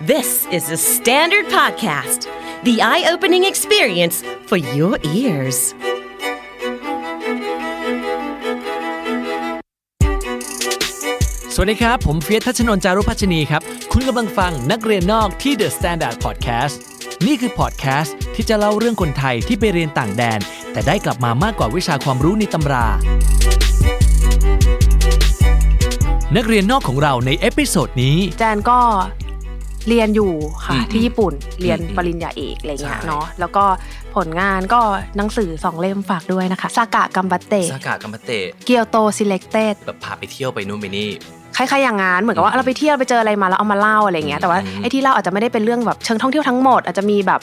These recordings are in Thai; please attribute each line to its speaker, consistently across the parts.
Speaker 1: This is the Standard Podcast, the eye opening experience for your ears.
Speaker 2: สวัสดีครับ ผมเฟียสทัชนนท์จารุพัชนีครับ คุณกำลังฟังนักเรียนนอกที่ The Standard Podcast นี่คือพอดแคสต์ที่จะเล่าเรื่องคนไทยที่ไปเรียนต่างแดน แต่ได้กลับมามากกว่าวิชาความรู้ในตำรา นักเรียนนอกของเราในเอพิโซดนี้
Speaker 3: แจนก็เรียนอยู่ค่ะ
Speaker 2: อืม
Speaker 3: ที่ญี่ปุ่นเรียน
Speaker 2: อืม
Speaker 3: ปริญญาเอกอะไรเงี้ย
Speaker 2: ใช่
Speaker 3: เนาะแล้วก็ผลงานก็หนังสือสองเล่มฝากด้วยนะคะ สากะกัมบัตเต
Speaker 4: ซากะกัมพะเตะ
Speaker 3: เกียวโตซิเล็กเต็ด
Speaker 4: แบบพาไปเที่ยวไปนู่นไปนี่
Speaker 3: คล้ายๆอย่างงานเหมือนกับว่าเราไปเที่ยวไปเจออะไรมาแล้วเอามาเล่าอะไรเงี้ยแต่ว่า
Speaker 4: อืม
Speaker 3: ไอ้ที่เล่าอาจจะไม่ได้เป็นเรื่องแบบเชิงท่องเที่ยวทั้งหมด อาจจะมีแบบ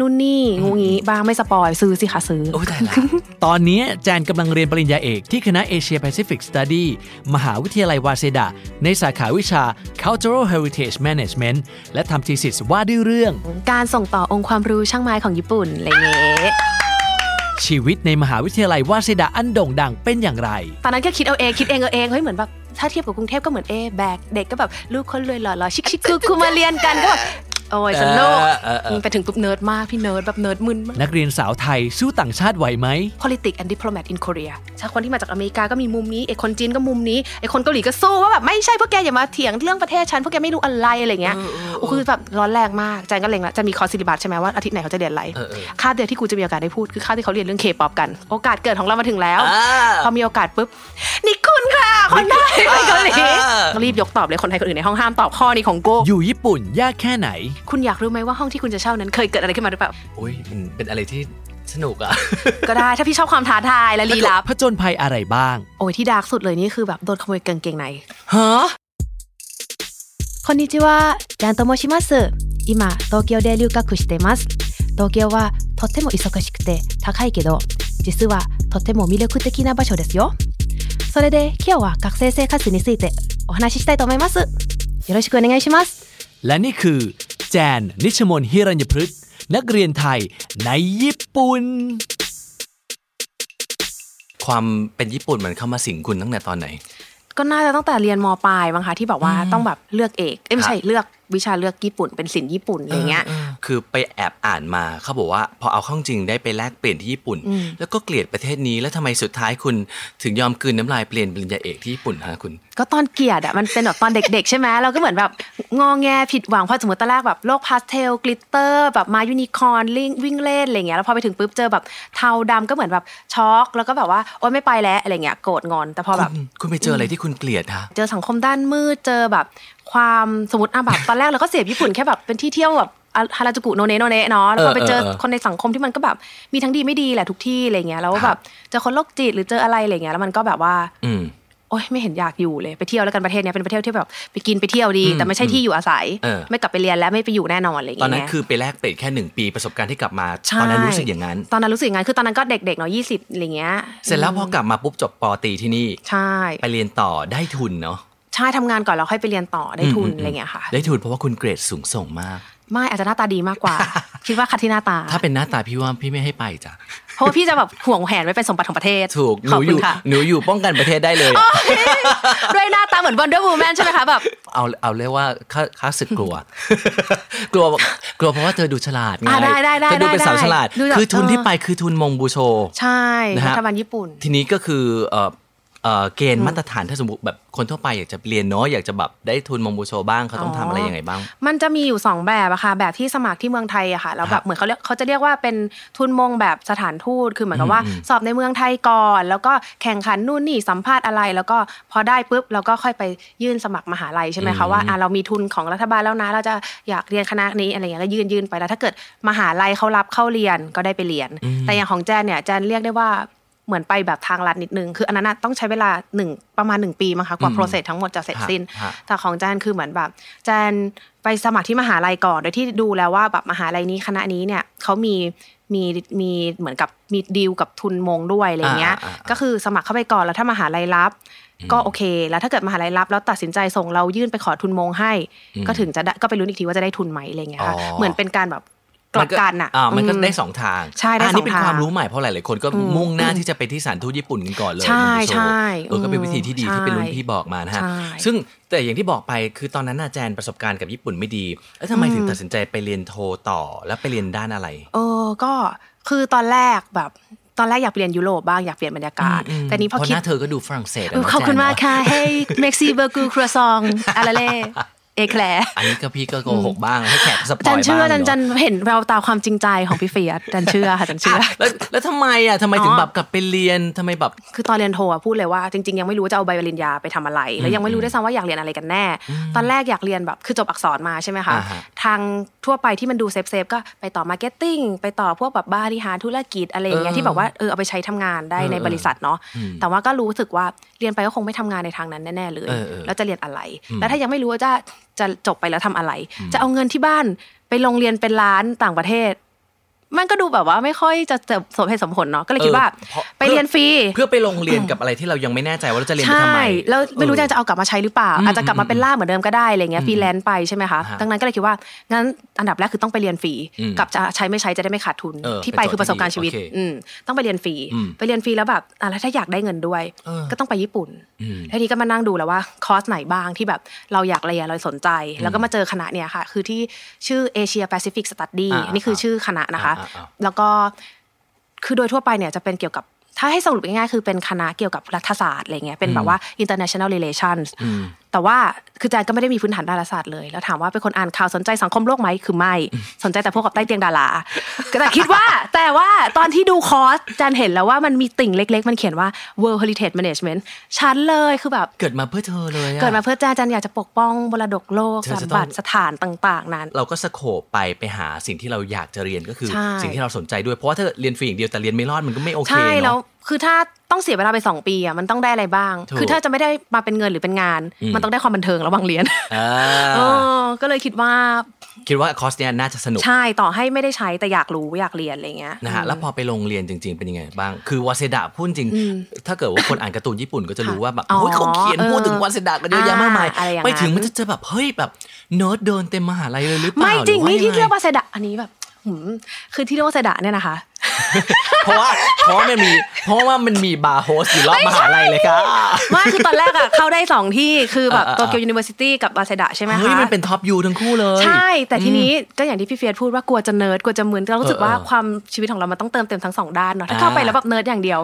Speaker 3: นู่นนี่งูงี้บ้างไม่สปอยซื้อสิคะซื้อ
Speaker 4: โอ้ยตายละ
Speaker 2: ตอนนี้แจนกำลังเรียนปริญญาเอกที่คณะ Asia Pacific Study มหาวิทยาลัยวาเซดา ในสาขาวิชา Cultural Heritage Management และทำทีสิทว่าด้วยเรื่อง
Speaker 3: การส่งต่อองค์ความรู้ช่างไม้ของญี่ปุ่นอะไรเงี้ย
Speaker 2: ชีวิตในมหาวิทยาลัยวาเซดาอันโด่งดังเป็นอย่างไร
Speaker 3: ตอนนั้นก็คิดเอาเองคิดเองเอาเองเฮ้ยเหมือนแบบถ้าเทียบกับกรุงเทพก็เหมือนเอะแบกเด็กก็แบบลูกคนรวยหล่อๆชิคๆคือ คือมาเรียนกันก็แบบโอ้ยสนุก
Speaker 4: เออเออเออ
Speaker 3: ไปถึงปุ๊บเนิร์ดมาก พี่เนิร์ดแบบเนิร์ดมึนมาก
Speaker 2: นักเรียนสาวไทยสู้ต่างชาติไหวไหม
Speaker 3: politics and diplomat in Korea ชาวคนที่มาจากอเมริกาก็มีมุมนี้ไอคนจีนก็มุมนี้ไอคนเกาหลีก็สู้ว่าแบบไม่ใช่พวกแกอย่ามาเถียงเรื่องประเทศฉันพวกแกไม่รู้อะไรอะไรเงี้ยโอ้คือแบบร้อนแรงมากแจนก็เล็งละจะมีคอร์สศิลิบัตใช่ไหมว่าอาทิตย์ไหนเขาจะเรียนอะไร
Speaker 4: เออเออ
Speaker 3: คาบเดียวที่กูจะมีโอกาสได้พูดคือคาบที่เขาเรียนเรื่องเคป๊อปกัน โอกาสเกิดของเรามาถึงแล้ว
Speaker 4: อ่า
Speaker 3: พอมีโอกาสปุ๊บนี่คุณค่ะคนไทยไปเกาหลี
Speaker 4: อ่าอ่า
Speaker 3: รีบยกตอบเลยคนไทยคนอื่นในห้องห้ามตอบข้อนี้ของกู
Speaker 2: อยู่ญี่ปุ่นยากแค่ไหน
Speaker 3: คุณอยากรู้ไหมว่าห้องที่คุณจะเช่านั้นเคยเกิดอะไรขึ้นมาหรือเปล่า
Speaker 4: โอ้ยมันเป็นอะไรที่สนุก อ่ะ
Speaker 3: ก็ได้ถ้าพี่ชอบความท้าทายและลี้ลับ
Speaker 2: ผจญภัยอะไรบ้าง
Speaker 3: โอ้ยที่ดาร์กสุดเลยนี่คือแบบโดนขโมยกางเกงใน
Speaker 4: ฮะ
Speaker 3: こんにちはジャンと申します今東京で留学しています東京はとても忙しくて高いけど実はとても魅力的な場所ですよそれで今日は学生生活についてお話ししたいと思いますよろしくお願いします
Speaker 2: และนี่คือ แจน นิชมนฮิรัญพฤกษ์นักเรียนไทยในญี่ปุ่น
Speaker 4: ความเป็นญี่ปุ่นมันเข้ามาสิงคุณตั้งแต่ตอนไหน
Speaker 3: ก็น่าจะตั้งแต่เรียนมปลายมั้งคะที่แบบว่าต้องแบบเลือกเอกเอ้ยไม่ใช่
Speaker 4: ครับ
Speaker 3: เลือกวิชาเลือกญี่ปุ่นเป็นศิลป์ญี่ปุ่นอะไรเงี้ย
Speaker 4: คือไปแอบอ่านมาเขาบอกว่า พอเอาเข้าจริงได้ไปแลกเปลี่ยนที่ญี่ปุ่น
Speaker 3: อืม
Speaker 4: แล้วก็เกลียดประเทศนี้แล้วทำไมสุดท้ายคุณถึงยอมกลืนน้ำลายเปลี่ยนปริญญาเอกที่ญี่ปุ่นฮะคุณ
Speaker 3: ก็ตอนเกลียดอะมันเป็นแบบตอนเด็กๆ ใช่ไหมเราก็เหมือนแบบงอแงผิดหวังเพอสมมติตอนแรกแบบโลกพาสเทลกลิตเตอร์แบบมายูนิคอร์นลิงวิ่งเล่นอะไรเงี้ยแล้วพอไปถึงปุ๊บเจอแบบเทาดำก็เหมือนแบบช็อกแล้วก็แบบว่าโอ๊ยไม่ไปแล้วอะไรเงี้ยโกรธงอนแต่พอแบบ
Speaker 4: คุณไปเจออะไรที่คุณเกลียดฮะ
Speaker 3: เจอสังคมด้านมืดเจอแบบความสมมติอ่ะแบบตอนแรกเราก็เสพญี่ปุ่นแค่แบบเป็นที่เที่ยวแบบอ่ะฮาราจูกุโนเนะโนเนะเนาะแล้วพอไปเจอ
Speaker 4: เออเออเออ
Speaker 3: คนในสังคมที่มันก็แบบมีทั้งดีไม่ดีแหละทุกที่อะไรเงี้ยแล้ว
Speaker 4: ค
Speaker 3: แบ
Speaker 4: รั
Speaker 3: บบ เจอคนโรคจิตหรือเจออะไรอะไรเงี้ยแล้วมันก็แบบว่า
Speaker 4: อืม
Speaker 3: โอ๊ยไม่เห็นอยากอยู่เลยไปเที่ยวแล้วกันประเทศเนี้ยเป็นประเทศที่แบบไปกินไปเที่ยวดี แต่ไม่ใช่ที่อยู่อาศัย
Speaker 4: เออ
Speaker 3: ไม่กลับไปเรียนแล้วไม่ไปอยู่แน่นอนอะไรอย่าง
Speaker 4: ตอน
Speaker 3: เงี้ย
Speaker 4: นั้นคือไปแลกเปลี่ยนแค่หนึ่งปีประสบการณ์ที่กลับมา
Speaker 3: ใช่
Speaker 4: ตอนนั้นรู้สึกอย่างนั้น
Speaker 3: ตอนนั้นรู้สึกอย่างนั้นคือตอนนั้นก็เด็กๆเนาะยี่สิบอะไรเงี้ย
Speaker 4: เสร็จแล้วพอกลับมาปุ๊บจบปอตรีที่นี่
Speaker 3: ใช่
Speaker 4: ไปเรียนต่อได้ทุนเนาะ
Speaker 3: ใช่ทำงานก่อนแล้วค่อยไปเรียนต่อได้ทุน
Speaker 4: อืมอืม
Speaker 3: อะไรเงี้ยค่ะ
Speaker 4: ได้ทุนเพราะว่าคุณเกรดสูงส่งมาก
Speaker 3: ไม่อาจจะหน้าตาดีมาก กว่า คิดว่าคัดที่หน้าตา
Speaker 4: ถ้าเป็นหน้าตาพี่ว่าพี่ไม่ให้ไปจ้ะ
Speaker 3: เพราะว่าพี่จะแบบห่วงแหนไว้เป็นสมบัติของประเทศ
Speaker 4: ถูก
Speaker 3: ข
Speaker 4: ห
Speaker 3: อบ
Speaker 4: นูอ
Speaker 3: คุ
Speaker 4: ยู่
Speaker 3: ณ ค่ะ
Speaker 4: หนูอยู่ป้องกันประเทศได้เลย
Speaker 3: ด้วยหน้าตาเหมือนวันเดอร์วูแมนใช่ไหมคะแบบ
Speaker 4: เอาเอาเรียกว่าค่าค่าศึกกลัว กลัวกลัวเพราะว่าเธอดูฉลาดไง
Speaker 3: อ่ะได้ได้ได้
Speaker 4: เธอดูเป็นสาว
Speaker 3: ได้
Speaker 4: ฉลาด
Speaker 3: ดูแบบ
Speaker 4: คือทุนที่
Speaker 3: เ
Speaker 4: ไปคือทุนมงบูโช
Speaker 3: ใช่
Speaker 4: นะฮะ
Speaker 3: รัฐบาลญี่ปุ่น
Speaker 4: ทีนี้ก็คือเอ่อเอ่อเกณฑ์มาตรฐานถ้าสมมติแบบคนทั่วไปอยากจะเรียนเนาะอยากจะแบบได้ทุนมงบูโชบ้างเขาต้องทำอะไรยังไงบ้าง
Speaker 3: มันจะมีอยู่สองแบบอะค่ะแบบที่สมัครที่เมืองไทยอะค่ะแล้วแบบเหมือนเขาเรียกเขาจะเรียกว่าเป็นทุนมงแบบสถานทูตคือเหมือนกับว่า สอบในเมืองไทยก่อน แล้วก็แข่งขันนู่นนี่สัมภาษณ์อะไร แล้วก็พอได้ปุ๊บเราก็ค่อยไปยื่นสมัครมหาลัยใช่ไหมคะว่าอ่ะเรามีทุนของรัฐบาลแล้วนะ เราจะอยากเรียนคณะนี้อะไรอย่างเงี้ยก็ยื่นยื่นไปแล้ว ถ้าเกิดมหาลัยเขารับเข้าเรียนก็ได้ไปเรียน แต่อย่างของแจนเนี่ยแจนเรียกได้ว่าเหมือนไปแบบทางลัดนิดนึงคืออันนั้นนะต้องใช้เวลาหนึ่งประมาณหนึ่งปีมั้งคะกว่า process ทั้งหมดจะเสร็จสิ้น
Speaker 4: ฮะ
Speaker 3: แต่ของแจนคือเหมือนแบบแจนไปสมัครที่มหาลัยก่อนโดยที่ดูแล้วว่าแบบมหาลัยนี้คณะนี้เนี่ยเขามีมีมีเหมือนกับมีดีลกับทุนมงด้วยอะไรเงี้ย
Speaker 4: อ่าอ่าอ่า
Speaker 3: ก็คือสมัครเข้าไปก่อนแล้วถ้ามหาลัยรับ ก็โอเค แล้วถ้าเกิดมหาลัยรับแล้วตัดสินใจส่งเรายื่นไปขอทุนมงให้ ก็ถึงจะได้ก็ไปรู้นอีกทีว่าจะได้ทุนไหมอะไรเงี้ยค่ะ
Speaker 4: อ๋อ
Speaker 3: เหมือนเป็นการแบบ กลับกันอ่ะ
Speaker 4: อ่ามันก็
Speaker 3: อื
Speaker 4: ได้สองทาง
Speaker 3: ใช่ได้
Speaker 4: อันนี้เป็น
Speaker 3: สองทาง
Speaker 4: ความรู้ใหม่เพราะหลายๆคนก็มุ่งหน้าที่จะไปที่สถานทูตญี่ปุ่นกันก่อนเลย
Speaker 3: ใช่
Speaker 4: คุณผู้ม
Speaker 3: ใช่
Speaker 4: เออก็เป็นวิธีที่ดี
Speaker 3: ใช่
Speaker 4: ที่เป็นรุ่นพี่บอกมานะฮะ
Speaker 3: ใช่
Speaker 4: ซึ่งแต่อย่างที่บอกไปคือตอนนั้นน่ะแจนประสบการณ์กับญี่ปุ่นไม่ดีแล้วทำไมถึงตัดสินใจไปเรียนโทต่อแล้วไปเรียนด้านอะไร
Speaker 3: เออก็คือตอนแรกแบบตอนแรกอยากไปเรียนยุโรปบ้างอยากเปลี่ยนบรรยากาศ
Speaker 4: อืม
Speaker 3: แต่นี้พอ
Speaker 4: เพราะ
Speaker 3: คิ
Speaker 4: ห
Speaker 3: ด
Speaker 4: น้าเธอก็ดูฝรั่งเศสะ
Speaker 3: เออ
Speaker 4: นะ
Speaker 3: ขอบคุณ
Speaker 4: แจนเน
Speaker 3: มากค่ะเฮ้เม็กซี่เบอร์กูครัวซองอาราเล่เอแคลร์
Speaker 4: อันนี้ก็พี่ก็โกหกบ้างให้แขกสปอย
Speaker 3: จั
Speaker 4: บ้าง
Speaker 3: นเชื่อจัน
Speaker 4: เะ
Speaker 3: จันเห็นแววตาความจริงใจของพี่เฟียสจันเชื่อค่ะจันเชื่อ
Speaker 4: แล้วแล้วทำไมอ่ะทำไมถึง
Speaker 3: อ๋อ
Speaker 4: แบบกลับไปเรียนทำไมแบบ
Speaker 3: คือตอนเรียนโทอะพูดเลยว่าจริงๆ ยังไม่รู้ว่าจะเอาใบปริญญาไปทำอะไร แล้วยังไม่รู้ด้วยซ้ำว่าอยากเรียนอะไรกันแน่ ตอนแรกอยากเรียนแบบคือจบอักษรมาใช่ไหมคะ
Speaker 4: อ่าฮะ
Speaker 3: ทางทั่วไปที่มันดูเซฟเซฟๆก็ไปต่อมาร์เก็ตติ้งไปต่อพวกแบบบริหารธุรกิจอะไรอย่างเงี้ย
Speaker 4: เออ
Speaker 3: ที่แบบว่าเออเอาไปใช้ทำงานได้
Speaker 4: เออ
Speaker 3: ในบริษัทเนาะแต่ว่าก็รู้สึกว่าเรียนไปก็คงไม่ทำงานในทางนั้นแน่ๆเลย
Speaker 4: เออเออ
Speaker 3: แล้วจะเรียนอะไร แล้วถ้ายังไม่รู้ว่าจะจะจบไปแล้วทำอะไร จะเอาเงินที่บ้านไปลงเรียนเป็นร้านต่างประเทศ มันก็ดูแบบว่าไม่ค่อยจะสมเหตุสมผลเนาะก็เลยคิด
Speaker 4: เออ
Speaker 3: ว่า
Speaker 4: เพราะ
Speaker 3: ไปเรียนฟรี
Speaker 4: เพื่อไปโรงเรียนกับอะไรที่เรายังไม่แน่ใจว่าเราจะเรียนไปทำไม
Speaker 3: แล้วไม่รู้จะเอากลับมาใช้หรือเปล่า
Speaker 4: อืม
Speaker 3: อาจจะกลับมาเป็นล่ามเหมือนเดิมก็ได้อะไรเงี้ยฟรีแลนซ์ไปใช่ไหมคะ
Speaker 4: ฮะ
Speaker 3: ดังนั้นก็เลยคิดว่างั้นอันดับแรกคือต้องไปเรียนฟรี
Speaker 4: อืม
Speaker 3: กับจะใช้ไม่ใช้จะได้ไม่ขาดทุน
Speaker 4: เออ
Speaker 3: ที่ไปคือประสบการณ์ชีวิต
Speaker 4: โอเค
Speaker 3: อืมต้องไปเรียนฟรี
Speaker 4: อืม
Speaker 3: ไปเรียนฟรีแล้วแบบอ่ะแล้วถ้าอยากได้เงินด้วย
Speaker 4: เออ
Speaker 3: ก็ต้องไปญี่ปุ่น
Speaker 4: อืม
Speaker 3: ทีนี้ก็มานั่งดูแล้วว่าคอร์สไหนบ้างที่แบบเราอยากเรียนเราสนใจ แล้วก็มาเจอคณะเนี่ยค่ะ คือที่ชื่อ Asia Pacific Study
Speaker 4: อ่า
Speaker 3: นี่คือชื่อคณะนะคะ
Speaker 4: อ่าอ่าอ่า
Speaker 3: แล้วก็คือโดยทั่วไปเนี่ยจะเป็นเกี่ยวกับ ถ้าให้สรุปง่ายๆคือเป็นคณะเกี่ยวกับรัฐศาสตร์อะไรเงี้ยเป็นแบบว่า international relations
Speaker 4: อืม
Speaker 3: แต่ว่าคือแจนก็ไม่ได้มีพื้นฐานดาราศาสตร์เลย แล้วถามว่าเป็นคนอ่านข่าวสนใจสังคมโลกไหมคือไม่ สนใจแต่พวกกับใต้เตียงดารา แต่คิดว่า แต่ว่าตอนที่ดูคอร์สแจนเห็นแล้วว่ามันมีติ่งเล็ก ๆ มันเขียนว่า world heritage management ฉันเลยคือแบบ
Speaker 4: เกิดมาเพื่อเธอเลยอะ
Speaker 3: เกิดมาเพื่อแจนแจนอยากจะปกป้องมรดกโลก
Speaker 4: เธอ
Speaker 3: สม
Speaker 4: จะต้อง
Speaker 3: บัติสถานต่าง ๆ นั้น
Speaker 4: เราก็สโคปไปไปหาสิ่งที่เราอยากจะเรียนก็คือ
Speaker 3: ใช่
Speaker 4: สิ่งที่เราสนใจด้วยเพราะว่าถ้าเรียนฟรีอย่างเดียวแต่เรียนไม่รอดมันก็ไม่โอเค
Speaker 3: ใช่แล้ว
Speaker 4: เนาะ
Speaker 3: คือถ้าต้องเสียเวลาไป 2 ปีอ่ะมันต้องได้อะไรบ้าง
Speaker 4: ถูก
Speaker 3: คือถ้าจะไม่ได้มาเป็นเงินหรือเป็นงาน
Speaker 4: อืม
Speaker 3: มันต้องได้ความบันเทิงระหว่างเรียน
Speaker 4: อ่า
Speaker 3: เออก็เลยคิดว่า
Speaker 4: คิดว่าคอร์สเนี้ยน่าจะสนุก
Speaker 3: ใช่ต่อให้ไม่ได้ใช้แต่อยากรู้อยากเรียนอะไรเงี้ย
Speaker 4: นะฮะแล้วพอไปโรงเรียนจริง ๆ เป็นยังไงบ้าง คือวาเซดะพูดจริง ถ้าเกิดว่าคนอ่านการ์ตูนญี่ปุ่นก็จะรู้ว่าแบบ
Speaker 3: อ๋อ
Speaker 4: โอ้ยเขาเขียน
Speaker 3: เออ
Speaker 4: พูดถึงวาเซดะกันเยอะแยะมากมาย
Speaker 3: อะไรอย่างนั้น
Speaker 4: ไปถึงมันจะเจอแบบเฮ้ยแบบเนิร์ดเดินเต็มมหาลัยเลยหรือเปล่า
Speaker 3: ไม่จริง
Speaker 4: หอ
Speaker 3: นี่ที่เรียก
Speaker 4: งไง
Speaker 3: ว่าเซดะอันนี้แบบหืมคือที่เรียกว่าเซดะเนี่ยนะคะ
Speaker 4: เพราะว่าเพราะว่ามันมีเพราะว่ามันมีบาร์โฮสอยู่รอบมหาลัยเลยค่ะ
Speaker 3: ไม่คือตอนแรกอะเข้าได้สองที่คือแบบ
Speaker 4: าๆๆ
Speaker 3: โตเกียวยูนิเวอร์ซิตี้กับบาเซดะใช่ไหมคะ
Speaker 4: เฮ้ยมันเป็นท็อปยูทั้งคู่เลย
Speaker 3: ใช่ แต่ทีนี้ก็อย่างที่พี่เฟียสพูดว่ากลัวจะเนิร์ดกลัวจะมึนเรารู้สึกว่า
Speaker 4: เออเออ
Speaker 3: ความชีวิตของเรามันต้องเติมเต็มทั้งสองด้านเนาะถ้า
Speaker 4: อ่า
Speaker 3: เข้าไปแล้วแบบเนิร์ดอย่างเดียว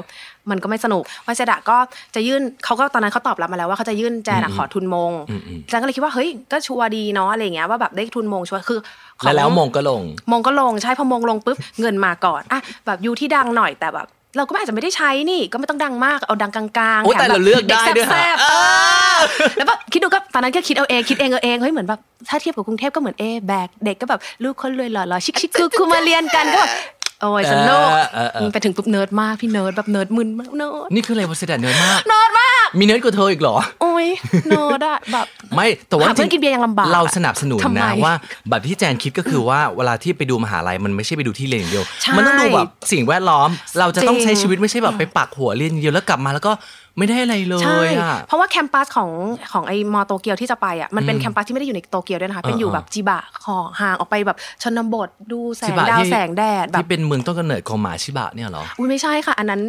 Speaker 3: มันก็ไม่สนุกวัชดะก็จะยื่นเขาก็ตอนนั้นเขาตอบรับมาแล้วว่าเขาจะยื่นแจนอะขอทุนมง
Speaker 4: อืมอืม
Speaker 3: แจนก็เลยคิดว่าเฮ้ยก็ชัวร์ดีเนาะอะไรอย่างเงี้ยว่าแบบได้ทุนมงชัวร์คือของ
Speaker 4: แล้วแล้วมงก็ลง
Speaker 3: มงก็ลงใช่พอมงลงปุ๊บ เงินมาก่อนอ่ะแบบยูที่ดังหน่อยแต่แบบ เราก็อาจจะไม่ได้ใช้นี่ก็ไม่ต้องดังมากเอาดังกลางๆ
Speaker 4: โอ้ยแต่
Speaker 3: บบ
Speaker 4: เราเลือกได้
Speaker 3: ก
Speaker 4: ด้วย
Speaker 3: แซ่บๆ
Speaker 4: ฮะ
Speaker 3: เออแล้วแบบคิดดูก็ตอนนั้นก็คิดเอาเองคิดเองเอาเองเฮ้ยเหมือนแบบถ้าเทียบกับกรุงเทพก็เหมือนเอแบกเด็กก็แบบลูกคนรวยหล่อๆชิคๆคือคือมาเรียนกันก็แบบโอ้ยสนุก
Speaker 4: เออเออเออ
Speaker 3: ไปถึงปุ๊บเนิร์ดมากพี่เนิร์ดแบบเนิร์ดมึนมากเนิร์ด
Speaker 4: นี่คืออะไรวะเสด็จเนิร์ดมาก
Speaker 3: เนิร์ดมาก
Speaker 4: มีเนิร์ดกว่าเธออีกเหรอ
Speaker 3: โอ้ยเนิร์ดอะแบบ
Speaker 4: ไม่แต่ว่า
Speaker 3: หาเพื่อนกินเบียร์ยังลำบากอะ
Speaker 4: เราสนับสนุน
Speaker 3: ทำไม
Speaker 4: นะว่าแบบที่แจนคิดก็คือว่าเวลาที่ไปดูมหาลัยมันไม่ใช่ไปดูที่เรียนอย่างเดียว
Speaker 3: ใช่
Speaker 4: มันต้องดูแบบสิ่งแวดล้อม เราจะต้อง
Speaker 3: จริง
Speaker 4: ใช้ชีวิตไม่ใช่แบบไปปักหัวเรียนอย่างเดียวแล้วกลับมาแล้วก็ไม่ได้อะไรเล
Speaker 3: ใช่
Speaker 4: ยอะ
Speaker 3: เพราะว่าแคมปัสของของไอ้มอโตเกียวที่จะไปอ่ะมันเป็นแคมปัสที่ไม่ได้อยู่ในโตเกียวด้วยนะคะเป็นอยู่แบบจิบะของห่างออกไปแบบชนบทดูแส
Speaker 4: จิ
Speaker 3: ง
Speaker 4: บะ
Speaker 3: ดา
Speaker 4: ที่
Speaker 3: วแสงแดดแบบ
Speaker 4: ที่เป็นเมืองต้นกำเนิดของหมาชิบะเนี่ยเหรอ
Speaker 3: อุ้ยไม่ใช่ค่ะ อันนั้น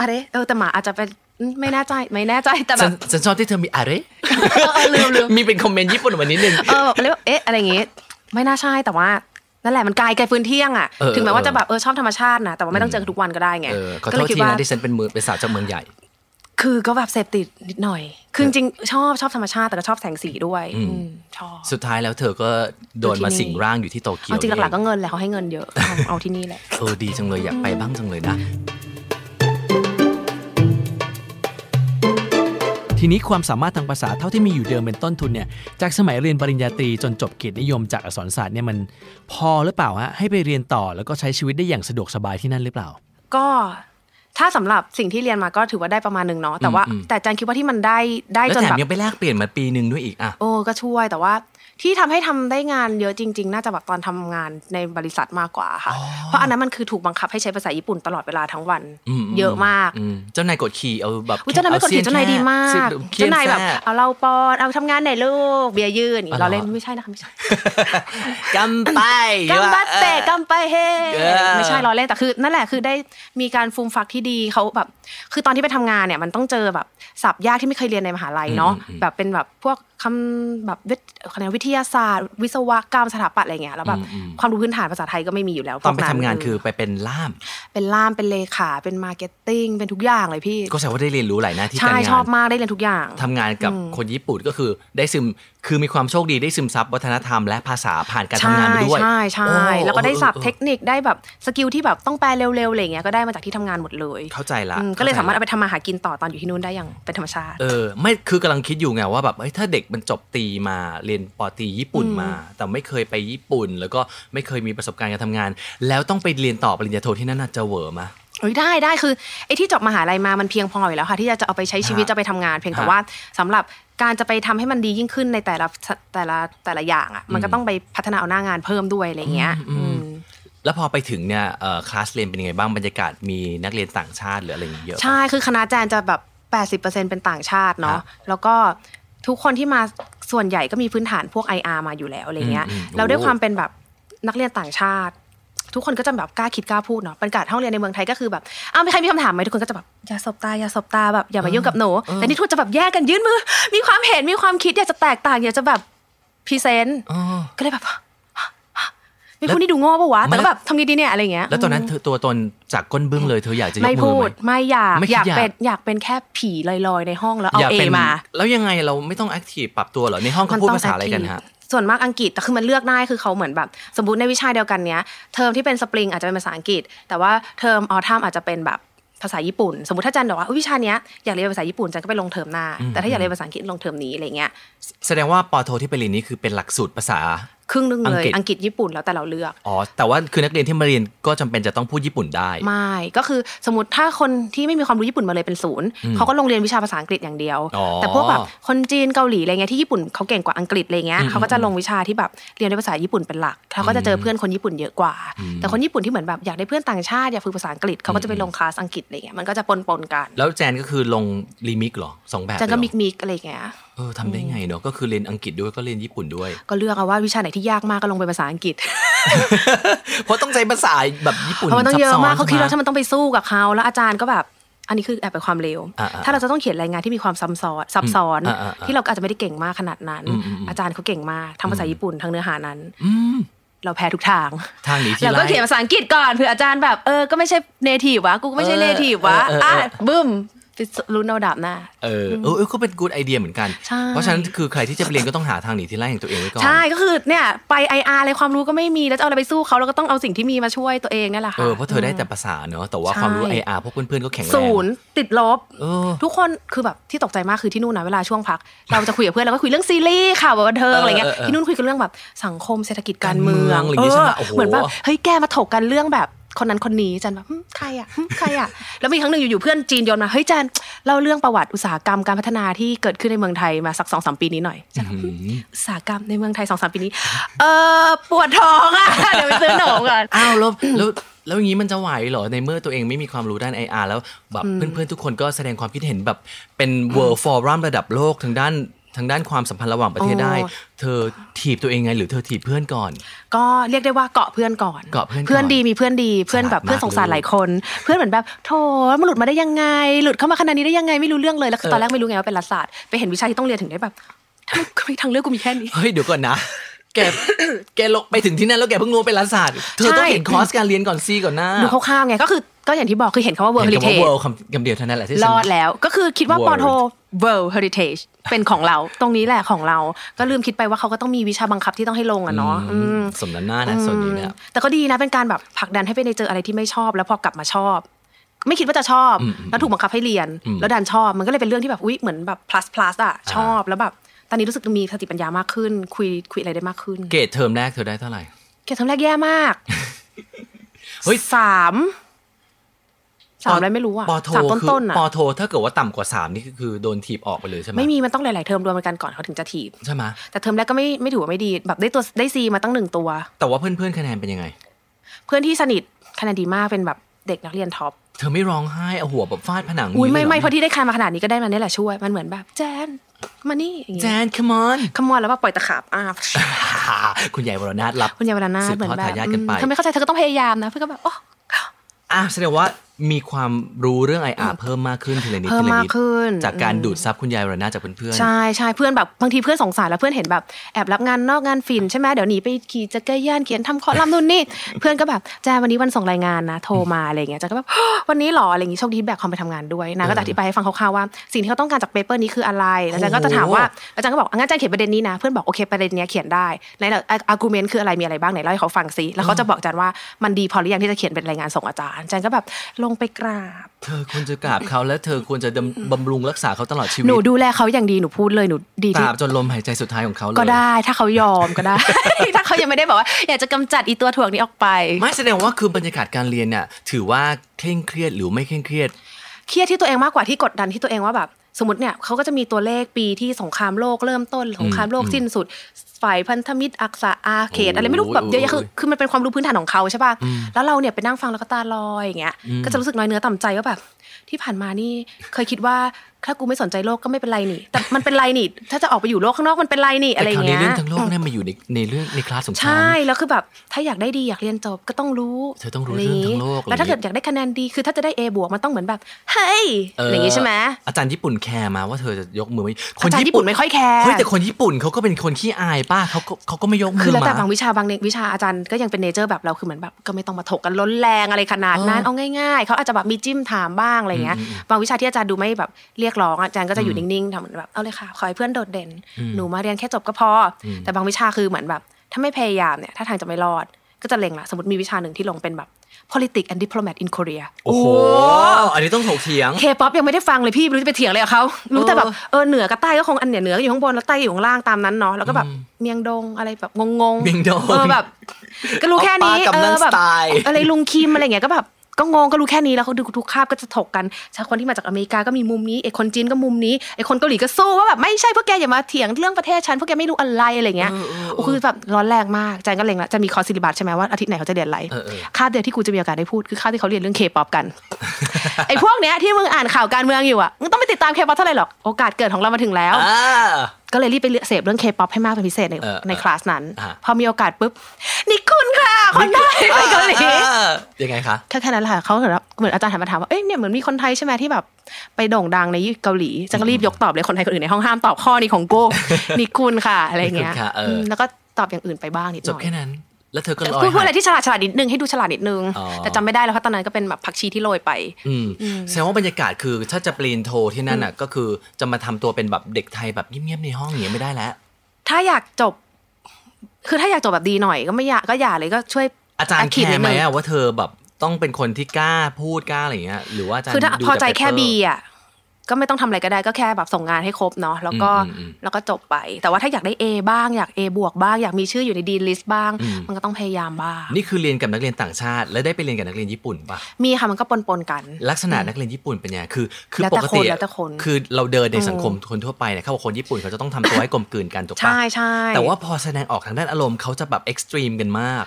Speaker 3: อะไรเออแต่หมาอาจจะเป็นอืมไม่แน่ใจไม่แน่ใจแต่แบ
Speaker 4: ฉัน
Speaker 3: บ
Speaker 4: ฉันชอบที่เธอมีอะไร
Speaker 3: เออเออลืมลืม
Speaker 4: มีเป็นคอมเมนต์ญี่ปุ่นมานิดนึง
Speaker 3: เอออะไรแบบเอ๊ะอะไรอย่างงี้ ไม่น่าใช่แต่ว่านั่นแหละมันไกลไกลฟื้นเที่ยงอ่ะ
Speaker 4: เออ
Speaker 3: ถึงแม้ว่า
Speaker 4: เออ
Speaker 3: จะแบบเออชอบธรรมชาตินะแต่ว่าไม่ต้องเจอกันทุกวันก็ได้ไง
Speaker 4: เออขอ
Speaker 3: ก็
Speaker 4: โท
Speaker 3: เลย
Speaker 4: ษ
Speaker 3: คิด
Speaker 4: ที
Speaker 3: ว่า
Speaker 4: นะที่ฉันเป็นเมืองเป็นสาวจากเมืองใหญ่
Speaker 3: คือก็แบบเสพติดนิดหน่อยคือจริงๆชอบชอบธรรมชาติแต่ก็ชอบแสงสีด้วย
Speaker 4: อืม
Speaker 3: อืมชอบ
Speaker 4: สุดท้ายแล้วเธอก็โดนมาสิงร่างอยู่ที่โตเกียว
Speaker 3: เอาจริงหลักๆก็
Speaker 4: นี่เอ
Speaker 3: เงินแหละเขาให้เงินเยอะ เอาเอาที่นี่แหละ
Speaker 4: เออดีจังเลยอยากไปบ้างจังเลยนะ
Speaker 2: ทีนี้ความสามารถทางภาษาเท่าที่มีอยู่เดิมเป็นต้นทุนเนี่ยจากสมัยเรียนปริญญาตรีจนจบเกียรตินิยมจากอักษรศาสตร์เนี่ยมันพอหรือเปล่าฮะให้ไปเรียนต่อแล้วก็ใช้ชีวิตได้อย่างสะดวกสบายที่นั่นหรือเปล่า
Speaker 3: ก็ ถ้าสำหรับสิ่งที่เรียนมาก็ถือว่าได้ประมาณหนึ่งเนาะแต่ว่า
Speaker 4: อืมอืม
Speaker 3: แต่อาจันคิดว่าที่มันได้ได้
Speaker 4: แล้ว
Speaker 3: จน
Speaker 4: แถม
Speaker 3: แบบ
Speaker 4: ยังไปแลกเปลี่ยนมาปีหนึ่งด้วยอีกอ่ะ
Speaker 3: โอ้ก็ช่วยแต่ว่าที่ทำให้ทำได้งานเยอะจริง ๆ น่าจะแบบตอนทำงานในบริษัทมากกว่าค่ะ เพราะอันนั้นมันคือถูกบังคับให้ใช้ภาษาญี่ปุ่นตลอดเวลาทั้งวัน
Speaker 4: อืม
Speaker 3: เยอะมาก
Speaker 4: อืเจ้านายกดขี่เอาแบบ
Speaker 3: อุ้ยเจ้านายไม่กดขี่เจ้านายดีมาก
Speaker 4: เจ้า
Speaker 3: เจ้านาน
Speaker 4: าย ย
Speaker 3: แบ
Speaker 4: แบบ บ
Speaker 3: เอาเราปอนเอาทำงานไหนลูกเบียร์ยืนอย่างงี้
Speaker 4: อ๋
Speaker 3: เรา
Speaker 4: อเหรอ
Speaker 3: เล่นไม่ใช่นะคะไม่ใช่
Speaker 4: กำไป
Speaker 3: กัมบัตเตะ
Speaker 4: ออ
Speaker 3: กัมไปเฮ
Speaker 4: เออ
Speaker 3: ไม่ใช่เราเล่นแต่คือ นั่นแหละคือได้มีการฟูมฟักที่ดีเขาแบบ คือตอนที่ไปทำงานเนี่ยมันต้องเจอแบบศัพท์ยากที่ไม่เคยเรียนในมหาลัยเนาะแบบเป็นแบบพวกคำแบบวิทย์คะแนนวิทยาศาสตร์ วิศวกรรมสถาปัตย์อะไรเงี้ยแล้วแบบความรู้พื้นฐานภาษาไทยก็ไม่มีอยู่แล้ว
Speaker 4: ตอนไป
Speaker 3: พวก
Speaker 4: ทำงานคือไปเป็นล่าม
Speaker 3: เป็นล่ามเป็นเลขาเป็นมาร์เก็ตติ้งเป็นทุกอย่างเลยพี่
Speaker 4: ก็แสดงว่าได้เรียนรู้หลายหน้าที่การ
Speaker 3: ใช่
Speaker 4: งาน
Speaker 3: ชอบมากได้เรียนทุกอย่าง
Speaker 4: ทำงานกับคนญี่ปุ่นก็คือได้ซึมคือมีความโชคดีได้ซึมซับวัฒนธรรมและภาษาผ่านการทำงานไปด้วย
Speaker 3: ใช่ใช่
Speaker 4: โอ้
Speaker 3: ใช่แล้วก็ได้สับ
Speaker 4: ออออ
Speaker 3: เทคนิคได้แบบสกิลที่แบบต้องแปลเร็วๆอะไรอย่างเงี้ยก็ได้มาจากที่ทำงานหมดเลย
Speaker 4: เข้าใจละ
Speaker 3: อืมก็เลย
Speaker 4: ข้
Speaker 3: สา
Speaker 4: ใจ
Speaker 3: มารถเอาไปทำมาหากินต่อตอนอยู่ที่นู่นได้อย่างเป็นธรรมชาติ
Speaker 4: เออไม่คือกำลังคิดอยู่ไงว่าแบบเอ้ยถ้าเด็กมันจบตรีมาเรียนปอตรีญี่ปุ่นมา แต่ไม่เคยไปญี่ปุ่น แล้วก็ไม่เคยมีประสบการณ์การทำงาน แล้วต้องไปเรียนต่อปริญญาโทที่นั่นน่ะจะเหวอร์มะ
Speaker 3: เอ้ยได้ได้คือไอ้ที่จบมหาลัยมามันเพียงพออยู่แล้วค่ะที่จะจะเอาไปใช้ชีวิต
Speaker 4: ฮะ
Speaker 3: จะไปทำงาน เพียงแต่
Speaker 4: ฮะ
Speaker 3: ว่าสำหรับการจะไปทำให้มันดียิ่งขึ้นในแต่ละแต่ละแต่ละอย่างอ่ะมันก็ต้องไปพัฒนาเอาหน้างานเพิ่มด้วยอะไรอย่างเงี้ย
Speaker 4: อืมอืม
Speaker 3: อืม
Speaker 4: แล้วพอไปถึงเนี่ยเอ่อคลาสเรียนเป็นยังไงบ้างบรรยากาศมีนักเรียนต่างชาติหรืออะไรอย่างเงี้ยเยอะปะ
Speaker 3: ใช่ คือคณะแจนจะแบบ 80%เป็นต่างชาติเนาะ
Speaker 4: ครับ
Speaker 3: แล้วก็ทุกคนที่มาส่วนใหญ่ก็มีพื้นฐานพวก IR มาอยู่แล้วอะไรเงี้ย
Speaker 4: อืมอืม
Speaker 3: แล้วด้วย
Speaker 4: โอ้
Speaker 3: ความเป็นแบบนักเรียนต่างชาติ ทุกคนก็จะแบบกล้าคิดกล้าพูดเนาะบรรยากาศห้องเรียนในเมืองไทยก็คือแบบ อ้าวมีใครมีคำถามไหมทุกคนก็จะแบบอย่าสบตาอย่าสบตาแบบอย่ามายุ่งกับหนู แต่นี่ทุกคนจะแบบแยกกันยื่นมือ มีความเห็นมีความคิดอยากจะแตกต่างอยากจะแบบพรีเซนต์
Speaker 4: อ๋อ
Speaker 3: ก็เลยแบบ ฮะฮะฮะมีคนที่ดูโง่ปะวะ แต่ก็แบบทำไงดีเนี่ยอะไรเงี้ย
Speaker 4: แล้วตอนนั้นเธอตัวตนจากก้นเบื้องเลยเธออยากจะย
Speaker 3: ไม่
Speaker 4: กมื
Speaker 3: พู
Speaker 4: อไห
Speaker 3: ด
Speaker 4: ม
Speaker 3: ไม่อยาก
Speaker 4: ไม่คิด
Speaker 3: อยาก
Speaker 4: อยาก
Speaker 3: เป็นอยากเป็นแค่ผีลอยๆ ในห้องแล้วเอาเอมา
Speaker 4: แล้วยังไงเราไม่ต้องแอคทีฟปรับตัวเหรอในห้องเขาพูดภาษาอะไรกันฮะ
Speaker 3: ส่วนมากอังกฤษแต่คือมันเลือกได้คือเขาเหมือนแบบ สมมติในวิชาเดียวกันเนี้ยเทอมที่เป็นสปริงอาจจะเป็นภาษาอังกฤษ แต่ว่าเทอมออทัมอาจจะเป็นแบบภาษาญี่ปุ่น สมมติถ้าจันบอกว่าอุ๊ยวิชาเนี้ยอยากเรียนภาษาญี่ปุ่นจันก็ไปลงเทอมหน้า แต่ถ้าอยากเรียนภาษาอังกฤษลงเทอมนี้อะไรเงี้ย
Speaker 4: แสดงว่าปอโทที่ไปเรียนนี่คือเป็นหลักสูตรภาษา
Speaker 3: ครึ่งหนึงเลย
Speaker 4: อังกฤษ
Speaker 3: อังกฤษญี่ปุ่นแล้วแต่เราเลือก
Speaker 4: อ๋อ แต่ว่าคือนักเรียนที่มาเรียนก็จำเป็นจะต้องพูดญี่ปุ่นได้
Speaker 3: ไม่ก็คือสมมติถ้าคนที่ไม่มีความรู้ญี่ปุ่นมาเลยเป็นศูนย์เขาก็ลงเรียนวิชาภาษาอังกฤษอย่างเดียว
Speaker 4: อ๋อ
Speaker 3: แต่พวกแบบคนจีนเกาหลีอะไรเงี้ยที่ญี่ปุ่นเขาเก่งกว่าอังกฤษอะไรเงี้ยเขาก็จะลงวิชาที่แบบเรียนด้วยภาษาญี่ปุ่นเป็นหลักเขาก็จะเจอเพื่อนคนญี่ปุ่นเยอะกว่า แต่คนญี่ปุ่นที่เหมือนแบบอยากได้เพื่อนต่างชาติอยากฝึกภาษาอังกฤษเขาก็จะไปลงคลาสอังกฤษอะไรเงี้ยมันก็จะปนปนๆกัน
Speaker 4: แล้วแจนก็คือลงรีมิกเหรอสองแบบ
Speaker 3: จันก็
Speaker 4: เลยเหรอ
Speaker 3: มิกมิกๆอะไรเงี้ย
Speaker 4: เออทำได้ไงเนาะก็คือเรียนอังกฤษด้วยก็เรียนญี่ปุ่นด้วย
Speaker 3: ก็เลือกเอาว่าวิชาไหนที่ยากมากก็ลงไปนภาษาอังกฤษ
Speaker 4: เพราะต้องใช้ภาษาแบบญี่ปุ่น
Speaker 3: เพราะมันต้องเย
Speaker 4: ซับซ้
Speaker 3: อะมากเขาคิดว่าถ้า
Speaker 4: ใช่ไหม
Speaker 3: มันต้องไปสู้กับเขาแล้วอาจารย์ก็แบบอันนี้คือแอบไปนความเร็ว
Speaker 4: อ่าๆ
Speaker 3: ถ้าเราจะต้องเขียนรายงานที่มีความซับซ้อนซับซ้อน
Speaker 4: อ่าๆๆ
Speaker 3: ที่เราก็อาจจะไม่ได้เก่งมากขนาดนั้น
Speaker 4: อืมๆๆ
Speaker 3: อาจารย์เขาเก่งมากทั้งภาษาญี่ปุ่นทั้งเนื้อหานั้น
Speaker 4: อืม
Speaker 3: เราแพ้ทุกทาง
Speaker 4: ทางหนีที
Speaker 3: เรา
Speaker 4: ไล่
Speaker 3: ก็เขียนภาษาอังกฤษก่อนเผื่ออาจารย์แบบเออก็ไม่ใช่เนทีฟวะกูก็ไม่ใช่
Speaker 4: เออ
Speaker 3: เนทีฟวะ
Speaker 4: เออเออเอออ่
Speaker 3: อ่ะบึ้มไปรู้นเอาดาบหน้า
Speaker 4: เออเออเออก็เป็นกูดไอเดียเหมือนกัน
Speaker 3: ใช่
Speaker 4: เพราะฉะนั้นคือใครที่จะไปเรียนก็ต้องหาทางหนีทีไล่ของตัวเองไว้ก่อน
Speaker 3: ใช่ก็คือเนี่ยไป IR อะไรความรู้ก็ไม่มีแล้วจะเอาอะไรไปสู้เขาเราก็ต้องเอาสิ่งที่มีมาช่วยตัวเองนั่นแหละค่ะ
Speaker 4: เออเพราะเธอได้แต่ภาษาเนอะแต่ว่าความรู้
Speaker 3: ใช่
Speaker 4: IR พวกเพื่อนๆก็แข็งแรง
Speaker 3: ศูนย์ติดลบ
Speaker 4: เออ
Speaker 3: ทุกคนคือแบบที่ตกใจมากคือที่นู่นนะเวลาช่วงพัก เราจะคุยกับเพื่อนเราก็คุยเรื่องซีรีส์ข่าวบันเทิงอะไรเงี้ย
Speaker 4: เออเออเออ
Speaker 3: ที่นู่นคุยกันเรื่องแบบสังคมเศรษฐกิจการเมือง
Speaker 4: การเมืองอะไรอย่างเงี้ยใช่ปะโอ้โห
Speaker 3: เหมือนแบบเฮ้ยแกมาถกกันเรื่องแบบคนนั้นคนนี้จันแบบหึใครอ่ะหึใครอ่ะ แล้วมีครั้งหนึ่งอยู่ๆเพื่อนจีนโยนมาเฮ้ยจันเล่าเรื่องประวัติอุตสาหกรรมการพัฒนาที่เกิดขึ้นในเมืองไทยมาสักสองสามปีนี้หน่อยจันแบบหึอุตสาหกรรมในเมืองไทยสองสามปีนี้ เออปวดท้องอ่ะเดี๋ยวไปซื้อหนมก่อน
Speaker 4: อ้าวแล้วแล้วแล้วอย่างนี้มันจะไหวเหรอในเมื่อตัวเองไม่มีความรู้ด้าน IR แล้วแบบเพื่อนๆทุกคนก็แสดงความคิดเห็นแบบเป็น world forum ระดับโลกทางด้านทางด้านความสัมพันธ์ระหว่างประเทศได้
Speaker 3: โอ้
Speaker 4: เธอถีบตัวเองไงหรือเธอถีบเพื่อนก่อน
Speaker 3: ก็เรียกได้ว่าเกาะเพื่อนก่อน
Speaker 4: เกาะเพื่อนก่อน
Speaker 3: ดีมีเพื่อนดีเพื่อนแบบ
Speaker 4: ฉลาดมาก
Speaker 3: เพื่อนสงสาร
Speaker 4: เลย
Speaker 3: หลายคน เพื่อนเหมือนแบบโถมันหลุดมาได้ยังไง หลุดเข้ามาขนาดนี้ได้ยังไงไม่รู้เรื่องเลยแล้วคือ
Speaker 4: เออ
Speaker 3: ตอนแรกไม่รู้ไงว่าเป็นรัฐศาสตร์ไปเห็นวิชาที่ต้องเรียนถึงได้แบบทำไมทำไมทางเลือกกูมีแค่นี้
Speaker 4: เฮ้ยเดี๋ยวก่อนนะ แกแกลงไปถึงที่นั่นแล้วแกเพิ่งรู้เป็นรัฐศาสตร์เธอต้อง
Speaker 3: ใช่
Speaker 4: เห็นคอร์สการเรียนก่อนซี่ ก่อนนะ
Speaker 3: ดูคร่าวๆไงก็คือก็อย่างที่บอกคือเห็นคำว่า world
Speaker 4: เห็นคำว่า
Speaker 3: heritage
Speaker 4: world คำคำเดียวเท่านั้นแหละที่ฉัน
Speaker 3: รอดแล้วก็คือคิดว่า
Speaker 4: World
Speaker 3: ปอโท world heritage เป็นของเรา ตรงนี้แหละของเรา ก็ลืมคิดไปว่าเขาก็ต้องมีวิชาบังคับที่ต้องให้ลงอะเนาะอื
Speaker 4: อืม
Speaker 3: ม
Speaker 4: สมน้ำหน้านะส่วนนี้เนี่ย
Speaker 3: แต่ก็ดีนะเป็นการแบบผลักดันให้ไปในเจออะไรที่ไม่ชอบ แล้วพอกลับมาชอบ ไม่คิดว่าจะชอบ แล้วถูกบังคับให้เรียน แล้วดันชอบมันก็เลยเป็นเรื่องที่แบบอุ๊ยเหมือนแบบ plus plus อ่ะชอบแล้วแบบตอนนี้รู้สึกมีสติปัญญามากขึ้น คุยคุยอะไรได้มากขึ้น
Speaker 4: เกรดเทอมแรกเธอได้เท่าไหร่
Speaker 3: เกรดเทอมแรกแย่มาก
Speaker 4: เฮ้ย
Speaker 3: สาม สามอะไรไม่รู้อ่ะ
Speaker 4: ปอโท
Speaker 3: สาม
Speaker 4: คือ
Speaker 3: ต้นๆอ่ะ
Speaker 4: ปอโทถ้าเกิดว่าต่ำกว่าสามนี่ก็คือโดนถีบออกไปเลยใช่ไหม
Speaker 3: ไม่มีมันต้องหลาย ๆ เทอมรวมกันก่อนเขาถึงจะถีบ
Speaker 4: ใช่ไหม
Speaker 3: แต่เทอมแรกก็ไม่ไม่ถือว่าไม่ดีแบบได้ตัวได้ซีมาตั้งหนึ่งตัว
Speaker 4: แต่ว่าเพื่อนๆคะแนนเป็นยังไง
Speaker 3: เพื่อนที่สนิทคะแนนดีมากเป็นแบบเด็กนักเรียนท็อป
Speaker 4: เธอไม่ร้องไห้เอาหัวแบบฟาดผนัง
Speaker 3: อุ้ย
Speaker 4: าง
Speaker 3: ไม่
Speaker 4: นี้ลหร
Speaker 3: ไม่เพราะที่ได้คะแนนมาขนาดนี้ก็ได้มันนี่แหละช่วยมันเหมือนแบบแจนมานี่อย่าง
Speaker 4: แจ
Speaker 3: เงี้ย
Speaker 4: น come on
Speaker 3: คำวอนแล้วว่าปล่อยตะขาบอ่า
Speaker 4: คุณยายวรนาถรับ
Speaker 3: คุณยายวรนาถ
Speaker 4: สืบ
Speaker 3: เหมือน
Speaker 4: ทอด
Speaker 3: แบบ
Speaker 4: ทายาทกันไป
Speaker 3: อืมเธอไม่เข้าใจเธอก็ต้องพยายามนะเพื่อนก็แบบอ๋อ
Speaker 4: อ่ะแสดงว่ามีความรู้เรื่อง IR เพิ่มมากขึ้นทีละนิด
Speaker 3: เพิ่ม
Speaker 4: ทีละ
Speaker 3: มา
Speaker 4: นิด
Speaker 3: กขึ้น
Speaker 4: จากการดูดซับคุณยายวรนาถจากเพื่อนๆ
Speaker 3: ใช่ใช่เพื่อนแบบบางทีเพื่อนสงสารแล้วเพื่อนเห็นแบบแอบรับงานนอกงานฝิ่นใช่ไหมเดี๋ยวหนีไปขี่จักรยานเขียนทำคอลัมน์นู่น นี่ เพื่อนก็แบบแจ้วันนี้วันส่งรายงานนะโทรมาอะไรอย่างเงี้ยจะก็แบบ วันนี้หรออะไรอย่างงี้โชคดีแบกคอมไปทำงานด้วยนะก็จะอธิบายให้ฟังคร่าวๆว่าสิ่งที่เขาต้องการจากเปเปอร์นี้คืออะไรแล้วอาจารย์ก็จะถามว่าอาจารย์ก็บอกอ่ะงั้นอาจารย์เขียนประเด็นนี้นะเพื่อนบอกโอเคประเด็นเนี้ยเขียนได้ในอาร์กิวเมนต์คืออะไรมีอะไรบ้างไหนเล่าให้เขาฟังซิแล้วเขาจะบอกอาจารย์ว่ามันดีพอหรือยังที่จะเขียนเป็นรายงานส่งอาจารย์อาจารย์ก็แบบลงไปกราบ
Speaker 4: เธอควรจะกราบเขาและเธอควรจะดำบำรุงรักษาเขาตลอดชีวิ
Speaker 3: ห
Speaker 4: ต
Speaker 3: นูดูแลเขาอย่างดีหนูพูดเลยหนูดี
Speaker 4: ต
Speaker 3: ที่
Speaker 4: ราบจนลมหายใจสุดท้ายของเขาเลย
Speaker 3: ก็ได้ถ้าเขายอมก็ได้ ถ้าเขายังไม่ได้บอกว่า อยากจะกำจัดอีตัวถ่วงนี้ออกไป
Speaker 4: ไม่แสดงว่าคือบรรยากาศการเรียนเนี่ยถือว่าเคร่งเครียดหรือไม่เคร่งเครียด
Speaker 3: เครียดที่ตัวเองมากกว่าที่กดดันที่ตัวเองว่าแบบ สมมติเนี่ยเขาก็จะมีตัวเลขปีที่สงครามโลกเริ่มต้นสงครามโลกสิ้นสุดฝ่ายพันธมิตรอักษะอาเขตอะไรไม่รู้
Speaker 4: โอ้ย
Speaker 3: แบบเยอะแยะคือ
Speaker 4: โอ้ย
Speaker 3: คือมันเป็นความรู้พื้นฐานของเขาใช่ป่ะแล้วเราเนี่ยไปนั่งฟังแล้วก็ตาลอยอย่างเงี้ยก็จะรู้สึกน้อยเนื้อต่ำใจว่าแบบที่ผ่านมานี่เคยคิดว่าถ้ากูไม่สนใจโลกก็ไม่เป็นไรนี่ แต่มันเป็นไรนี่ ถ้าจะออกไปอยู่โลกข้างนอกมันเป็นไรนี่อะไรอ
Speaker 4: แต่ค
Speaker 3: ย่า
Speaker 4: รั้
Speaker 3: ง
Speaker 4: งนี้
Speaker 3: เงี้ย
Speaker 4: เรื่องทั้งโลกเนี่ยมาอยู่ในในเรื่องในคลาสของฉัน
Speaker 3: ใช่ แล้วคือแบบถ้าอยากได้ดีอยากเรียนจบก็ต้องรู้
Speaker 4: เธอต้องรู้เรื่องทั้งโลก
Speaker 3: แล้วถ้า
Speaker 4: เลย
Speaker 3: เกิดอยากได้คะแนนดีคือถ้าจะได้ A บวกมันต้องเหมือนแบบเฮ้ยอะไรอย่างงี้ใช่ไหม
Speaker 4: อาจารย์ญี่ปุ่นแคร์มาว่าเธอจะยกมือไหม
Speaker 3: อาจารย์ญี่ปุ่นไม่ค่อยแคร์
Speaker 4: เฮ้ยแต่คนญี่ปุ่นเขาก็เป็นคนขี้อายป้าเขาก็เขาก็ไม่ยกมื
Speaker 3: คือ
Speaker 4: อ
Speaker 3: แล้วแต่
Speaker 4: มา
Speaker 3: บางวิชาบางเนวิชาอาจารย์ก็ยังเป็นเนเจอร์แบบเราคือเหมือนแบบก็ไม่ต้องมาถกกันล้นแรงอะไรขนาดนั้น
Speaker 4: เออ
Speaker 3: เอาง่ายๆเขาอาจจะแบบมีจิ้มถามบ้างอะไรเงี้ยบางวิชาที่อาจารย์ดูไม่แบบเรียกร้องอาจารย์ก็จะอยู่นิ่งๆทำเหมือนแบบเอาเลยค่ะขอให้เพื่อนโดดเด่น หนูมาเรียนแค่จบก็พออแต่บางวิชาคือเหมือนแบบ ถ้าไม่พยายามเนี่ยถ้าทางจะไม่รอดก็จะเล็งละสมมติมีวิชาหนึ่งที่ลงเป็นแบบ politics and diplomat in Korea
Speaker 4: โอ้โหอันนี้ต้องถกเถียง
Speaker 3: เคป๊อปยังไม่ได้ฟังเลยพี่ไม่รู้จะไปเถียงอะไรกับเขารู้แต่แบบเออเหนือกับใต้ก็คงอันเหนือเหนือก็อยู่ข้างบนแล้วใต้ก็อยู่ข้างล่างตามนั้นเนาะแล้วก็แบบเมียงดงอะไรแบบงงงๆ
Speaker 4: เมียงดง
Speaker 3: เออแบบ ก็รู้แค่นี้
Speaker 4: ป๊าป๊ากำ
Speaker 3: เอ
Speaker 4: ลัง
Speaker 3: อแบบ
Speaker 4: สไตล์
Speaker 3: อะไรลุงคิมอะไรอย่างเงี้ยก็แบบก็งงก็รู้แค่นี้แล้วเขาดูทุกคาบก็จะถกกันชาวคนที่มาจากอเมริกาก็มีมุมนี้ไอคนจีนก็มุมนี้ไอคนเกาหลีก็สู้ว่าแบบไม่ใช่พวกแกอย่ามาเถียงเรื่องประเทศฉันพวกแกไม่รู้อะไรอะไรเงี้ยโอ้คือแบบร้อนแรงมากอาจารย์ก็เล็งละจะมีคอร์สซิลิบัสใช่ไหมว่าอาทิตย์ไหนเขาจะเรียนอะไร
Speaker 4: เออเออ
Speaker 3: คาบเดียวที่กูจะมีโอกาสได้พูดคือคาบที่เขาเรียนเรื่องเคป๊อปกัน ไอ้พวกเนี้ยที่มึงอ่านข่าวการเมืองอยู่อ่ะมึงต้องไปติดตามเคป๊อปเท่าไหร่หรอกโอกาสเกิดของเรามาถึงแล้ว
Speaker 4: อ่า
Speaker 3: ก็เลยรีบไปเสพเรื่องเคป๊อปให้มากเป็นพิเศษใน
Speaker 4: เออ
Speaker 3: ในคลาสนั้น
Speaker 4: อ่า
Speaker 3: พอมีโอกาสปุ๊บนี่คุณค่ะคนไทยไปเกาหลี
Speaker 4: อ่ายังไงคะ
Speaker 3: แค่แค่นั้นแหละค่ะเขาเหมือนแบบเหมือนอาจารย์หันมาถามว่าเอ้ยเนี่ยเหมือนมีคนไทยใช่ไหมที่แบบไปโด่งดังในเกาหลีจะก็รีบยกตอบเลยคนไทยคนอื่นในห้องห้ามตอบข้อนี้ของ กู นี่คุณค่ะอะไรอย่างเงี้
Speaker 4: นี่
Speaker 3: ย
Speaker 4: คุณค่ะเอออื
Speaker 3: มแล้วก็ตอบอย่างอื่นไปบ้างนิดห
Speaker 4: จบ
Speaker 3: น่อย
Speaker 4: แค่นั้น แล้วเธอก็ลอย
Speaker 3: พูดพูดอะไร
Speaker 4: หา
Speaker 3: ที่ฉลาดฉลาดนิดนึงให้ดูฉลาดนิดนึง
Speaker 4: อ๋อ
Speaker 3: แต่จำไม่ได้แล้วเพราะตอนนั้นก็เป็นแบบผักชีที่โรยไป
Speaker 4: อืมแสดงว่าบรรยากาศคือถ้าจะเปลี่ยนโทที่นั่นอ่ะก็คือจะมาทำตัวเป็นแบบเด็กไทยแบบเงียบๆในห้องอย่างเงี้ยไม่ได้แล้ว
Speaker 3: ถ้าอยากจบ คือถ้าอยากจบแบบดีหน่อย ก็ไม่อยากก็อย่าเลยก็ช่วย
Speaker 4: อาจารย์
Speaker 3: ะ
Speaker 4: แค
Speaker 3: ขีดนิด
Speaker 4: ร์ไหม
Speaker 3: นึง
Speaker 4: อะว่าเธอแบบต้องเป็นคนที่กล้าพูดกล้าอะไรอย่างเงี้ยหรือว่าอาจารย์
Speaker 3: คือถ้า
Speaker 4: ดู
Speaker 3: พอใจแค่
Speaker 4: ต่ paper
Speaker 3: บีอ่ะก็ไม่ต้องทำอะไรก็ได้ก็แค่แบบส่งงานให้ครบเนาะแล้วก็
Speaker 4: อืมอืมอืม
Speaker 3: แล้วก็จบไป แต่ว่าถ้าอยากได้ A บ้างอยาก A บวกบ้างอยากมีชื่ออยู่ในดีลิสต์บ้าง
Speaker 4: อืม
Speaker 3: มันก็ต้องพยายามบ้าง
Speaker 4: นี่คือเรียนกับนักเรียนต่างชาติ แล้วได้ไปเรียนกับนักเรียนญี่ปุ่นปะ
Speaker 3: มีค่ะมันก็ปนปนๆกัน
Speaker 4: ลักษณะนักเรียนญี่ปุ่นเป็นยังไงคือ คือ
Speaker 3: แล้ว
Speaker 4: ป
Speaker 3: แต่
Speaker 4: กติ
Speaker 3: คนแล้
Speaker 4: อะ
Speaker 3: วแต่คน
Speaker 4: คือเราเดินในสังคมคนทั่วไปเนี่ยเขาบอกคนญี่ปุ่นเขาจะต้องทำตัวให้กลมกลืนกันถูกปะ
Speaker 3: ใช่ใช่
Speaker 4: แต่ว่าพอแสดงออกทางด้านอารมณ์เขาจะแบบเอ็กซ์ตรีมกันมาก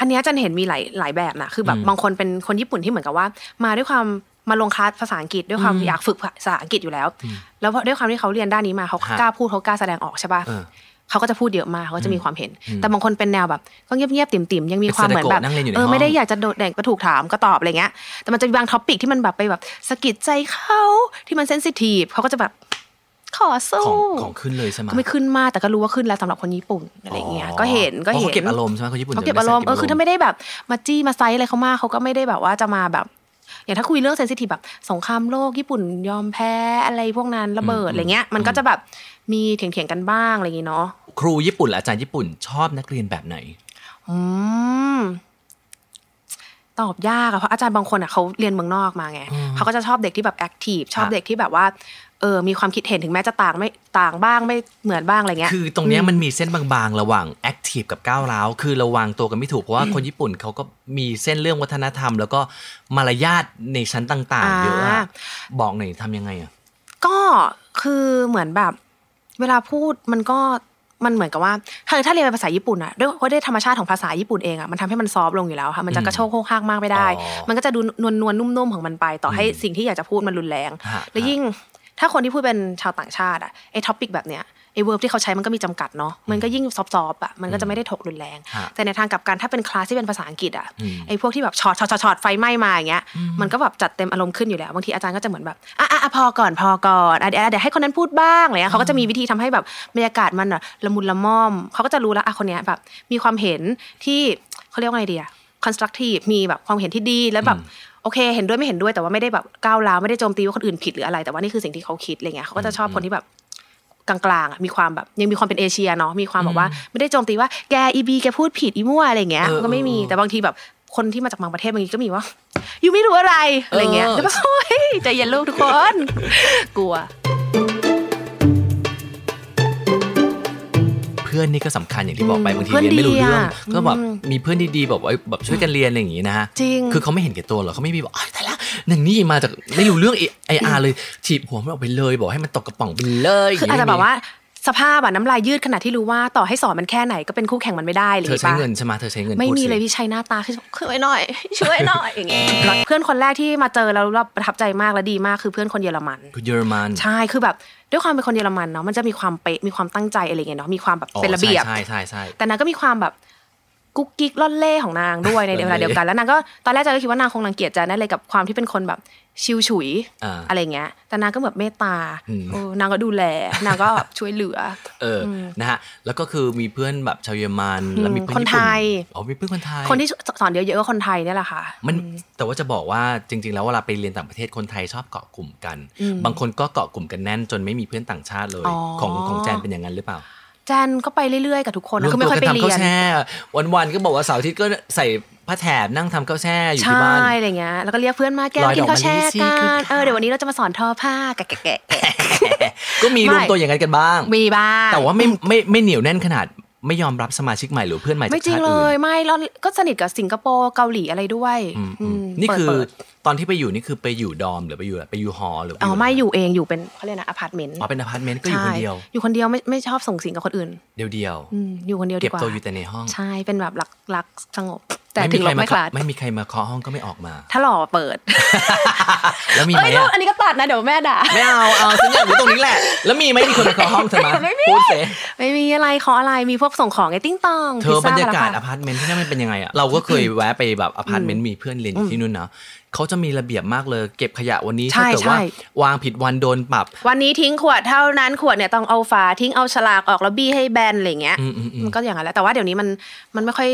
Speaker 3: อันเนี้ยจันเห็นมีหลายหลายแบบนะคือแบบ
Speaker 4: อืม
Speaker 3: บางคนเป็นคนญี่ปุ่นที่เหมือนกับว่า มาด้วยความมาลงคลาสภาษาอังกฤษด้วยความอยากฝึกภาษาอังกฤษอยู่แล้ว แล้วพอด้วยความที่เขาเรียนด้านนี้มาเขา
Speaker 4: ฮะ
Speaker 3: กล้าพูดเขากล้าแสดงออกใช่ป่ะ
Speaker 4: เออ
Speaker 3: เขาก็จะพูดเยอะมากเขาก็จะมีความเห็น แต่บางคนเป็นแนวแบบ ก็เงียบเงียบๆติ่มติ่มๆยังมีความเหมือนแบบ
Speaker 4: เป็นสเตโกะนั่งเรียนอยู่ใน
Speaker 3: เอ
Speaker 4: ห้
Speaker 3: อ
Speaker 4: อง
Speaker 3: ไม่ได้อยากจะโดดเด่นก็ถูกถามก็ตอบอะไรเงี้ยแต่มันจะมีบางท็อปิกที่มันแบบไปแบบสะกิดใจเขาที่มันเซนซิทีฟเขาก็จะแบบขอ
Speaker 4: ข
Speaker 3: สู้
Speaker 4: องของขึ้นเลยใช่ไหม
Speaker 3: ก็ไม่ขึ้นมากแต่ก็รู้ว่าขึ้นแล้วสำหรับคนญี่ปุ่นอะไรเงี้ยก็เห็นก็
Speaker 4: อ๋อ
Speaker 3: เห็น
Speaker 4: เขาเก็บอารมณ์ใช่ไหมคนญี่ปุ่น
Speaker 3: เขาเก็บอารมณ์เออคือถ้าไม่ได้แบบมาจี้มาไซส์อะไรเขามากเขาก็ไม่ได้แบบว่าจะมาแบบ อย่างถ้าคุยเรื่องเซนซิทีฟแบบสงครามโลกญี่ปุ่นยอมแพ้อะไรพวกนั้นระเบิดอะไรเงี้ย มันก็จะแบบมีเถียงๆกันบ้างอะไรอย่างงี้เนาะ
Speaker 4: ครูญี่ปุ่นหรืออาจารย์ญี่ปุ่นชอบนักเรียนแบบไหน
Speaker 3: อืมตอบยากอะเพราะอาจารย์บางคนอะเขาเรียนเมืองนอกมาไงเขาก็จะชอบเด็กที่แบบแอคทีฟชอบ
Speaker 4: ฮะ
Speaker 3: เด็กที่แบบว่า เออมีความคิดเห็นถึงแม้จะต่างไม่ต่างบ้างไม่เหมือนบ้างอะไรเงี้ย
Speaker 4: คือตรงเนี้ยมันมีเส้นบางๆ ระหว่างแอคทีฟกับก้าวร้าว คือระวังตัวกันไม่ถูก เพราะว่าคนญี่ปุ่นเขาก็มีเส้นเรื่องวัฒนธรรม แล้วก็มารยาทในชั้นต่างๆ เยอะ
Speaker 3: อ่า
Speaker 4: อะบอกหน่อยทำยังไงอะ
Speaker 3: ก็คือเหมือนแบบ เวลาพูดมันก็มันเหมือนกับว่าถ้าถ้าเรียนเป็นภาษาญี่ปุ่นอะด้วยเพราะด้วยธรรมชาติของภาษาญี่ปุ่นเองอะมันทำให้มันซอฟต์ลงอยู่แล้วค่ะมันจะกระโชกโคกหักมากไม่ได้
Speaker 4: อ๋อ
Speaker 3: มันก็จะดูนวลนวลๆนุ่มๆของมันไป ต่อให้สิ่งที่อยากจะพูดมันรุนแรง
Speaker 4: ฮะ
Speaker 3: แล้วยิ่งถ้าคนที่พูดเป็นชาวต่างชาติอะไอ้ท็อปิกแบบเนี้ยไอ้เวิร์บที่เขาใช้มันก็มีจำกัดเนาะมันก็ยิ่งซอฟต์ๆอะมันก็จะไม่ได้ถกรุนแรง
Speaker 4: ฮะ
Speaker 3: แต่ในทางกลับกันถ้าเป็นคลาสที่เป็นภาษาอังกฤษอะ
Speaker 4: อืม
Speaker 3: ไอ้พวกที่แบบช็อตช็อตช็อตช็อตไฟไหม้มาอย่างเงี้ยมันก็แบบจัดเต็มอารมณ์ขึ้นอยู่แล้วบางทีอาจารย์ก็จะเหมือนแบบอ่ะอ่ะอ่ะพอก่อนพอก่อนอ่ะเดี๋ยวอ่ะเดี๋ยวให้คนนั้นพูดบ้างอะไรเงี้ยเขาก็จะมีวิธีทำให้แบบบรรยากาศมันอะละมุนละม่อมเขาก็จะรู้แล้วอ่ะคนเนี้ยแบบมีความเห็นที่เขาเรียกว่าไงดีอะ constructive มีแบบความเห็นที่ดีแล้วแบบโอเค เห็นด้วยไม่เห็นด้วยแต่ว่าไม่ได้แบบก้าวร้าวไม่ได้โจมตีว่าคนอื่นผิดหรืออะไรแต่ว่านี่คือสิ่งที่เขาคิดอะไรเงี้ยเขาก็จะชอบคนที่แบบ กลางๆอ่ะมีความแบบยังมีความเป็นเอเชียเนาะมีความแบบว่าไม่ได้โจมตีว่าแกอีบีแกพูดผิดอีมั่วอะไรอย่างเงี้ย
Speaker 4: เออ
Speaker 3: มันก็ไม่มี
Speaker 4: เออ
Speaker 3: แต่บางทีแบบคนที่มาจากบางประเทศบางทีก็มีว่า อยู่ไม่รู้อะไรอะไรเงี้ย
Speaker 4: เออ
Speaker 3: แล้วก็โอ้ยใจเย็นลูกทุกคน กลัว
Speaker 4: เพื่อนนี่ก็สำคัญอย่างที่บอกไป
Speaker 3: อืม
Speaker 4: บางที
Speaker 3: เพื่อน
Speaker 4: เรียนไม่รู้
Speaker 3: ดีอะ
Speaker 4: เรื่อง ก็แบบ
Speaker 3: อืม
Speaker 4: มีเพื่อนดีๆแบบว่าแบบช่วยกันเรียนอะไรอย่างงี้นะฮะ
Speaker 3: จริง
Speaker 4: คือเขาไม่เห็นแก่ตัวหรอกเขาไม่มีบอกอ้าวแต่ละหนึ่งนี่มาจากไม่รู้เรื่องไออาร์เลยถีบหัวมันออกไปเลย บอกให้มันตกกระป๋องไปเลย
Speaker 3: คืออาจจะ
Speaker 4: ย่งงี้ไม่มี
Speaker 3: แบบว่าสภาพอะน้ำลายยืดขนาดที่รู้ว่าต่อให้สอนมันแค่ไหนก็เป็นคู่แข่งมันไม่ได้เลย
Speaker 4: เธอใช้
Speaker 3: ปะ
Speaker 4: เงินใช่ไหมเธอใช้เงิน
Speaker 3: ไม่
Speaker 4: พูด
Speaker 3: มี
Speaker 4: สิ
Speaker 3: เลยพี่ชัยหน้าตาคือช่วยหน่ อย ช่วยหน่อยอย่างเงี้ย เพื่อนคนแรกที่มาเจอแล้วเราประทับใจมากและดีมากคือเพื่อนคนเยอรมัน
Speaker 4: คือเยอรมัน
Speaker 3: ใช่ คือแบบด้วยความเป็นคนเยอรมันเนาะ มันจะมีความเป๊ะ มีความตั้งใจอะไรอย่างเงี้ยเนาะ มีความแบบ
Speaker 4: อ๋อ
Speaker 3: เป็นระเบียบ
Speaker 4: ใช่ใช่ใช่ใช่
Speaker 3: แต่นางก็มีความแบบกุ๊กกิ๊กล่อนเล่ของนางด้วยใน
Speaker 4: ล่อนเล่
Speaker 3: เวลาเดียวกัน แล้วนางก็ตอนแรกจะก็คิดว่านางคงรังเกียจจะนั่นเลยกับความที่เป็นคนแบบชิวฉุย
Speaker 4: อ่า
Speaker 3: อะไรเงี้ย แต่นางก็แบบเมตตา
Speaker 4: อืม
Speaker 3: เออนางก็ดูแล นางก็ช่วยเหลือ
Speaker 4: เอออนะฮะแล้วก็คือมีเพื่อนแบบชาวเยอรมัน
Speaker 3: อืม
Speaker 4: แล้วมีเพื่อน
Speaker 3: คน
Speaker 4: ญี่ปุ่
Speaker 3: ไทย
Speaker 4: อ๋อมีเพื่อนคนไทย
Speaker 3: คนที่สอนเยอะๆก็คนไทยเนี่ยแหละค่ะ
Speaker 4: มันแต่ว่าจะบอกว่าจริง ๆ แล้วเวลาไปเรียนต่างประเทศคนไทยชอบเกาะกลุ่มกัน บางคนก็เกาะกลุ่มกันแน่นจนไม่มีเพื่อนต่างชาติเลย
Speaker 3: อ๋อ
Speaker 4: ของของแจนเป็นอย่างนั้นหรือเปล่า
Speaker 3: แจนก็ไปเรื่อยๆกับทุกคนนะคือ
Speaker 4: ร
Speaker 3: ไม่
Speaker 4: ว
Speaker 3: ค่อย
Speaker 4: กั
Speaker 3: ไป
Speaker 4: ทำ
Speaker 3: เรี
Speaker 4: ข้าวย
Speaker 3: น
Speaker 4: แช่วันๆก็บอกว่าเสาร์อาทิตย์ก็ใส่ผ้าแถบนั่งทำข้าวแช่อยู่
Speaker 3: ใช่
Speaker 4: ที่บ้าน
Speaker 3: อะไรเงี้ย แล้วก็เรียกเพื่อนมาแก้ว
Speaker 4: ลอย
Speaker 3: กินข้าวแช่
Speaker 4: ดอกมะลิสิ
Speaker 3: กั
Speaker 4: คื
Speaker 3: น
Speaker 4: อ
Speaker 3: เออ เดี๋ยววันนี้เราจะมาสอนทอผ้าแกะแกะแกะแกะ
Speaker 4: ก็มีรวม
Speaker 3: ไม่
Speaker 4: ตัวอย่างนั้นกันบ้าง
Speaker 3: มีบ้าง
Speaker 4: แต่ว่าไม่ไม่ไม่เหนียวแน่นขนาดไม่ยอมรับสมาชิกใหม่หรือเพื่อนใหม่
Speaker 3: ไม่
Speaker 4: จาก
Speaker 3: จริง
Speaker 4: ชาติ
Speaker 3: เล
Speaker 4: อื่น
Speaker 3: ย ไม่แล้วก็สนิทกับสิงคโปร์เกาหลีอะไรด้วยอืม
Speaker 4: นี่คือ
Speaker 3: เปิด
Speaker 4: ตอนที่ไปอยู่นี่คือไปอยู่ดอมหรือไปอยู่อะไรไปอยู่หอหรือป
Speaker 3: ๆอ๋อไม่
Speaker 4: ะร
Speaker 3: อยู่เองอยู่เป็นเขาเรียกนะอพาร์ตเมนต์
Speaker 4: อ๋อเป็นอพาร์ตเมนต์ก็อยู่คนเดียว
Speaker 3: อยู่คนเดียวไม่ไม่ชอบส่งเสิงกับคนอื่น
Speaker 4: เดียวเดียว
Speaker 3: อืมอยู่คนเดียว
Speaker 4: เก็
Speaker 3: ดี
Speaker 4: บ
Speaker 3: กว่า
Speaker 4: ตัวอยู่แต่ในห้อง
Speaker 3: ใช่เป็นแบบรักรักสงบ แต่
Speaker 4: ไม่
Speaker 3: ถึ
Speaker 4: มี
Speaker 3: ง
Speaker 4: ใค
Speaker 3: ล
Speaker 4: ร
Speaker 3: บไม่คลาด
Speaker 4: มาไม่มีใครมาเคาะห้องก็ไม่ออกมา
Speaker 3: ถ้าหล่อเปิด
Speaker 4: แล้วมีไห
Speaker 3: เอ้
Speaker 4: ม
Speaker 3: ยลูก
Speaker 4: อะ
Speaker 3: อันนี้ก็ตัดนะเดี๋ยวแม่ด่า
Speaker 4: ไม่เอาเอาฉันอยากรู้ตรงนี้แหละ แล้วมีไหมมีคนมาเคาะห้องเธอมา
Speaker 3: ไม่มี
Speaker 4: พูดเส
Speaker 3: ไม่มีอะไรขออะไรมีพวกส่งของไงติ้งตอง
Speaker 4: เธอบรรยากาศ
Speaker 3: พิซซ่
Speaker 4: อ
Speaker 3: ละค่ะ
Speaker 4: พาร์ตเมนต์ที่นั่นมันเป็นยังไงอะเราก็เคยแวะไปแบบอพาร์ตเมนต์มีเพื่อนเรียนอยู่ที่นู่นเนาะเขาจะมีระเบียบมากเลย เก็บขยะวันนี้
Speaker 3: ใช่
Speaker 4: ถ้าเกิดว่า
Speaker 3: ใช่
Speaker 4: วางผิดวันโดนปรับ
Speaker 3: วันนี้ทิ้งขวดเท่านั้นขวดเนี่ยต้องเอาฝาทิ้งเอาฉลากออกแล้วบี้ให้แบนอะไรอย่างเงี้ย
Speaker 4: อืมอืมอืม
Speaker 3: มันก็อย่างนั้นแหละแต่ว่าเดี๋ยวนี้มันมันไม่ค่อย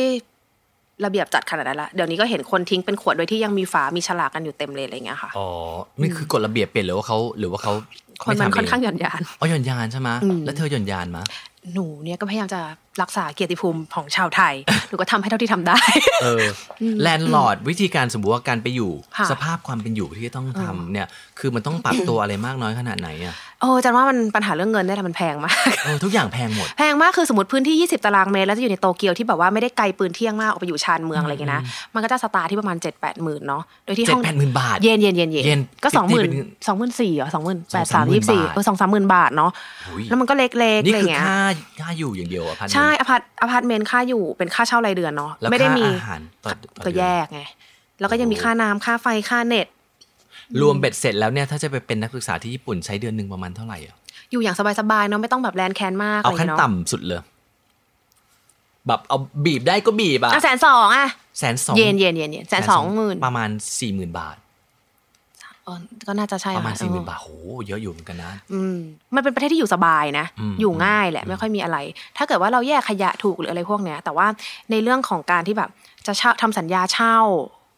Speaker 3: ระเบียบจัดขนาดนั้นละเดี๋ยวนี้ก็เห็นคนทิ้งเป็นขวดโดยที่ยังมีฝามีฉลากกันอยู่เต็มเลยอะไรอย่างเงี้ยค่ะ
Speaker 4: อ๋อ นี่คือกฎระเบียบเปลี่ยนหรือว่าเขาหรือว่าเขา
Speaker 3: คนมัน
Speaker 4: ไทำเ
Speaker 3: ค่อนข้างหย่อนยาน
Speaker 4: อ๋อหย่อนยานใช่ไหมแล้วเธอหย่อนยานมะ
Speaker 3: หนูเนี่ยก็พยายามจะรักษาเกียรติภูมิของชาวไทย หนูก็ทำให้เท่าที่ทำ ได้
Speaker 4: เออ แลนด์ลอร์ดวิธีการสมมติว่าการไปอยู่
Speaker 3: ค่ะ
Speaker 4: สภาพความเป็นอยู่ที่ต้องทำเนี่ย คือมันต้องปรับตัวอะไรมากน้อยขนาดไหนอ่ะ
Speaker 3: โอ้จันว่ามันปัญหาเรื่องเงินเนี่ยแหละมันแพงมาก
Speaker 4: เออทุกอย่างแพงหมด
Speaker 3: แพงมากคือสมมติพื้นที่ 20 ตารางเมตร แล้วจะอยู่ในโตเกียวที่แบบว่าไม่ได้ไกลปืนเที่ยงมากออกไปอยู่ชานเมืองอะไรอย่างเงี้ยนะมันก็จะสตาร์ทที่ประมาณ 7 8หมื่นเนาะโดยที่ห้อง
Speaker 4: 7-8,000บาท
Speaker 3: เย็นเย็นเย็น
Speaker 4: เย็
Speaker 3: เย็
Speaker 4: น
Speaker 3: นก็
Speaker 4: ตี
Speaker 3: สองหมื่น
Speaker 4: เป็น
Speaker 3: สองหมื่นสี่เหรอสองหมื่นแปดสาม
Speaker 4: 20,000
Speaker 3: ยี่สิบสี่
Speaker 4: บาท
Speaker 3: เออสองสามหมื่นบาทเนาะ
Speaker 4: อุ๊ย
Speaker 3: แล้วมันก็เล็กๆ
Speaker 4: นี่
Speaker 3: อะไร
Speaker 4: คือ
Speaker 3: เงี้ย
Speaker 4: ค่าค่าอยู่อย่างเดียวอะพัน
Speaker 3: ใช่อพาร์ตอพาร์ตเมนต์ค่าอยู่เป็นค่าเช่ารายเดือนเนาะ
Speaker 4: แล้ว
Speaker 3: ไม่ได้
Speaker 4: ค่า
Speaker 3: มี
Speaker 4: อาหารต่อต่อ
Speaker 3: ก็
Speaker 4: เดือน
Speaker 3: แยกไงแล้วก็ยังมีค่าน้ำค่าไฟค่าเน็ต
Speaker 4: รวมเบ็ดเสร็จแล้วเนี่ยถ้าจะไปเป็นนักศึกษาที่ญี่ปุ่นใช้เดือนหนึ่งประมาณเท่าไหร่อะ
Speaker 3: อยู่อย่างสบายๆเนาะไม่ต้องแบบแลนด์แคนมากอะ
Speaker 4: เอา
Speaker 3: ไร
Speaker 4: ขั้น
Speaker 3: เนาะ
Speaker 4: ต่ำสุดเลย แบบเอาบีบได้ก็บีบอะ
Speaker 3: อ่ะแสนสองอ่ะ
Speaker 4: แสนสอง
Speaker 3: เย็นเย็นเย็นเย็นแสนสองหมื่น
Speaker 4: ประมาณสี่หมื่นบาท
Speaker 3: เออก็น่าจะใช่
Speaker 4: ประมาณ
Speaker 3: ค่
Speaker 4: สี่หมื่น
Speaker 3: เออ
Speaker 4: บาทโหเยอะอยู่เหมือนกันนะ
Speaker 3: อืมมันเป็นประเทศที่อยู่สบายนะ
Speaker 4: อืม
Speaker 3: อยู่ง่ายแหละไม่ค่อยมีอะไร ถ้าเกิดว่าเราแยกขยะถูกหรืออะไรพวกเนี้ย แต่ว่าในเรื่องของการที่แบบจะเช่าทำสัญญาเช่า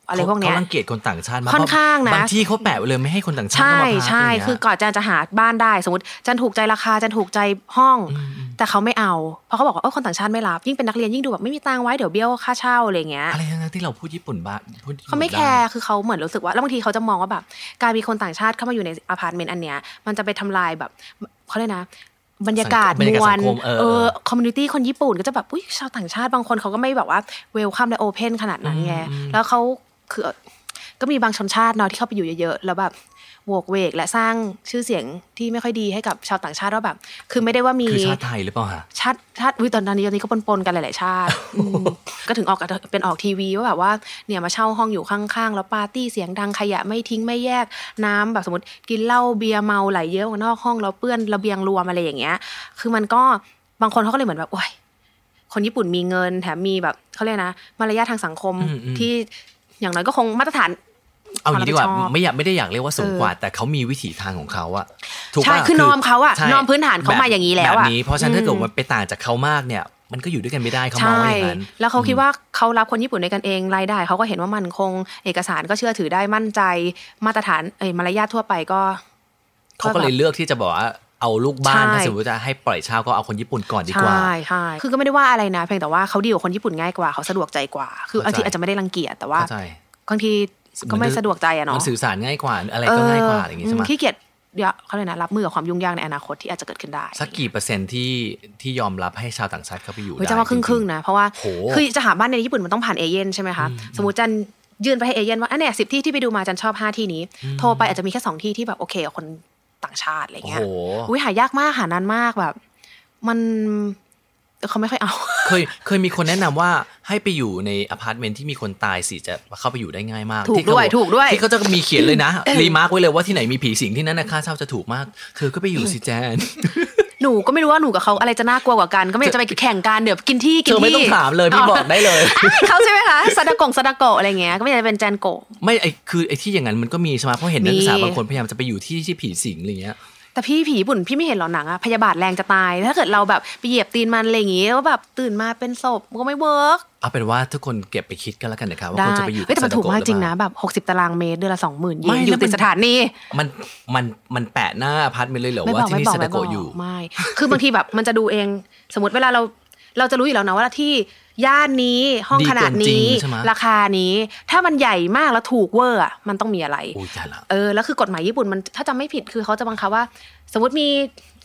Speaker 3: อะไรพวกเนี้ย
Speaker 4: เขารังเกียจคนต่างชาติมาก
Speaker 3: ค่อนข้างนะ
Speaker 4: บางที่เขาแปะไว้เลยไม่ให้คนต่างชาติเข้า
Speaker 3: ใช่
Speaker 4: มาพัก
Speaker 3: ใช่
Speaker 4: ย่างเงี้ย
Speaker 3: คือก่อนจันจะหาบ้านได้ สมมติจันถูกใจราคาจันถูกใจห้อง แต่เขาไม่เอา เพราะเขาบอกว่าเออคนต่างชาติไม่รับยิ่งเป็นนักเรียนยิ่งดูแบบไม่มีตังค์ไว้เดี๋ยวเบี้ยวค่าเช่าอะไรอย่างเงี้ย
Speaker 4: อะไรทั้งๆที่เราพูดญี่ปุ่นบ้างพูดญี่ปุ่น
Speaker 3: เขาไม่
Speaker 4: ด้
Speaker 3: แคร์ คือเขาเหมือนรู้สึกว่า แล้วบางทีเขาจะมองว่าแบบ การมีคนต่างชาติเข้ามาอยู่ในอพาร์ตเมนต์อันเนี้ย มันจะไปทำลายแบบเขาเรียกนะ บรรยากาศ
Speaker 4: บรร
Speaker 3: ม
Speaker 4: ยากาศ
Speaker 3: ว
Speaker 4: สั
Speaker 3: ล
Speaker 4: งคมเออ
Speaker 3: เออคอมมูนิตี้คนญี่ปุ่นก็จะแบบ อุ้ยชาวต่างชาติบางคนเขาก็ไม่แบบว่าเวลคัมและโอเพนขนาดนั้นไง แล้วเขาคือ ก็มีบางชนชาติเนาะที่เข้าไปอยู่เยอะๆ แล้วแบบโวกเวกและสร้างชื่อเสียงที่ไม่ค่อยดีให้กับชาวต่างชาติว่าแบบ คือไม่ได้ว่ามี
Speaker 4: คือชาติไทยหรือเปล่าฮะ
Speaker 3: ชาติชาติวิตอนนี้ตอนนี้ก็ปนๆกันหลาย ๆ ชาติอืมก็ถึงออกเป็นออกทีวีว่าแบบว่าเนี่ยมาเช่าห้องอยู่ข้างๆ แล้วปาร์ตี้เสียงดังขยะไม่ทิ้งไม่แยกน้ำแบบสมมติกินเหล้าเบียร์เมาไหลเยอะออกนอกห้องแล้วเปื้อนระเบียงรวมอะไรอย่างเงี้ย คือมันก็บางคนเขาก็เลยเหมือนแบบโอ้ยคนญี่ปุ่นมีเงินแถมมีแบบเขาเรียกนะมารยาททางสังคม
Speaker 4: อืมอืม
Speaker 3: ที่อย่างน้อยก็คงมาตรฐาน
Speaker 4: เอาอย่างนี้ดีกว่า
Speaker 3: ความรับผิดชอบ
Speaker 4: ไม่อยากไม่ได้อยากเรียกว่าสูงกว่า แต่เขามีวิถีทางของเขาอะถูก
Speaker 3: ใช่
Speaker 4: ป่ะ
Speaker 3: คือนอมเขาอะ
Speaker 4: ใช่
Speaker 3: นอมพื้นฐานเขามาอย่างนี้แล้ว
Speaker 4: แบ
Speaker 3: อะ
Speaker 4: บนี้เพราะฉะนั้นถ้าเกิด
Speaker 3: อืม
Speaker 4: มันไปต่างจากเขามากเนี่ย มันก็อยู่ด้วยกันไม่ได้เขามองว่าอย่างนั้น
Speaker 3: แล้วเขาคิดว่าเขารับคนญี่ปุ่นในกันเองรายได้เขาก็เห็นว่ามันคง เอกสารก็เชื่อถือได้มั่นใจ มาตรฐานเอ้ยมารยาททั่วไปก็
Speaker 4: เขาก็เลยเลือกที่จะบอกว่าเอาลูกบ้าน
Speaker 3: ใช่
Speaker 4: ถ้าสมมติจะให้ปล่อยเช่าก็เอาคนญี่ปุ่นก่อนดีกว่า
Speaker 3: ใช่ใช่คือก็ไม่ได้ว่าอะไรนะ เพียงแต่ว่าเขาดีกว่าคนญี่ปุ่นง่ายกว่าเขาสะดวกใจกว่า คือบา
Speaker 4: เข้า
Speaker 3: ง
Speaker 4: ใจ
Speaker 3: ทีอาจจะไม่ได้รังเกียจแต่ว่า
Speaker 4: เข้าใจ
Speaker 3: บางทีก็ไม่สะดวกใจอะ
Speaker 4: มั
Speaker 3: เนาะ
Speaker 4: สื่อสารง่ายกว่าอะไรก็ง่ายกว่าอย่างนี้ใช่ไหม
Speaker 3: เขี้เกียจเดี๋ยวเขาเลยกนะรับมือกับความยุ่งยากในอนาคตที่อาจจะเกิดขึ้นได้
Speaker 4: สักกี่เปอร์เซ็นต์ที่ที่ยอมรับให้ชาวต่างชาติเข้าไปอยู่
Speaker 3: เฮ้ย
Speaker 4: ได้
Speaker 3: จะว่าครึ่งครึ่ง
Speaker 4: จ
Speaker 3: ๆนะเพราะว่า
Speaker 4: โห
Speaker 3: คือจะหาบ้านในญี่ปุ่นมันต้องผ่านเอเย่นใช่ไหมคะสมมติจันยื่นไปให้เอเย่นว่าอันเนี้ยสิบที่ที่ไปดูมาจันชอบห้าที่นี้ โทรไปอาจจะมีแค่สองที่ที่แบบโอเคกับคนต่างชาติอะไร
Speaker 4: ๆโอ้
Speaker 3: เงี้
Speaker 4: โห
Speaker 3: ย อุ้ยหายากมากหานานมากแบบ มันเขาไม่ค่อยเอา
Speaker 4: เคยเคยมีคนแนะนำว่าให้ไปอยู่ในอพาร์ตเมนต์ที่มีคนตายสิจะเข้าไปอยู่ได้ง่ายมาก
Speaker 3: ถูก
Speaker 4: ที่เขา
Speaker 3: ด้วย
Speaker 4: บอก
Speaker 3: ถูกด้วย
Speaker 4: ที่เขาจะมีเขียน เลยนะ รีมาร์กไว้เลยว่าที่ไหนมีผีสิงที่นั่นนะค่าเช่าจะถูกมาก เธอก็ไปอยู่สิแจน
Speaker 3: หนูก็ไม่รู้ว่าหนูกับเขาอะไรจะน่ากลัวกว่ากัน ก็ไม่อยากจะไปแข่งกันเดี๋ยวกินที่กิ
Speaker 4: เธ
Speaker 3: น
Speaker 4: อ
Speaker 3: ที่
Speaker 4: ไม่ต้องถามเลยพี่บอกได้เลย
Speaker 3: อ้ ายเขาใช่ไหมคะซาดากงซาดาโกะอะไรเงี้ยก็ไม่อยากจะเป็นแจนโกะ
Speaker 4: ไม่ไอคือไอที่อย่างนั้นมันก็มีใช่ไหมเพราะเห็นนักศึกษา
Speaker 3: มี
Speaker 4: บางคนพยายามจะไปอยู่ที่ที่ผีสิงอะไรเงี้ย
Speaker 3: แต่พี่ผีญี่ปุ่นพี่ไม่เห็นหรอหนังอะพยาบาทแรงจะตาย ถ้าเกิดเราแบบไปเหยียบตีนมันอะไรอย่างงี้แล้วแบบตื่นมาเป็นศพมันก็ไม่เวิร์ก
Speaker 4: เอาเป็นว่าทุกคนเก็บไปคิดกันแล้วกันนะครับว่า
Speaker 3: ได้
Speaker 4: คนจะไปอยู่
Speaker 3: เฮ้ยแต่มันถูกมากจริงนะ
Speaker 4: ซาดาโกหอเปล่
Speaker 3: แบบ 60 ตารางเมตรเดือนละ20,000เย
Speaker 4: ไม่
Speaker 3: นอยู่
Speaker 4: แล้ว
Speaker 3: ติด
Speaker 4: มัน
Speaker 3: สถานี
Speaker 4: มัน มัน มันแปะหน้าอพาร์ตเมนต์เลยเหรอ
Speaker 3: ไม่บ
Speaker 4: ว่า
Speaker 3: อก
Speaker 4: ที่
Speaker 3: ไม่
Speaker 4: นี่
Speaker 3: บอก
Speaker 4: ซา
Speaker 3: ไม่
Speaker 4: ดา
Speaker 3: บ
Speaker 4: โก
Speaker 3: อก
Speaker 4: อยู่
Speaker 3: ไม่ คือบางทีแบบมันจะดูเอง สมมติเวลาเราเราจะรู้อยู่แล้วนะว่าที่ย่านนี้ห้อง
Speaker 4: ดี
Speaker 3: ขนาด
Speaker 4: เกินจริง
Speaker 3: นี้
Speaker 4: ใช่ไหม
Speaker 3: ราคานี้ ถ้ามันใหญ่มากแล้วถูกเวอร์อะมันต้องมีอะไร
Speaker 4: โอ้ยตายละ
Speaker 3: เออแล้วคือกฎหมายญี่ปุ่นมันถ้าจำไม่ผิดคือเขาจะบังคับว่า สมมติมี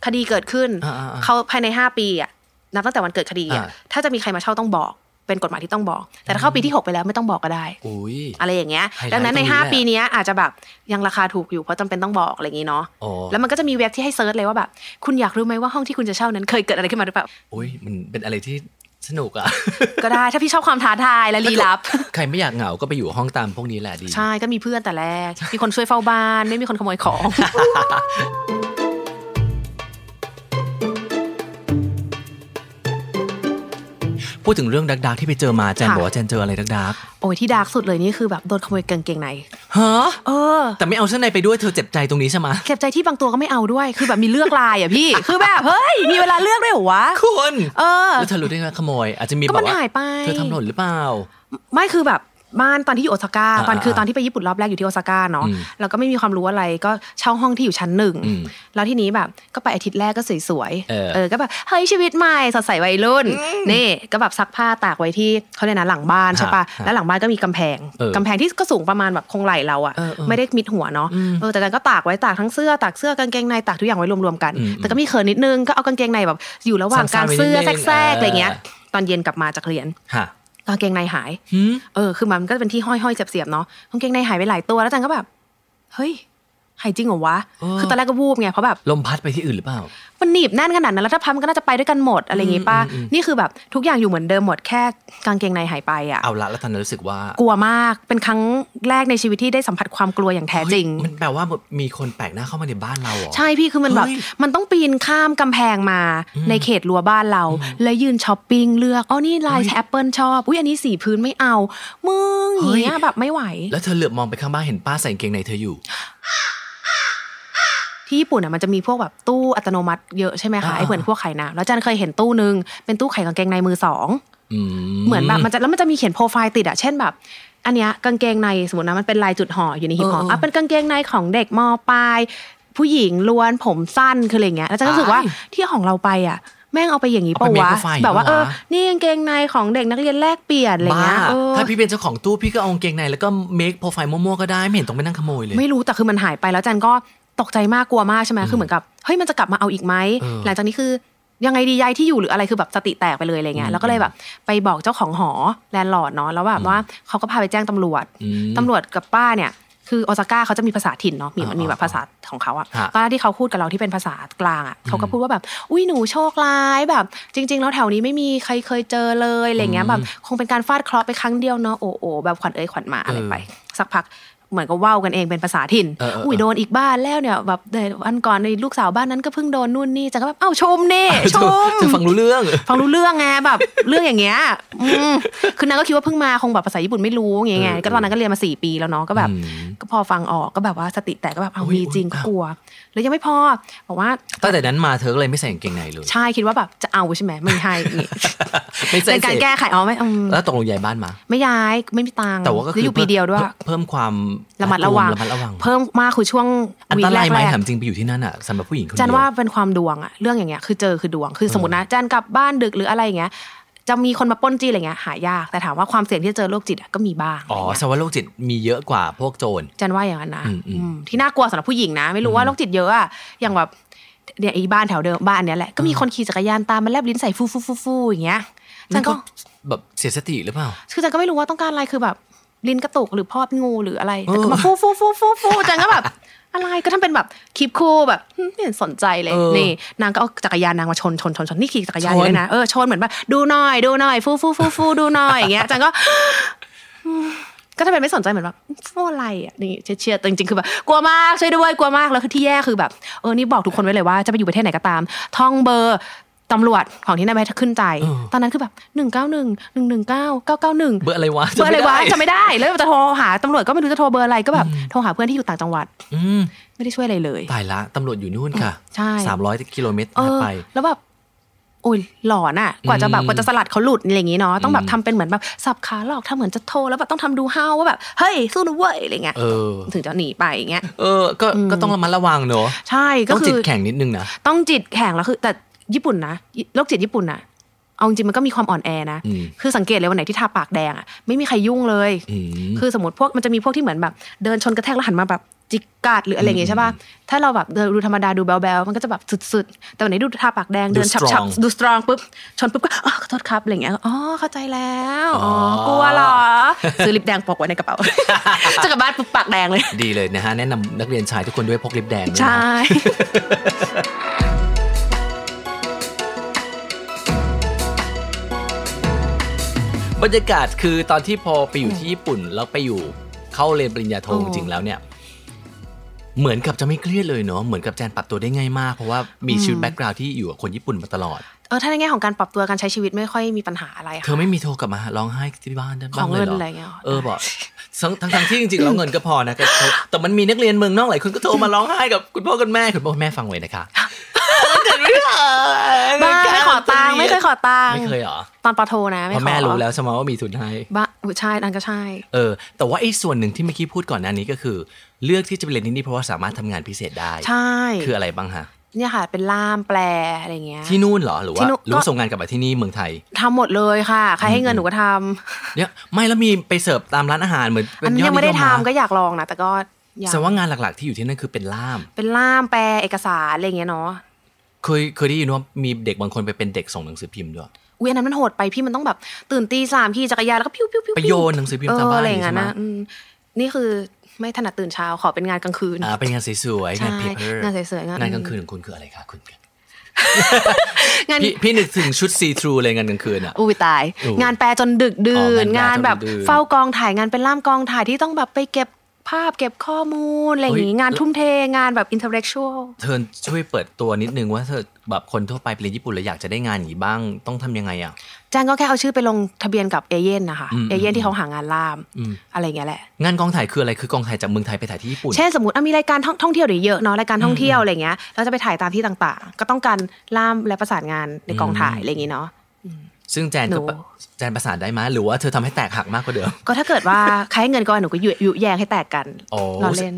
Speaker 3: คดีเกิดขึ้น
Speaker 4: อ่าๆๆ
Speaker 3: เขาภายใน 5 ปีอ่ะนับตั้งแต่วันเกิดคดีอ่ะ
Speaker 4: อ่า
Speaker 3: ถ้าจะมีใครมาเช่าต้องบอก เป็นกฎหมายที่ต้องบอก แต่ถ้าเข้าปีที่ 6 ไปแล้วไม่ต้องบอกก็ได้
Speaker 4: โอ้ย
Speaker 3: อะไรอย่างเงี้ย
Speaker 4: ไฮไลท์
Speaker 3: ดังนั้นใน
Speaker 4: ตรงนี้แหละ
Speaker 3: 5 ปีเนี้ยอาจจะแบบยังราคาถูกอยู่เพราะจำเป็นต้องบอกอะไรอย่างงี้เนาะ
Speaker 4: อ๋อ
Speaker 3: แล้วมันก็จะมีเว็บที่ให้เซิร์ชเลยว่าแบบ คุณอยากรู้ไหมว่าห้องที่คุณจะเช่านั้นเคยเกิดอะไรขึ้นมาหรือเปล่า
Speaker 4: โอ้ยมันเป็นอะไรที่สนุกอะ
Speaker 3: ก็ได้ถ้าพี่ชอบความท้าทายและลี้ลับ
Speaker 4: ใครไม่อยากเหงาก็ไปอยู่ห้องตามพวกนี้แหละดี
Speaker 3: ใช่ก็มีเพื่อนแต่แรก มีคนช่วยเฝ้าบ้าน ไม่มีคนขโมยของ
Speaker 4: พูดถึงเรื่องดักๆที่ไปเจอมาแจน
Speaker 3: ค่ะ
Speaker 4: บอกว่าแจนเจออะไรดัก
Speaker 3: โอ้ยที่ดาร์กสุดเลยนี่คือแบบโดนขโมยกางเกงใน
Speaker 4: ๆฮะ
Speaker 3: เออ
Speaker 4: แต่ไม่เอาเสื้อในไปด้วยเธอเจ็บใจตรงนี้ใช่ไหม
Speaker 3: เก็บใจที่บางตัวก็ไม่เอาด้วย คือแบบมีเลือกลายอ่ะพี่ คือแบบเฮ้ยมีเวลาเลือกด้วยเหรอวะ
Speaker 4: คุณ
Speaker 3: เออ
Speaker 4: แล้วเธอรู้ได้ไงขโมย อาจจะมี
Speaker 3: ก็
Speaker 4: แบ
Speaker 3: มัน
Speaker 4: บว่า
Speaker 3: หายไป
Speaker 4: เธอทำหล่นหรือเปล่า
Speaker 3: ไม่คือแบบบ้านตอนที่อยู่โอซาก้า
Speaker 4: อ่า
Speaker 3: ตอนคือ
Speaker 4: อ่า
Speaker 3: ตอนที่ไปญี่ปุ่นรอบแรกอยู่ที่โอซาก้าเนาะ
Speaker 4: อืม
Speaker 3: แล้วก็ไม่มีความรู้อะไรก็เช่าห้องที่อยู่ชั้นหนึ่ง
Speaker 4: อืม
Speaker 3: แล้วที่นี้แบบก็ไปอาทิตย์แรกก็สวย
Speaker 4: เออ
Speaker 3: เออก็แบบเฮ้ยชีวิตใหม่สดใสวัยรุ่นนี่ก็แบบซักผ้าตากไว้ที่เขาเนี่ยกนะหลังบ้านใช่ปะแล้วหลังบ้านก็มีกำแพง
Speaker 4: เออก
Speaker 3: ำแพงที่ก็สูงประมาณแบบคงไหล่เราอะ
Speaker 4: เออเออ
Speaker 3: ไม่ได้มิดหัวเนาะเออแต่กันก็ตากไว้ตากทั้งเสื้อตากเสื้อกางเกงในตากทุกอย่างไว้รวมๆกัน
Speaker 4: อืม
Speaker 3: แต่ก็มีเขินนิดนึงก็เอากางเกงในแบบอยู่ระหว่างกลาง
Speaker 4: ซ่อนๆไว้นิด
Speaker 3: เสื้อ
Speaker 4: นึง
Speaker 3: แทรกๆอะไรเงี้ย
Speaker 4: เออ
Speaker 3: ตอนเย็นกลับมาจากเรียน
Speaker 4: ฮะ
Speaker 3: กางเกงในหาย
Speaker 4: หืม
Speaker 3: เออ คือมันก็เป็นที่ห้อยๆเสียบๆเนาะกางเกงในหายไปหลายตัว แล้วจันก็แบบ เฮ้ย หายจริงเหรอวะ คือตอนแรกก็วูบไง เพราะแบบ
Speaker 4: ลมพัดไปที่อื่นหรือเปล่า
Speaker 3: มันหนีบแน่นขนาดนั้น แล้วถ้าพับมันก็น่าจะไปด้วยกันหมดอะไรอย่างงี้ป่ะ นี่คือแบบทุกอย่างอยู่เหมือนเดิมหมด แค่กางเกงในหายไปอ่ะ
Speaker 4: เอาละแล้วตอนนั้นรู้สึกว่า
Speaker 3: กลัวมาก เป็นครั้งแรกในชีวิตที่ได้สัมผัสความกลัวอย่างแท้จริง
Speaker 4: มันแปลว่ามีคนแปลกหน้าเข้ามาในบ้านเราเหรอ
Speaker 3: ใช่พี่คือมันแบบ
Speaker 4: เฮ้ย
Speaker 3: มันต้องปีนข้ามกำแพงมาในเขตรั้วบ้านเรา แล้วยืนช้อปปิ้งเลือกอ๋อนี่ลายแอปเปิลชอบอุ้ยอันนี้สีพื้นไม่เอามึง
Speaker 4: เฮ้
Speaker 3: อย ย่างเงี้ยแบบไม่ไหว
Speaker 4: แล้วเธอเหลือบมองไปข้างบ้านเห็นป้าใส่กางเกงในเธออยู่
Speaker 3: ที่ญี่ปุ่นอ่ะมันจะมีพวกแบบตู้อัตโนมัติเยอะใช่ไหมคะ
Speaker 4: อ่า
Speaker 3: ไอ้เหมือนพวกขายน้ำแล้วจันเคยเห็นตู้นึงเป็นตู้ไขกางเกงในมือสอง
Speaker 4: อื
Speaker 3: เหมือนแบบมันจะแล้วมันจะมีเขียนโปรไฟล์ติดอ่ะเช่นแบบ อันเนี้ยกางเกงในสมมตินะมันเป็นลายจุดห่ออยู่ในหีบห่อ
Speaker 4: เออเออ
Speaker 3: อ่ะเป็นกางเกงในของเด็กมปลาย ผู้หญิงล้วนผมสั้นคืออะไรเงี้ยแล้วจะรู้สึกว่า
Speaker 4: อ้าย
Speaker 3: ที่ของเราไปอ่ะ แม่งเอาไปอย่างนี้ปะ
Speaker 4: เอาไป
Speaker 3: วะ
Speaker 4: make a fine
Speaker 3: แบบว่า
Speaker 4: ปะวะ
Speaker 3: เออนี่กางเกงในของเด็กนักเรียนแลกเปลี่ยนอะไร
Speaker 4: บ้า
Speaker 3: เงี้ยเออ
Speaker 4: ถ้าพี่เป็นเจ้าของตู้พี่ก็เอากางเกงในแล้วก็เมคโปรไฟล์มั่วๆก็ได้ไม่เห็นต้องไปนั่งขโมยเลย
Speaker 3: ไม่รู้แต่คือมันหายไปแล้วจันก็ตกใจมากกลัวมากใช่ไหมคือเหมือนกับเฮ้ยมันจะกลับมาเอาอีกไหม
Speaker 4: เออ
Speaker 3: หลังจากนี้คือยังไงดียายที่อยู่หรืออะไรคือแบบสติแตกไปเลยอะไรเงี้
Speaker 4: อื
Speaker 3: ย
Speaker 4: ม
Speaker 3: แล้วก็เลยแบบไปบอกเจ้าของหอแลนด์ลอร์ดเนาะแล้วแบบว่าเขาก็พาไปแจ้งตำรวจ
Speaker 4: อืม
Speaker 3: ตำรวจกับป้าเนี่ย คือออซาก้าเขาจะมีภาษาถิ่นเนาะมีมันมีแบบภาษาของเขาอะ
Speaker 4: ฮะ
Speaker 3: ตอนแรกที่เขาพูดกับเราที่เป็นภาษากลางอะเขาก็พูดว่าแบบ อุ้ยหนูโชคร้ายแบบ จริง ๆ แล้วแถวนี้ไม่มีใครเคยเจอเลยอะไรเงี้ยแบบคงเป็นการฟาดเคราะห์ไปครั้งเดียวเนาะโอ้โหแบบขวัญเอ้ยขวัญมาอะไร
Speaker 4: เออ
Speaker 3: ไป สักพักเหมือนก็เว้ากันเองเป็นภาษาถิ่น
Speaker 4: เออเออ
Speaker 3: อุ้ยโดนอีกบ้านแล้วเนี่ยแบบเดี๋ยววันก่อนในลูกสาวบ้านนั้นก็เพิ่งโดนนู่นนี่จังก็แบบเอ้าชมเน่ ชม
Speaker 4: จะฟังรู้ เรื่อง
Speaker 3: ฟังรู้เรื่องไงแบบ เรื่องอย่างเงี้ยอืมคือนางก็คิดว่าเพิ่งมาคงแบบภาษาญี่ปุ่นไม่รู้อย่างเงี้ย
Speaker 4: เออ
Speaker 3: ก็ตอนนั้นก็เรียนมาสี่ปีแล้วเนาะก็แบบ
Speaker 4: อืม
Speaker 3: ก็พอฟังออกก็แบบว่าสติแตกก็แบบเอา
Speaker 4: อุ๊ย
Speaker 3: มีจริง
Speaker 4: อุ๊
Speaker 3: ก็
Speaker 4: ย
Speaker 3: กลัว แล้วยังไม่พอบอกว่า
Speaker 4: ตั้งแต่นั้นมาเธอก็เลยไม่ใส่กางเกงในเลย
Speaker 3: ใช่คิดว่าแบบจะเอาใช่ไหมไม่ให้อย่าง งี้
Speaker 4: ไม่ใส่
Speaker 3: เป็นการ
Speaker 4: เสร็จ
Speaker 3: แก้ไขอ๋อไม่อืม
Speaker 4: แล้วตกลงย้ายบ้านมา
Speaker 3: ไม่ย้ายไม่มีตังค์
Speaker 4: แต่ว่าก็คื
Speaker 3: ล้อยู่ปีเดียวด้วย
Speaker 4: เพิ่มความ
Speaker 3: ระมัดระวัง
Speaker 4: ระมัดระวัง
Speaker 3: เพิ่มมากคือช่วง
Speaker 4: อัน
Speaker 3: วี
Speaker 4: ต
Speaker 3: คแร
Speaker 4: ราย
Speaker 3: ก
Speaker 4: ไห
Speaker 3: แ
Speaker 4: มถามจริงไปอยู่ที่นั่นอ่ะสำหรับผู้หญิงคนเดียว
Speaker 3: จันว่าเป็นความดวงอะเรื่องอย่างเงี้ยคือเจอคือดวงคือสมมตินะจันกลับบ้านดึกหรืออะไรอย่างเงี้ยจะมีคนมาปล้นจี้อะไรเงี้ยหายากแต่ถามว่าความเสี่ยงที่จะเจอโรคจิตอะก็มีบ้าง
Speaker 4: อ๋อ
Speaker 3: อะไร
Speaker 4: แส
Speaker 3: เงี้ย
Speaker 4: ดงว่าโรคจิตมีเยอะกว่าพวกโจร
Speaker 3: จันว่าอย่างนั้นนะ
Speaker 4: อืมอืม
Speaker 3: อืมที่น่ากลัวสำหรับผู้หญิงนะ ไม่รู้ว่าโรคจิตเยอะอะอย่างแบบเนี่ยไอ้บ้านแถวเดิมบ้านเนี้ยแหละก็มีคนขี่จักรยานตามมันแลบลิ้นใส่ฟูฟูฟูฟูอย่างเงี้ยจันก็
Speaker 4: แบบเสียสติหรือเปล่า
Speaker 3: คือจันก็ไม่รู้ว่าต้องการอะไรคือแบบลิ้นกระตุกหรือพอดงูหรืออะไรแต่ก็มา
Speaker 4: เออ
Speaker 3: ฟูฟูฟูฟูฟูจันก็แบบ อะไรก็ทำเป็นแบบคลิปคู่แบบหึไม่เห็นสนใจเลย
Speaker 4: เออ
Speaker 3: นี่ นางก็เอาจักรยานนางมาชนชนชนชนนี่ขี่จักรยานอยู่เลยนะเออชนเหมือนแบบดูหน่อยดูหน่อยฟูฟูฟูฟูดูหน่อยอย่างเงี้ยจังก็ ก็ถ้าเป็นไม่สนใจเหมือนแบบฟูอะไรอ่ะนี่เชียร์เชียร์แต่จริงๆคือแบบกลัวมากช่วยด้วยกลัวมากแล้วคือที่แย่คือแบบเออนี่บอกทุกคนไว้เลยว่าจะไปอยู่ประเทศไหนก็ตามท่องเบอร์ตำรวจของที่นายไปขึ้นใจ
Speaker 4: เออ
Speaker 3: ตอนนั้นคือแบบหนึ่งเก้าหนึ่งหนึ่งหนึ่งเก้าเก้าเก้าหนึ่ง
Speaker 4: เบอร์อะไรวะ
Speaker 3: เบอร์อะไรวะ
Speaker 4: ด้
Speaker 3: จะไม่ได้แล้วจะโทรหาตำรวจก็ไม่รู้จะโทรเบอร์อะไรก็แบบโทรหาเพื่อนที่อยู่ต่างจังหวัด
Speaker 4: อืม
Speaker 3: ไม่ได้ช่วยอะไรเลย
Speaker 4: ตายละตำรวจอยู่นู่นค่ะ
Speaker 3: ใช่
Speaker 4: สามร้อยกิโลเมตร
Speaker 3: เออ
Speaker 4: ไป
Speaker 3: แล้วแบบอุ้ยหลอนอ่ะ กว่าจะแบบ
Speaker 4: อืม
Speaker 3: กว่าจะสลัดเขาหลุดอะไรอย่างงี้เนาะต้องแบบทำเป็นเหมือนแบบสับขาหลอกทำเหมือนจะโทรแล้วแบบต้องทำดูห้าวว่าแบบเฮ้ยสู้นะเว้ยอะไรเงี้ย
Speaker 4: เออ
Speaker 3: ถึงจะหนีไปอย่างเงี้ย
Speaker 4: เออ ก็ก็ต้องระมัดระวังเนอะ
Speaker 3: ใช่ก็
Speaker 4: ต้อง
Speaker 3: คื
Speaker 4: จิต
Speaker 3: อ
Speaker 4: แข็งนิดนึงนะ
Speaker 3: ต้องจิตแข็งแล้วคือ แต่ญี่ปุ่นนะโรคจิตญี่ปุ่นนะเอาจริงๆมันก็มีความอ่อนแอนะ
Speaker 4: อืม
Speaker 3: คือสังเกตเลยวันไหนที่ทาปากแดงอ่ะไม่มีใครยุ่งเลย
Speaker 4: อืม
Speaker 3: คือสมมติพวกมันจะมีพวกที่เหมือนแบบ เดินชนกระแทกแล้วหันมาแบบจิกกัดหรืออะไรอย่างเงี้ยใช่ป่ะถ้าเราแบบเดินดูธรรมดาดูแบวๆมันก็จะแบบสุดๆ แต่วันไหนดูทาปากแดง
Speaker 4: ดู
Speaker 3: เดินฉับ
Speaker 4: strong
Speaker 3: ๆดูสตรองปุ๊บชนปุ๊บก็อ๋อขอโทษครับอะไรอย่างเงี้ยอ๋อเข้าใจแล้วอ๋ออ
Speaker 4: อ
Speaker 3: กลัวเหรอซื้อลิปแดงพกไว้ในกระเป๋า จะกลับบ้านปุ๊บปากแดงเลย
Speaker 4: ดีเลยนะฮะ แนะนำนักเรียนชายทุกคนด้วยพกลิปแดงด้วยนะ
Speaker 3: ใช่
Speaker 4: บรรยากาศคือตอนที่พอไปอยู่ที่ญี่ปุ่นแล้วไปอยู่เข้าเรียนปริญญาโท
Speaker 3: อ๋อ
Speaker 4: จริงๆแล้วเนี่ย เหมือนกับจะไม่เครียดเลยเนาะเหมือนกับแจนปรับตัวได้ง่ายมากเพราะว่ามีชีวิตแบ็กกราวที่อยู่กับคนญี่ปุ่นมาตลอด
Speaker 3: เออถ้าในแง่ของการปรับตัวการใช้ชีวิตไม่ค่อยมีปัญหาอะไร
Speaker 4: เธ
Speaker 3: ค่ะ
Speaker 4: อไม่มีโทรกลับมาร้องไห้ที่บ้านได้
Speaker 3: ข
Speaker 4: บ้า
Speaker 3: อง ง
Speaker 4: เลย
Speaker 3: เงิน
Speaker 4: เหรอ
Speaker 3: อะไรเงี้ย
Speaker 4: เออบอกทั้งทั้งทั้งที่จริงๆแล้วเงินก็พอนะแต่แต่แต่มันมีนักเรียนเมืองนอกหลายคนก็โทรมาร้องไห้กับคุณพ่อคุณแม่คุณพ่อคุณแม่ฟังไว้นะคะ เงินไม่ได้
Speaker 3: บ้าไม่ขอตังค์ไม่เคยขอตังค์
Speaker 4: ไม่เคยเหรอ
Speaker 3: ตอนปอโทนะ
Speaker 4: เพ
Speaker 3: ไม่ขอ
Speaker 4: ราะแม่รู้แล้วใช่ไหมว่ามีทุนให้
Speaker 3: บ้าอุ๊ยใช่นั่นก็ใช่
Speaker 4: เออแต่ว่าไอ้ส่วนหนึ่งที่เมื่อกี้พูดก่อนหน้านี้ก็คือ เลือกที่จะไปเรียนที่นี่เพราะว่าสามารถทำงานพิเศษได้
Speaker 3: ใช่
Speaker 4: คืออะไรบ้างฮะ
Speaker 3: เนี่ยค่ะ เป็นล่ามแปลอะไรเงี้ย
Speaker 4: ที่นู่นเหรอหรือ
Speaker 3: ที่
Speaker 4: ว่า
Speaker 3: นู่น
Speaker 4: หรือว่า
Speaker 3: ก็
Speaker 4: ส่งงานกลับมาที่นี่เมืองไทย
Speaker 3: ทำหมดเลยค่ะ ใครให้เงินหนูก็ทำ
Speaker 4: เนี่ยไม่แล้วมีไปเสิร์ฟตามร้านอาหารเหมือนเป็
Speaker 3: อัน
Speaker 4: น
Speaker 3: นี้
Speaker 4: ยอ
Speaker 3: ยั
Speaker 4: ด
Speaker 3: งไม่ได้
Speaker 4: นิย
Speaker 3: ทำ
Speaker 4: มา
Speaker 3: ก็อยากลองนะแต่ก็อยาก
Speaker 4: แสดงว่างานหลักๆที่อยู่ที่นั่นคือเป็นล่าม
Speaker 3: เป็นล่ามแปลเอกสารอะไรเงี้ยเนาะ
Speaker 4: เคยเคยได้ยินว่ามีเด็กบางคนไปเป็นเด็กส่งหนังสือพิมพ์ด้วย
Speaker 3: อุ้ยอันนั้นมันโหดไปพี่มันต้องแบบตื่นตีสามพี่จักรยานแล้วก็พิ้วพิ้วพิ้ว
Speaker 4: ไปโยนหนังสือพิม
Speaker 3: เอ
Speaker 4: พ์ตาม
Speaker 3: อ
Speaker 4: บ้าน
Speaker 3: อะไร
Speaker 4: อย่าง
Speaker 3: เงี้
Speaker 4: งี้
Speaker 3: ย
Speaker 4: ใช่
Speaker 3: นะ
Speaker 4: ไหม
Speaker 3: อืมนี่คือไม่ถนัดตื่นเช้าขอเป็นงานกลางคืน
Speaker 4: อ่าเป็นงานสวยๆงานเพเปอร์
Speaker 3: ใช่งานสวยๆงาน
Speaker 4: งานกลางคืนของคุณคืออะไรคะคุณ
Speaker 3: งาน
Speaker 4: พี่พี่นึกถึงชุดซีทรูเลยงานกลางคืนอ่ะ
Speaker 3: อุ้ยตาย
Speaker 4: โอ้
Speaker 3: งานแปลจนดึกดื่น
Speaker 4: อ๋องาง
Speaker 3: าน น
Speaker 4: แป
Speaker 3: แบ
Speaker 4: ลจน
Speaker 3: บ
Speaker 4: ดึกดื่น
Speaker 3: เฝ้ากองถ่ายงานเป็นล่ามกองถ่ายที่ต้องแบบไปเก็บภาพเก็บข้อมูลอะไรอย่าง
Speaker 4: เฮ้
Speaker 3: งี้
Speaker 4: ย
Speaker 3: งานทุ่มเทงานแบบอินเทอร์เ c ็กชวล
Speaker 4: เธอช่วยเปิดตัวนิดนึงว่าเธอแบบคนทั่วไปไปเรียนญี่ปุ่นแล้วอยากจะได้งานอย่างนี้บ้างต้องทำยังไงอ่ะ
Speaker 3: แจ้งก็แค่เอาชื่อไปลงทะเบียนกับเอเย่นนะคะ
Speaker 4: อืม
Speaker 3: เอเย่นที่เขาหางานล่าม อะไรอย่างเงี้ยแหละ
Speaker 4: งานกองถ่ายคืออะไรคือกองถ่ายจากเมืองไทยไปถ่ายที่ญี่ปุ่น
Speaker 3: เช่นสมมติอ่ะมีรายการท่องท่องเที่ยวเดี๋ยวเยอะเนาะรายการท่องเที่ยวอะไรเงี้ยเราจะไปถ่ายตามที่ต่างๆ ก็ต้องการล่ามและประสานงานในกองถ่ายอะไรอย่างงี้เนาะ
Speaker 4: ซึ่งแจนก็
Speaker 3: ห
Speaker 4: ปะ
Speaker 3: นู
Speaker 4: แจนประสานได้ไหมหรือว่าเธอทำให้แตกหักมากกว่าเดิม
Speaker 3: ก็ถ้าเกิดว่า ใครให้เงินก้อนหนูก็ยุยุแยงให้แตกกัน
Speaker 4: โอ้
Speaker 3: ล้อเล่น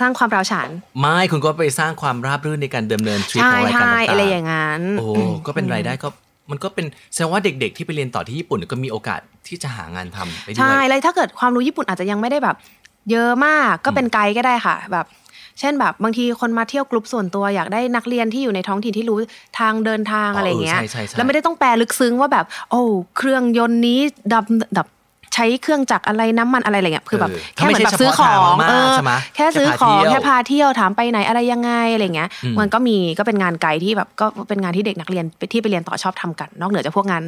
Speaker 3: สร้างความร้าวฉาน
Speaker 4: ไม่คุณก็ไปสร้างความราบรื่นในการดำเนินทริป
Speaker 3: ใช่
Speaker 4: ของรายการ
Speaker 3: ใช่
Speaker 4: ต่างๆ
Speaker 3: อะไรอย่างนั้น
Speaker 4: โอ้ก็เป็นรายได้ก็มันก็เป็นแสดงว่าเด็กๆ ที่ไปเรียนต่อที่ญี่ปุ่นก็มีโอกาสที่จะหางานทำไปด้ว
Speaker 3: ใช่
Speaker 4: ย
Speaker 3: เลยถ้าเกิดความรู้ญี่ปุ่นอาจจะยังไม่ได้แบบ เยอะมากก็เป็นไกด์ก็ได้ค่ะ แบบ เช่นแบบบางทีคนมาเที่ยวกลุ่มส่วนตัวอยากได้นักเรียนที่อยู่ในท้องถิ่นที่รู้ทางเดินทาง
Speaker 4: อ๋ออ
Speaker 3: อะไรเงี้ย
Speaker 4: เออใช่ใช่ใช่
Speaker 3: แล้วไม่ได้ต้องแปลลึกซึ้งว่าแบบ โอ้เครื่องยนต์นี้ดับดับใช้เครื่องจักรอะไรน้ำมันอะไรอะไรเงี้ยคือแบบ
Speaker 4: เ
Speaker 3: แค่เหมือนแบบซื้อขอ
Speaker 4: ถ้า
Speaker 3: ง
Speaker 4: ไม่ใช่
Speaker 3: เออ
Speaker 4: ฉพาะทามากใช่ไหม
Speaker 3: แค่ซื้อของ
Speaker 4: เที่
Speaker 3: แค่
Speaker 4: ยว
Speaker 3: พาเที่ยวถามไปไหนอะไรยังไงอะไรเงี้ย
Speaker 4: อืม
Speaker 3: มันก็มีก็เป็นงานไกด์ที่แบบก็เป็นงานที่เด็กนักเรียนที่ไปเรียนต่อชอบทำกัน นอกเหนือจากพวกงาน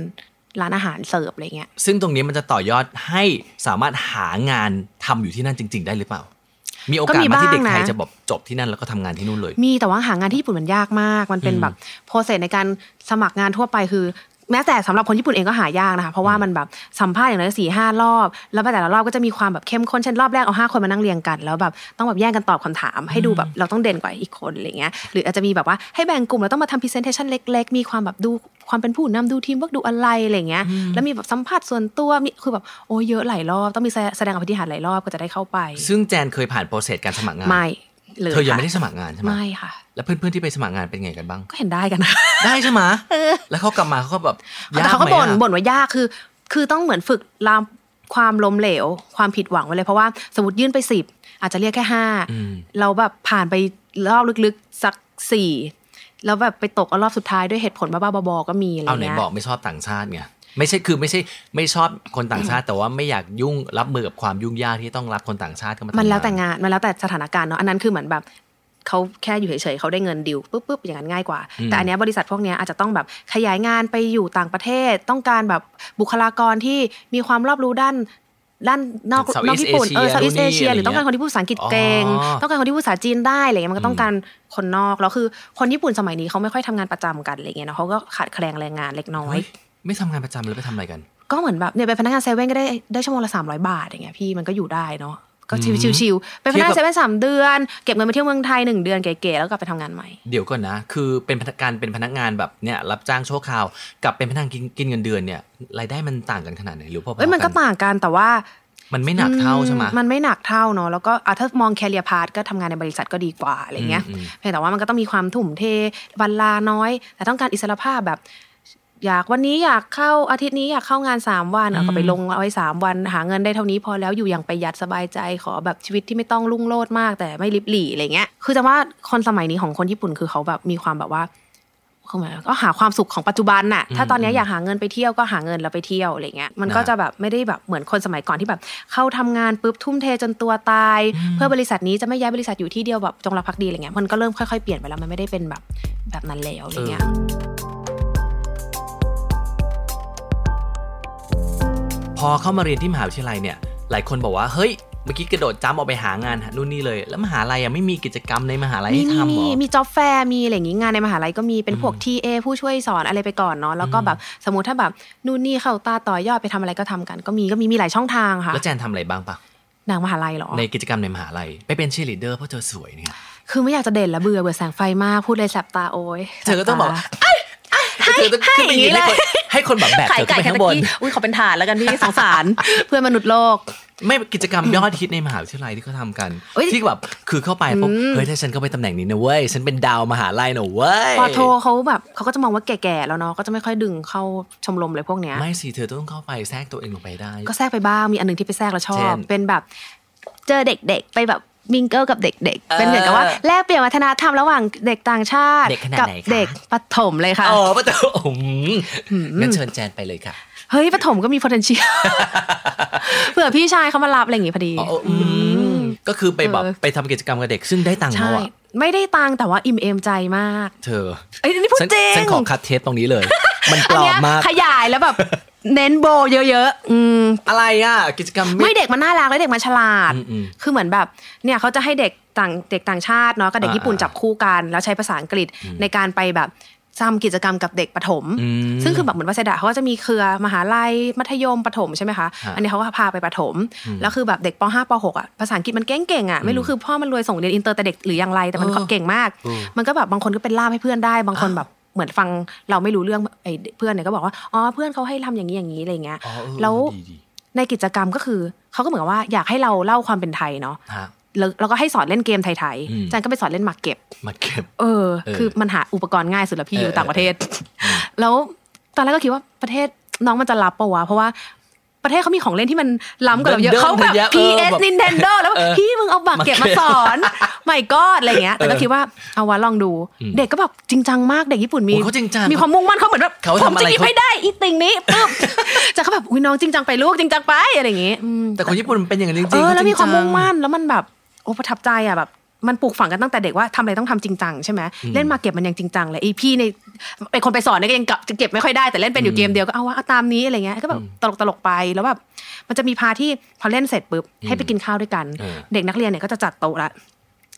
Speaker 3: ร้านอาหารเสิร์ฟอะไรเงี้ย
Speaker 4: ซึ่งตรงนี้มันจะต่อยอดให้สามารถหางานทำอยู่ที่นั่นจริง ๆ ได้หรือเปล่า มีโอกาส
Speaker 3: ก็มี
Speaker 4: ไหมาที่เด็ก
Speaker 3: บ้างนะ
Speaker 4: ไทยจะแบบจบที่นั่นแล้วก็ทำงานที่นู่นเลย
Speaker 3: มีแต่ว่าหางานที่ญี่ปุ่นมันยากมาก มันเป็น
Speaker 4: อืม
Speaker 3: แบบโปรเซสในการสมัครงานทั่วไปคือ แม้แต่สำหรับคนญี่ปุ่นเองก็หายากนะคะ เพราะว่ามันแบบสัมภาษณ์อย่างน้อยสี่ห้ารอบ แล้วแต่ละรอบก็จะมีความแบบเข้มข้นเช่นรอบแรกเอาห้าคนมานั่งเรียงกัน แล้วแบบต้องแบบแย่งกันตอบคำถาม ให้ดูแบบเราต้องเด่นกว่าอีกคนอะไรเงี้ยหรืออาจจะมีแบบว่าให้แบ่งกลุ่มแล้วต้องมาทำพรีเซนเทชันเล็ก ๆ มีความแบบดูความเป็นผู้นำดูทีมว่าดูอะไรอะไรเงี้ยแล้วมีแบบสัมภาษณ์ส่วนตัวมีคือแบบโอ้ยเยอะหลายรอบต้องมีแสดงอภิธิหารหลายรอบก็จะได้เข้าไป
Speaker 4: ซึ่งแจนเคยผ่านโปรเซสการสมัครงาน
Speaker 3: ไม่เลย
Speaker 4: เธอยั
Speaker 3: ค่ะ
Speaker 4: งไม่ได้สมัครงานใช่ไหม
Speaker 3: ไม่ค่ะ
Speaker 4: แล้วเพื่อนๆที่ไปสมัครงานเป็นไงกันบ้าง
Speaker 3: ก็เห็นได้กันนะ
Speaker 4: ได้ใช่ไหมแล้วเขากลับมาเขาก็แบบย
Speaker 3: แต่เขา
Speaker 4: ไห
Speaker 3: ก็
Speaker 4: ม
Speaker 3: บ่น
Speaker 4: อะ
Speaker 3: บ่นว่ายากคือ คือต้องเหมือนฝึกลามความล้มเหลว ความผิดหวังไว้เลย เพราะว่าสมมติยื่นไปสิบอาจจะเรียกแค่ห้า
Speaker 4: อืม
Speaker 3: เราแบบผ่านไปรอบลึกๆสักสี่แล้วแบบไปตกเอารอบสุดท้ายด้วยเหตุผลบ้าๆบอๆก็มีอะไร
Speaker 4: เอาไหน
Speaker 3: เงี้ย
Speaker 4: บอกไม่ชอบต่างชาติไงไม่ใช่คือไม่ใช่ไม่ชอบคนต่างชาติ แต่ว่าไม่อยากยุ่งรับมือกับความยุ่งยากที่ต้องรับคนต่างชาติเข้ามาทำ
Speaker 3: มันแล้วแต่
Speaker 4: งาน
Speaker 3: งานมันแล้วแต่สถานการณ์เนาะอันนั้นคือเหมือนแบบเขาแค่อยู่เฉยๆเขาได้เงินดิวปุ๊บปุ๊บอย่างนั้นง่ายกว่า แต่อันเนี้ยบริษัทพวกเนี้ยอาจจะต้องแบบขยายงานไปอยู่ต่างประเทศ ต้องการแบบบุคลากรที่มีความรอบรู้ด้านด้านนอกนอกญี่ปุ่นเออ Southeast Asia หรือต้องการ คนที่พูดภาษาอังกฤษเก่ง
Speaker 4: อ๋อ
Speaker 3: ต้องการคนที่พูดภาษาจีนได้อะไรเงี้ยมันก็ต้องการคนนอกแล้วคือคนญี่ปุ่นสมัยนี้เขาไม่ค่อยทำงานประจำกันอะไรเงี้ยเนาะเขาก็ขาดแคลนแรงงานเล็กน้อย
Speaker 4: เฮ้ยไม่ทำงานประจำเลยไปทำอะไรกัน
Speaker 3: ก็เหมือนแบบเนี่ยเป็นพนักงานเซเว่นก็ได้ได้ชั่วโมงละสามร้อยบาทอย่างเงี้ยพี่มันก็อยู่ได้เนาะก็ชิวๆชิวๆเป็นพนักงานเซเว่นสามเดือน เก็บเงินไปเที่ยวเมืองไทยหนึ่งเดือนเก๋ๆแล้วกลับไปทำงานใหม่
Speaker 4: เดี๋ยวก่อนนะ คือเป็นพนักการเป็นพนักงานแบบเนี่ยรับจ้างชั่วคราว กับเป็นพนักงานกินกินเงินเดือนเนี่ยรายได้มันต่างกันขนาดไหนหรือพอๆ
Speaker 3: เอ้ยมันก็ต่างกันแต่ว่า
Speaker 4: มันไม่หนักเท่าใช่ไหม
Speaker 3: มันไม่หนักเท่าเนาะแล้วก็อ่ะถ้ามองแคเรียพาร์ทก็ทำงานในบริษัทก็ดีกว่าอะไรเงี้ย
Speaker 4: อืมอืม
Speaker 3: เพียงแต่ว่ามันก็ต้องมีความถุ่มเทวันลาน้อย แต่ต้องการอิสรภาพแบบ อยากวันนี้อยากเข้าอาทิตย์นี้อยากเข้างานสามวันเอาก็ไปลงเอาไว้สามวัน หาเงินได้เท่านี้พอแล้วอยู่อย่างประหยัดสบายใจขอแบบชีวิตที่ไม่ต้องรุ่งโลดมากแต่ไม่ริบหรี่อะไรเงี้ย คือจะว่าคนสมัยนี้ของคนญี่ปุ่นคือเขาแบบมีความแบบว่าเขาหมายก็หาความสุขของปัจจุบันน่ะถ้าตอนเนี้ยอยากหาเงินไปเที่ยวก็หาเงินแล้วไปเที่ยวอะไรเงี้ยมันก็
Speaker 4: นะ
Speaker 3: จะแบบไม่ได้แบบเหมือนคนสมัยก่อนที่แบบ เข้าทำงานปุ๊บทุ่มเทจนตัวตาย เพื่อบริษัทนี้จะไม่ย้ายบริษัทอยู่ที่เดียวแบบจงรักภักดีอะไรเงี้ยมันก็เริ่มค่อยๆเปลี่ยนไปแล้วมันไม่ได้เป็นแบบแบบนั้นแล้วอะไรเงี้ย
Speaker 4: พอเข้ามาเรียนที่มหาวิทยาลัยเนี่ย หลายคนบอกว่าเฮ้ยเมื่อกี้กระโดดจ้ำออกไปหางานนู่นนี่เลย แล้วมหาลัยอะไม่มีกิจกรรมในมหาลัย
Speaker 3: มี
Speaker 4: ให้
Speaker 3: มี
Speaker 4: ทำเหร
Speaker 3: มี
Speaker 4: อ
Speaker 3: มีจ็อบแฟร์มีอะไรอย่างงี้งานในมหาลัยก็มีเป็นพวกทีเอผู้ช่วยสอนอะไรไปก่อนเนาะแล้วก็แบบสมมติถ้าแบบนู่นนี่เข้าตาต่อยอดไปทำอะไรก็ทำกัน ก็มีก็มีมีหลายช่องทางค่ะ
Speaker 4: แล้วแจนทำอะไรบ้างปะ
Speaker 3: นางมหาลัยเหรอ
Speaker 4: ในกิจกรรมในมหาลัยไปเป็นเชียร์ลีดเดอร์เพราะเธอสวยเนี่ย
Speaker 3: คือไม่อยากจะเด่นละเบื่อเบื่อแสงไฟมากพูดเลยแสบตาโอ้ย
Speaker 4: เธอก็ต้องบอกว่า
Speaker 3: แสบตา
Speaker 4: เอ้ยเอ้ยเธอต้อง
Speaker 3: ให้
Speaker 4: ขึ้นไปยืน
Speaker 3: ให้
Speaker 4: ให้
Speaker 3: อย่างนี้เลย
Speaker 4: คนให้คนแบบแบก
Speaker 3: ไข่
Speaker 4: เธอ
Speaker 3: ไก่
Speaker 4: ขึ้นไป
Speaker 3: แคต
Speaker 4: ข้างบน
Speaker 3: กี้อุ้ยขอเป็นฐานแล้วกันพี่สง สาร เพื่อนมนุษย์โลก
Speaker 4: ไม่กิจกรรมยอดฮิตในมหาวิทยาลัยที่เขาทำกัน
Speaker 3: เอ้ย
Speaker 4: ที่แบบคือเข้าไปปุ๊บเฮ้ยถ้าฉันเข้าไปตำแหน่งนี้นะเว้ย ฉันเป็นดาวมหาลัยนะเว้ย
Speaker 3: พอโทรเขาแบบเขาก็จะมองว่าแก่ๆแล้วเนาะก็จะไม่ค่อยดึงเข้าชมรมเลยพวกเนี้ย
Speaker 4: ไม่สิเธอต้องเข้าไปแทรกตัวเองลงไปได้
Speaker 3: ก็แทรกไปบ้าง มีอันหนึงที่ไปแทรกแล้วชอ
Speaker 4: เช่
Speaker 3: บ
Speaker 4: น
Speaker 3: เป็นแบบเจอเด็กๆ ไปแบบมิงเกิลกับเด็ก
Speaker 4: เอ
Speaker 3: ๆ
Speaker 4: อ
Speaker 3: เป็นเหมือนกับว่าแลกเปลี่ยนวัฒนธรรมระหว่างเด็กต่างชาติ
Speaker 4: เด็กขนาด
Speaker 3: กั
Speaker 4: ไหนคะ
Speaker 3: เด็กปฐมเลยค่ะ
Speaker 4: อ๋อ ประตูอืมงั้นเชิญแจนไปเลยค่ะ
Speaker 3: เฮ้ยปฐมก็มี potential เผื่อพี่ชายเขามารับอะไรอย่างงี้พอดี
Speaker 4: อ๋ออืมก็คือไปแบบ
Speaker 3: เออ
Speaker 4: ไปทำกิจกรรมกับเด็กซึ่งได้ตังค์
Speaker 3: ใช่
Speaker 4: เขาอะ
Speaker 3: ไม่ได้ตังค์แต่ว่าอิ่มเอมใจมาก
Speaker 4: เธอ
Speaker 3: เอ้ยนี่พูด
Speaker 4: ฉัน
Speaker 3: จริง
Speaker 4: ฉันขอคัดเทปตรงนี้ เลย มันปลอม
Speaker 3: เนี้ย
Speaker 4: มาก
Speaker 3: ขยายแล้วแบบ เน้นโบเยอะๆอืม
Speaker 4: อะไรอ่ะกิจกรรมไม่
Speaker 3: ไม่เด็กมันน่ารักและเด็กมันฉลาด
Speaker 4: อืมอืม
Speaker 3: คือเหมือนแบบ เนี่ยเขาจะให้เด็กต่างเด็กต่างชาติเนาะกับเด็ก
Speaker 4: อ่า
Speaker 3: ญี่ปุ่น
Speaker 4: อ่า
Speaker 3: จับคู่กัน แล้วใช้ภาษาอังกฤษในการไปแบบทำกิจกรรมกับเด็กประถม
Speaker 4: อืม
Speaker 3: ซึ่งคือแบบเหมือนวัสดาเขาก็จะมีเครือมหาลัยมัธยมประถมใช่ไหมคะ
Speaker 4: ฮะ
Speaker 3: อันนี้เขาก็พาไปประถม แล้วคือแบบเด็กป .5 ป .6 อ่ะภาษาอังกฤษมันเก่งๆอ่ะไม่รู้คือพ่อมันรวยส่งเรียนอินเตอร์แต่เด็กหรืออย่างไรแต่มัน
Speaker 4: เออ
Speaker 3: เก่งมาก
Speaker 4: เออ
Speaker 3: มันก็แบบบางคนก็เป็นล่ามให้เพื่อนได้บางคนแบบ เหมือนฟังเราไม่รู้เรื่องไอ้เพื่อนเนี่ยก็บอกว่าอ๋อเพื่อนเขาให้ทำอย่างนี้อย่างนี้อะไรเงี้ย
Speaker 4: อ๋อเออ
Speaker 3: แล้ว
Speaker 4: ดีดี
Speaker 3: ในกิจกรรมก็คือเขาก็เหมือนกับว่าอยากให้เราเล่าความเป็นไทยเนาะ
Speaker 4: ฮะ
Speaker 3: แล้วแล้วก็ให้สอนเล่นเกมไทย
Speaker 4: อื
Speaker 3: ๆ
Speaker 4: ม
Speaker 3: อาจารย์ก็ไปสอนเล่นหมากเก็บ
Speaker 4: มาเก็บ
Speaker 3: เออ
Speaker 4: เออ
Speaker 3: คือมันหาอุปกรณ์ง่ายสุดแล้วพี่
Speaker 4: เอ
Speaker 3: อ
Speaker 4: อ
Speaker 3: ยู่ต่างประเทศ แล้วตอนแรกก็คิดว่าประเทศน้องมันจะรับปะวะ เพราะว่าประเทศเขามีของเล่นที่มันล้ำกว่าเราเยอะ
Speaker 4: เดิมๆ
Speaker 3: เขาแบบ
Speaker 4: เยอะเออ
Speaker 3: PS
Speaker 4: แบบ
Speaker 3: Nintendo แล้ว
Speaker 4: เออ
Speaker 3: พี่มึงเอาบักเก็บมาสอนไม่ก็อะไรเงี้ย แต่ก็
Speaker 4: เออ
Speaker 3: คิดว่าเอาวะลองดู
Speaker 4: อืม
Speaker 3: เด็กก็แบบจริงจังมากเด็กญี่ปุ่นมี
Speaker 4: โอ้เขาจริงจัง
Speaker 3: มีความมุ่งมั่นเขาเหมือนแบบ
Speaker 4: เขา
Speaker 3: ผม
Speaker 4: ทำอะไร
Speaker 3: จะหยิบ
Speaker 4: เขา
Speaker 3: ให้ได้อีติ่งนี้ปึ๊บ จะเขาแบบอุ้ยน้องจริงจังไปลูกจริงจังไปอะไรอย่างงี้อืม
Speaker 4: แต่คนญี่ปุ่นมันเป็นอย่างนั้นจริงๆ
Speaker 3: เออแล้วมี
Speaker 4: เข
Speaker 3: ความ
Speaker 4: จริ
Speaker 3: มุ่ง
Speaker 4: จั
Speaker 3: มั่นแล้วมันแบบโอ้ประทับใจอ่ะแบบ มันปลูกฝังกันตั้งแต่เด็กว่าทำอะไรต้องทำจริงจังใช่ไหมเล่นมาเก็บมันยังจริงจังเลยไอพี่ในไอคนไปสอนเนี่ยก็ยังเก็บไม่ค่อยได้แต่เล่นเป็นอยู่เกมเดียวก็เอาวะเอาตามนี้อะไรเงี้ยก็แบบตลกตลกๆไปแล้วแบบมันจะมีพาร์ทที่พอเล่นเสร็จปุ๊บให้ไปกินข้าวด้วยกัน
Speaker 4: เออ
Speaker 3: เด็กนักเรียนเนี่ยก็จะจัดโต๊ะละ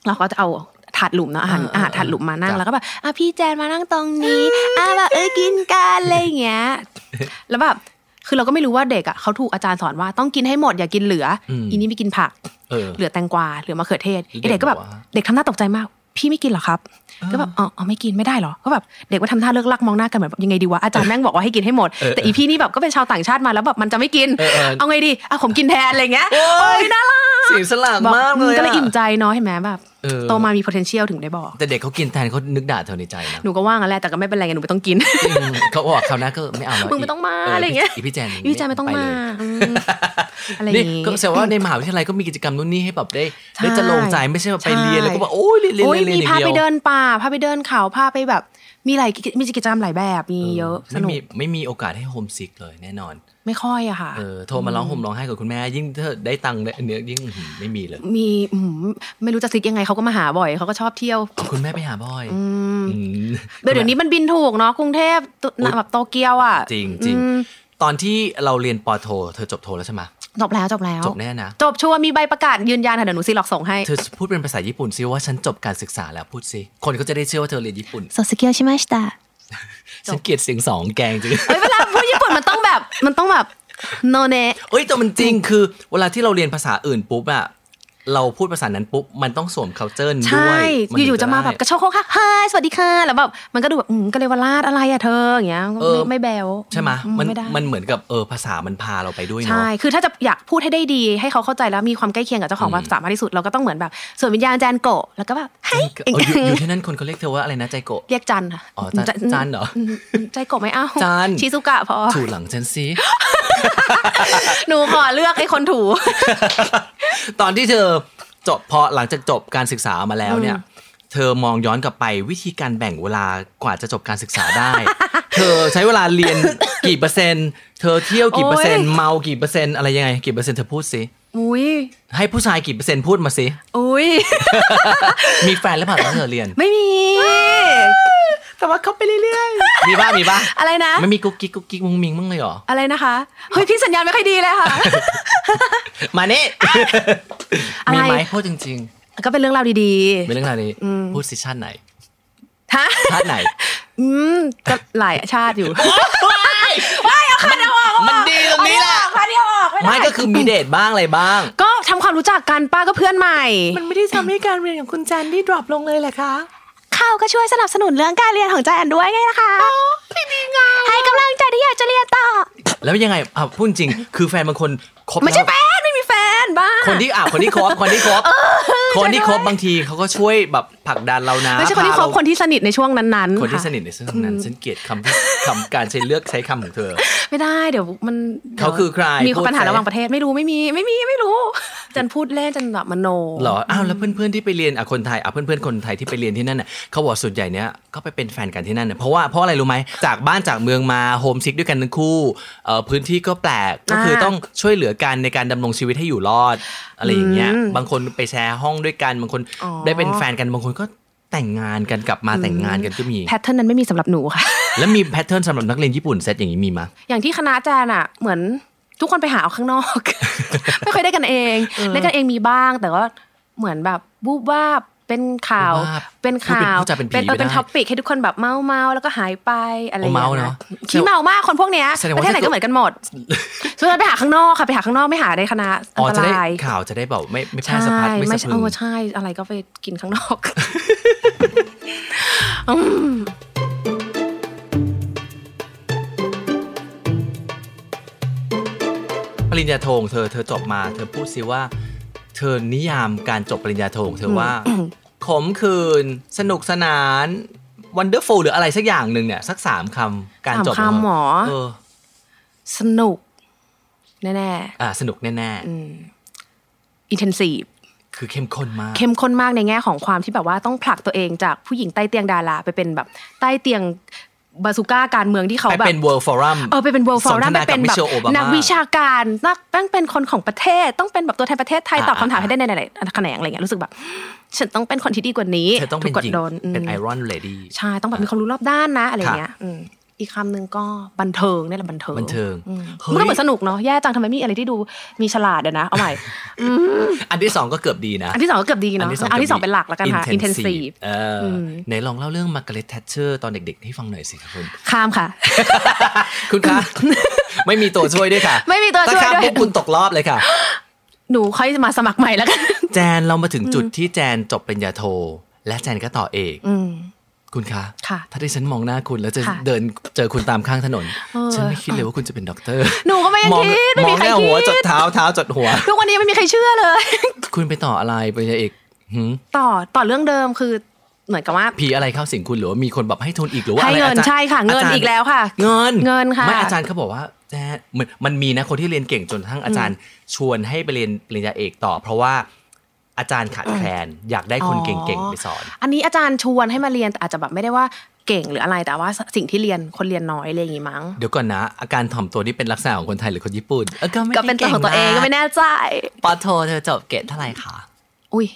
Speaker 3: เราก็จะเอาถาดหลุมเนาะอาหาร
Speaker 4: เออเออ
Speaker 3: อาหารถาดหลุมมานั่ง
Speaker 4: จ้ะ
Speaker 3: แล้วก็แบบอ่ะพี่แจนมานั่งตรงนี้อ่ะแบบเออกินกันอะไรอย่างเงี้ย แล้วแบบคือเราก็ไม่รู้ว่าเด็กอ่ะเขาถูกอาจารย์สอนว่าต้องกินให้หมดอย่ากินเหลืออ
Speaker 4: ม
Speaker 3: อีนี่ไม่กินผัก
Speaker 4: เออ
Speaker 3: เหลือแตงกวาเหลือมะเขือเทศ
Speaker 4: แล้ว
Speaker 3: ไอ้เด็กก็แบบ
Speaker 4: เด็กบอกว่า
Speaker 3: เด็กทำหน้าตกใจมาก พี่ไม่กินเหรอครับ ก็แบบอ๋ออ๋อไม่กินไม่ได้เหรอก็แบบเด็กก็ทำท่าเลิกลักมองหน้ากันเหมือนแบบยังไงดีวะอาจารย์แม่งบอกว่าให้กินให้หมด
Speaker 4: เออ
Speaker 3: แต่อีพี่นี่แบบก็เป็นชาวต่างชาติมาแล้วแบบมันจะไม่กิน
Speaker 4: เออเออ
Speaker 3: เอาไงดีอ่ะผมกินแทนอะไรเงี้ย
Speaker 4: โอ้
Speaker 3: โอ้
Speaker 4: ย
Speaker 3: ยน่ารัก
Speaker 4: เสียงสลากมาก
Speaker 3: บ
Speaker 4: เล
Speaker 3: อืก็เลย
Speaker 4: ยะ
Speaker 3: อิ่มใจเนาะเห็นไหมแบบ
Speaker 4: เออ
Speaker 3: โตมามี potential ถึงได้บอก
Speaker 4: แต่เด็กเขากินแทนเขานึกด่าเธอในใจนะ
Speaker 3: หนูก็ว่างนแหละแต่ก็ไม่เป็นไรไงหนูไม่ต้องกิน
Speaker 4: อืมเขาบอกคราวหน้าก็ไม่เอาแล้ว
Speaker 3: มึงไม่ต้องมาอะไรอย่างเงี้ย
Speaker 4: อีพี่แจน
Speaker 3: อีพี่ใจไม่ต้อง
Speaker 4: ป
Speaker 3: มา
Speaker 4: เลย
Speaker 3: อื มอะไรอย่าง
Speaker 4: นี่
Speaker 3: งี้
Speaker 4: ก็แสดงว่าในมหาวิทยาลัยก็มีกิจกรรมนู่นนี่ให้แบบได้ได้
Speaker 3: ใช่
Speaker 4: จะลงใจไม่ใช่แบบไป
Speaker 3: ใช่
Speaker 4: เรียนแล้วก็แบบโอ้ยเรียนเรียน
Speaker 3: โอ้ย
Speaker 4: เรียน
Speaker 3: มี
Speaker 4: อย่ง
Speaker 3: พา
Speaker 4: ดียว
Speaker 3: ไปเดินป่าพาไปเดินเขาพาไปแบบ มีหลายกิจมีกิจกรรมหลายแบบมีเยอะส
Speaker 4: ไม่
Speaker 3: นุก
Speaker 4: มีไม่มีโอกาสให้โฮมสิกเลยแน่นอน
Speaker 3: ไม่ค่อยอะค่ะ
Speaker 4: เออโทรมาร้องห่มร้องไห้กับคุณแม่ ยิ่งถ้าได้ตังค์ได้อันเนี้ยยิ่งอื้อหือไม่มีเลย
Speaker 3: มีอืมไม่รู้จะซิกยังไงเขาก็มาหาบ่อยเขาก็ชอบเที่ยว
Speaker 4: เอาคุณแม่ไปหาบ่อย
Speaker 3: อืม
Speaker 4: อืม
Speaker 3: เดี๋ยวเดี๋ยวนี้มันบินถูกเนาะกรุงเทพตุ
Speaker 4: อุ๊ย
Speaker 3: แบบโตเกียวอะ
Speaker 4: จริงจริง
Speaker 3: อืม
Speaker 4: ตอนที่เราเรียนปอโท เธอจบโทแล้วใช่ไหม
Speaker 3: จบแล้วจบแล้ว
Speaker 4: จบแน่นะ
Speaker 3: จบชัวร์มีใบประกาศยืนยันค่ะเดี๋ยวหนูซีหลอกส่งให้
Speaker 4: เธอพูดเป็นภาษาญี่ปุ่นซิว่าฉันจบการศึกษาแล้วพูดซิคนเขาจะได้เชื่อว่าเธอเรียนญี่ปุ่น
Speaker 3: โซซิเกียวใช่ไหมสตา
Speaker 4: ฉันเกลียดเสียงสองแกงจริง
Speaker 3: เอ้ยเวลาพูดญี่ปุ่นมันต้องแบบมันต้องแบบโนเนะ
Speaker 4: เอ้ยแต่มันจริงคือ เวลาที่เราเรียนภาษาอื่นปุ๊บอะเราพูดภาษานั้นปุ๊บ มันต้องสวม culture นั้น
Speaker 3: ใช
Speaker 4: ด้ว่ ยนถึง
Speaker 3: อยู่ๆจะมาแบบก
Speaker 4: ได้
Speaker 3: ระโชกโคกค่ะฮสวัสดีค่ะแล้วแบบมันก็ดูแบบอืมกะเลวราชอะไรอะเธออย่างเงี้ย
Speaker 4: เออ
Speaker 3: ไม่ไม่แบว
Speaker 4: ใช่ไหม
Speaker 3: อื
Speaker 4: มัน
Speaker 3: ไได้
Speaker 4: มันเหมือนกับเออภาษามันพาเราไปด้วยเนาะ
Speaker 3: ใช่ คือถ้าจะอยากพูดให้ได้ดี ให้เขาเข้าใจแล้วมีความใกล้เคียงกับเจ้าของภาษามากที่สุด เราก็ต้องเหมือนแบบ ส่วนวิญญาณจานโกะแล้วก็แบบไฮ
Speaker 4: เอออยู่อยู่ที่นั่นคนเขาเรียกเธอว่าอะไรนะใจโกะ
Speaker 3: เรียกจันค่ะ
Speaker 4: อ๋อจานจานเหรอ
Speaker 3: ใจโกะไม่เอา
Speaker 4: จัน
Speaker 3: ชิซุกะพอ
Speaker 4: ถูหลังฉันสิ
Speaker 3: หนูขอเลือกไอ้คนถู
Speaker 4: ตอนที่เธอจบพอหลังจากจบการศึกษามาแล้วเนี่ย เธอมองย้อนกลับไปวิธีการแบ่งเวลากว่าจะจบการศึกษาได้ เธอใช้เวลาเรียนกี่เปอร์เซ็นต์เธอเที่ยวกี่เปอร์เซ็นต์
Speaker 3: โอ๊ย
Speaker 4: เมากี่เปอร์เซ็นต์อะไรยังไงกี่เปอร์เซ็นต์เธอพูดสิ
Speaker 3: อุ้ย
Speaker 4: ให้ผู้ชายกี่เปอร์เซ็นต์พูดมาสิ
Speaker 3: อุ้ย
Speaker 4: มีแฟนหรือเปล่าตอนที่เธอเรียน
Speaker 3: ไม่มี
Speaker 4: แต่ว่าเขาไปเรื่อยๆ มีป่ะ มีป่ะ
Speaker 3: อะไรนะ
Speaker 4: ไม่มีกุ๊กกิ๊กกุ๊กกิ๊กมุงมิงมั้างเลยเหรอ
Speaker 3: อะไรนะคะ เฮ้ย พี่สัญญาณไม่ค่อยดีเลย ค่ะ
Speaker 4: มานี่
Speaker 3: อะไร
Speaker 4: มีไหมพูดจริง
Speaker 3: ก็เป็นเรื่องราวดี
Speaker 4: ๆ เป็นเรื่องอะไราวนี้พูดสิชาติไหน
Speaker 3: ๆ ฮะ
Speaker 4: ชาติไหน
Speaker 3: อืม ก็หลายชาติ อยู่
Speaker 4: มันมันดีตรงนี้แหละ
Speaker 3: พาเดียวออก
Speaker 4: ไม่ก็คือมีเดทบ้างอะไรบ้าง
Speaker 3: ก็ทำความรู้จักกันป้าก็เพื่อนใหม่
Speaker 5: มันไม่ได้ทำให้การเรียนของคุณแจนที่ดรอปลงเลยแหละคะ
Speaker 6: เขาก็ช่วยสนับสนุนเรื่องการเรียนของจอยแอนด้วยไงนะคะให้กำลังใจที่อยากจะเรียนต่อ
Speaker 4: แล้วยังไงอ่ะพูดจริง คือแฟนบางคนคบ
Speaker 3: ไม่ใช่
Speaker 4: แล้ว
Speaker 3: แฟนไม่มีแฟนบ้า
Speaker 4: คนที่อ่ะคนที่คบคนที่คบคนที่คบบางทีเขาก็ช่วยแบบผลักดันเรานะ
Speaker 3: ไม่ใช่คนที่คบค
Speaker 4: พาเรา
Speaker 3: นที่สนิทในช่วงนั้นๆ
Speaker 4: คนที่
Speaker 3: ะ
Speaker 4: สนิทในเรื่องนั้นฉันเกลียดคำที่คำการใช้เลือกใช้คำของเธอ
Speaker 3: ไม่ได้เดี๋ยวมัน
Speaker 4: เขาคือใคร
Speaker 3: มี
Speaker 4: พูด
Speaker 3: ปัญหา
Speaker 4: สิ
Speaker 3: ระหว่างประเทศไม่รู้ไม่มีไม่มีไม่รู้ จันพูดเล่นจันแบบมโน
Speaker 4: เหรออ้าวแล้วเพื่อนๆที่ไปเรียนอ่ะคนไทยอ่ะเพื่อนๆคนไทยที่ไปเรียนที่นั่นน่ะเขาบอกส่วนใหญ่เนี้ยก็ไปเป็นแฟนกันที่นั่นเน่ยเพราะว่าเพราะอะไรรู้ไหมจากบ้านจากเมืองมาโฮมซิกด้วยกันทั้งคู่เอ่อพื้นที่ก็แปลกก็คือต้องช่วยเหลือกันในการดำรงชีวิตให้อยู่รอดอะไรอย่างเงี้ยบางคนไปแชร์ห้องด้วยกันบางคนได้เป็นแฟนกันบางคนก็แต่งงานกันกลับมาแต่งงานกันก็มี
Speaker 3: แพทเทิร์นนั้นไม่มีสำหรับหนูค่ะ
Speaker 4: แล้วมีแพทเทิร์นสำหรับนักเรียนญี่ปุ่นเซตอย่างนี้มีมะ
Speaker 3: อย่างที่คณะแจนอ่ะ เหมือนทุกคนไปหาเอาข้างนอก ไม่ค่อยได้กันเองได้กันเองมีบ้าง แต่ว่าเหมือนแบบบูบว่าบเป็นข่าว
Speaker 4: บูบวาบ
Speaker 3: เป็นข่าว
Speaker 4: พูดเป็นพูดจาเป็นผี
Speaker 3: เออเป็น
Speaker 4: ไม่ได้
Speaker 3: ท็อปิกให้ทุกคนแบบเมาเมาๆแล้วก็หายไปอะไรอย่ง
Speaker 4: โอ้เมา
Speaker 3: เงี้
Speaker 4: เนอะ
Speaker 3: ยขี้เมามากคนพวกเนี้ย
Speaker 4: แสดง
Speaker 3: ป
Speaker 4: ว่า
Speaker 3: ระเทศไหนก็เหมือนกันหมดส่วนใหญ่ไปหาข้างนอกค่ะไปหาข้างนอกไม่หาในคณะอัน
Speaker 4: อ๋อ
Speaker 3: ต
Speaker 4: จะได้
Speaker 3: ราย
Speaker 4: ข่าวจะได้แบบไม่ไม่แพร่สะพัดไม่สะพ
Speaker 3: เอ
Speaker 4: รึง
Speaker 3: อใช่อะไรก็ไปกินข้างนอก
Speaker 4: ริญญาโทของเธอเธอจบมา เธอพูดสิว่า เธอนิยามการจบปริญญาโทของเธอว่า ขมขื่นสนุกสนาน วันเดอร์ฟูลหรืออะไรสักอย่างหนึ่งเนี่ย สักสามคำการจบ
Speaker 3: สามคำหมอ
Speaker 4: เออ
Speaker 3: สนุก แน่
Speaker 4: อ่ะสนุกแน่
Speaker 3: ๆอินเทนซีฟ
Speaker 4: ๆ คือเข้มข้นมาก
Speaker 3: เข้มข้นมากในแง่ของความที่แบบว่าต้องผลักตัวเองจากผู้หญิงใต้เตียงดาราไปเป็นแบบใต้เตียงบาซูก้าการเมืองที่เขา
Speaker 4: ไป
Speaker 3: แบบ
Speaker 4: เป็น World Forum
Speaker 3: เออไปเป็น world forum
Speaker 4: สนท
Speaker 3: ไป
Speaker 4: นากับ
Speaker 3: เป็นแบบ
Speaker 4: Michelle Obama
Speaker 3: นักวิชาการนักต้องเป็นคนของประเทศ ต้องเป็นแบบตัวแทนประเทศไทย
Speaker 4: อ่า
Speaker 3: ตอบคำถาม
Speaker 4: อ่า
Speaker 3: ให้ได้ในหลายๆแขนงอะไรเงี้ยรู้สึกแบบ ฉันต้องเป็นคนที่ดีกว่านี้
Speaker 4: เธอต้องเป็น
Speaker 3: ถูกกด
Speaker 4: หญิง
Speaker 3: โดนอืม
Speaker 4: เป็นไอรอนเลดี้
Speaker 3: ใช่ต้องแบบมีความรู้รอบด้านนะอะไร
Speaker 4: ค่ะ
Speaker 3: เงี้ยอืมอีกคำหนึ่งก็บันเทิงนี่แหละบันเทิง
Speaker 4: บันเทิง
Speaker 3: อืมมันก็เหมือนสนุกเนาะแย่จังทำไมมีอะไรที่ดูมีฉลาดเดี๋ยวนะเอาใหม่
Speaker 4: อันที่สองก็เกือบดีนะ
Speaker 3: อันที่สองก็เกือบดีเนาะอันที่สองเป็นหลักแล้วกันค่ะ
Speaker 4: intensive
Speaker 3: intensive
Speaker 4: เอออไหนลองเล่าเรื่องมาร์กาเร็ตแท t เชอร์ตอนเด็กๆ ให้ฟังหน่อยสิครับคุณ
Speaker 3: ข้ามค่ะ
Speaker 4: คุณคะ ไม่มีตัวช่วยด้วยค่ะ
Speaker 3: ไม่มีตัวช่วย
Speaker 4: ถ้าข้าม
Speaker 3: ด้วย
Speaker 4: ปุ๊บคุณตกรอบเลยค่ะ
Speaker 3: หนูค่อยมาสมัครใหม่แล้วกัน
Speaker 4: แจนเรามาถึงจุดที่แจนจบปริญญาโท และแจนก็ต่อเอกคุณคะ
Speaker 3: ค่ะ
Speaker 4: ถ้าที่ฉันมองหน้าคุณแล้วจะ
Speaker 3: ค่ะ
Speaker 4: เดินเจอคุณตามข้างถนน
Speaker 3: เออ
Speaker 4: ฉันไม่คิดเลยว่าคุณจะเป็นด็อกเตอร์
Speaker 3: หนูก็ไม่ยัง
Speaker 4: มอง
Speaker 3: คิด ไม่
Speaker 4: มอ
Speaker 3: มี
Speaker 4: ง
Speaker 3: ใคร
Speaker 4: แค่หัวจ
Speaker 3: คิ
Speaker 4: ด
Speaker 3: ด
Speaker 4: เท้าเท้าจดหัว
Speaker 3: ทุกวันนี้ไม่มีใครเชื่อเลย
Speaker 4: คุณไปต่ออะไรปริญญาเอกหืม
Speaker 3: ต่อต่อเรื่องเดิมคือเหมือนกับว่า
Speaker 4: ผีอะไรเข้าสิงคุณหรือว่ามีคนแบบให้ทุนอีกหรือว่า
Speaker 3: ให้
Speaker 4: อะไร
Speaker 3: เงิน
Speaker 4: อาจารย์
Speaker 3: ใช่ค่ะ เงิน
Speaker 4: จารย์
Speaker 3: อีกแล้วค่ะ
Speaker 4: เงิน
Speaker 3: เงินค่ะ
Speaker 4: ไม่อาจารย์เขาบอกว่าแจ๊ดเหมือนมันมีนะคนที่เรียนเก่งจนกระทั้งอาจารย์ชวนให้ไปเรียนปริญญาเอกต่อ เพราะว่าอาจารย์ขาดแคลนอยากได้คนเก่งๆไปสอน
Speaker 3: อันนี้อาจารย์ชวนให้มาเรียนแต่อาจจะแบบไม่ได้ว่าเก่งหรืออะไรแต่ว่าสิ่งที่เรียนคนเรียนน้อยอะไรอย่างงี้มั้ง
Speaker 4: เดี๋ยวก่อนนะ อาการถ่อมตัวนี่เป็นลักษณะของคนไทยหรือคนญี่ปุ่นเออก็ไม่ได้
Speaker 3: ก็เป็นตัวของตัวเองก็ไม่
Speaker 4: นะ
Speaker 3: แน่ใจ
Speaker 4: ปอโทเธอจบเกรดเท่าไหร่คะ
Speaker 3: อุ้ย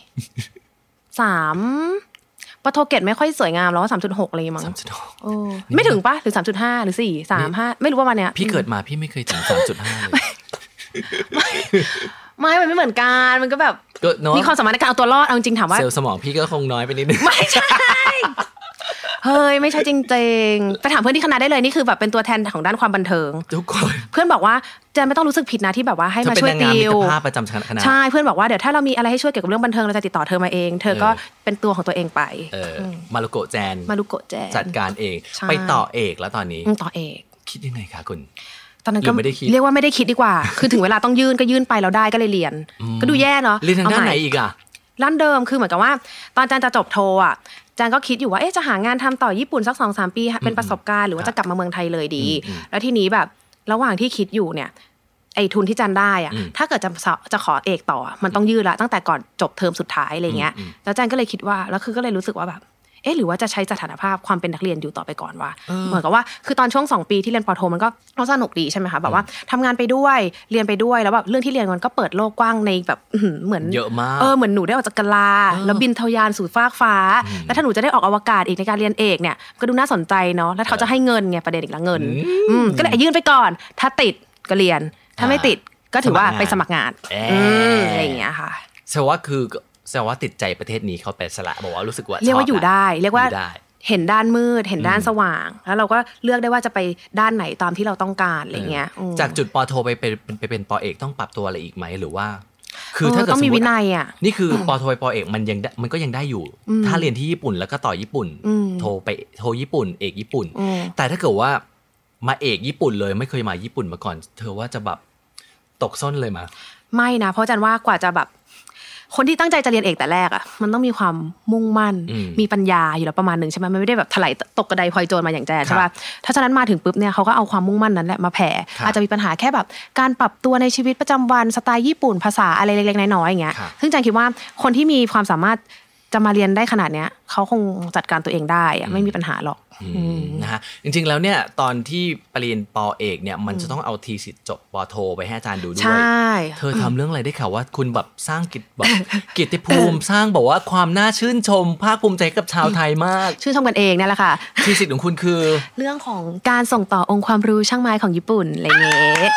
Speaker 3: สามปะโทเกตไม่ค่อยสวยงามแล้วสามจุดหกอะไรอย่างงี้มั้ง
Speaker 4: สามจุดหก
Speaker 3: โอ้ไม่ถึงปะหรือสามจุดห้าหรือสี่สามห้าไม่รู้ว่าวันเนี้ย
Speaker 4: พี่เกิดมาพี่ไม่เคยถึงสามจุดห้าเลย
Speaker 3: ไม่ มันไม่เหมือนกัน มันก็แบบ
Speaker 4: ก็เนาะ
Speaker 3: มีความสามารถในการเอาตัวรอด เอาจริงๆถามว่า
Speaker 4: เซลล์สมองพี่ก็คงน้อยไปนิดนึง
Speaker 3: ไม่ใช่ เฮ้ย ไม่ใช่จริงๆ ไปถามเพื่อนที่คณะได้เลย นี่คือแบบเป็นตัวแทนของด้านความบันเทิง
Speaker 4: ทุกคน
Speaker 3: เพื่อนบอกว่าแจนไม่ต้องรู้สึกผิดนะที่แบบว่าให้
Speaker 4: เธอ
Speaker 3: มา
Speaker 4: เป็น
Speaker 3: ช่วย
Speaker 4: นางงาม
Speaker 3: ติ
Speaker 4: มิ
Speaker 3: ว
Speaker 4: ตรภาพประจำคณะ
Speaker 3: ใช่ เพื่อนบอกว่าเดี๋ยวถ้าเรามีอะไรให้ช่วยเกี่ยวกับเรื่องบันเทิงเราจะติดต่อเธอมาเอง เธอก็
Speaker 4: เออ
Speaker 3: เป็นตัวของตัวเองไป
Speaker 4: เอออมารุโกะแจน
Speaker 3: มารุโกะแจน
Speaker 4: จัดการเอง
Speaker 3: ใช่
Speaker 4: ไปต่อเอกแล้วตอนนี้
Speaker 3: อืมต่อเอก
Speaker 4: คิดยังไงคะคุณ
Speaker 3: ตอนนั้น
Speaker 4: หรื
Speaker 3: ก็
Speaker 4: อไม่ได้คิด
Speaker 3: เรียกว่าไม่ได้คิดดีกว่า คือถึงเวลาต้องยื่นก็ยื่นไปเราได้ก็เลยเรียน ก็ดูแย่เนาะ
Speaker 4: เรียนทางด้าน
Speaker 3: เอให
Speaker 4: ไหน
Speaker 3: ม่
Speaker 4: อีกอ่ะ
Speaker 3: ร้านเดิมคือเหมือนกับว่า ตอนจันจะจบโทอ่ะจันก็คิดอยู่ว่าเอ๊ะจะหางานทำต่อญี่ปุ่นสักสองสามปีเป็นประสบการณ์หรือว่าจะกลับมาเมืองไทยเลยดี
Speaker 4: อืม
Speaker 3: แล้วทีนี้แบบระหว่างที่คิดอยู่เนี่ยไอ้ทุนที่จันได้อะ
Speaker 4: อืม
Speaker 3: ถ้าเกิดจะสอบจะขอเอกต่ออะมันต้องยืดละตั้งแต่ก่อนจบเทอมสุดท้ายอะไรเงี้ย
Speaker 4: อืมอืม
Speaker 3: แล้วจันก็เลยคิดว่าแล้วคือก็เลยรู้สึกว่าแบบเอ๊ะหรือว่าจะใช้สถานภาพความเป็นนักเรียนอยู่ต่อไปก่อนว่า เหมือนกับว่าคือตอนช่วงสองปีที่เรียนปอโทมันก็สนุกดีใช่ไหมคะแบบว่าทำงานไปด้วยเรียนไปด้วยแล้วแบบเรื่องที่เรียนมันก็เปิดโลกกว้างในแบบอื้อหือเหมือน
Speaker 4: เยอะมาก
Speaker 3: เออเหมือนหนูได้ออกจากกะลา แล้วบินทะยานสู่ฟากฟ้า แล้วถ้าหนูจะได้ออกอวกาศอีกในการเรียนเอกเนี่ยก็ดูน่าสนใจเนาะแล้วเขาจะให้เงินไงประเด็นอีกละเงินอืมก็เลยยื่นไปก่อน ถ้าติดก็เรียน ถ้าไม่ติดก็ถือว่าไปสมัครงาน
Speaker 4: เอ่ออื
Speaker 3: อืมอะไรอย่างเงี้ยค่ะ
Speaker 4: แสดงว่าคือแสดงว่าติดใจประเทศนี้เขาไปสละบอกว่ารู้สึกว่า
Speaker 3: เรียกว่า
Speaker 4: ชบ
Speaker 3: อยู่
Speaker 4: แหละ
Speaker 3: ได้เรียกว่า
Speaker 4: อได้
Speaker 3: เห็นด้านมืด เห็นด้านสว่าง แล้วเราก็เลือกได้ว่าจะไปด้านไหนตามที่เราต้องการอะไรเงี้ยอืม
Speaker 4: จากจุดปอโทไปเป็นไปเป็นปอเอกต้องปรับตัวอะไรอีกไหมหรือว่า คือถ้าเกิด
Speaker 3: เต้อง
Speaker 4: ส
Speaker 3: มี
Speaker 4: มม
Speaker 3: วิ
Speaker 4: ติ
Speaker 3: นัยอ่ะ
Speaker 4: นี่คือปอโทไปปอเอกมันยังได้มันก็ยังได้อยู่ ถ้าเรียนที่ญี่ปุ่นแล้วก็ต่อญี่ปุ่น โทรไปโทรญี่ปุ่น เอกญี่ปุ่น
Speaker 3: อืม
Speaker 4: แต่ถ้าเกิดว่ามาเอกญี่ปุ่นเลยไม่เคยมาญี่ปุ่นมาก่อน เธอว่าจะแบบตกส้นเลยมา
Speaker 3: ไม่นะ เพราะอาจันว่ากว่าจะแบบ คนที่ตั้งใจจะเรียนเอกแต่แรกอะ่ะ มันต้องมีความมุ่งมั่น
Speaker 4: อืม
Speaker 3: มีปัญญาอยู่แล้วประมาณหนึ่งใช่ไหมมันไม่ได้แบบถลายตกกระไดพลอยโจรมาอย่างแจน
Speaker 4: ครั
Speaker 3: ใช่
Speaker 4: บ
Speaker 3: ป่ะถ้าฉะนั้นมาถึงปุ๊บเนี่ยเขาก็เอาความมุ่งมั่นนั้นแหละมาแผ่
Speaker 4: ครับ
Speaker 3: อาจจะมีปัญหาแค่แบบ การปรับตัวในชีวิตประจำวันสไตล์ญี่ปุ่นภาษาอะไรเล็กๆน้อยๆอย่างเงี้ย
Speaker 4: ครับ
Speaker 3: ซึ่งอาจันคิดว่าคนที่มีความสามารถจะมาเรียนได้ขนาดเนี้ยเขาคงจัดการตัวเองได้อะไม่มีปัญหาหรอก
Speaker 4: อืมนะฮะจริงๆแล้วเนี่ยตอนที่ปริญญาปอเอกเนี่ยมันจะต้องเอาทีสิทธิ์จบปอโทไปให้อาจารย์ดูด้
Speaker 3: ใช
Speaker 4: ว
Speaker 3: ่
Speaker 4: ยเธอทำเรื่องอะไรได้ข่าวว่าคุณแบบสร้าง กิจแบบ เกียรติภูมิสร้างบอกว่าความน่าชื่นชม ภาคภูมิใจกับชาวไทยมาก
Speaker 3: ชื่นชมกันเองเนี่ยแหละค่ะ
Speaker 4: ที่สิทธิ์ของคุณคือ
Speaker 3: เรื่องของการส่งต่อองค์ความรู้ช่างไม้ของญี่ปุ่นอะไรเงี้ย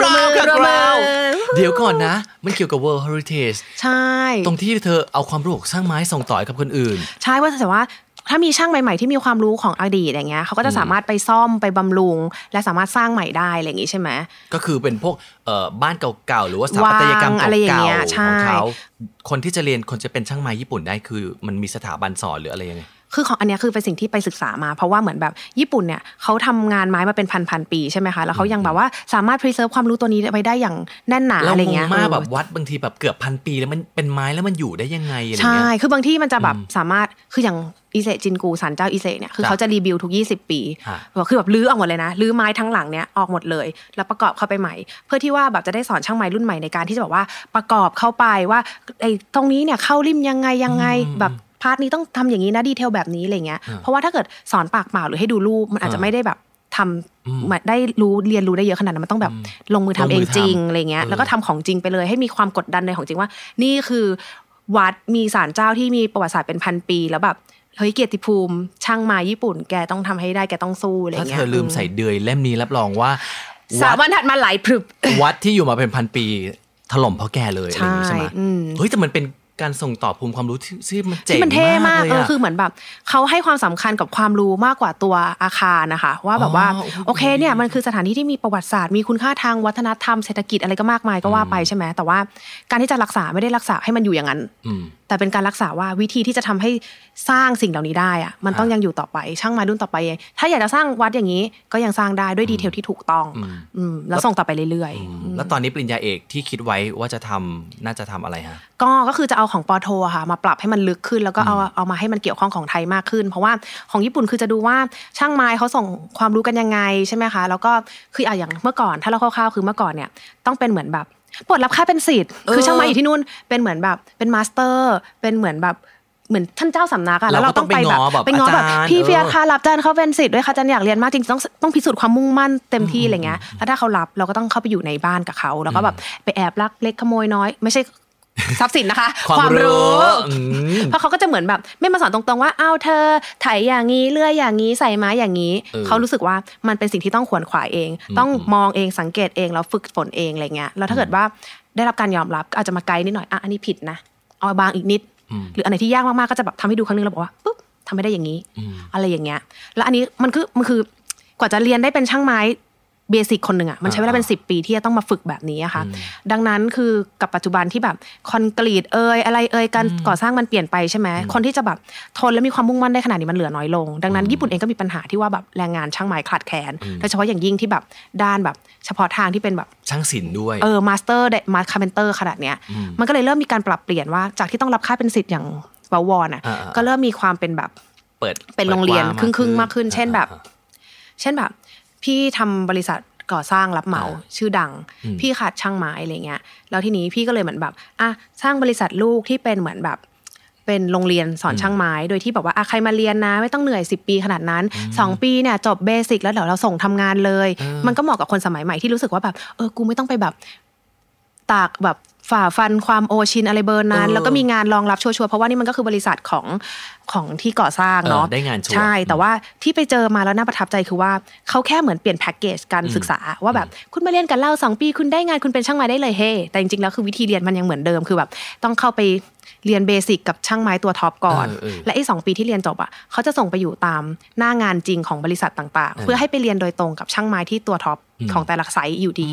Speaker 4: กราวค่ะ
Speaker 3: รวมมือก
Speaker 4: ราว
Speaker 3: รวมมือ
Speaker 4: เดี๋ยวก่อนนะ มันเกี่ยวกับ World Heritage
Speaker 3: ใช่
Speaker 4: ตรงที่เธอเอาความรู้ของสร้างไม้ส่งต่อให้กับคนอื่น
Speaker 3: ใช่ว่าแต่ว่าถ้ามีช่างใหม่ๆที่มีความรู้ของอดีตอย่างเงี้ยเขาก็จะสามารถไปซ่อมไปบำรุง และสามารถสร้างใหม่ได้อะไรอย่างงี้ใช่ไหม
Speaker 4: ก็คือเป็นพวกเอ่อบ้านเก่าๆ หรือว่าสถาปัตยกรรม
Speaker 3: วางอะไรอย่าง
Speaker 4: เก่า
Speaker 3: เงี้ย
Speaker 4: ๆ
Speaker 3: ใช่
Speaker 4: ของเขาคนที่จะเรียนคนจะเป็นช่างไม้ญี่ปุ่นได้คือ มันมีสถาบันสอนหรืออะไรยังไง
Speaker 3: คือของอันเนี้ยคือเป็นสิ่งที่ไปศึกษามา เพราะว่าเหมือนแบบญี่ปุ่นเนี่ยเขาทำงานไม้มาเป็นพันๆปีใช่ไหมคะแล้วเขายังแบบว่าสามารถ preserve ความรู้ตัวนี้ไปได้อย่างแน่นหนา
Speaker 4: เรา
Speaker 3: อะไร
Speaker 4: งง
Speaker 3: เงี้ย
Speaker 4: มาก
Speaker 3: เออ
Speaker 4: แบบวัดบางทีแบบเกือบพันปีแล้วมันเป็นไม้แล้วมันอยู่ได้ยังไงอะไร
Speaker 3: ใช่
Speaker 4: เงี้ย
Speaker 3: คือบางที่มันจะแบบ
Speaker 4: อืม
Speaker 3: สามารถ คืออย่างอิเซจินกูศาลเจ้าอิเซเนี่ย คือ
Speaker 4: จ้ะ
Speaker 3: เขาจะรีบิวทุก 20 ปี
Speaker 4: ฮะ
Speaker 3: แบบคือแบบรื้อออกหมดเลยนะ รื้อไม้ทั้งหลังเนี่ยออกหมดเลย แล้วประกอบเข้าไปใหม่ เพื่อที่ว่าแบบจะได้สอนช่างไม้รุ่นใหม่ในการที่จะบอกว่าประกอบเข้าไปว่าไอ้ตรงนี้เนี่ยเข้าริมยังไงยังไง
Speaker 4: อืม
Speaker 3: แบบพาร์ทนี้ต้องทำอย่างนี้นะดีเทลแบบนี้อะไรเงี้ย
Speaker 4: อ่า
Speaker 3: เพราะว่าถ้าเกิดสอนปากเปล่าหรือให้ดูรูปมันอาจจะ
Speaker 4: อ่า
Speaker 3: ไม่ได้แบบท
Speaker 4: อืม
Speaker 3: ำมาได้รู้เรียนรู้ได้เยอะขนาดนั้นมันต้องแบบลงมือทำ
Speaker 4: ลง
Speaker 3: เอ
Speaker 4: มือ
Speaker 3: งจริง
Speaker 4: ทำ
Speaker 3: อะไรเงี้ย
Speaker 4: เออ
Speaker 3: แล้วก็ทำของจริงไปเลยให้มีความกดดันในของจริงว่า นี่คือ วัดมีศาลเจ้าที่มีประวัติศาสตร์เป็นพันปี แล้วแบบเฮ้ยเกียรติภูมิ ช่างมาญี่ปุ่น แกต้องทำให้ได้แกต้องสู้อะไร
Speaker 4: ถ้าเธ
Speaker 3: เงี้ย
Speaker 4: อลืมใส่เดือยเล่มนี้รับรองว่า
Speaker 3: สาม
Speaker 4: วัด
Speaker 3: วันถัดมาหลายพรึบ
Speaker 4: วัดที่อยู่มาเป็นพันปีถล่มเพราะแกเลยอะไรอย่างงี้
Speaker 3: ใช่
Speaker 4: ใช่ไหม
Speaker 3: อืม
Speaker 4: เฮ้ยแต่มันเป็นการส่งต่อภูมิความรู้ที่ที่มันเจ๋ง
Speaker 3: ที่มันเท่มาก
Speaker 4: เลย
Speaker 3: เออ
Speaker 4: อะ
Speaker 3: คือเหมือนแบบเขาให้ความสำคัญกับความรู้มากกว่าตัวอาคารนะคะ ว่าแบบว่า
Speaker 4: อ๋อโอ้โห
Speaker 3: โอเคเนี่ยมันคือสถานที่ที่มีประวัติศาสตร์มีคุณค่าทางวัฒนธรรมเศรษฐกิจอะไรก็มากมายก็ว่าไปใช่ไหมแต่ว่าการที่จะรักษาไม่ได้รักษาให้มันอยู่อย่างนั้น
Speaker 4: อืม
Speaker 3: แต่เป็นการรักษาว่าวิธีที่จะทำให้สร้างสิ่งเหล่านี้ได้อะมันต้องยังอยู่ต่อไป ช่างมารุ่นต่อไป ถ้าอยากจะสร้างวัดอย่างนี้ก็ยังสร้างได้ด้วยดีเทลที่ถูกต้องอืมแล้วส่งต่อไปเรื่อย
Speaker 4: อืมแล้วตอนนี้ปริญญาเอกที่คิดไว้ว่าจะทำน่าจะทำอะไรฮะ
Speaker 3: ๆก็ก็คือจะเอาของปอโทอะค่ะมาปรับให้มันลึกขึ้น แล้วก็เอาเอามาให้มันเกี่ยวข้องของไทยมากขึ้น เพราะว่าของญี่ปุ่นคือจะดูว่าช่างไม้เขาส่งความรู้กันยังไงใช่ไหมคะแล้วก็คืออะอย่างเมื่อก่อนถ้าเราคร่าวๆคือเมื่อก่อนเนี่ยต้องเป็นเหมือนแบบปลดรับค่าเป็นสิทธิ์คือช่างไม้อยู่ที่นู่นเป็นเหมือนแบบเป็นมาสเตอร์เป็นเหมือนแบบเหมือนท่านเจ้าสำนักอะ แล้ว
Speaker 4: เรา
Speaker 3: เรา
Speaker 4: ก็ต้
Speaker 3: ต้
Speaker 4: อ
Speaker 3: อง ง
Speaker 4: ไป
Speaker 3: ไป
Speaker 4: ง้
Speaker 3: แบ
Speaker 4: อบ แบบ
Speaker 3: ไปง้อแบบ
Speaker 4: อาจารย์
Speaker 3: พี่เฟีย
Speaker 4: เออ
Speaker 3: สค่ะรับอาจารย์เข้าเป็นสิทธิ์ด้วยค่ะอาจารย์อยากเรียนมากจริงๆต้องต้องพิสูจน์ความมุ่งมั่นเต็มที่อะไรเงี้ยแล้วถ้าเขารับเราก็ต้องเข้าไปอยู่ในบ้านกับเขา แล้วก็แบบไปแอบลักเล็กขโมยน้อย ไม่ใช่ทรัพย์สินนะคะ
Speaker 4: อืม
Speaker 3: เพราะเขาก็จะเหมือนแบบไม่มาสอนตรงๆว่าอ้าวเธอไถอย่างนี้เลื่อยอย่างนี้ใส่ไม้อย่างนี้
Speaker 4: เออ
Speaker 3: เขารู้สึกว่ามันเป็นสิ่งที่ต้องขวนขวายเอง ต้องมองเองสังเกตเองแล้วฝึกฝนเองอะไรเงี้ยแล้วถ้าเกิดว่าได้รับการยอมรับก็อาจจะมาไกด์นิดหน่อยอ่ะอันนี้ผิดนะเอาบางอีกนิด
Speaker 4: อืม
Speaker 3: หรืออันไหนที่ยากมากๆก็จะแบบทำให้ดูครั้งนึงแล้วบอกว่าปุ๊บทำไม่ได้อย่างนี้
Speaker 4: อืม
Speaker 3: อะไรอย่างเงี้ย แล้วอันนี้มันคือมันคือกว่าจะเรียนได้เป็นช่างไม้เบสิกคนหนึ่งอะมันใช้เวลาเป็น 10 ปีที่จะต้องมาฝึกแบบนี้อะค่ะ ดังนั้นคือกับปัจจุบันที่แบบคอนกรีตเอ่ยอะไรเอ่ยการก่อสร้างมันเปลี่ยนไปใช่ไหมคนที่จะแบบทนและมีความมุ่งมั่นได้ขนาดนี้มันเหลือน้อยลง ดังนั้นญี่ปุ่นเองก็มีปัญหาที่ว่าแบบแรงงานช่างไม้ขาดแคลนโดยเฉพาะอย่างยิ่งที่แบบด้านแบบ เฉพาะทางที่เป็นแบบ
Speaker 4: ช่างศิลป์ด้วย
Speaker 3: เออมาสเตอร์มาคาเพนเตอร์ขนาดเนี้ยมันก็เลยเริ่มมีการปรับเปลี่ยนว่าจากที่ต้องรับค่าเป็นสิทธิ์อย่างวาวอนอ่ะ
Speaker 4: อ่าๆ
Speaker 3: ก็เริ่มมีความเป็นแบบ
Speaker 4: เปิด
Speaker 3: เป็นโรงเรียน
Speaker 4: ปิด
Speaker 3: ค
Speaker 4: กว้า
Speaker 3: รึ่งๆมากขึ้น เช่นแบบ
Speaker 4: อ่า
Speaker 3: เช่นแบบ พี่ทำบริษัทก่อสร้างรับเหมา
Speaker 4: อ่า
Speaker 3: ชื่อดัง พี่ขาดช่างไม้อะไรเงี้ยแล้วทีนี้พี่ก็เลยเหมือนแบบอ่ะสร้างบริษัทลูกที่เป็นเหมือนแบบ เป็นโรงเรียนสอนช่างไม้โดยที่แบบว่าอ่ะใครมาเรียนนะ ไม่ต้องเหนื่อย 10 ปีขนาดนั้น 2 ปีเนี่ยจบเบสิกแล้วเดี๋ยวเราส่งทำงานเลย มันก็เหมาะกับคนสมัยใหม่ที่รู้สึกว่าแบบเออกูไม่ต้องไปแบบ ตากแบบฝ่าฟันความโอชินอะไรเบอร์นั้น
Speaker 4: เออ
Speaker 3: แล้วก็มีงานรองรับชัวร์ๆเพราะว่านี่มันก็คือบริษัทของของที่ก่อสร้างเนาะ
Speaker 4: เออได้งานชัวร์
Speaker 3: ใช่ แต่ว่าที่ไปเจอมาแล้วน่าประทับใจคือว่าเขาแค่เหมือนเปลี่ยนแพ็กเกจการศึกษา ว่าแบบคุณมาเรียนกับเราสองปี คุณได้งานคุณเป็นช่างไม้ได้เลยเฮ้แต่จริงๆแล้วคือวิธีเรียนมันยังเหมือนเดิมคือแบบต้องเข้าไปเรียนเบสิกกับช่างไม้ตัวท็อปก่อน
Speaker 4: เออเออ
Speaker 3: และไอ้สองปีที่เรียนจบอ่ะเขาจะส่งไปอยู่ตามหน้างานจริงของบริษัทต่างๆ เพื่อให้ไปเรียนโดยตรงกับช่างไม้ที่ตัวท็อปของแต่ละไซต์อยู่ดี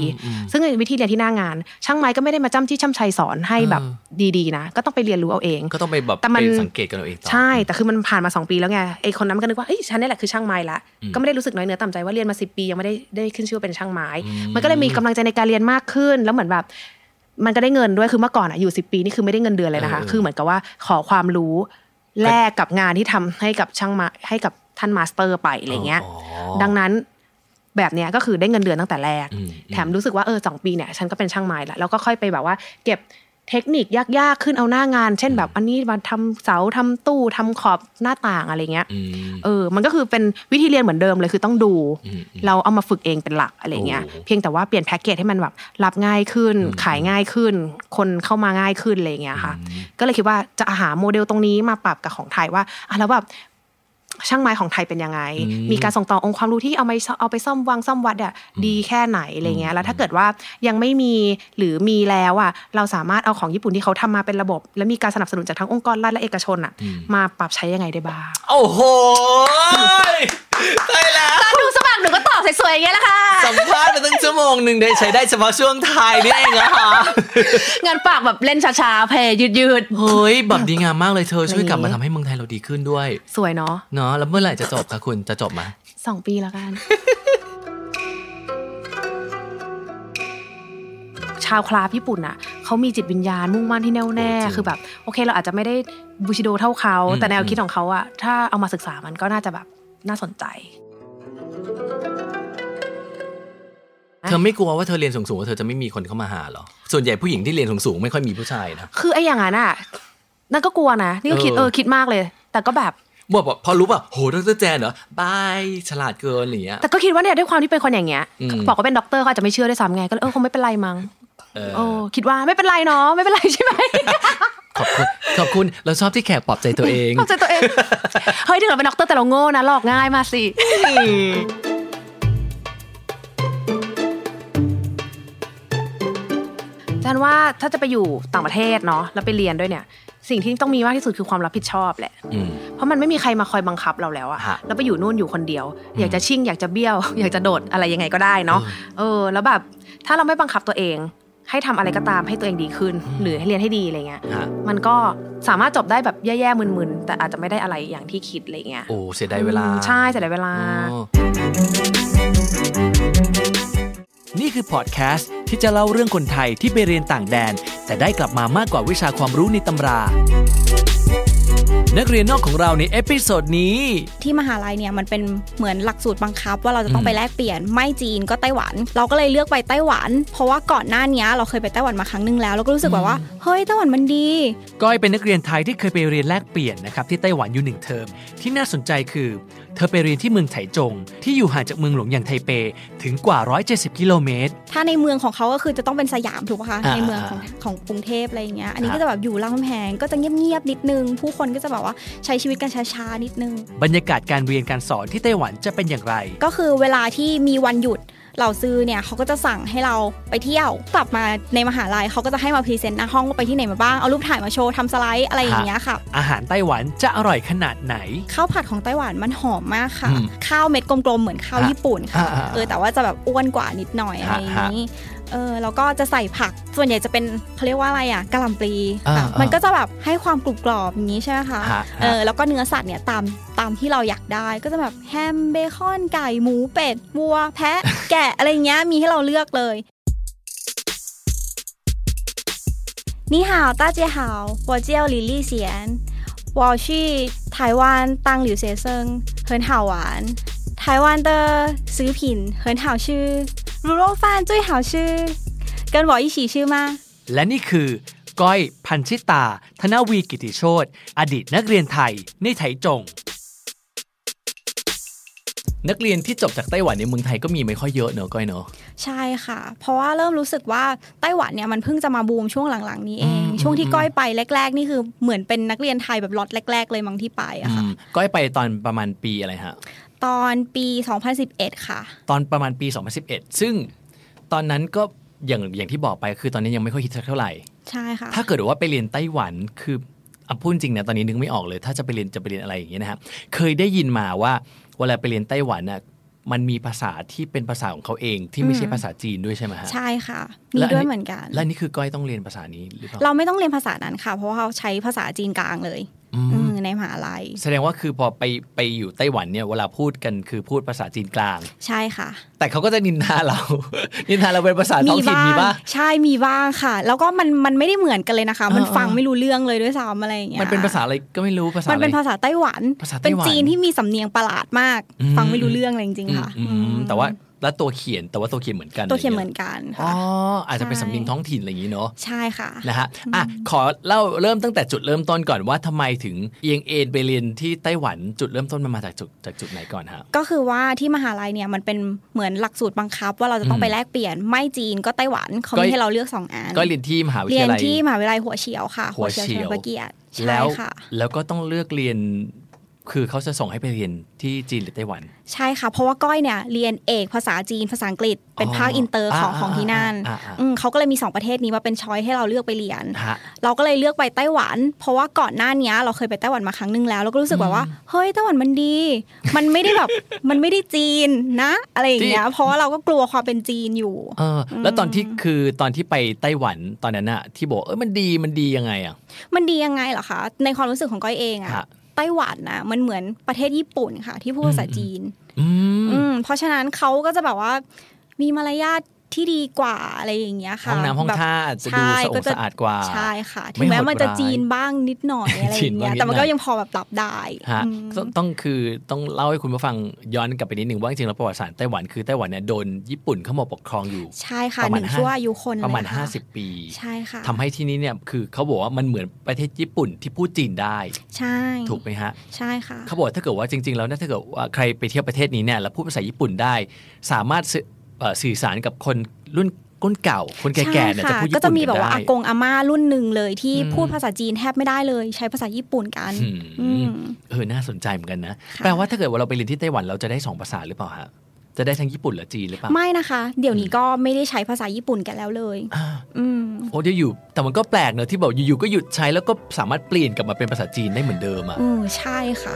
Speaker 3: ซึ่งวิธีเรียนที่หน้างาน ช่างไม้ก็ไม่ได้มาจ้ำที่ช่ำชัยสอนให้แบบดีๆนะ ก็ต้องไปเรียนรู้เอาเอง
Speaker 4: ก็ต้องไปแบบ
Speaker 3: แต่มัน
Speaker 4: ไปสังเกตกันเอาเองต่อ
Speaker 3: ใช่ แต่คือมันผ่านมา 2 ปีแล้วไงไอคนนั้นมันก็นึกว่าเอ้ยฉันนี่แหละคือช่างไม้ละ ก็ไม่ได้รู้สึกน้อยเนื้อต่ำใจว่าเรียนมา 10 ปียังไม่ได้ได้ขึ้นชื่อว่าเป็นช่างไม้ มันก็เลยมีกำลังใจในการเรียนมากขึ้น แล้วเหมือนแบบ มันก็ได้เงินด้วยคือเมื่อก่อนอ่ะอยู่ 10 ปีนี่คือไม่ได้เงินเดือนเลยนะคะ
Speaker 4: เออ
Speaker 3: คือเหมือนกับว่าขอความรู้แลกกับงานที่ทำให้กับช่างไม้ให้กับท่านมาสเตอร์ไปอะไรเงี้ย
Speaker 4: อ๋อ
Speaker 3: ดังนั้นแบบเนี้ยก็คือได้เงินเดือนตั้งแต่แรก
Speaker 4: อืม
Speaker 3: แถมรู้สึกว่าเออสองปีเนี่ยฉันก็เป็นช่างไม้ละแล้วก็ค่อยไปแบบว่า เก็บเทคนิคยากๆขึ้นเอาหน้างาน เช่นแบบอันนี้มาทำเสาทำตู้ทำขอบหน้าต่างอะไรเงี้ย
Speaker 4: อืม
Speaker 3: เออ มันก็คือเป็นวิธีเรียนเหมือนเดิมเลยคือต้องดู
Speaker 4: อืมอืม
Speaker 3: เราเอามาฝึกเองเป็นหลักอะไรเงี้ย
Speaker 4: โอ้
Speaker 3: เพียงแต่ว่าเปลี่ยนแพ็กเกจให้มันแบบรับง่ายขึ้น ขายง่ายขึ้น คนเข้ามาง่ายขึ้นอะไรเงี้ยค่ะ ก็เลยคิดว่าจะหาโมเดลตรงนี้มาปรับกับของไทยว่าอ่ะแล้วแบบ ช่างไม้ของไทยเป็นยังไง มีการส่งต่อองค์ความรู้ที่เอาไปเอาไปซ่อมวังซ่อมวัดอ่ะดีแค่ไหนอะไรเงี้ย แล้วถ้าเกิดว่ายังไม่มีหรือมีแล้วอ่ะเราสามารถเอาของญี่ปุ่นที่เขาทำมาเป็นระบบ และมีการสนับสนุนจากทั้งองค์กรรัฐและเอกชนอ่ะ มาปรับใช้ยังไงได้บ้าง
Speaker 4: โอ้โหได้แล้ว
Speaker 3: ดูสมัครหนูก็ตอบสวยๆอย่างเงี้ยแหละค่ะ
Speaker 4: สัมภาษณ์มาตั้งชั่วโมงหนึ่งได้ใช้ได้เฉพาะช่วงท้ายนี่เองนะคะ
Speaker 3: งานปากแบบเล่นช้าๆเพยยืดๆ
Speaker 4: เฮ้ยแบบดีงามมากเลยเธอช่วยกลับมาทำให้เมืองไทยเรา เราดีขึ้นด้วย
Speaker 3: สวยเนาะ
Speaker 4: เนาะแล้วเมื่อไหร่จะจบคะคุณจะจบไหม
Speaker 3: สองปีแล้วกัน ชาวคราฟญี่ปุ่นอ่ะเขามีจิตวิญญาณมุ่งมั่นที่แน่วแน่คือแบบโอเค เราอาจจะไม่ได้บูชิโดเท่าเขา แต่แนวคิดของเขาอ่ะถ้าเอามาศึกษามันก็น่าจะแบบน่าสนใจ
Speaker 4: เธอไม่กลัวว่าเธอเรียนสูงๆว่าเธอจะไม่มีคนเข้ามาหาเหรอส่วนใหญ่ผู้หญิงที่เรียนสูงๆไม่ค่อยมีผู้ชายนะ
Speaker 3: คือไอ้อย่างนั้นอ่ะนั่นก็กลัวนะนี่ก็คิด
Speaker 4: เออ
Speaker 3: เออคิดมากเลย แต่ก็แบบ
Speaker 4: บอกบอกพอรู้ป่ะโหดรแจนเหรอบายฉลาดเกินอะไรอย่างเงี้ย
Speaker 3: แต่ก็คิดว่าเนี่ยด้วยความที่เป็นคนอย่างเงี้ย
Speaker 4: อืม
Speaker 3: บอกว่าเป็นด็อกเตอร์ก็อาจจะไม่เชื่อด้วยซ้ำไงก็เลยเออคงไม่เป็นไรมั้ง
Speaker 4: เออ
Speaker 3: โอ้คิดว่าไม่เป็นไรเนาะไม่เป็นไรใช่ ไหม
Speaker 4: ขอบคุณขอบคุณเราชอบที่แขกปลอบใจตัวเอง
Speaker 3: เข้าใจตัวเองเฮ้ยถึงเราเป็นด็อกเตอร์แต่เราโง่นะหลอกง่ายมา สิอาจารย์ว่าถ้าจะไปอยู่ต่างประเทศเนาะแล้วไปเรียนด้วยเนี่ย สิ่งที่ต้องมีมากที่สุดคือความรับผิดชอบแหละ
Speaker 4: อืม
Speaker 3: เพราะมันไม่มีใครมาคอยบังคับเราแล้วอะ
Speaker 4: ฮะ
Speaker 3: แล้วไปอยู่นู่นอยู่คนเดียว อยากจะชิ่งอยากจะเบี้ยว อยากจะโดดอะไรยังไงก็ได้เนาะ เออ แล้วแบบถ้าเราไม่บังคับตัวเอง ให้ทำอะไรก็ตามให้ตัวเองดีขึ้น หรือให้เรียนให้ดีอะไรเงี้ย
Speaker 4: ฮะ
Speaker 3: มันก็สามารถจบได้แบบแย่ๆมึนๆ แต่อาจจะไม่ได้อะไรอย่างที่คิดอะไรเงี้ย
Speaker 4: โอ้เสียดายเวลา
Speaker 3: อืมใช่แต่เวลา
Speaker 4: โอ้
Speaker 2: นี่คือพอดแคสต์ที่จะเล่าเรื่องคนไทยที่ไปเรียนต่างแดน แต่ได้กลับมามากกว่าวิชาความรู้ในตำรา นักเรียนนอกของเราในเอพิโซดนี้
Speaker 6: ที่มหาลัยเนี่ยมันเป็นเหมือนหลักสูตรบังคับ ว่าเราจะต้องไปแลกเปลี่ยนไม่จีนก็ไต้หวัน เราก็เลยเลือกไปไต้หวัน เพราะว่าก่อนหน้านี้เราเคยไปไต้หวันมาครั้งหนึงแล้ว เราก็รู้สึกแบบว่าเฮ้ยไต้หวันมันดี
Speaker 2: ก้อยเป็นนักเรียนไทยที่เคยไปเรียนแลกเปลี่ยนนะครับที่ไต้หวันอยู่หนึ่งเทอม ที่น่าสนใจคือ เธอไปเรียนที่เมืองไถจง ที่อยู่ห่างจากเมืองหลวงอย่างไทเป ถึงกว่า 170 กิโลเมตร
Speaker 6: ถ้าในเมืองของเขาก็คือจะต้องเป็นสยามถูกปะคะ
Speaker 4: อ่า
Speaker 6: ในเมืองของของกรุงเทพอะไรอย่างเงี้ยอันนี้ก็จะแบบอยู่รามคำแหงก็จะเงียบๆนิดนึง ผู้คนก็จะแบบว่าใช้ชีวิตกันช้าๆนิดนึง
Speaker 2: บรรยากาศการเรียนการสอนที่ไต้หวันจะเป็นอย่างไร
Speaker 6: ก็คือเวลาที่มีวันหยุดเหล่าซื้อเนี่ยเขาก็จะสั่งให้เราไปเที่ยวกลับมาในมหาลัยเขาก็จะให้มาพรีเซนต์หน้าห้องว่าไปที่ไหนมาบ้างเอารูปถ่ายมาโชว์ทำสไลด์อะไรอย่างเงี้ยค่ะ
Speaker 2: อาหารไต้หวันจะอร่อยขนาดไหน
Speaker 6: ข้าวผัดของไต้หวันมันหอมมากค่ะ
Speaker 2: อืม
Speaker 6: ข้าวเม็ดกลมๆ เหมือนข้าว
Speaker 2: ฮะ
Speaker 6: ญี่ปุ่นค่ะ
Speaker 2: อ่าๆๆ
Speaker 6: เออแต่ว่าจะแบบอ้วนกว่านิดหน่อยอะ
Speaker 4: ฮะ
Speaker 6: ไรอย่างนี้เออแล้วก็จะใส่ผักส่วนใหญ่จะเป็นเขาเรียกว่าอะไรอ่ะกะหล่ำปลี
Speaker 4: อ่า
Speaker 6: แบบ
Speaker 4: ๆ
Speaker 6: มันก็จะแบบให้ความกรุบกรอบอย่างนี้ใช่ไหมคะ
Speaker 4: ฮะ
Speaker 6: เออแล้วก็เนื้อสัตว์เนี่ยตามตามที่เราอยากได้ก็จะแบบแฮมเบคอนไก่หมูเป็ดวัว แพะ แกะอะไรอย่างเงี้ยมีให้เราเลือกเลยนี่หาวต้าเจียหาว我叫李丽贤我去台湾当留学生，很好玩。台湾的食品很好吃，卤肉饭最好吃。跟我一起吃吗？
Speaker 2: และนี่คือ ก้อยพันชิตา ธนวีกิติโชตอดีตนักเรียนไทยในไถจง
Speaker 4: นักเรียนที่จบจากไต้หวันในเมืองไทยก็มีไม่ค่อยเยอะเนอะก้อยเนอะ
Speaker 6: ใช่ค่ะ เพราะว่าเริ่มรู้สึกว่าไต้หวันเนี่ยมันเพิ่งจะมาบูมช่วงหลังๆนี้เอง
Speaker 4: อืม
Speaker 6: ช่วงที่ก้อยไปแรก ๆ นี่คือเหมือนเป็นนักเรียนไทยแบบล็อตแรก ๆ เลยมั้งที่ไปอะค่ะ
Speaker 4: อืมก้อยไปตอนประมาณปีอะไรฮะ
Speaker 6: ตอนปี 2011 ค่ะ
Speaker 4: ตอนประมาณปี 2011 ซึ่งตอนนั้นก็อย่างอย่างที่บอกไปคือตอนนี้ยังไม่ค่อยฮิตสักเท่าไหร่
Speaker 6: ใช่ค่ะ
Speaker 4: ถ้าเกิดว่าไปเรียนไต้หวันคือเอาพูดจริงนะตอนนี้นึกไม่ออกเลย ถ้าจะไปเรียนจะไปเรียนอะไรอย่างเงี้ยนะฮะเคยได้ยินมาว่าเวลาไปเรียนไต้หวันน่ะมันมีภาษาที่เป็นภาษาของเขาเองที่ไม่ใช่ภาษาจีนด้วยใช่ไหมฮะ
Speaker 6: ใช่ค่ะ
Speaker 4: แล้วอันนี้
Speaker 6: มีด้วยเหมือนกัน
Speaker 4: และนี่คือก้อยต้องเรียนภาษานี้หรือเปล่า
Speaker 6: เราไม่ต้องเรียนภาษานั้นค่ะ เพราะว่าเราใช้ภาษาจีนกลางเลย
Speaker 4: อื
Speaker 6: อื
Speaker 4: ม
Speaker 6: มในมหาลัย
Speaker 4: แสดงว่าคือพอไปไปอยู่ไต้หวันเนี่ยเวลาพูดกันคือพูดภาษาจีนกลาง
Speaker 6: ใช่ค่ะ
Speaker 4: แต่เขาก็จะนินทาเรา นินทาเราเป็นภาษาท้องถิ่นมีปะ
Speaker 6: ใช่มีบ้างค่ะ แล้วก็มันมันไม่ได้เหมือนกันเลยนะคะ มัน
Speaker 4: เออ
Speaker 6: ฟังไม่รู้เรื่องเลยด้วยซ้ำอะไรอย่างเงี้ย
Speaker 4: มันเป็นภาษาอะไรก็ไม่รู้ภาษา
Speaker 6: มั
Speaker 4: อะ
Speaker 6: น
Speaker 4: ไร
Speaker 6: เป็นภาษาไต้หวัน
Speaker 4: ภาษาไต้หวัน
Speaker 6: เป็นจีนที่มีสำเนียงประหลาดมาก
Speaker 4: อืม
Speaker 6: ฟังไม่รู้เรื่องเลยจริง
Speaker 4: อื
Speaker 6: ๆ
Speaker 4: ม
Speaker 6: ค่ะ
Speaker 4: อืม
Speaker 6: อืม
Speaker 4: แต่ว่าแล้วตัวเขียนแต่ว่าตัวเขียนเหมือนกันะไร
Speaker 6: ตัวเขียน
Speaker 4: งี้
Speaker 6: เหมือนกัน
Speaker 4: อ๋อ
Speaker 6: ค่ะ
Speaker 4: อาจจะเป็น
Speaker 6: ใช่
Speaker 4: สำเนียงท้องถิ่นอะไรอย่างนี้เนาะ
Speaker 6: ใช่ค่ะ
Speaker 4: นะฮะอ่ะขอเล่าเริ่มตั้งแต่จุดเริ่มต้นก่อนว่าทำไมถึงเอียงเอ็นไปเรียนที่ไต้หวันจุดเริ่มต้นมันมาจากจุดจากจุดไหนก่อนฮะ
Speaker 6: ก็คือว่าที่มหาลัยเนี่ยมันเป็นเหมือนหลักสูตรบังคับ ว่าเราจะต้องไปแลกเปลี่ยนไม่จีนก็ไต้หวันเขา
Speaker 4: ก็
Speaker 6: มีให้เราเลือกสองอัน
Speaker 4: ก็เรียนที่มหาวิท
Speaker 6: เรียน
Speaker 4: ยาลัย
Speaker 6: ที่มหาวิทยาลัยหัวเฉียวค่ะ
Speaker 4: หัวเฉียว
Speaker 6: เฉลิมพระเกียรติใช่
Speaker 4: แล้ว
Speaker 6: ค่ะ
Speaker 4: แล้วก็ต้องเลือกเรียน คือเขาจะส่งให้ไปเรียนที่จีนหรือไต้หวัน
Speaker 6: ใช่ค่ะ เพราะว่าก้อยเนี่ยเรียนเอกภาษาจีนภาษาอังกฤษ เป็น
Speaker 4: อ๋อ
Speaker 6: ภาคอินเตอร์ของ
Speaker 4: อ่า
Speaker 6: ของที่นั่น
Speaker 4: อ่าอ่าอ่า
Speaker 6: อืมเขาก็เลยมี 2 ประเทศนี้มาเป็นช้อยให้เราเลือกไปเรียน
Speaker 4: ฮะ
Speaker 6: เราก็เลยเลือกไปไต้หวัน เพราะว่าก่อนหน้านี้เราเคยไปไต้หวันมาครั้งหนึงแล้วเราก็รู้สึกแบบว่าเฮ้ยไต้หวันมันดี มันไม่ได้แบบ มันไม่ได้จีนนะ อะไรอย่างเงี้ยเพราะว่าเราก็กลัวความเป็นจีนอยู่
Speaker 4: เออแล้วตอนที่คือตอนที่ไปไต้หวันตอนนั้นอะที่บอกเออมันดีมันดียังไงอะ
Speaker 6: มันดียังไงเหรอคะในความรู้สึกของก้อยเองอะ
Speaker 4: ฮะ
Speaker 6: ไต้หวันนะมันเหมือนประเทศญี่ปุ่นค่ะ ที่พูดภาษาจีน
Speaker 4: อืม
Speaker 6: อืมเพราะฉะนั้นเขาก็จะแบบว่ามีมารยาทที่ดีกว่าอะไรอย่างเงี้ยค่ะ
Speaker 2: ห้องน้ำห้อง
Speaker 6: แบบ
Speaker 2: ท่าอาจจะดู
Speaker 6: ใช่
Speaker 2: สะอาดสะอาดกว่า
Speaker 6: ใช่ค่ะถึ
Speaker 2: ไม่
Speaker 6: ง
Speaker 2: โหดร้าย
Speaker 6: แม้มันจะจีนบ้างนิดหน่อยอะไรอ
Speaker 2: จีน
Speaker 6: ย่างเงี้
Speaker 2: บ้ายงนิดหน่อย
Speaker 6: แต่มันก็ยังพอแบบรับได้
Speaker 2: ฮะ
Speaker 6: อืม
Speaker 2: ต้องต้องคือต้องเล่าให้คุณผู้ฟังย้อนกลับไปนิดหนึ่งว่าจริงๆแล้วประวัติศาสตร์ไต้หวันคือไต้หวันเนี่ยโดนญี่ปุ่นเข้ามาปกครองอยู่
Speaker 6: ใช่ค่ะ
Speaker 2: ประ
Speaker 6: ห
Speaker 2: มาณ
Speaker 6: นึ่ง
Speaker 2: ห้า
Speaker 6: ชั่วอายุคน
Speaker 2: ประมาณ
Speaker 6: เลยค่
Speaker 2: 50 ปี
Speaker 6: ใช่ค่ะ
Speaker 2: ทำให้ที่นี้เนี่ยคือเขาบอกว่ามันเหมือนประเทศญี่ปุ่นที่พูดจีนได้
Speaker 6: ใช่
Speaker 2: ถูกไหมฮะ
Speaker 6: ใช่ค่ะ
Speaker 2: เขาบอกว่าถ้าเกิดว่าจริง ๆ แล้วเนี่ยถ้าเกิดว่าใครไปเที่ยวประเทศนี้เนี่ยแล้วพูดภาษาญี่ปุ่นได้ สามารถสื่อเอ่อสื่อสารกับคนรุ่นก้นเก่า คนแก่ๆเนี่ยจะ
Speaker 6: ใช่ค่
Speaker 2: พูดญี่
Speaker 6: ก็
Speaker 2: ปุ่น
Speaker 6: จะมีแบบ
Speaker 2: น
Speaker 6: ว่า
Speaker 2: ได้
Speaker 6: อากงอาม่ารุ่นหนึ่งเลยที่
Speaker 2: อืม
Speaker 6: พูดภาษาจีนแทบไม่ได้เลย ใช้ภาษาญี่ปุ่นกัน
Speaker 2: อืม
Speaker 6: อืม
Speaker 2: เออน่าสนใจเหมือนกันนะ
Speaker 6: ค่ะ
Speaker 2: แปลว่าถ้าเกิดว่าเราไปเรียนที่ไต้หวันเราจะได้สองภาษาหรือเปล่าฮะ จะได้ทั้งญี่ปุ่นและจีนหรือเปล่า
Speaker 6: ไม่นะคะ เดี๋ยวนี้ก็ไม่ได้ใช้ภาษาญี่ปุ่นกันแล้วเลย
Speaker 2: อ่า
Speaker 6: อืม
Speaker 2: โอ้เดี๋ยวอยู่ แต่มันก็แปลกเนอะที่บอกอยู่ๆก็หยุดใช้แล้วก็สามารถเปลี่ยนกลับมาเป็นภาษาจีนได้เหมือนเดิมอะ
Speaker 6: อืมใช่ค่ะ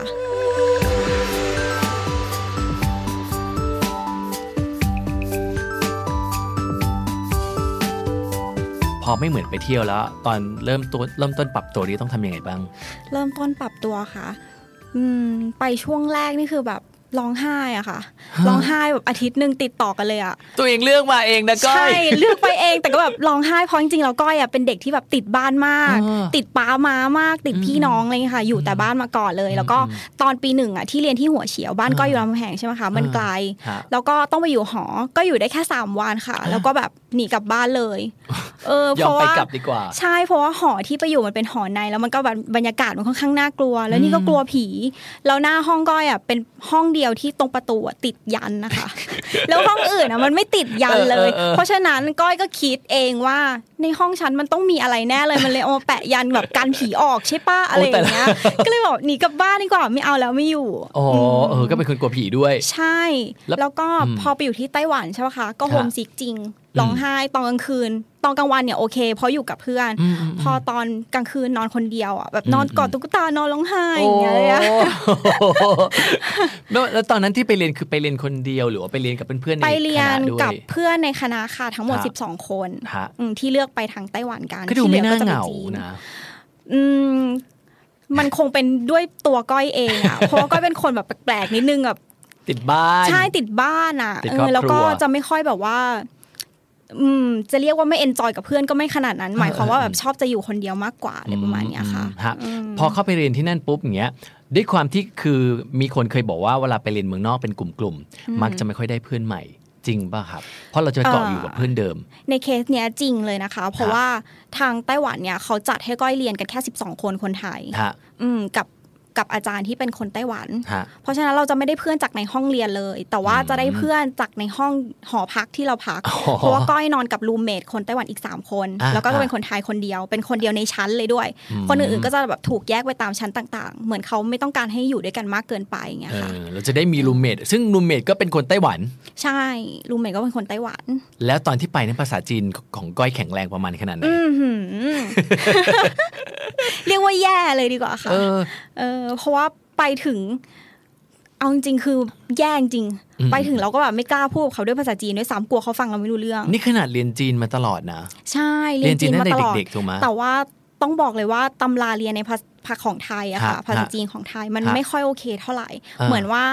Speaker 2: พอไม่เหมือนไปเที่ยวแล้ว ตอนเริ่มตัวเริ่มต้นปรับตัวนี้ต้องทำยังไงบ้าง
Speaker 6: เริ่มต้นปรับตัวค่ะ อืม ไปช่วงแรกนี่คือแบบร้องไห้อะค่ะร้องไห้แบบอาทิตย์หนึ่งติดต่อกันเลยอะ
Speaker 2: ตัวเองเลือกมาเองนะก้อ
Speaker 6: ใช่
Speaker 2: ย
Speaker 6: เลือกไปเองแต่ก็แบบร้องไห้เพราะจริงๆแล้วก้อยอ่ะเป็นเด็กที่แบบติดบ้านมาก
Speaker 2: เออ
Speaker 6: ติดป้ามามาก ติดพี่น้องอะไรอย่างเลยค่ะ อยู่แต่บ้านมาก่อนเลย แล้วก็ตอนปีหนึ่งอ่ะที่เรียนที่หัวเฉียวบ้านก้อยอยู่รามคำแหงใช่ไหมคะมัน
Speaker 2: เออ
Speaker 6: ไกล
Speaker 2: ฮะ
Speaker 6: แล้วก็ต้องไปอยู่หอ ก็อยู่ได้แค่สามวันค่ะ แล้วก็แบบหนีกลับบ้านเลย เออยเพ
Speaker 2: อม
Speaker 6: ราะ
Speaker 2: ไป
Speaker 6: ว่าย
Speaker 2: กลับดีกว่า
Speaker 6: ใช่เพราะว่าหอที่ไปอยู่มันเป็นหอใน แล้วมันก็แบบบรรยากาศมันค่อนข้างน่ากลัว แล้วนี่ก็กลัวผี แล้วหน้าห้องก้อยอ่ะเป็นห้องเดียวที่ตรงประตูอะติดยัน นะคะ แล้วห้องอื่นอ่ะมันไม่ติดยันเลย
Speaker 2: เออเออเออ
Speaker 6: เพราะฉะนั้นก้อยก็คิดเองว่าในห้องฉันมันต้องมีอะไรแน่เลยมันเลยเอามาแปะยันแบบกันผีออกใช่ป้ะอะไรอย่างเงี้ยก็เลยบอกหนีกลับบ้านดีกว่าไม่เอาแล้วไม่อยู่
Speaker 2: อ๋อเออ ก็เป็นคนกลัวผีด้วย
Speaker 6: ใช่
Speaker 2: แล้ว
Speaker 6: แล้วก็
Speaker 2: อืม
Speaker 6: พอไปอยู่ที่ไต้หวันใช่ไหมคะ ก็
Speaker 2: ฮะ
Speaker 6: โฮมซิกจริง ร้องไห้ตอนกลางคืน ตอนกลางวันเนี่ยโอเค เพราะอยู่กับเพื่อน
Speaker 2: อืมอืม
Speaker 6: พอตอนกลางคืนนอนคนเดียวอ่ะ แบบ
Speaker 2: อืม
Speaker 6: นอนกอด
Speaker 2: อืม
Speaker 6: ตุ๊กตานอนร้องไห้อย่างเงี้ยเลยอะ
Speaker 2: โอ้ แล้วแล้วตอนนั้นที่ไปเรียนคือไปเรียนคนเดียวหรือว่าไปเรียนกับเพื่อนๆใน
Speaker 6: ไปเรียน
Speaker 2: คณะด้วย
Speaker 6: กับเพื่อนในคณะค่ะทั้งหมด
Speaker 2: ฮะ
Speaker 6: 12 คน
Speaker 2: ฮะ
Speaker 6: อืมที่เลือกไปทางไต้หวันกัน
Speaker 2: ก็ดู
Speaker 6: ที่ลื
Speaker 2: ไม่
Speaker 6: อ
Speaker 2: น่า
Speaker 6: จะ
Speaker 2: เห
Speaker 6: ป็
Speaker 2: งา
Speaker 6: จี
Speaker 2: นะ
Speaker 6: อืมมันคงเป็นด้วยตัวก้อยเองอ่ะ เพราะว่าก้อยเป็นคนแบบแปลกๆนิดนึงแบบ
Speaker 2: ติดบ้าน
Speaker 6: ใช่ติดบ้านอ่ะ
Speaker 2: ติด
Speaker 6: เอ
Speaker 2: ครอบ
Speaker 6: อแล้วก็
Speaker 2: ครัว
Speaker 6: จะไม่ค่อยแบบว่า อืม จะเรียกว่าไม่เอนจอยกับเพื่อนก็ไม่ขนาดนั้น หมายความว่าแบบ
Speaker 2: เออ
Speaker 6: ชอบจะอยู่คนเดียวมากกว่าอะไรประมาณเนี้ยค่ะ
Speaker 2: อืมฮพอเข้าไปเรียนที่นั่นปุ๊บอย่างเงี้ยด้วยความที่คือมีคนเคยบอกว่าเวลาไปเรียนเมืองนอกเป็นกลุ่มๆมักจะไม่ค่อยได้เพื่อนใหม่ จริงป่ะครับ เพราะเราจะไปเกาะ
Speaker 6: เอ่อ
Speaker 2: อ
Speaker 6: อ
Speaker 2: ยู่กับเพื่อนเดิม
Speaker 6: ในเคสเนี้ยจริงเลยนะคะ เพราะว่าทางไต้หวันเนี่ยเขาจัดให้ก้อยเรียนกันแค่ 12 คนคนไทย
Speaker 2: ฮะ
Speaker 6: อืม กับกับอาจารย์ที่เป็นคนไต้หวัน
Speaker 2: ฮะ
Speaker 6: เพราะฉะนั้นเราจะไม่ได้เพื่อนจากในห้องเรียนเลย แต่ว่าจะได้เพื่อนจากในห้องหอพักที่เราพัก
Speaker 2: อ๋อ
Speaker 6: เพราะว่าก้อยนอนกับรูมเมทคนไต้หวันอีก 3 คน
Speaker 2: อ่า
Speaker 6: แล้วก็เป็นคนไทยคนเดียว เป็นคนเดียวในชั้นเลยด้วย คนอื่
Speaker 2: อื
Speaker 6: น
Speaker 2: ม
Speaker 6: ๆก็จะแบบถูกแยกไปตามชั้นต่างๆ เหมือนเขาไม่ต้องการให้อยู่ด้วยกันมากเกินไปอย่างเงี้ย
Speaker 2: เอ
Speaker 6: ค่ะ
Speaker 2: อเราจะได้มีรูมเมทซึ่งรูมเมทก็เป็นคนไต้หวัน
Speaker 6: ใช่รูมเมทก็เป็นคนไต้หวัน
Speaker 2: แล้วตอนที่ไปนั้นภาษาจีนของก้อยแข็งแรงประมาณขนาดไหน
Speaker 6: อือหือ เรียกว่าแย่เลยดีกว่าค่ะ
Speaker 2: เออ
Speaker 6: เออเพราะว่าไปถึง เอาจริงๆคือแย่จริง
Speaker 2: อืม
Speaker 6: ไปถึงเราก็แบบไม่กล้าพูดกับเขาด้วยภาษาจีนด้วยซ้ำกลัวเขาฟังเราไม่รู้เรื่อง
Speaker 2: นี่ขนาดเรียนจีนมาตลอดนะ
Speaker 6: ใช่
Speaker 2: เรี
Speaker 6: เรี
Speaker 2: ย
Speaker 6: ย
Speaker 2: น
Speaker 6: น
Speaker 2: จี
Speaker 6: จี
Speaker 2: น
Speaker 6: น
Speaker 2: ตั้
Speaker 6: มาง
Speaker 2: แต่
Speaker 6: ตลอด
Speaker 2: เด็กๆถูกไหม
Speaker 6: แต่ว่าต้องบอกเลยว่าตำราเรียนในภาษาของไทยอะค่ะ
Speaker 2: ฮะ
Speaker 6: ภาษาจีนของไทยมัน
Speaker 2: ฮะ
Speaker 6: ไม่ค่อยโอเคเท่าไหร่
Speaker 2: อ่า
Speaker 6: เหมือนว่า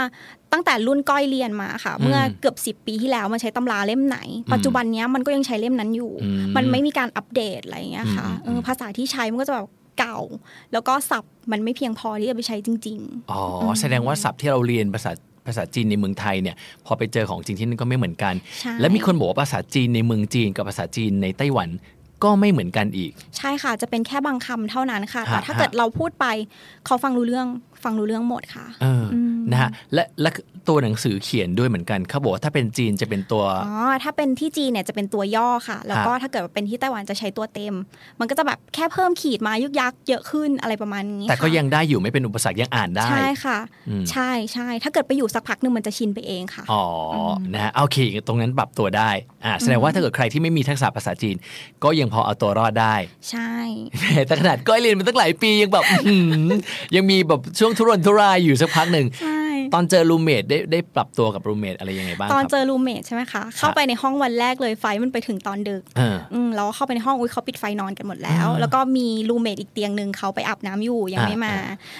Speaker 6: ตั้งแต่รุ่นก้อยเรียนมาค่ะ
Speaker 2: อืม
Speaker 6: เมื่อเกือบ 10 ปีที่แล้วมันใช้ตำราเล่มไหน ปัจจุบันเนี้ยมันก็ยังใช้เล่มนั้นอยู่
Speaker 2: อืม
Speaker 6: มันไม่มีการอัปเดตอะไรอย่างเงี้ยค่ะ
Speaker 2: อืม
Speaker 6: เออภาษาที่ใช้มันก็จะแบบเก่า แล้วก็ศัพท์มันไม่เพียงพอที่จะไปใช้จริง
Speaker 2: อ๋ออแสดงว่าศัพท์ที่เราเรียนภาษาภาษาจีนในเมืองไทยเนี่ย พอไปเจอของจริงที่นั่นก็ไม่เหมือนกัน
Speaker 6: ใช่
Speaker 2: และมีคนบอกว่าภาษาจีนในเมืองจีนกับภาษาจีนในไต้หวันก็ไม่เหมือนกันอีก
Speaker 6: ๆ ใช่ค่ะจะเป็นแค่บางคำเท่านั้นค่ะแต่
Speaker 2: ฮะ
Speaker 6: ถ้าเกิด
Speaker 2: ฮะ
Speaker 6: เราพูดไปเขาฟังรู้เรื่องฟังรู้เรื่องหมดค่ะ
Speaker 2: เอออนะฮะและและตัวหนังสือเขียนด้วยเหมือนกันเขาบอกว่าถ้าเป็นจีนจะเป็นตัว
Speaker 6: อ๋อ ถ้าเป็นที่จีนเนี่ยจะเป็นตัวย่อค่ะ แล้วก็ถ้าเกิดว่าเป็นที่ไต้หวันจะใช้ตัวเต็ม มันก็จะแบบแค่เพิ่มขีดมายุกยักเยอะขึ้นอะไรประมาณนี้
Speaker 2: แต่ก็
Speaker 6: ค่ะ
Speaker 2: ยังได้อยู่ไม่เป็นอุปสรรคยังอ่านได้
Speaker 6: ใช่ค่ะ
Speaker 2: อืม
Speaker 6: ใช่ใช่ ถ้าเกิดไปอยู่สักพักหนึ่งมันจะชินไปเองค่ะ
Speaker 2: อ๋ออนะฮะโอเค ตรงนั้นปรับตัวได้อ่าแสดงว่าถ้าเกิดใครที่ไม่มีทักษะภาษาจีน ก็ยังพอเอาตัวรอดได้
Speaker 6: ใช่
Speaker 2: แต่ขนาดก้อยเรียนมาตั้งหลายปียังแบบอื้อหือยังมีแบบช่วงทุรนทุรายอยู่สักพักหนึ่ง
Speaker 6: ใช่
Speaker 2: ตอนเจอรูเมทได้ได้ปรับตัวกับรูเมทอะไรยังไงบ้างค
Speaker 6: ต
Speaker 2: รั
Speaker 6: อน
Speaker 2: บ
Speaker 6: เจอรูเมทใช่ไหมคะเข้าไปในห้องวันแรกเลยไฟมันไปถึงตอนดึก
Speaker 2: เออ
Speaker 6: อืมเราก็เข้าไปในห้องอุ้ยเขาปิดไฟนอนกันหมดแล้ว
Speaker 2: อ่า
Speaker 6: แล้วก็มีรูเมทอีกเตียงหนึ่งเขาไปอาบน้ำอยู่ยังไม่
Speaker 2: อ่า
Speaker 6: มา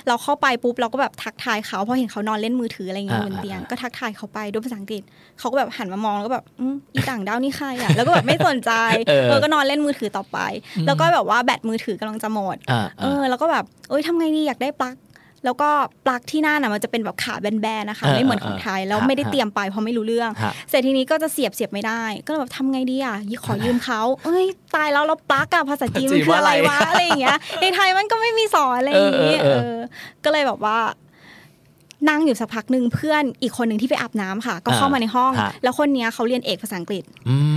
Speaker 6: เราเข้าไปปุ๊บเราก็แบบทักทายเขาเพราะเห็นเขานอนเล่นมือถืออะไรเงี้ย
Speaker 2: อ่า
Speaker 6: บนเตียง
Speaker 2: อ่า
Speaker 6: ก็ทักทายเขาไปด้วยภาษาอังกฤษเขาก็แบบหันมามองแล้วก็แบบอืมอีต่างด้าวนี่ใครอ่ะแล้วก็แบบไม่สนใจเออก็นอนเล่นมือถือต่อไป แล้วก็แบบว่าแบตมือถือกำลังจะหมด
Speaker 2: อ่า
Speaker 6: เอ
Speaker 2: อ่า
Speaker 6: อแล้วก็แบบเอ้ยทำไงดีอยากได้ปลั๊กแล้วก็ปลั๊กที่หน้าน่ะมันจะเป็นแบบขาแบนๆนะคะ
Speaker 2: เออ
Speaker 6: ไม่เหมือนของไทยแล้ว
Speaker 2: ฮะ
Speaker 6: ไม่ได้
Speaker 2: ฮะ
Speaker 6: เตรียมไปเพราะไม่รู้เรื่อง
Speaker 2: ฮะ
Speaker 6: เสร็จทีนี้ก็จะเสียบเสียบไม่ได้ ก็เลยแบบทำไงดีอ่ะ ขอยืมเขาเอ้ยตายแล้วเราปลั๊กอะภาษาจีนมันคืออะไรวะอะไรอย่างเงี้ยในไทยมันก็ไม่มีสอนอะไรอย่างงี้
Speaker 2: เออเออเออ
Speaker 6: เออก็เลยแบบว่า นั่งอยู่สักพักหนึ่งเพื่อนอีกคนหนึ่งที่ไปอาบน้ำค่ะ ก็เข้ามาในห้อง
Speaker 2: ฮะ
Speaker 6: แล้วคนเนี้ยเขาเรียนเอกภาษาอังกฤษ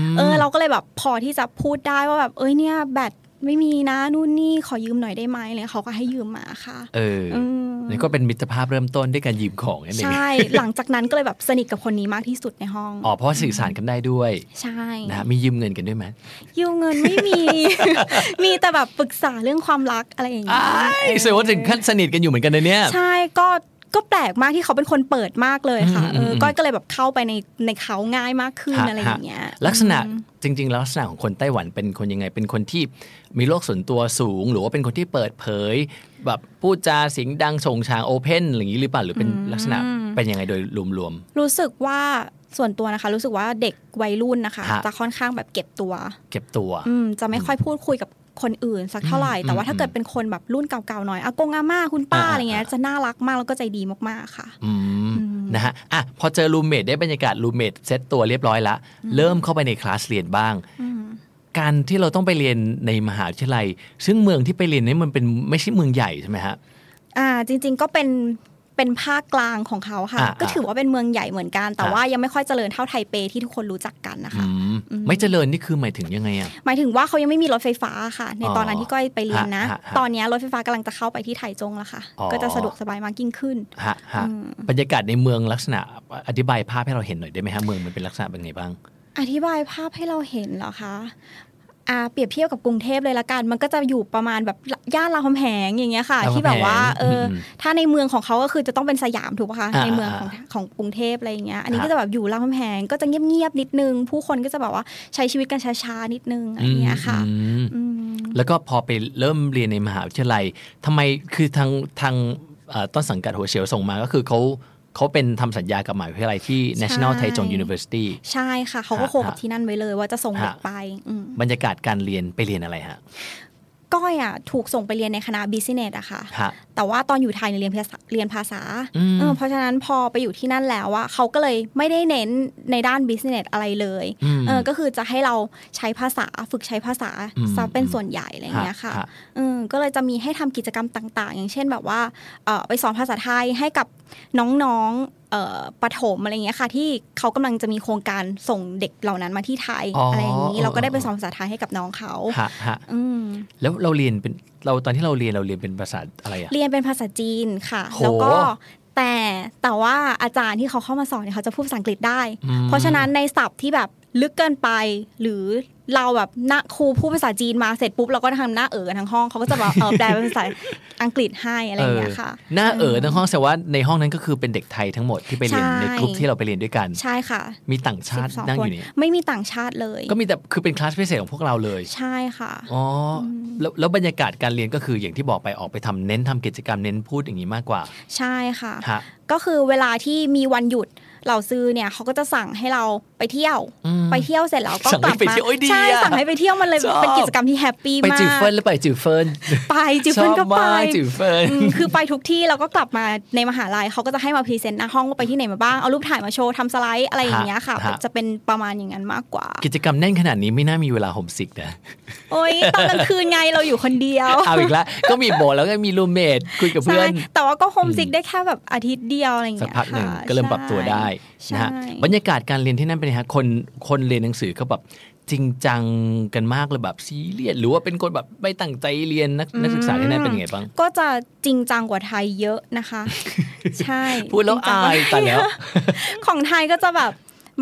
Speaker 2: ม
Speaker 6: เออเราก็เลยแบบพอที่จะพูดได้ว่าแบบเอ้ยเนี่ยแบตไม่มีนะนู่นนี่ขอยืมหน่อยได้ไหมอะไรเลยเขาก็ให้ยืมมาค่ะ
Speaker 2: เอออ
Speaker 6: ม
Speaker 2: นี่ก็เป็นมิตรภาพเริ่มต้นด้วยการยืมของนั่นเอง
Speaker 6: ใช่ หลังจากนั้นก็เลยแบบสนิทกับคนนี้มากที่สุดในห้อง
Speaker 2: อ๋อเพราะว่าสื่อสารกันได้ด้วย
Speaker 6: ใช่
Speaker 2: นะฮะมียืมเงินกันด้วยไหม
Speaker 6: ยืมเงินไม่มี มีแต่แบบปรึกษาเรื่องความรักอะไรอย่างเงี้ย
Speaker 2: ไอ้เซว่าถึงขั้นสนิทกันอยู่เหมือนกันนะเนี่ย
Speaker 6: ใช่ก็ก็แปลกมากที่เขาเป็นคนเปิดมากเลยค่ะ
Speaker 2: อืม
Speaker 6: เอ
Speaker 2: อืม
Speaker 6: อ
Speaker 2: อืม
Speaker 6: ก้อยก็เลยแบบเข้าไปในในเขาง่ายมากขึ้น
Speaker 2: ฮะ
Speaker 6: อะไรอย่างเงี้ย
Speaker 2: ฮะ ลักษณะจริง ๆ แล้วลักษณะของคนไต้หวันเป็นคนยังไง เป็นคนที่มีโลกส่วนตัวสูง หรือว่าเป็นคนที่เปิดเผย แบบพูดจาเสียงดังส่งชางโอเพนอะไรอย่างนี้หรือเปล่าหรือเป็นลักษณะเป็นยังไงโดยรวม
Speaker 6: รู้สึกว่าส่วนตัวนะคะ รู้สึกว่าเด็กวัยรุ่นนะคะ
Speaker 2: ฮะ
Speaker 6: จะค่อนข้างแบบเก็บตัว
Speaker 2: ๆ เก็บตัว
Speaker 6: อืมจะไม่ค่อยพูดคุยกับคนอื่นสักเท่าไหร่
Speaker 2: อืม
Speaker 6: แต่ว่า
Speaker 2: อืม
Speaker 6: ถ้าเกิดเป็นคนแบบรุ่นเก่าๆหน่อยอากงอาม่าคุณป้า
Speaker 2: อ่า
Speaker 6: อะไรเงี้ยจะน่ารักมากแล้วก็ใจดีมากๆค่ะ
Speaker 2: อืม
Speaker 6: อืม
Speaker 2: นะฮะอ่ะพอเจอรูเมทได้บรรยากาศรูเมทเซตตัวเรียบร้อยละเริ่มเข้าไปในคลาสเรียนบ้าง
Speaker 6: อืม
Speaker 2: การที่เราต้องไปเรียนในมหาวิทยาลัย ซึ่งเมืองที่ไปเรียนนี่มันเป็นไม่ใช่เมืองใหญ่ใช่ไหมฮะ
Speaker 6: อ่าจริงๆก็เป็นเป็นภาคกลางของเขาค่ะ
Speaker 2: อ่า
Speaker 6: ก็ถือว่าเป็นเมืองใหญ่เหมือนกัน แต่
Speaker 2: อ่า
Speaker 6: ว่ายังไม่ค่อยเจริญเท่าไทเปที่ทุกคนรู้จักกันนะคะ
Speaker 2: อืมไม่เจริญนี่คือหมายถึงยังไงอ่ะ
Speaker 6: หมายถึงว่าเขายังไม่มีรถไฟฟ้าค่ะ ในตอนนั้น
Speaker 2: อ๋อ
Speaker 6: ที่ก้อยไปเรียนนะ
Speaker 2: ฮะฮะ
Speaker 6: ตอนเนี้ยรถไฟฟ้ากำลังจะเข้าไปที่ไทจงแล้วค่ะ
Speaker 2: อ๋อ
Speaker 6: ก็จะสะดวกสบายมากยิ่งขึ้น
Speaker 2: ฮะฮะ
Speaker 6: อืม
Speaker 2: บรรยากาศในเมืองลักษณะอธิบายภาพให้เราเห็นหน่อยได้ไหมฮะเมืองมันเป็นลักษณะเป็นไงบ้าง
Speaker 6: อธิบายภาพให้เราเห็นเหรอคะอ่าเปรียบเทียบกับกรุงเทพเลยละกัน มันก็จะอยู่ประมาณแบบย่านรามคำแหงอย่างเงี้ยค่ะ
Speaker 2: รามคำแหง
Speaker 6: ที่แบบว่าเอออ
Speaker 2: ม
Speaker 6: ถ้าในเมืองของเขาก็คือจะต้องเป็นสยามถูกปะคะ
Speaker 2: อ่า
Speaker 6: ในเมืองของ
Speaker 2: อ่า
Speaker 6: ของกรุงเทพอะไรอย่างเงี้ยอันนี้
Speaker 2: ฮะ
Speaker 6: ก็จะแบบอยู่รามคำแหงก็จะเงียบๆนิดนึง ผู้คนก็จะแบบว่าใช้ชีวิตกันช้าๆนิดนึงอะไรอย่างเงี้ยค่ะ
Speaker 2: อืม
Speaker 6: อืม
Speaker 2: แล้วก็พอไปเริ่มเรียนในมหาวิทยาลัยทำไมคือทางทางเอ่อต้นสังกัดหัวเฉียวส่งมาก็คือเขาเขาเป็นทำสัญญากับมหาวิทยาลัยที่ National
Speaker 6: ใช่
Speaker 2: Taichung University
Speaker 6: ใช่ค่ะเขาก็
Speaker 2: ฮะ
Speaker 6: โคกับที่นั่นไว้เลยว่าจะส่งเด็ก
Speaker 2: ฮะ
Speaker 6: ไปอืม
Speaker 2: บรรยากาศการเรียนไปเรียนอะไรฮะ
Speaker 6: ก้อยอ่ะถูกส่งไปเรียนในคณะ business อะค่ะ
Speaker 2: ฮะ
Speaker 6: แต่ว่าตอนอยู่ไทยเนี่ยเรียนภาษาเรียนภาษา
Speaker 2: อืม
Speaker 6: เออเพราะฉะนั้นพอไปอยู่ที่นั่นแล้วอะเขาก็เลยไม่ได้เน้นในด้าน business อะไรเลย
Speaker 2: อืม
Speaker 6: เออก็คือจะให้เราใช้ภาษาฝึกใช้ภาษา
Speaker 2: อืม
Speaker 6: ซะเป็นส่วนใหญ่อะไรอย่างเงี้ยค่ะ
Speaker 2: ฮะฮะ
Speaker 6: เออก็เลยจะมีให้ทำกิจกรรมต่าง ๆ อย่างเช่นแบบว่าเอ่อไปสอนภาษาไทยให้กับน้องๆเอ่อประถมอะไรอย่างเงี้ยค่ะ ที่เขากำลังจะมีโครงการส่งเด็กเหล่านั้นมาที่ไทย
Speaker 2: อ๋ออ
Speaker 6: อะไรอย่างนี้เราก็ได้ไปสอน
Speaker 2: เออ
Speaker 6: ภาษาไทยให้กับน้องเขา
Speaker 2: ฮะฮะ
Speaker 6: อืม
Speaker 2: แล้วเราเรียนเป็นเราตอนที่เราเรียนเราเรียนเป็นภาษาอะไรอะ
Speaker 6: เรียนเป็นภาษาจีนค่ะ
Speaker 2: โห
Speaker 6: แล้วก็แต่แต่ว่าอาจารย์ที่เขาเข้ามาสอนเนี่ยเขาจะพูดภาษาอังกฤษได้
Speaker 2: อืม
Speaker 6: เพราะฉะนั้นในศัพท์ที่แบบลึกเกินไป หรือเราแบบหนะครูพูดภาษาจีนมาเสร็จปุ๊บเราก็ทำหน้าเอ๋อกันทั้งห้องเขาก็จะแบบ เออแปลเป็นภาษาอังกฤษให้อะไรอย่างเงี้ยค่ะ
Speaker 2: หน้าเอ๋อทั้งห้องแต่ว่าในห้องนั้นก็คือเป็นเด็กไทยทั้งหมดที่ไปเรียน
Speaker 6: ใช่
Speaker 2: ในกลุ่มที่เราไปเรียนด้วยกัน
Speaker 6: ใช่ค่ะ
Speaker 2: มีต่างชาตินั่งอ
Speaker 6: 12คน
Speaker 2: ยู่เนี่ย
Speaker 6: ไม่มีต่างชาติเลย
Speaker 2: ก็มีแต่คือเป็นคลาสพิเศษของพวกเราเลย
Speaker 6: ใช่ค่ะ
Speaker 2: อ๋ออแล้วแล้วบรรยากาศการเรียนก็คืออย่างที่บอกไปออกไปทำเน้นทำกิจกรรมเน้นพูดอย่างนี้มากกว่า
Speaker 6: ใช่ค่ะ
Speaker 2: ฮะ
Speaker 6: ก็คือเวลาที่มีวันหยุดเหล่าซื้อเนี่ยเขาก็จะสั่งให้เราไปเที่ยว
Speaker 2: อืม
Speaker 6: ไปเที่ยวเสร็จแล้วก็
Speaker 2: สั่ง
Speaker 6: ก
Speaker 2: ให้
Speaker 6: ลับ
Speaker 2: ไป
Speaker 6: มา
Speaker 2: เที่ยวโอ้ยดี
Speaker 6: ใช่
Speaker 2: อะ
Speaker 6: สั่งให้ไปเที่ยวมันเลย
Speaker 2: ชอบ
Speaker 6: เป็นกิจกรรมที่แฮปปี้
Speaker 2: ไป
Speaker 6: มาก
Speaker 2: จิวเฟิร์นหรือไปจิวเฟิร์น
Speaker 6: ไปจิบเฟิร์นก็
Speaker 2: ชอบ
Speaker 6: ไป
Speaker 2: มากจิวเฟิร์น
Speaker 6: อืมคือไปทุกที่แล้วก็กลับมาในมหาลัยเขาก็จะให้มาพรีเซนต์หน้าห้องว่าไปที่ไหนมาบ้างเอารูปถ่ายมาโชว์ทำสไลด์อะไรอย่างเงี้ยค่ะ
Speaker 2: ฮะ
Speaker 6: จะเป็นประมาณอย่างนั้นมากกว่า
Speaker 2: กิจกรรมแน่นขนาดนี้ไม่น่ามีเวลาโฮมสิกนะ
Speaker 6: โอ๊ยตอนกลางคืนไงเราอยู่คนเดียว
Speaker 2: เอาอีกแล้วก็มีโบแล้วก็มีรูเมทคุยกับเพื่อน
Speaker 6: ใช่แต่ว่าก็โฮมซิกได้แค่แบบอาทิตย์เดียวอะไรอย่าง
Speaker 2: สัก
Speaker 6: เงี้ย
Speaker 2: พักหนึ่ง
Speaker 6: ค่ะ
Speaker 2: ก็เริ่มปรับตัวได้
Speaker 6: ใช่
Speaker 2: นะฮะ
Speaker 6: ใช่
Speaker 2: บรรยากาศการเรียนที่นั่นเป็นไงฮะคนคนเรียนหนังสือเขาแบบจริงจังกันมากเลยแบบซีเรียสหรือว่าเป็นคนแบบไม่ตั้งใจเรียนนักนักศึกษาที่นั่นเป็นยังไงบ้าง
Speaker 6: ก็จะจริงจังกว่าไทยเยอะนะคะ ใช่
Speaker 2: พูดแล้ว
Speaker 6: จริงจังก
Speaker 2: อาย
Speaker 6: ไท
Speaker 2: ตายแล้ว
Speaker 6: ของไทยก็จะแบบ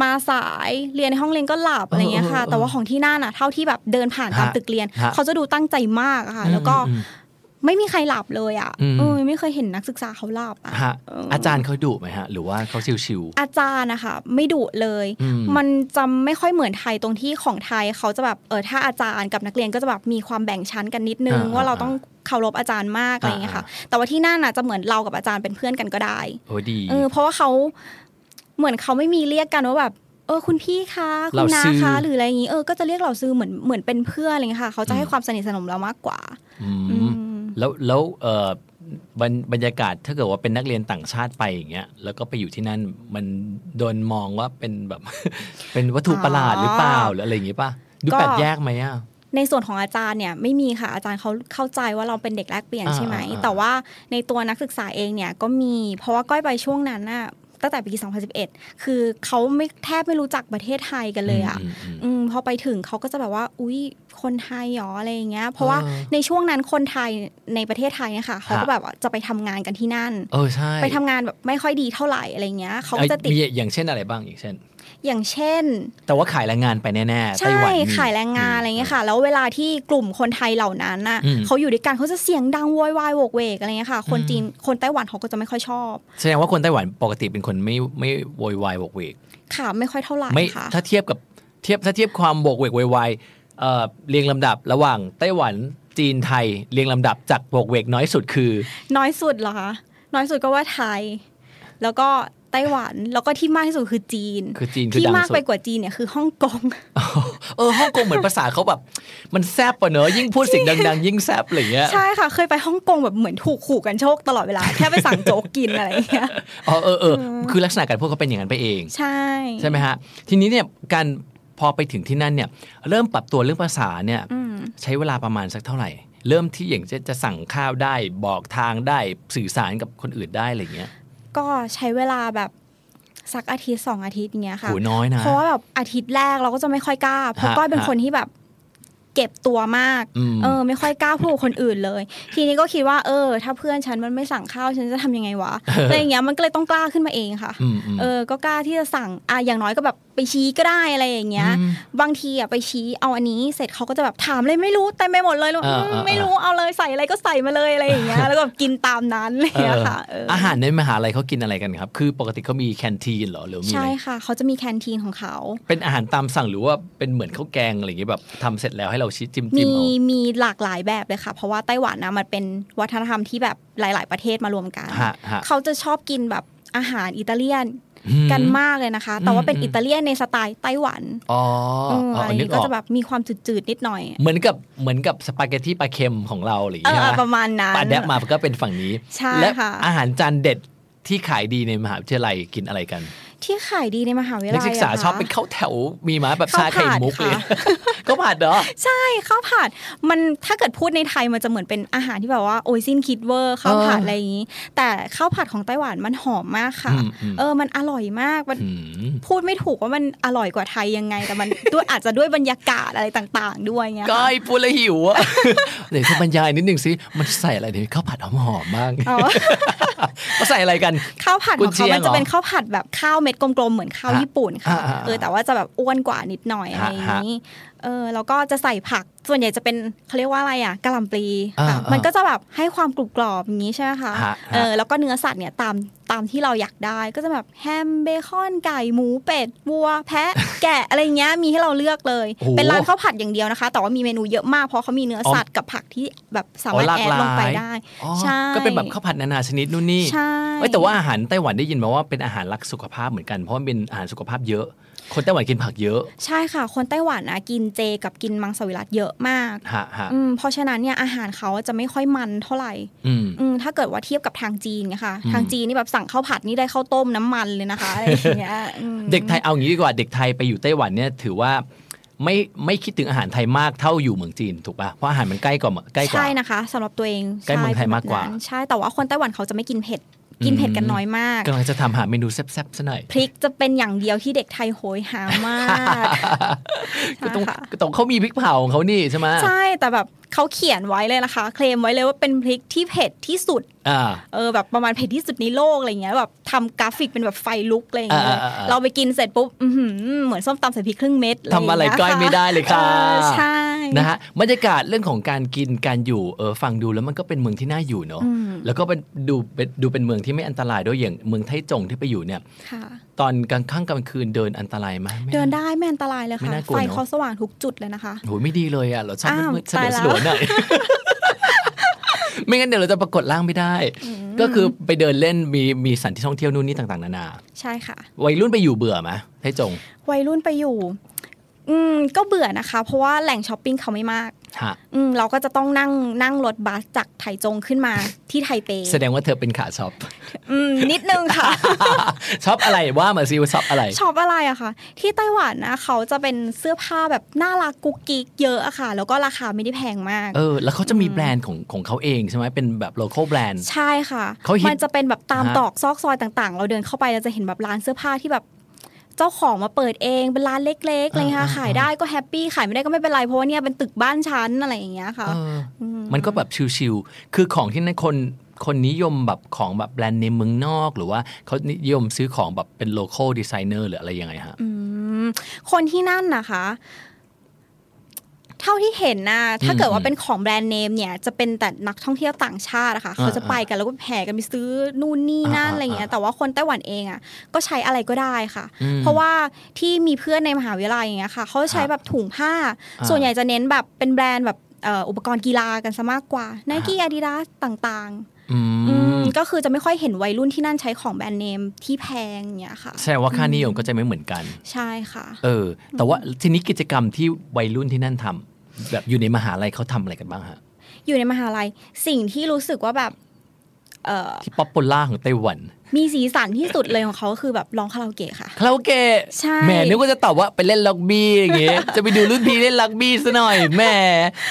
Speaker 6: มาสายเรียนในห้องเรียนก็หลับอะไรอย่างเงี้ยค่ะ
Speaker 2: เออเออเออ
Speaker 6: แต่ว่าของที่น่านน่ะเท่าที่แบบเดินผ่านตาม
Speaker 2: ฮะ
Speaker 6: ตึกเรียน
Speaker 2: ฮะ
Speaker 6: เขาจะดูตั้งใจมากอะค่ะ แล้วก็
Speaker 2: อืมอืม
Speaker 6: ไม่มีใครหลับเลยอ่ะ
Speaker 4: อืม
Speaker 6: เออไม่เคยเห็นนักศึกษาเขาหลับอ่ะ
Speaker 4: ฮะ
Speaker 6: เอออ
Speaker 4: อาจารย์เขาดุไหมฮะ หรือว่าเขาชิว
Speaker 6: อาจารย์นะคะไม่ดุเลย
Speaker 4: อืม
Speaker 6: มันจะไม่ค่อยเหมือนไทยตรงที่ของไทยเขาจะแบบเออถ้าอาจารย์กับนักเรียนก็จะแบบมีความแบ่งชั้นกันนิดนึง
Speaker 4: อ่า
Speaker 6: ว่าเรา
Speaker 4: อ่า
Speaker 6: ต้องเคารพอาจารย์มากอะไรอย่างเงี้ยค่ะ
Speaker 4: อ่
Speaker 6: แต่ว่าที่นั่นน่ะจะเหมือนเรากับอาจารย์เป็นเพื่อนกันก็ได้
Speaker 4: ๆโอ้ดี
Speaker 6: เออเพราะว่าเขาเหมือนเขาไม่มีเรียกกันว่าแบบเออคุณพี่คะคุ
Speaker 4: เรา
Speaker 6: ณน้า
Speaker 4: ซื้อ
Speaker 6: คะหรืออะไรอย่างงี้เออก็จะเรียกเราซื้อเหมือนเหมือนเป็นเพื่อนอะไรอย่างเงี้ยค่ะ เขาจะให้ความสนิทสนมเรามากกว่า
Speaker 4: อืม
Speaker 6: อืม
Speaker 2: แล้วแล้วเอ่อบรรบรรยากาศถ้าเกิดว่าเป็นนักเรียนต่างชาติไปอย่างเงี้ยแล้วก็ไปอยู่ที่นั่นมันโดนมองว่าเป็นแบบ เป็นวัตถุประหลาดหรือเปล่าหรืออะไรอย่างงี้ป่ะดู
Speaker 6: ก็
Speaker 2: แปลกแยกไหมอ่ะ
Speaker 6: ในส่วนของอาจารย์เนี่ยไม่มีค่ะอาจารย์เขาเข้าใจว่าเราเป็นเด็กแลกเปลี่ยน
Speaker 2: อ่า
Speaker 6: ใช่ไหม
Speaker 2: อ่า
Speaker 6: แต่ว่าในตัวนักศึกษาเองเนี่ยก็มีเพราะว่าก้อยไปช่วงนั้นน่ะตั้งแต่ปี 2011 คือเขาไม่แทบไม่รู้จักประเทศไทยกันเลยอ่ะ
Speaker 2: มมม
Speaker 6: อืมพอไปถึงเขาก็จะแบบว่า อุ๊ย คนไทยเหรออะไรอย่างเงี้ย เพราะว่า
Speaker 2: เออ
Speaker 6: ในช่วงนั้นคนไทยในประเทศไทยเนี่ยค่ะเขาก็แบบว่าจะไปทำงานกันที่นั่น
Speaker 2: เออใช่
Speaker 6: ไปทำงานแบบไม่ค่อยดีเท่าไหร่อะไรเงี้ยเขาก็จะติด
Speaker 2: มีอย่างเช่นอะไรบ้างอย่างเช่น
Speaker 6: อย่างเช่น
Speaker 2: แต่ว่าขายแรงงานไปแน่ๆไต้
Speaker 6: ใช่
Speaker 2: หวันมี
Speaker 6: ขายแรงงานอะไรเงี้ยค่ะ แล้วเวลาที่กลุ่มคนไทยเหล่านั้นน่ะ
Speaker 2: อืม
Speaker 6: เขาอยู่ด้วยกันเขาจะเสียงดังโวยวายโหวกเวกอะไรเงี้ยค่ะ คนจีนคนไต้หวันเขาก็จะไม่ค่อยชอบ
Speaker 2: แสดงว่าคนไต้หวันปกติเป็นคนไม่ไม่โวยวายโวกเวก
Speaker 6: ค่ะไม่ค่อยเท่าไหร่
Speaker 2: ไม่
Speaker 6: ค่ะ
Speaker 2: ถ้าเทียบกับเทียบถ้าเทียบความโวกเวกโวยวายเอ่อเรียงลำดับระหว่างไต้หวันจีนไทยเรียงลำดับจากโวกเวกน้อยสุดคือ
Speaker 6: น้อยสุดเหรอคะน้อยสุดก็ว่าไทย แล้วก็ไต้หวันแล้วก็ที่มากที่สุดคือจีน
Speaker 2: คือจีนคือ
Speaker 6: ที่
Speaker 2: ดัง
Speaker 6: มาก
Speaker 2: สุด
Speaker 6: ไปกว่าจีนเนี่ยคือฮ่องกง
Speaker 2: เออฮ่องกงเหมือนภาษาเขาแบบ มันแซบปะเนอะยิ่งพูดเสียงดัง ๆ ยิ่งแซบอะไรเงี้ย
Speaker 6: ใช่ค่ะ เคยไปฮ่องกงแบบเหมือนถูกขู่กันโชคตลอดเวลา แค่ไปสั่งโจ๊กกินอะไรอย่างเงี้ย
Speaker 2: อ๋อเออเออคือลักษณะการพูดเขาเป็นอย่างนั้นไปเอง
Speaker 6: ใช่
Speaker 2: ใช่ไหมฮะ ทีนี้เนี่ยการพอไปถึงที่นั่นเนี่ยเริ่มปรับตัวเรื่องภาษาเนี่ย
Speaker 6: อืม
Speaker 2: ใช้เวลาประมาณสักเท่าไหร่ เริ่มที่อย่างจะจะสั่งข้าวได้บอกทางได้สื่อสารกับคนอื่นได้อะไรเงี้ย
Speaker 6: ก็ใช้เวลาแบบสักอาทิตย์สองอาทิตย์อย่างเงี้ยค่ะ
Speaker 2: โหน้อยนะ
Speaker 6: เพราะว่าแบบอาทิตย์แรกเราก็จะไม่ค่อยกล้า เพราะ
Speaker 2: ฮะ
Speaker 6: ก้อยเป็น
Speaker 2: ฮะ
Speaker 6: คนที่แบบเก็บตัวมาก
Speaker 2: อืม
Speaker 6: เออ ไม่ค่อยกล้าพูดกับคนอื่นเลย ทีนี้ก็คิดว่าเออ ถ้าเพื่อนฉันมันไม่สั่งข้าวฉันจะทำยังไงวะอะไรอย่างเงี้ยมันก็เลยต้องกล้าขึ้นมาเองค่ะ
Speaker 2: อืมอืม
Speaker 6: เออ ก็กล้าที่จะสั่งอ่ะอย่างน้อยก็แบบไปชี้ก็ได้อะไรอย่างเงี้ย บางทีอ่ะไปชี้เอาอันนี้เสร็จเขาก็จะแบบถามเลยไม่รู้เต็มไปหมดเลยแล้ว
Speaker 2: อ่า
Speaker 6: อืม
Speaker 2: อ่า
Speaker 6: ไม่รู้เอาเลยใส่อะไรก็ใส่มาเลยอะไรอย่างเงี้ย แล้วก็แบบกินตามนั้นอะไรอย่าง
Speaker 2: เอ
Speaker 6: เงี้ย
Speaker 2: อ
Speaker 6: ค่ะเอออ
Speaker 2: อาหารในมหาลัยเขากินอะไรกันครับ คือปกติเขามีแคนทีนเหรอหรือมีอะ
Speaker 6: ใช่
Speaker 2: ไร
Speaker 6: ค่ะ เขาจะมีแคนทีนของเขา
Speaker 2: เป็นอาหารตามสั่งหรือว่าเป็นเหมือนข้าวแกงอะไรอย่างเงี้ยแบบทำเสร็จแล้วให้เราชิจิ้มจิ้
Speaker 6: มี
Speaker 2: มเอา
Speaker 6: มีหลากหลายแบบเลยค่ะ เพราะว่าไต้หวันนะมันเป็นวัฒนธรรมที่แบบหลาย ๆ ประเทศมารวมกัน
Speaker 2: ฮะฮะ
Speaker 6: เขาจะชอบกินแบบอาหารอิตาเลียน
Speaker 2: อื
Speaker 6: กันมากเลยนะคะ แต่ว่าเป็น
Speaker 2: อืม
Speaker 6: อิตาเลียนในสไตล์ไต้หวัน
Speaker 2: อ๋อ
Speaker 6: เออ
Speaker 2: อ๋อ
Speaker 6: อะไร
Speaker 2: นึก
Speaker 6: นี้
Speaker 2: อ
Speaker 6: ก็
Speaker 2: อก
Speaker 6: จะแบบมีความจืด ๆ นิดหน่อย
Speaker 2: เหมือนกับเหมือนกับสปาเกตตี้ปลาเค็มของเราอะไรอย่าง
Speaker 6: เอ
Speaker 2: เงี้ย
Speaker 6: อ
Speaker 2: ใช่ไหม
Speaker 6: ประมาณนั้น
Speaker 2: ปาแดกมาก็เป็นฝั่งนี้
Speaker 6: ใช่
Speaker 2: และ
Speaker 6: ค่ะ
Speaker 2: อาหารจานเด็ดที่ขายดีในมหาวิทยาลัยกินอะไรกัน
Speaker 6: ที่ขายดีในมหาวิทยา
Speaker 2: นั
Speaker 6: ลั
Speaker 2: ก
Speaker 6: ย
Speaker 2: ศึกษา
Speaker 6: ะคะ
Speaker 2: ชอบไปเข้าแถวมีไหมาแบบชา
Speaker 6: ข้าว
Speaker 2: ไข่
Speaker 6: ผัด
Speaker 2: มุกเลย
Speaker 6: ค่ะ
Speaker 2: ก็ผ่านเนาะ
Speaker 6: ใช่ข้าวผัดมันถ้าเกิดพูดในไทยมันจะเหมือนเป็นอาหารที่แบบว่าโอยซินคิดเวอร์ข้าวผัด
Speaker 2: เอออ
Speaker 6: อะไรอย่างนี้ แต่ข้าวผัดของไต้หวันมันหอมมากค่ะ
Speaker 2: อืมอืม
Speaker 6: เออมันอร่อยมากมัน
Speaker 2: อืม
Speaker 6: พูดไม่ถูกว่ามันอร่อยกว่าไทยยังไง แต่มัน ด้วยอาจจะด้วยบรรยากาศอะไรต่าง ๆ ด้วยเงี้ย
Speaker 2: ก้อยปูและหิวอะ เดี๋ยวคุณบรรยายนิดนึงสิ มันใส่อะไรเดี๋ยวข้าวผัดหอมหอมๆบ้าง
Speaker 6: อ๋อ
Speaker 2: ก็ใส่อะไรกัน
Speaker 6: ข้าวผัดของ
Speaker 2: กุนเชี
Speaker 6: เขา
Speaker 2: ยง
Speaker 6: มันจะเป็น
Speaker 2: เหรอ
Speaker 6: ข้าวผัดแบบข้าวเม็ดกลมๆเหมือนข้าว
Speaker 2: ฮะ
Speaker 6: ญี่ปุ่นค่ะ
Speaker 2: อ่าๆๆ
Speaker 6: เออแต่ว่าจะแบบอ้วนกว่านิดหน่อยอะไรอย่างนี้เออแล้วก็จะใส่ผักส่วนใหญ่จะเป็นเขาเรียกว่าอะไรอ่ะกะหล่ำปลี
Speaker 2: อ่า
Speaker 6: ค่ะ
Speaker 2: ๆ
Speaker 6: มันก็จะแบบให้ความกรุบกรอบอย่างนี้ใช่ไหมคะ
Speaker 2: ฮะ
Speaker 6: เออแล้วก็เนื้อสัตว์เนี่ยตามตามที่เราอยากได้ก็จะแบบแฮมเบคอนไก่หมูเป็ดวัว แพะ แกะอะไรอย่างเงี้ยมีให้เราเลือกเลย
Speaker 2: โอ้โห
Speaker 6: เป็นร้านข้าวผัดอย่างเดียวนะคะ แต่ว่ามีเมนูเยอะมากเพราะเขามีเนื้อสัตว์กับผักที่แบบสามารถ
Speaker 2: อ๋อหลาก
Speaker 6: แอด
Speaker 2: หลาย
Speaker 6: ลงไปได้
Speaker 2: อ๋อ
Speaker 6: ใช่
Speaker 2: ก็เป็นแบบข้าวผัดนานาชนิดนู่นนี่
Speaker 6: ใช่
Speaker 2: เอ้ยแต่ว่าอาหารไต้หวันได้ยินมาว่าเป็นอาหารรักสุขภาพเหมือนกัน เพราะมันเป็นอาหารสุขภาพเยอะ คนไต้หวันกินผักเยอะ
Speaker 6: ใช่ค่ะ คนไต้หวันนะกินเจกับกินมังสวิรัตเยอะมาก
Speaker 2: ฮะฮะ
Speaker 6: อืมเพราะฉะนั้นเนี่ยอาหารเขาจะไม่ค่อยมันเท่าไหร่
Speaker 2: อืม
Speaker 6: อืมถ้าเกิดว่าเทียบกับทางจีนนะคะ
Speaker 2: อืม
Speaker 6: ทางจีนนี่แบบสั่งข้าวผัดนี่ได้ข้าวต้มน้ำมันเลย นะคะอะไรอย่างเงี้ยอืม
Speaker 2: เด็กไทยเอางี้ดีกว่าเด็กไทยไปอยู่ไต้หวันเนี่ยถือว่าไม่ไม่คิดถึงอาหารไทยมากเท่าอยู่เมืองจีนถูกป่ะเพราะอาหารมันใกล้กว่าใกล้กว่า
Speaker 6: ใช่นะคะสำหรับตัวเอง
Speaker 2: ใกล้เมืองไทยมากกว่า
Speaker 6: ใช่ใช่แต่ว่าคนไต้หวันเขาจะไม่กินเผ็ดกินเผ็ดกัน
Speaker 2: อืม
Speaker 6: น้อยมาก
Speaker 2: กำลังจะทำหาเมนูแซ่บๆซะหน่อย
Speaker 6: พริกจะเป็นอย่างเดียวที่เด็กไทยโหยหามาก
Speaker 2: ก็ต้อง
Speaker 6: ใช่ค่ะ
Speaker 2: ก็ต้องเขามีพริกเผาของเขานี่ใช่ไหม
Speaker 6: ใช่แต่แบบเขาเขียนไว้เลยนะคะ เคลมไว้เลยว่าเป็นพริกที่เผ็ดที่สุด
Speaker 2: อ่า
Speaker 6: เออแบบประมาณเผ็ดที่สุดในโลกอะไรเงี้ยแบบทำกราฟิกเป็นแบบไฟลุกอะไรอย่างเงี้ย
Speaker 2: อ่าอ่าอ่า
Speaker 6: เราไปกินเสร็จปุ๊บอื้อหือเหมือนส้มตำใส่พริกครึ่งเม็ด
Speaker 2: ทำอะไร
Speaker 6: ย่างเงี้
Speaker 2: ก้อยไม่ได้เลยค่ะ
Speaker 6: เออใช่
Speaker 2: นะฮะบรรยากาศเรื่องของการกินการอยู่เออฟังดูแล้วมันก็เป็นเมืองที่น่าอยู่เนอะ
Speaker 6: อืม
Speaker 2: แล้วก็เป็นดูเป็นดูเป็นเมืองที่ไม่อันตรายด้วยอย่างเมืองไทจงที่ไปอยู่เนี่ย
Speaker 6: ค่ะ
Speaker 2: ตอนกลางค่ำกลางคืนเดินอันตรายไหมม่
Speaker 6: เดินได้ไม่อันตรายเลย
Speaker 2: ไม่
Speaker 6: ค่ะ
Speaker 2: น่ากลัว
Speaker 6: ไฟ
Speaker 2: เนอะ
Speaker 6: เขาสว่างทุกจุดเลยนะคะ
Speaker 2: โหไม่ดีเลยอ่ะเราชอบ
Speaker 6: อ้าว
Speaker 2: มืดๆส
Speaker 6: ตา
Speaker 2: ลั
Speaker 6: ย
Speaker 2: ส
Speaker 6: ว แล้ว
Speaker 2: ลัวหน่ อย ไม่งั้นเดี๋ยวเราจะปรากฏร่างไม่ได้ ก็คือไปเดินเล่นมีมีสถานที่ท่องเที่ยวนู่นนี่ต่างๆนานา
Speaker 6: ใช่ค่ะ
Speaker 2: วัยรุ่นไปอยู่เบื่อไหมไทจง
Speaker 6: วัยรุ่นไปอยู่ อืมก็เบื่อนะคะ เพราะว่าแหล่งช้อปปิ้งเขาไม่มาก
Speaker 2: ฮะ
Speaker 6: อืมเราก็จะต้องนั่งนั่งรถบัสจากไถจงขึ้นมาที่ไทเป
Speaker 2: แสดงว่าเธอเป็นขาช็อป
Speaker 6: อืมนิดนึงค่ะ
Speaker 2: ช็อปอะไรว่ามาซิว่าช็อปอะไร
Speaker 6: ช็อปอะไรอะคะที่ไต้หวันนะเขาจะเป็นเสื้อผ้าแบบน่ารักกุ๊กกิ๊กเยอะอะค่ะ แล้วก็ราคาไม่ได้แพงมาก
Speaker 2: เออ แล้วเขาจะมีแบรนด์ของของเขาเองใช่ไหมเป็นแบบ local brand
Speaker 6: ใช่ค่ะ
Speaker 2: เขาฮิต
Speaker 6: มันจะเป็นแบบตาม
Speaker 2: ฮะ
Speaker 6: ตอกซอกซอยต่างๆ เราเดินเข้าไปเราจะเห็นแบบร้านเสื้อผ้าที่แบบ เจ้าของมาเปิดเองเป็นร้านเล็กๆอะไรอย่างเงี้ยค่ะขายได้ก็แฮปปี้ขายไม่ได้ก็ไม่เป็นไรเพราะว่าเนี่ยเป็นตึกบ้านชั้นอะไรอย่างเงี้ยค่ะ
Speaker 2: เอออมันก็แบบชิวๆคือของที่นั่นคนคนนิยมแบบของแบบแบรนด์ในเมืองนอก หรือว่าเขานิยมซื้อของแบบเป็น local designer หรืออะไรยังไงฮะ
Speaker 6: คนที่นั่นนะคะ เท่าที่เห็นนะถ้าเกิดว่าเป็นของแบรนด์เนมเนี่ย จะเป็นแต่นักท่องเที่ยวต่างชาติอะค่ะ
Speaker 2: อ่า
Speaker 6: เขาจะไปกันแล้วก็แห่กันไปซื้อนู่นนี่นั่น
Speaker 2: อ่า
Speaker 6: อะไรเงี้ย
Speaker 2: อ่า
Speaker 6: แต่ว่าคนไต้หวันเองอ่ะก็ใช้อะไรก็ได้ค่ะ
Speaker 2: อืม
Speaker 6: เพราะว่าที่มีเพื่อนในมหาวิทยาลัยอย่างเงี้ยค่ะ เขาจะใช้แบบถุงผ้า
Speaker 2: อ่า
Speaker 6: ส่วนใหญ่จะเน้นแบบเป็นแบรนด์แบบเอ่ออุปกรณ์กีฬากันซะมากกว่า n i กี้อาดิดาสต่าง
Speaker 2: อื
Speaker 6: ๆอื
Speaker 2: ม
Speaker 6: มก็คือจะไม่ค่อยเห็นวัยรุ่นที่นั่นใช้ของแบรนด์เนมที่แพงเนี่ยค่ะ
Speaker 2: แสดงว่าค่านิยมก็จะไม่เหมือนกัน
Speaker 6: ใช่ค่ะ
Speaker 2: เออ แต่ว่าทีนี้กิจกรรมที่วัยรุ่นที่นั่นทำแบบอยู่ในมหาลัยเขาทำอะไรกันบ้างฮะ
Speaker 6: อยู่ในมหาลัยสิ่งที่รู้สึกว่าแบบเอ่อ
Speaker 2: ที่ป๊อปปูล่าของไต้หวัน
Speaker 6: มีสีสันที่สุดเลยของเขาก็คือแบบร้องคาราโอเกะค่ะ
Speaker 2: คาราโอเกะ
Speaker 6: ใช่
Speaker 2: แหมนึกว่าจะตอบว่าไปเล่นลักบี้อย่างเงี้ย จะไปดูรุ่นพี่เล่นลักบี้ซะหน่อยแหม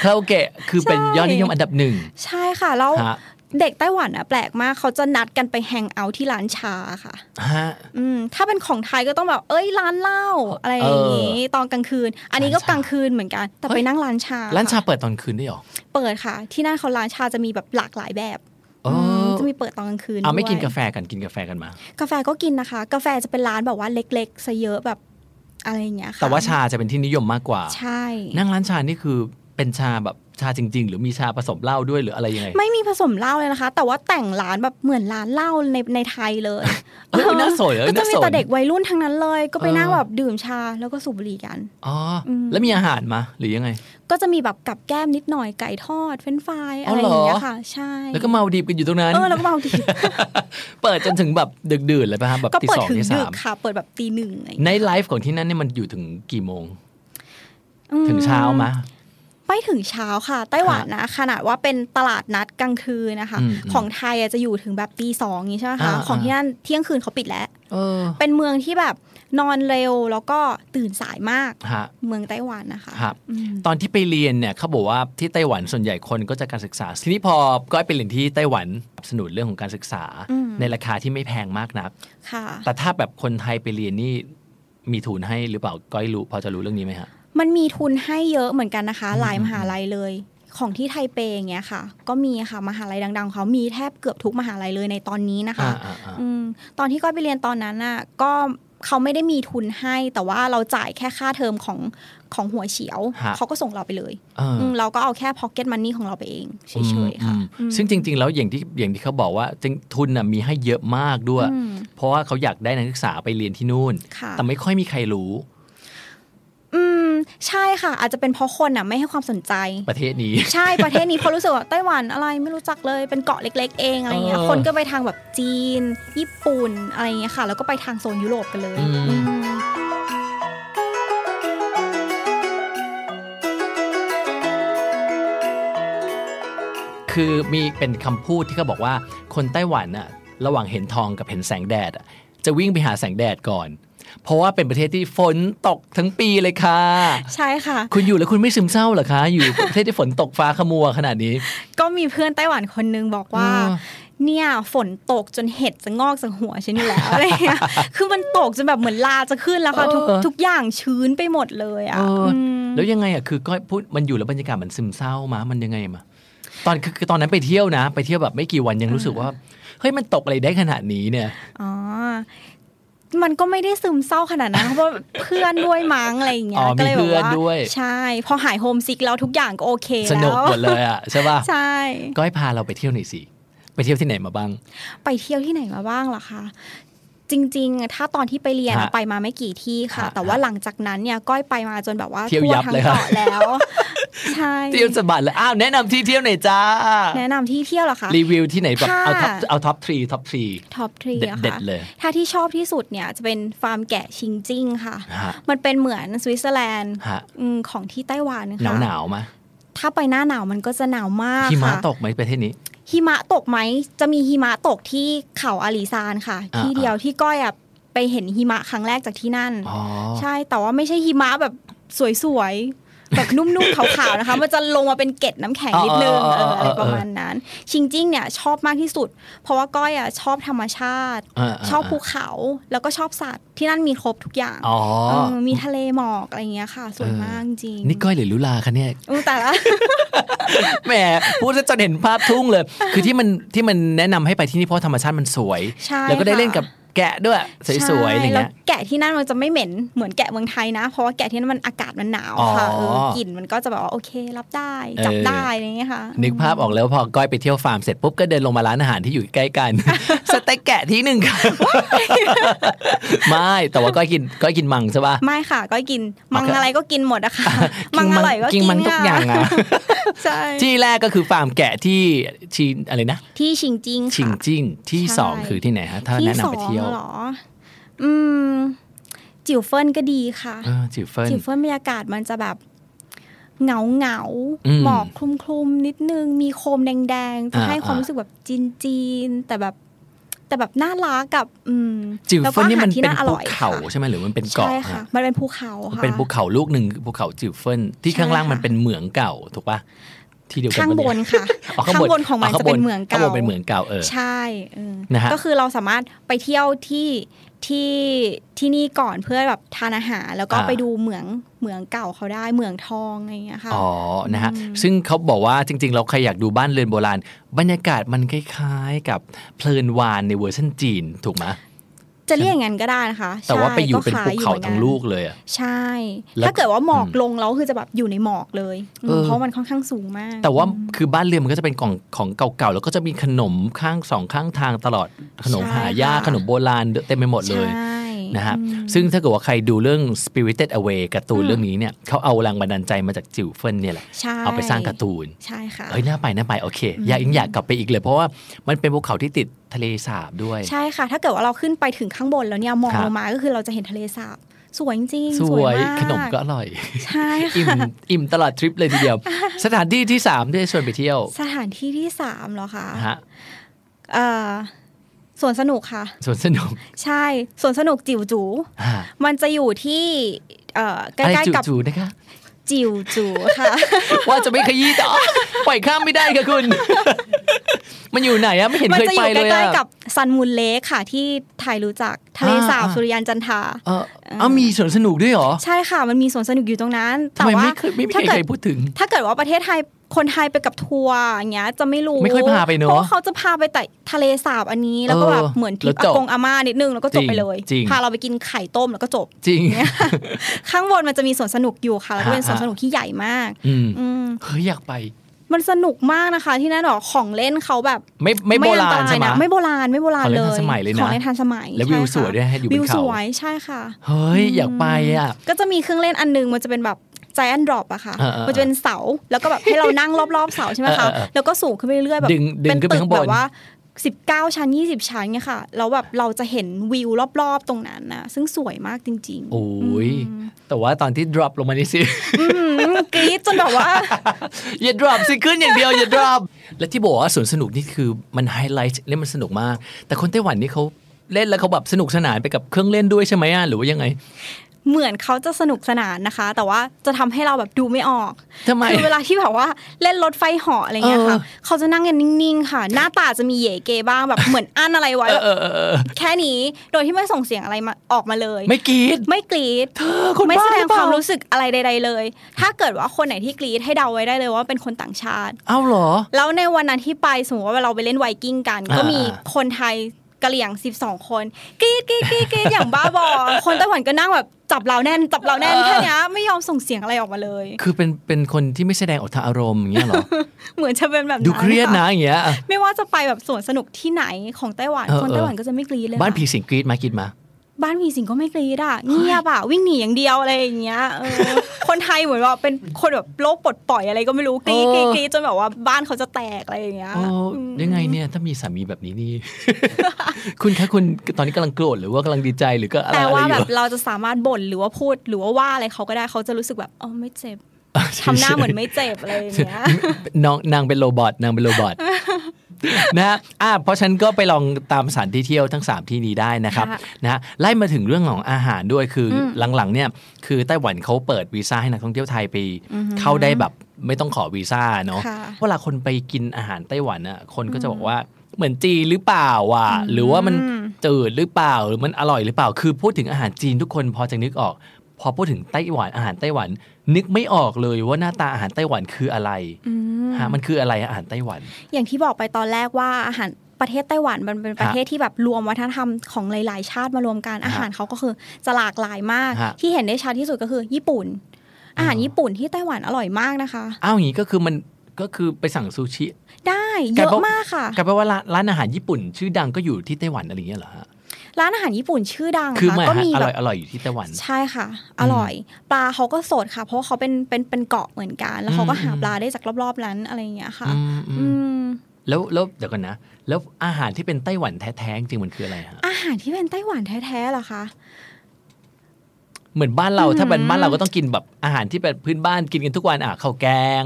Speaker 2: คาราโอเกะคือเป็นยอดนิยมอันดับหนึ่ง
Speaker 6: ใช่ค่ะแล้ว
Speaker 2: ฮะ
Speaker 6: เด็กไต้หวันอ่ะแปลกมากเขาจะนัดกันไปแฮงเอาท์ที่ร้านชาค่ะ
Speaker 2: ฮะ
Speaker 6: อืมถ้าเป็นของไทยก็ต้องแบบเอ้ยร้านเหล้าอะไรอย่างนี้ตอนกลางคืน อันนี้ก็
Speaker 2: ร้านชาก
Speaker 6: ลางคืนเหมือนกัน แต่
Speaker 2: เฮ้
Speaker 6: ไป
Speaker 2: ย
Speaker 6: นั่งร้านชา
Speaker 2: ร้านชา
Speaker 6: ค่ะ
Speaker 2: เปิดตอนคืนได้วยเหรอ
Speaker 6: เปิดค่ะ ที่นั่นเขาร้านชาจะมีแบบหลากหลายแบบ
Speaker 2: อ๋อ
Speaker 6: มจะมีเปิดตอนกลางคืน
Speaker 2: เอาไม่
Speaker 6: ด้วย
Speaker 2: กินกาแฟกันกินกาแฟกันมา
Speaker 6: กาแฟก็กินนะคะ กาแฟจะเป็นร้านแบบว่าเล็กๆซะเยอะแบบอะไรอย่างเงี้ยค่ะ
Speaker 2: แต่ว่าชาจะเป็นที่นิยมมากกว่า
Speaker 6: ใช่
Speaker 2: นั่งร้านชานี่คือเป็นชาแบบชาจริง ๆ หรือมีชาผสมเหล้าด้วยหรืออะไรยังไง
Speaker 6: ไม่มีผสมเหล้าเลยนะคะ แต่ว่าแต่งร้านแบบเหมือนร้านเหล้าในในไทยเลย
Speaker 2: เอ้ยน่าสวยเอ้ย
Speaker 6: ก็จะ
Speaker 2: น่าส
Speaker 6: มี
Speaker 2: วย
Speaker 6: แต่เด็กวัยรุ่นทั้งนั้นเลย ก็ไป
Speaker 2: เออ
Speaker 6: นั่งแบบดื่มชาแล้วก็สูบบุหรี่กัน
Speaker 2: อ๋ออ
Speaker 6: ม
Speaker 2: แล้วมีอาหารมาหรือยังไง
Speaker 6: ก็จะมีแบบกับแก้มนิดหน่อยไก่ทอด เฟรนช์ฟราย
Speaker 2: อ๋อ
Speaker 6: อะไร
Speaker 2: เหรออ
Speaker 6: อย่างเงี้ยค่ะ ใช่
Speaker 2: แล้วก็เมาดีบกันอยู่ตรงนั้น
Speaker 6: เออแล้วก็เมา ดิ
Speaker 2: เปิดจนถึงแบบดึกดื่นเลยป่ะฮะแบบ
Speaker 6: ก็
Speaker 2: ตี
Speaker 6: เปิด
Speaker 2: สอง
Speaker 6: ถึง
Speaker 2: ตี
Speaker 6: ดึ
Speaker 2: สาก ม
Speaker 6: ค่ะ เปิดแบบตีหนึ่งอะไรอย่าง
Speaker 2: ใน
Speaker 6: เงี้ย
Speaker 2: ไลฟ์ของที่นั่นเนี่ยมันอยู่ถึงกี่โมง
Speaker 6: อืม
Speaker 2: ถึงเช้ามะ
Speaker 6: ไม่ถึงเช้าค่ะ ไต้หวันนะขนาดว่าเป็นตลาดนัดกลางคืนนะคะ
Speaker 2: อืม
Speaker 6: ของไทยอะจะอยู่ถึงแบบตีสองอย่างงี้ใช่ไหมคะ
Speaker 2: อ่า
Speaker 6: ของ
Speaker 2: อ่า
Speaker 6: ที่นั่นเที่ยงคืนเขาปิดแล้ว
Speaker 2: เออ
Speaker 6: เป็นเมืองที่แบบนอนเร็วแล้วก็ตื่นสายมาก
Speaker 2: ฮะ
Speaker 6: เมืองไต้หวันนะคะ
Speaker 2: ครับ
Speaker 6: อืม
Speaker 2: ตอนที่ไปเรียนเนี่ยเขาบอกว่าที่ไต้หวันส่วนใหญ่คนก็จะการศึกษาทีนี้พอก้อยไปเรียนที่ไต้หวันสนับสนุนเรื่องของการศึกษา ในราคาที่ไม่แพงมากนัก
Speaker 6: ค่ะ
Speaker 2: แต่ถ้าแบบคนไทยไปเรียนนี่มีทุนให้หรือเปล่าก้อยรู้พอจะรู้เรื่องนี้ไหมฮะ
Speaker 6: มันมีทุนให้เยอะเหมือนกันนะคะ หลายมหาลัยเลย ของที่ไทเปอย่างเงี้ยค่ะ ก็มีค่ะมหาลัยดังๆเขามีแทบเกือบทุกมหาลัยเลยในตอนนี้นะคะ
Speaker 2: อ่าอ่าอ่า
Speaker 6: อืมตอนที่ก้อยไปเรียนตอนนั้นน่ะก็เขาไม่ได้มีทุนให้ แต่ว่าเราจ่ายแค่ค่าเทอมของของหัวเฉียว
Speaker 2: ฮะ
Speaker 6: เขาก็ส่งเราไปเลย
Speaker 2: เอออ
Speaker 6: มเราก็เอาแค่พ็อกเก็ตมันนี่ของเราไปเองเฉยๆค่ะ
Speaker 2: อืม
Speaker 6: อืม
Speaker 2: ซึ่งจริง ๆ แล้วอย่างที่อย่างที่เขาบอกว่าจริงทุนน่ะมีให้เยอะมากด้วย
Speaker 6: อืม
Speaker 2: เพราะว่าเขาอยากได้นักศึกษาไปเรียนที่นู่น
Speaker 6: ค่ะ
Speaker 2: แต่ไม่ค่อยมีใครรู้
Speaker 6: อืมใช่ค่ะ อาจจะเป็นเพราะคนอ่ะไม่ให้ความสนใจ
Speaker 2: ประเทศนี้
Speaker 6: ใช่ ประเทศนี้เพราะรู้สึกว่าไต้หวันอะไรไม่รู้จักเลยเป็นเกาะเล็ก ๆ เองอะไรเงี้ย
Speaker 2: เออ
Speaker 6: คนก็ไปทางแบบจีน ญี่ปุ่นอะไรเงี้ยค่ะ แล้วก็ไปทางโซนยุโรปกันเลยอืม
Speaker 2: คือมีเป็นคำพูดที่เขาบอกว่าคนไต้หวันน่ะระหว่างเห็นทองกับเห็นแสงแดดอะจะวิ่งไปหาแสงแดดก่อน เพราะว่าเป็นประเทศที่ฝนตกทั้งปีเลยค่ะ
Speaker 6: ใช่ค่ะ
Speaker 2: คุณอยู่แล้วคุณไม่ซึมเศร้าเหรอคะ อยู่ประเทศที่ฝนตกฟ้าขมัวขนาดนี้
Speaker 6: ก็มีเพื่อนไต้หวันคนนึงบอกว่า
Speaker 2: เออ
Speaker 6: เนี่ยฝนตกจนเห็ดจะงอกจากหัวฉันอยู่แล้วอะไรเงี้ย คือมันตกจนแบบเหมือนลาจะขึ้นแล้วค่ะทุกทุกอย่างชื้นไปหมดเลยอ่ะ
Speaker 2: เอออ
Speaker 6: ม
Speaker 2: แล้วยังไงอ่ะคือก็พูดมันอยู่แล้วบรรยากาศมันซึมเศร้ามามันยังไงมาตอนคือคือตอนนั้นไปเที่ยวนะ ไปเที่ยวแบบไม่กี่วันยังรู้สึกว่าเฮ้ยมันตกอะไรได้ขนาดนี้เนี่ย
Speaker 6: อ๋อ มันก็ไม่ได้ซึมเศร้าขนาดนั้น เพราะว่าเพื่อนด้วยมั้งอะไรอย่างเงี้
Speaker 2: อ๋
Speaker 6: ย
Speaker 2: อ
Speaker 6: ก็เลย
Speaker 2: มี
Speaker 6: แบ
Speaker 2: เพื่
Speaker 6: บ
Speaker 2: อน
Speaker 6: ว่า
Speaker 2: ด้วย
Speaker 6: ใช่พอหายโฮมซิกแล้วทุกอย่างก็โอเค
Speaker 2: ส
Speaker 6: แล้
Speaker 2: นุก
Speaker 6: ว
Speaker 2: หมดเลยอ่ะใช่ป่ะ
Speaker 6: ใช่
Speaker 2: ก็ให้พาเราไปเที่ยวหน่อยสิ ไปเที่ยวที่ไหนมาบ้าง
Speaker 6: ไปเที่ยวที่ไหนมาบ้างล่ะคะจริงๆ ถ้าตอนที่ไปเรียนอะ
Speaker 2: ฮะ
Speaker 6: ไปมาไม่กี่ที่ค่ะ
Speaker 2: ฮะ
Speaker 6: แต่ว่าหลังจากนั้นเนี่ยก้อยไปมาจนแบบว่า
Speaker 2: เที่ยว
Speaker 6: ทั่ว
Speaker 2: ยับ
Speaker 6: ทั้ง
Speaker 2: เลยครับ
Speaker 6: เกาะ แล้ว ใช่
Speaker 2: เที่ยวสะบัดเลยอ้าวแนะนำที่เที่ยวหน่อยจ้า
Speaker 6: แนะนำที่เที่ยวเหรอคะ
Speaker 2: รีวิวที่ไหนแบบเอาท็อป
Speaker 6: ค่ะ
Speaker 2: เอาท็อปทรีท็อปทรี
Speaker 6: ท็อปทรีอะ
Speaker 2: เด็ด
Speaker 6: ค่ะ
Speaker 2: ๆเลย
Speaker 6: ถ้าที่ชอบที่สุดเนี่ยจะเป็นฟาร์มแกะชิงจิ้งค่ะ
Speaker 2: ฮะ
Speaker 6: มันเป็นเหมือนสวิตเซอร์แลนด์
Speaker 2: ฮะ
Speaker 6: อืมของที่ไต้หวัน
Speaker 2: หนาว
Speaker 6: ค่ะ
Speaker 2: หนาวๆมา
Speaker 6: ถ้าไปหน้าหนาวมันก็จะหนาวมาก
Speaker 2: หิมะ
Speaker 6: ค่ะ
Speaker 2: ตกไหมประเทศนี้
Speaker 6: หิมะตกไหมจะมีหิมะตกที่เขาอาลีซานค่ะ
Speaker 2: อ่า
Speaker 6: ที่เดียวที่ก้อยอะไปเห็นหิมะครั้งแรกจากที่นั่น
Speaker 2: อ๋อ
Speaker 6: ใช่แต่ว่าไม่ใช่หิมะแบบสวยๆ แบบนุ่มๆ ขาวๆนะคะ มันจะลงมาเป็นเกล็ดน้ำแข็งนิดนึง
Speaker 2: อ๋ออ๋ออ๋อ
Speaker 6: เอออะไร
Speaker 2: เออ
Speaker 6: ประมาณนั้น ชิงจิ้งเนี่ยชอบมากที่สุด เพราะว่าก้อยอ่ะชอบธรรมชาติ
Speaker 2: อ่าๆๆ
Speaker 6: ชอบภูเขาแล้วก็ชอบสัตว์ที่นั่นมีครบทุกอย่าง
Speaker 2: อ๋อ
Speaker 6: เออมีทะเลหมอกอะไรอย่างเงี้ยค่ะ สวยมากจริง
Speaker 2: นี่ก้อยหรือลุลาคะเนี่ย
Speaker 6: อู้แต่ละ
Speaker 2: แหมพูดซะจนเห็นภาพทุ่งเลย คือที่มันที่มันแนะนำให้ไปที่นี่เพราะธรรมชาติมันสวย
Speaker 6: ใช่
Speaker 2: แล้วก็ได้
Speaker 6: ค่ะ
Speaker 2: เล่นกับแกะด้วย สวยๆอะไร
Speaker 6: แล้
Speaker 2: เงี้
Speaker 6: วย แกะที่นั่นมันจะไม่เหม็นเหมือนแกะเมืองไทยนะ เพราะว่าแกะที่นั่นมันอากาศมันหนาวค่ะ
Speaker 2: อ๋อ
Speaker 6: เออกลิ่นมันก็จะแบบว่าโอเครับได้จับ
Speaker 2: เออ
Speaker 6: ได้อะไรอย่างเงี้ยค่ะ
Speaker 2: นึกภาพออกแล้วาพอก้อยไปเที่ยวฟาร์มเสร็จปุ๊บก็เดินลงมาร้านอาหารที่อยู่ใกล้ กัน สเต็กแกะที่หนึ่ง ค่ะไม่แต่ว่าก้อยกินก้อยกินมังใช่ป่ะ
Speaker 6: ไม่ค่ะก็กินมัง
Speaker 2: โอเค
Speaker 6: อะไรก็กินหมดอะค่ะ มังอร่อยก็
Speaker 2: กิ
Speaker 6: กิ
Speaker 2: นมังทุกอย่างอ่
Speaker 6: ค่ะ
Speaker 2: ะ
Speaker 6: ใช่
Speaker 2: ที่แรกก็คือฟาร์มแกะที่ชีนอะไรนะ
Speaker 6: ที่ชิงจิง
Speaker 2: ชิง
Speaker 6: ค่ะ
Speaker 2: จิ้งที่
Speaker 6: ใช่
Speaker 2: สองคือที่ไหนฮะ ถ้า
Speaker 6: ที่
Speaker 2: แนะนำ
Speaker 6: สอ
Speaker 2: ไป
Speaker 6: ง
Speaker 2: เที่ยว
Speaker 6: เหรอ อืม จิ๋วเฟินก็ดีค่ะ
Speaker 2: เออจิวเฟิน
Speaker 6: จิ๋วเฟินบรรยากาศมันจะแบบเหงาเหงาๆ
Speaker 2: อืม
Speaker 6: หมอกคลุมๆ นิดนึง มีโคมแดงๆจะ
Speaker 2: อ่า
Speaker 6: ให้ความ
Speaker 2: อ่า
Speaker 6: รู้สึกแบบจีนจีนๆแต่แบบ แต่แบบน่ารักกับ อืม
Speaker 2: จิว
Speaker 6: แล้ว
Speaker 2: เฟิ
Speaker 6: ก็
Speaker 2: น
Speaker 6: อา
Speaker 2: นี่
Speaker 6: หาร
Speaker 2: มัน
Speaker 6: ที่
Speaker 2: เป็น
Speaker 6: น่าอ
Speaker 2: ภู
Speaker 6: ร่อย
Speaker 2: เขา
Speaker 6: ค่ะ
Speaker 2: ใช่ไหมหรือมันเป็นเกาะ
Speaker 6: ใช่ค่ะ
Speaker 2: ฮะ
Speaker 6: มันเป็นภูเขาค่ะ
Speaker 2: เป็นภูเขาลูกหนึ่งภูเขาจิวเฟินที่
Speaker 6: ใช่
Speaker 2: ข้างล่าง
Speaker 6: ค่ะ
Speaker 2: มันเป็นเหมืองเก่าถูกปะที่เดียวกัน
Speaker 6: ข้าง
Speaker 2: ปะ
Speaker 6: บ
Speaker 2: เนี่ย
Speaker 6: นค่ะ
Speaker 2: อ๋อ
Speaker 6: ข้างบนของมันจะเป็นเหมือง
Speaker 2: ข้าง
Speaker 6: เก่า
Speaker 2: บนเป็นเหมืองเก่าเออ
Speaker 6: ใช่เออ
Speaker 2: นะฮะ
Speaker 6: ก็คือเราสามารถไปเที่ยวที่ที่ที่นี่ก่อนเพื่อแบบทานอาหารแล้วก็
Speaker 2: อ่า
Speaker 6: ไปดูเหมืองเหมืองเก่าเขาได้เหมืองทองอะไรอย่างเงี้ยค่ะ
Speaker 2: อ๋อนะฮะซึ่งเขาบอกว่าจริง ๆ เราใครอยากดูบ้านเรือนโบราณ บรรยากาศมันคล้ายๆ กับเพลินวานในเวอร์ชันจีนถูกไหม
Speaker 6: จะเรียกอย่างนั้นก็ได้นะคะ
Speaker 2: แต่ว่า
Speaker 6: ใช่
Speaker 2: ไปอยู่เป็นภู
Speaker 6: ก็คล้ย
Speaker 2: เขา
Speaker 6: อยู่
Speaker 2: ทั้ง
Speaker 6: หมือนน
Speaker 2: ลูกเลยอะ
Speaker 6: ใช่
Speaker 2: แล้ว
Speaker 6: ถ้าเกิดว่าหมอก
Speaker 2: อืม
Speaker 6: ลงแล้วคือจะแบบอยู่ในหมอกเลยอืม
Speaker 2: เออ
Speaker 6: เพราะมันค่อนข้างสูงมาก
Speaker 2: แต่ว่าคือบ้านเรือนมันก็จะเป็นของของเก่าๆ แล้วก็จะมีขนมข้างสองข้างทางตลอดขนม
Speaker 6: ใช่
Speaker 2: หายาก
Speaker 6: ค่ะ
Speaker 2: ขนมโบราณเต็มไปหมดเลย
Speaker 6: ใช่
Speaker 2: นะฮะ
Speaker 6: อืม
Speaker 2: ซึ่งถ้าเกิดว่าใครดูเรื่อง Spirited Away การ์ตูน
Speaker 6: อืม
Speaker 2: เรื่องนี้เนี่ยเขาเอาแรงบันดาลใจมาจากจิวเฟินเนี่ยแหละ
Speaker 6: ใช่
Speaker 2: เอาไปสร้างการ์ตูน
Speaker 6: ใช่ค่ะ
Speaker 2: เอ้ยน่าไปน่าไปโอเค อยากยังอยากกลับไปอีกเลย เพราะว่ามันเป็นภูเขาที่ติดทะเลสาบด้วย
Speaker 6: ใช่ค่ะ ถ้าเกิดว่าเราขึ้นไปถึงข้างบนแล้วเนี่ยมอง
Speaker 2: ครับ
Speaker 6: ลงมาก็คือเราจะเห็นทะเลสาบสวยจริง
Speaker 2: ส
Speaker 6: ๆ
Speaker 2: วย
Speaker 6: าก
Speaker 2: ขนมก็อร่อย
Speaker 6: ใช่
Speaker 2: อิ่ม
Speaker 6: ค่ะ
Speaker 2: อิ่มตลอดทริปเลยทีเดียว สถานที่ที่สามที่ชวนไปเที่ยว
Speaker 6: สถานที่ที่สามเหรอคะ
Speaker 2: ฮะ
Speaker 6: เอ่อสวนสนุกค่ะ
Speaker 2: สวนสนุก
Speaker 6: ใช่สวนสนุกจิ๋วจู
Speaker 2: ฮะ
Speaker 6: มันจะอยู่ที่เอ่อใก
Speaker 2: อะไร
Speaker 6: ล้ๆกับ
Speaker 2: จู่ๆนะคะ
Speaker 6: จิ๋วจูค่ะ
Speaker 2: ว่าจะไม่ขยี้ต่อ ปล่อยข้ามไม่ได้ค่ะ คุณ มันอยู่ไหนอะไม่เห็น
Speaker 6: มั
Speaker 2: เคย
Speaker 6: จะอ
Speaker 2: ไป
Speaker 6: ยู่ใก
Speaker 2: เลย
Speaker 6: ล้
Speaker 2: อะ
Speaker 6: ๆกับซันมูนเลคค่ะ ที่ไทยรู้จักทะเลสาบ
Speaker 2: อ่า
Speaker 6: สุริยันจันทรา
Speaker 2: เออเอ้ามีสวนสนุกด้วยเหรอ
Speaker 6: ใช่ค่ะ มันมีสวนสนุกอยู่ตรงนั้น
Speaker 2: ทำ
Speaker 6: แต่
Speaker 2: ไม
Speaker 6: ว่า
Speaker 2: ไม่เคยไม่มี
Speaker 6: ถ้า
Speaker 2: ใคร
Speaker 6: เกิ
Speaker 2: เค
Speaker 6: ด
Speaker 2: ยพูดถึง
Speaker 6: ถ้าเกิดว่าประเทศไทยคนไทยไปกับทัวร์อย่างเงี้ยจะไม่รู้
Speaker 2: ไม่ค่อยพาไปเนอะ
Speaker 6: เพราะเขาจะพาไปแต่ทะเลสาบอันนี้แล้วก็แบบ
Speaker 2: เออ
Speaker 6: เหมือนทริป
Speaker 2: แล้วจ
Speaker 6: อา
Speaker 2: บ
Speaker 6: กงอาม่านิดนึงแล้วก็จบไปเลย
Speaker 2: จริงๆ
Speaker 6: พาเราไปกินไข่ต้มแล้วก็จบ
Speaker 2: จริง
Speaker 6: ข้างบนมันจะมีสวนสนุกอยู่ค่ะแล้วก็เป็น
Speaker 2: ฮะ
Speaker 6: สวนสนุกที่ใหญ่มาก
Speaker 2: อืม
Speaker 6: อืม
Speaker 2: เฮ้ยอยากไป
Speaker 6: มันสนุกมากนะคะ ที่นั่นหรอกของเล่นเขาแบบ
Speaker 2: ไม่ไม่โบราณ
Speaker 6: อันต
Speaker 2: ใช่ไหม
Speaker 6: นะไม่โบราณไม่โบราณ
Speaker 2: ของเล่
Speaker 6: เล
Speaker 2: นทัน
Speaker 6: ย
Speaker 2: สมัยเลยนะ
Speaker 6: ของเล่นทันสมัย
Speaker 2: แล้ววิว
Speaker 6: ใช่ค่ะ
Speaker 2: สวยด้วยให้อยู่บน
Speaker 6: วิว
Speaker 2: เขา
Speaker 6: สวยใช่ค่ะ
Speaker 2: เฮ้ยอยากไปอะ
Speaker 6: ก็จะมีเครื่องเล่นอันหนึงมันจะเป็นแบบใจแอนดรอปอะค่ะ
Speaker 2: เออเออ
Speaker 6: มันจะเป็นเสาแล้วก็แบบให้เรานั่งรอบๆเสาใช่ไหมคะ
Speaker 2: เออเออเออ
Speaker 6: แล้วก็สูงขึ้นไปเรื่อยๆแบบ
Speaker 2: ดึงดึงขึ้นไป
Speaker 6: ตึก
Speaker 2: ข้างบน
Speaker 6: แบบว่า 19 ชั้น 20 ชั้นเนี่ยค่ะแล้วแบบเราจะเห็นวิวรอบๆตรงนั้นนะซึ่งสวยมากจริงๆ
Speaker 2: โอ้ยแต่ว่าตอนที่ drop ลงมานี่สิ
Speaker 6: อืมกรี๊ดจนแบบว่า
Speaker 2: อย่า drop สิขึ้นอย่างเดียวอย่า drop และที่บอกว่าสวนสนุกนี่คือมันไฮไลท์เล่นมันสนุกมาก แต่คนไต้หวันนี่เขาเล่นแล้วเขาแบบสนุกสนานไปกับเครื่องเล่นด้วยใช่ไหมอะหรือว่ายังไง
Speaker 6: เหมือนเขาจะสนุกสนานนะคะ แต่ว่าจะทำให้เราแบบดูไม่ออก
Speaker 2: ทำไม
Speaker 6: คือเวลาที่แบบว่าเล่นรถไฟเหาะอะไรเงี้ยค่ะ
Speaker 2: เออ
Speaker 6: เขาจะนั่งกันนิ่งๆ ค่ะ หน้าตาจะมีเหย่เกบ้างแบบเหมือนอั้นอะไรไว้แบบ
Speaker 2: เออเออเออ
Speaker 6: แค่นี้โดยที่ไม่ส่งเสียงอะไรมาออกมาเลย
Speaker 2: ไม่กรีด
Speaker 6: ไม่กรีด
Speaker 2: คน
Speaker 6: ไม่
Speaker 2: บ้า
Speaker 6: แสด
Speaker 2: หรื
Speaker 6: ง
Speaker 2: อเป
Speaker 6: ค
Speaker 2: ล่า
Speaker 6: วามรู้สึกอะไรใด ๆ เลย ถ้าเกิดว่าคนไหนที่กรีดให้เดาไว้ได้เลยว่าเป็นคนต่างชาติ
Speaker 2: เอาเหรอ
Speaker 6: แล้วในวันนั้นที่ไปสมมติว่าเราไปเล่นไวกิ้งกัน ก็
Speaker 2: อ่ามี
Speaker 6: มีคนไทย กะเหลี่ยง 12 คนกรีดกรีดกรีดกรีดอย่างบ้า บอ คนไต้หวันก็นั่งแบบจับเราแน่นจับเราแน่นแค่เนี้ยไม่ยอมส่งเสียงอะไรออกมาเลย
Speaker 2: คือเป็นเป็นคนที่ไม่แสดงออกทางอารมณ์อย่างเงี้ ยเหรอ
Speaker 6: เหมือนจะเป็นแบบ
Speaker 2: ดูเครียดนะ
Speaker 6: ค่
Speaker 2: อย่างเงี้ย
Speaker 6: ไม่ว่าจะไปแบบสวนสนุกที่ไหนของไต้หวัน
Speaker 2: เออ
Speaker 6: คนไต้หวันก็จะไม่กรีดเลย
Speaker 2: บ้าน
Speaker 6: ค่ะ
Speaker 2: ผีสิงกรีดมากินมา
Speaker 6: บ้านผีสิงก็ไม่กรีดอ่ะเงียบอ่ะวิ่งหนีอย่างเดียวอะไรอย่างเงี้ยเออ คนไทยเหมือนว่าเป็นคนแบบโลกปลดปล่อยอะไรก็ไม่รู้กรีดกรีดกรีดจนแบบว่าบ้านเขาจะแตกอะไรอย่างเงี้ย
Speaker 2: โอ้ยังไงเนี่ยถ้ามีสามีแบบนี้นี่ คุณคะคุณตอนนี้กำลังโกรธหรือว่ากำลังดีใจหรือก็อะไร
Speaker 6: แต่
Speaker 2: อะไร
Speaker 6: ว่า
Speaker 2: อ
Speaker 6: แบ
Speaker 2: ยู่
Speaker 6: บเราจะสามารถบ่นหรือว่าพูดหรือว่าว่าอะไรเขาก็ได้เขาจะรู้สึกแบบอ๋อไม่เจ็บ ทำหน้าเหมือนไม่เจ็บอะไรอย่างเงี้ย
Speaker 2: น้องนางเป็นโรบอทนางเป็นโรบอท นะฮะอ่ะเพราะฉะนันก็ไปลองตามสถานที่เที่ยวทั้ง 3 ที่นี้ได้นะครับ
Speaker 6: ค่ะ
Speaker 2: นะฮะไล่มาถึงเรื่องของอาหารด้วยคืออ
Speaker 6: ม
Speaker 2: หลังๆเนี่ยคือไต้หวันเขาเปิดวีซ่าให้นักท่องเที่ยวไทยไปเข้าได้แบบไม่ต้องขอวีซ่าเนาะ
Speaker 6: ค่ะ
Speaker 2: เวลาคนไปกินอาหารไต้หวันอ่ะคนก็จะบอกว่าเหมือนจีนหรือเปล่าอ่ะหรือว่ามันจืดหรือเปล่าหรือมันอร่อยหรือเปล่า คือพูดถึงอาหารจีนทุกคนพอจะนึกออก พอพูดถึงไต้หวันอาหารไต้หวัน นึกไม่ออกเลยว่าหน้าตาอาหารไต้หวันคืออะไรฮะมันคืออะไรอาหารไต้หวัน
Speaker 6: อย่างที่บอกไปตอนแรกว่าอาหารประเทศไต้หวันมันเป็นประเทศที่แบบรวมวัฒนธรรมของหลาย ๆ ชาติมารวมกันอาหารเขาก็คือจะหลากหลายมาก
Speaker 2: ฮะ
Speaker 6: ที่เห็นได้ชัดที่สุดก็คือ ญี่ปุ่น อาหารญี่ปุ่นที่ไต้หวันอร่อยมากนะคะ
Speaker 2: อ้าวอย่างนี้ก็คือมันก็คือไปสั่งซูชิ
Speaker 6: ได้เยอะมากค่ะ
Speaker 2: กลายเป็นว่าร้านร้านอาหารญี่ปุ่น ชื่อดังก็อยู่ที่ไต้หวันอะไรอย่างเงี้ยเหรอฮะ
Speaker 6: ร้านอาหารญี่ปุ่นชื่อดัง
Speaker 2: คือ
Speaker 6: ค่ะ
Speaker 2: มา
Speaker 6: ก็
Speaker 2: ฮะ
Speaker 6: มี
Speaker 2: อ
Speaker 6: แบ
Speaker 2: ร่อบ ยอร่อยอยู่ที่ไต้หวัน
Speaker 6: ใช่ค่ะ อร่อย ปลาเขาก็สดค่ะ เพราะว่าเขาเป็นเป็นเป็นเกาะเหมือนกัน แล้วเขาก็
Speaker 2: อืม
Speaker 6: หาปลาได้จากรอบๆนั้นอะไรอย่างเงี้ยค่ะ
Speaker 2: อืมอื
Speaker 6: อื
Speaker 2: ม
Speaker 6: ม
Speaker 2: แล้วแล้วเดี๋ยวกันนะ แล้วอาหารที่เป็นไต้หวันแท้ๆจริงมันคืออะไรฮะ
Speaker 6: อาหารที่เป็นไต้หวันแท้ๆเหรอคะ
Speaker 2: เหมือนบ้านเราถ้าเป็นบ้านเราก็ต้องกินแบบอาหารที่เป็นพื้นบ้านกินกันทุกวันอ่ะข้าวแกง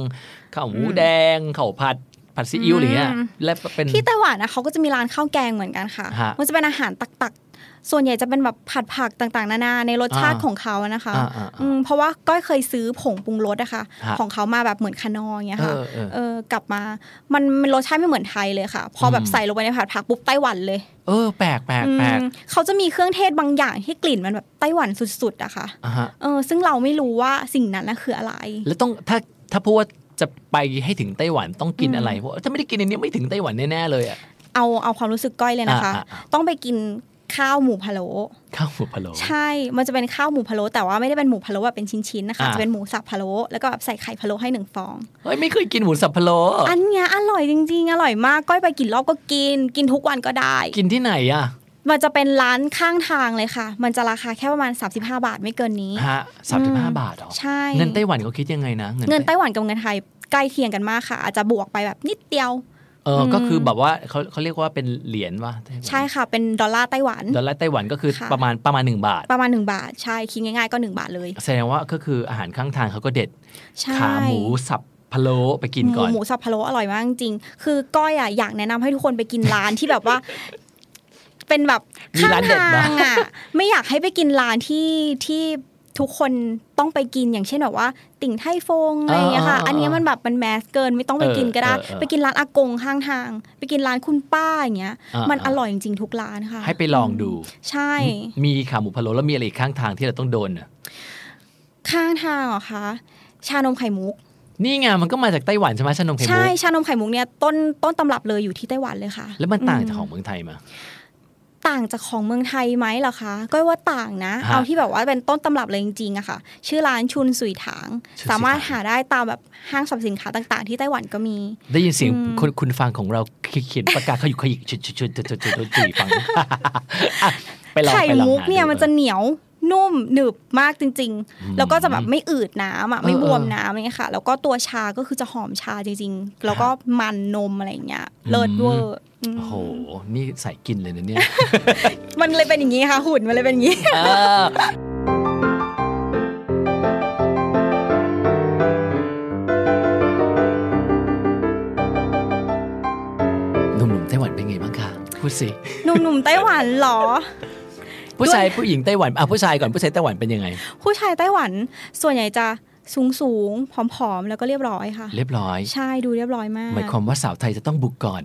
Speaker 2: ข้าวหมูแดงข้าวผัดผัดซีอิ๊วอะไรเงี้ยและเป็น
Speaker 6: ที่ไต้หวันนะเขาก็จะมีร้านข้าวแกงเหมือนกันค่ะ
Speaker 2: ฮะ
Speaker 6: มันจะเป็นอาหารตักๆ ส่วนใหญ่จะเป็นแบบผัดผักต่างๆ นานาในรสชาติ
Speaker 2: อ่า
Speaker 6: ของเขาอะนะคะ
Speaker 2: อ่าอ่าอ่า
Speaker 6: อืมเพราะว่าก้อยเคยซื้อผงปรุงรสอะค่ะ
Speaker 2: ฮะ
Speaker 6: ของเขามาแบบเหมือนคานองเงี้ยค่ะ
Speaker 2: เออเออ
Speaker 6: เออกลับมามันมันรสชาติไม่เหมือนไทยเลยค่ะ พอแบบใส่ลงไปในผัดผักปุ๊บไต้หวันเลย
Speaker 2: เออแปลกแปลกแปลก
Speaker 6: อืมเขาจะมีเครื่องเทศบางอย่างที่กลิ่นมันแบบไต้หวันสุดๆอะค่ะ
Speaker 2: อ่ะฮะ
Speaker 6: เออ ซึ่งเราไม่รู้ว่าสิ่งนั้นน่ะคืออะไร
Speaker 2: แล้วต้องถ้าถ้าพูดว่าจะไปให้ถึงไต้หวันต้องกินอะไรเพราะถ้าไม่ได้กินอันนี้ไม่ถึงไต้หวันแน่ๆเลยอ่ะ
Speaker 6: เอาเอาความรู้สึกก้อยเลยนะคะ
Speaker 2: อ่าอ่าอ่า
Speaker 6: ต้องไปกินข้าวหมูพะโล้
Speaker 2: ข้าวหมูพะโล้
Speaker 6: ใช่ มันจะเป็นข้าวหมูพะโล้แต่ว่าไม่ได้เป็นหมูพะโล้แบบเป็นชิ้นๆนะคะ
Speaker 2: า
Speaker 6: จะเป็นหมูสับพะโล้แล้วก็แบบใส่ไข่พะโล้ให้หนึ่งฟอง
Speaker 2: เฮ้ยไม่เคยกินหมูสับพะโล้
Speaker 6: อันเนี้ยอร่อยจริงๆ อร่อยมาก ก้อยไปกินรอบก็กิน กินทุกวันก็ได้
Speaker 2: กินที่ไหนอ่ะ
Speaker 6: มันจะเป็นร้านข้างทางเลยค่ะ มันจะราคาแค่ประมาณ 35 บาทไม่เกินนี้
Speaker 2: ฮะสามสิบห้าบาทเหรอ
Speaker 6: ใช่
Speaker 2: เงินไต้หวันเขาคิดยังไงนะ
Speaker 6: เงินไต้หวันกับเงินไทยใกล้เคียงกันมากค่ะ อาจจะบวกไปแบบนิดเดียว
Speaker 2: เออก็คือแบบว่าเขาเขาเรียกว่าเป็นเหรียญว่า
Speaker 6: ใช่ค่ะ เป็นดอลลาร์ไต้หวัน
Speaker 2: ดอลลาร์ไต้หวันก็คือ
Speaker 6: ค่ะ
Speaker 2: ประมาณประมาณหนึ่งบาท
Speaker 6: ประมาณ 1 บาท ใช่ คิดง่ายๆก็ 1 บาทเลย
Speaker 2: แสดงว่าก็คืออาหารข้างทางเขาก็เด็ด
Speaker 6: ใช่
Speaker 2: ขาหมูสับพะโล้ไปกินก่อน
Speaker 6: หมูหมูสับพะโล้อร่อยมากจริงๆคือก้อยอ่ะอยากแนะนำให้ทุกคนไปกินร้านที่แบบว่า เป็นแบบ
Speaker 2: มี
Speaker 6: ข้าง
Speaker 2: ร้านเด็ด
Speaker 6: ทา
Speaker 2: ปะ
Speaker 6: งอ่ะไม่อยากให้ไปกินร้านที่ที่ทุกคนต้องไปกินอย่างเช่นแบบว่า ติ่งไทฟงอะไรอย่างเงี้ยค่ะ อันเนี้ยมันแบบมันแมสเกินไม่ต้องไปกินก็ได้ ไปกินร้านอากงข้างทาง ไปกินร้านคุณป้าอย่างเงี้ย มันอร่อยจริงๆทุกร้านค่ะ
Speaker 2: ให้ไปลองดู
Speaker 6: ใช่
Speaker 2: มีขาหมูพะโล้แล้วมีอะไรอีกข้างทางที่เราต้องโดนอ่ะ
Speaker 6: ข้างทางเหรอคะชานมไข่มุก
Speaker 2: นี่ไงมันก็มาจากไต้หวันใช่ไหมชานมไข่มุ
Speaker 6: ใช่
Speaker 2: ก
Speaker 6: ชานมไข่มุกเนี่ยต้นต้นตำรับเลยอยู่ที่ไต้หวันเลยค่ะ
Speaker 2: แล้วมันต่างจากของเมืองไทยมา
Speaker 6: ต่างจากของเมืองไทยไหมเหรอคะก็ว่าต่างนะ
Speaker 2: ฮะ
Speaker 6: เอาที่แบบว่าเป็นต้นตำรับเลยจริงๆอะค่ะ ชื่อร้านชุนสุยถาง
Speaker 2: ชุนสุยถาง
Speaker 6: สามารถหาได้ตามแบบห้างสรรพสินค้าต่างๆ ที่ไต้หวันก็มี
Speaker 2: ได้ยินเสียงคนคุณฟังของเราเขียนประกาศเขาอยู่ขยิกชุดชุดชุดชุดชุดชุดจุยฟังอ่ะไปลอง
Speaker 6: ไข่
Speaker 2: ไปลอง
Speaker 6: มุก
Speaker 2: หา
Speaker 6: เนี่ย
Speaker 2: ดู
Speaker 6: มันจะเหนียวนุ่มหนึบมากจริง ๆ แล้วก็จะแบบไม่อืดน้ำอะไม่บวมน้ำอะไรเงี้ยค่ะ แล้วก็ตัวชาก็คือจะหอมชาจริง ๆ แล้วก็มันนมอะไรอย่างเงี้ยเลิศเวอร์อืม
Speaker 2: โอ้โห นี่ใส่กินเลยนะเนี่ย
Speaker 6: มันเลยเป็นอย่างงี้ค่ะหุ่นมันเลยเป็นอย่าง งี้
Speaker 2: เออหนุ่มๆไต้หวันเป็นไงบ้างคะพูดสิ
Speaker 6: หนุ่มๆไต้หวันเหรอ
Speaker 2: ผู้ชายผู้หญิงไต้หวันอ่ะผู้ชายก่อนผู้ชายไต้หวันเป็นยังไง
Speaker 6: ผู้ชายไต้หวันส่วนใหญ่จะสูงสูงๆผอมๆ แล้วก็เรียบร้อยค่ะ
Speaker 2: เรียบร้อย
Speaker 6: ใช่ดูเรียบร้อยมาก
Speaker 2: หมายความว่าสาวไทยจะต้องบุกก่อน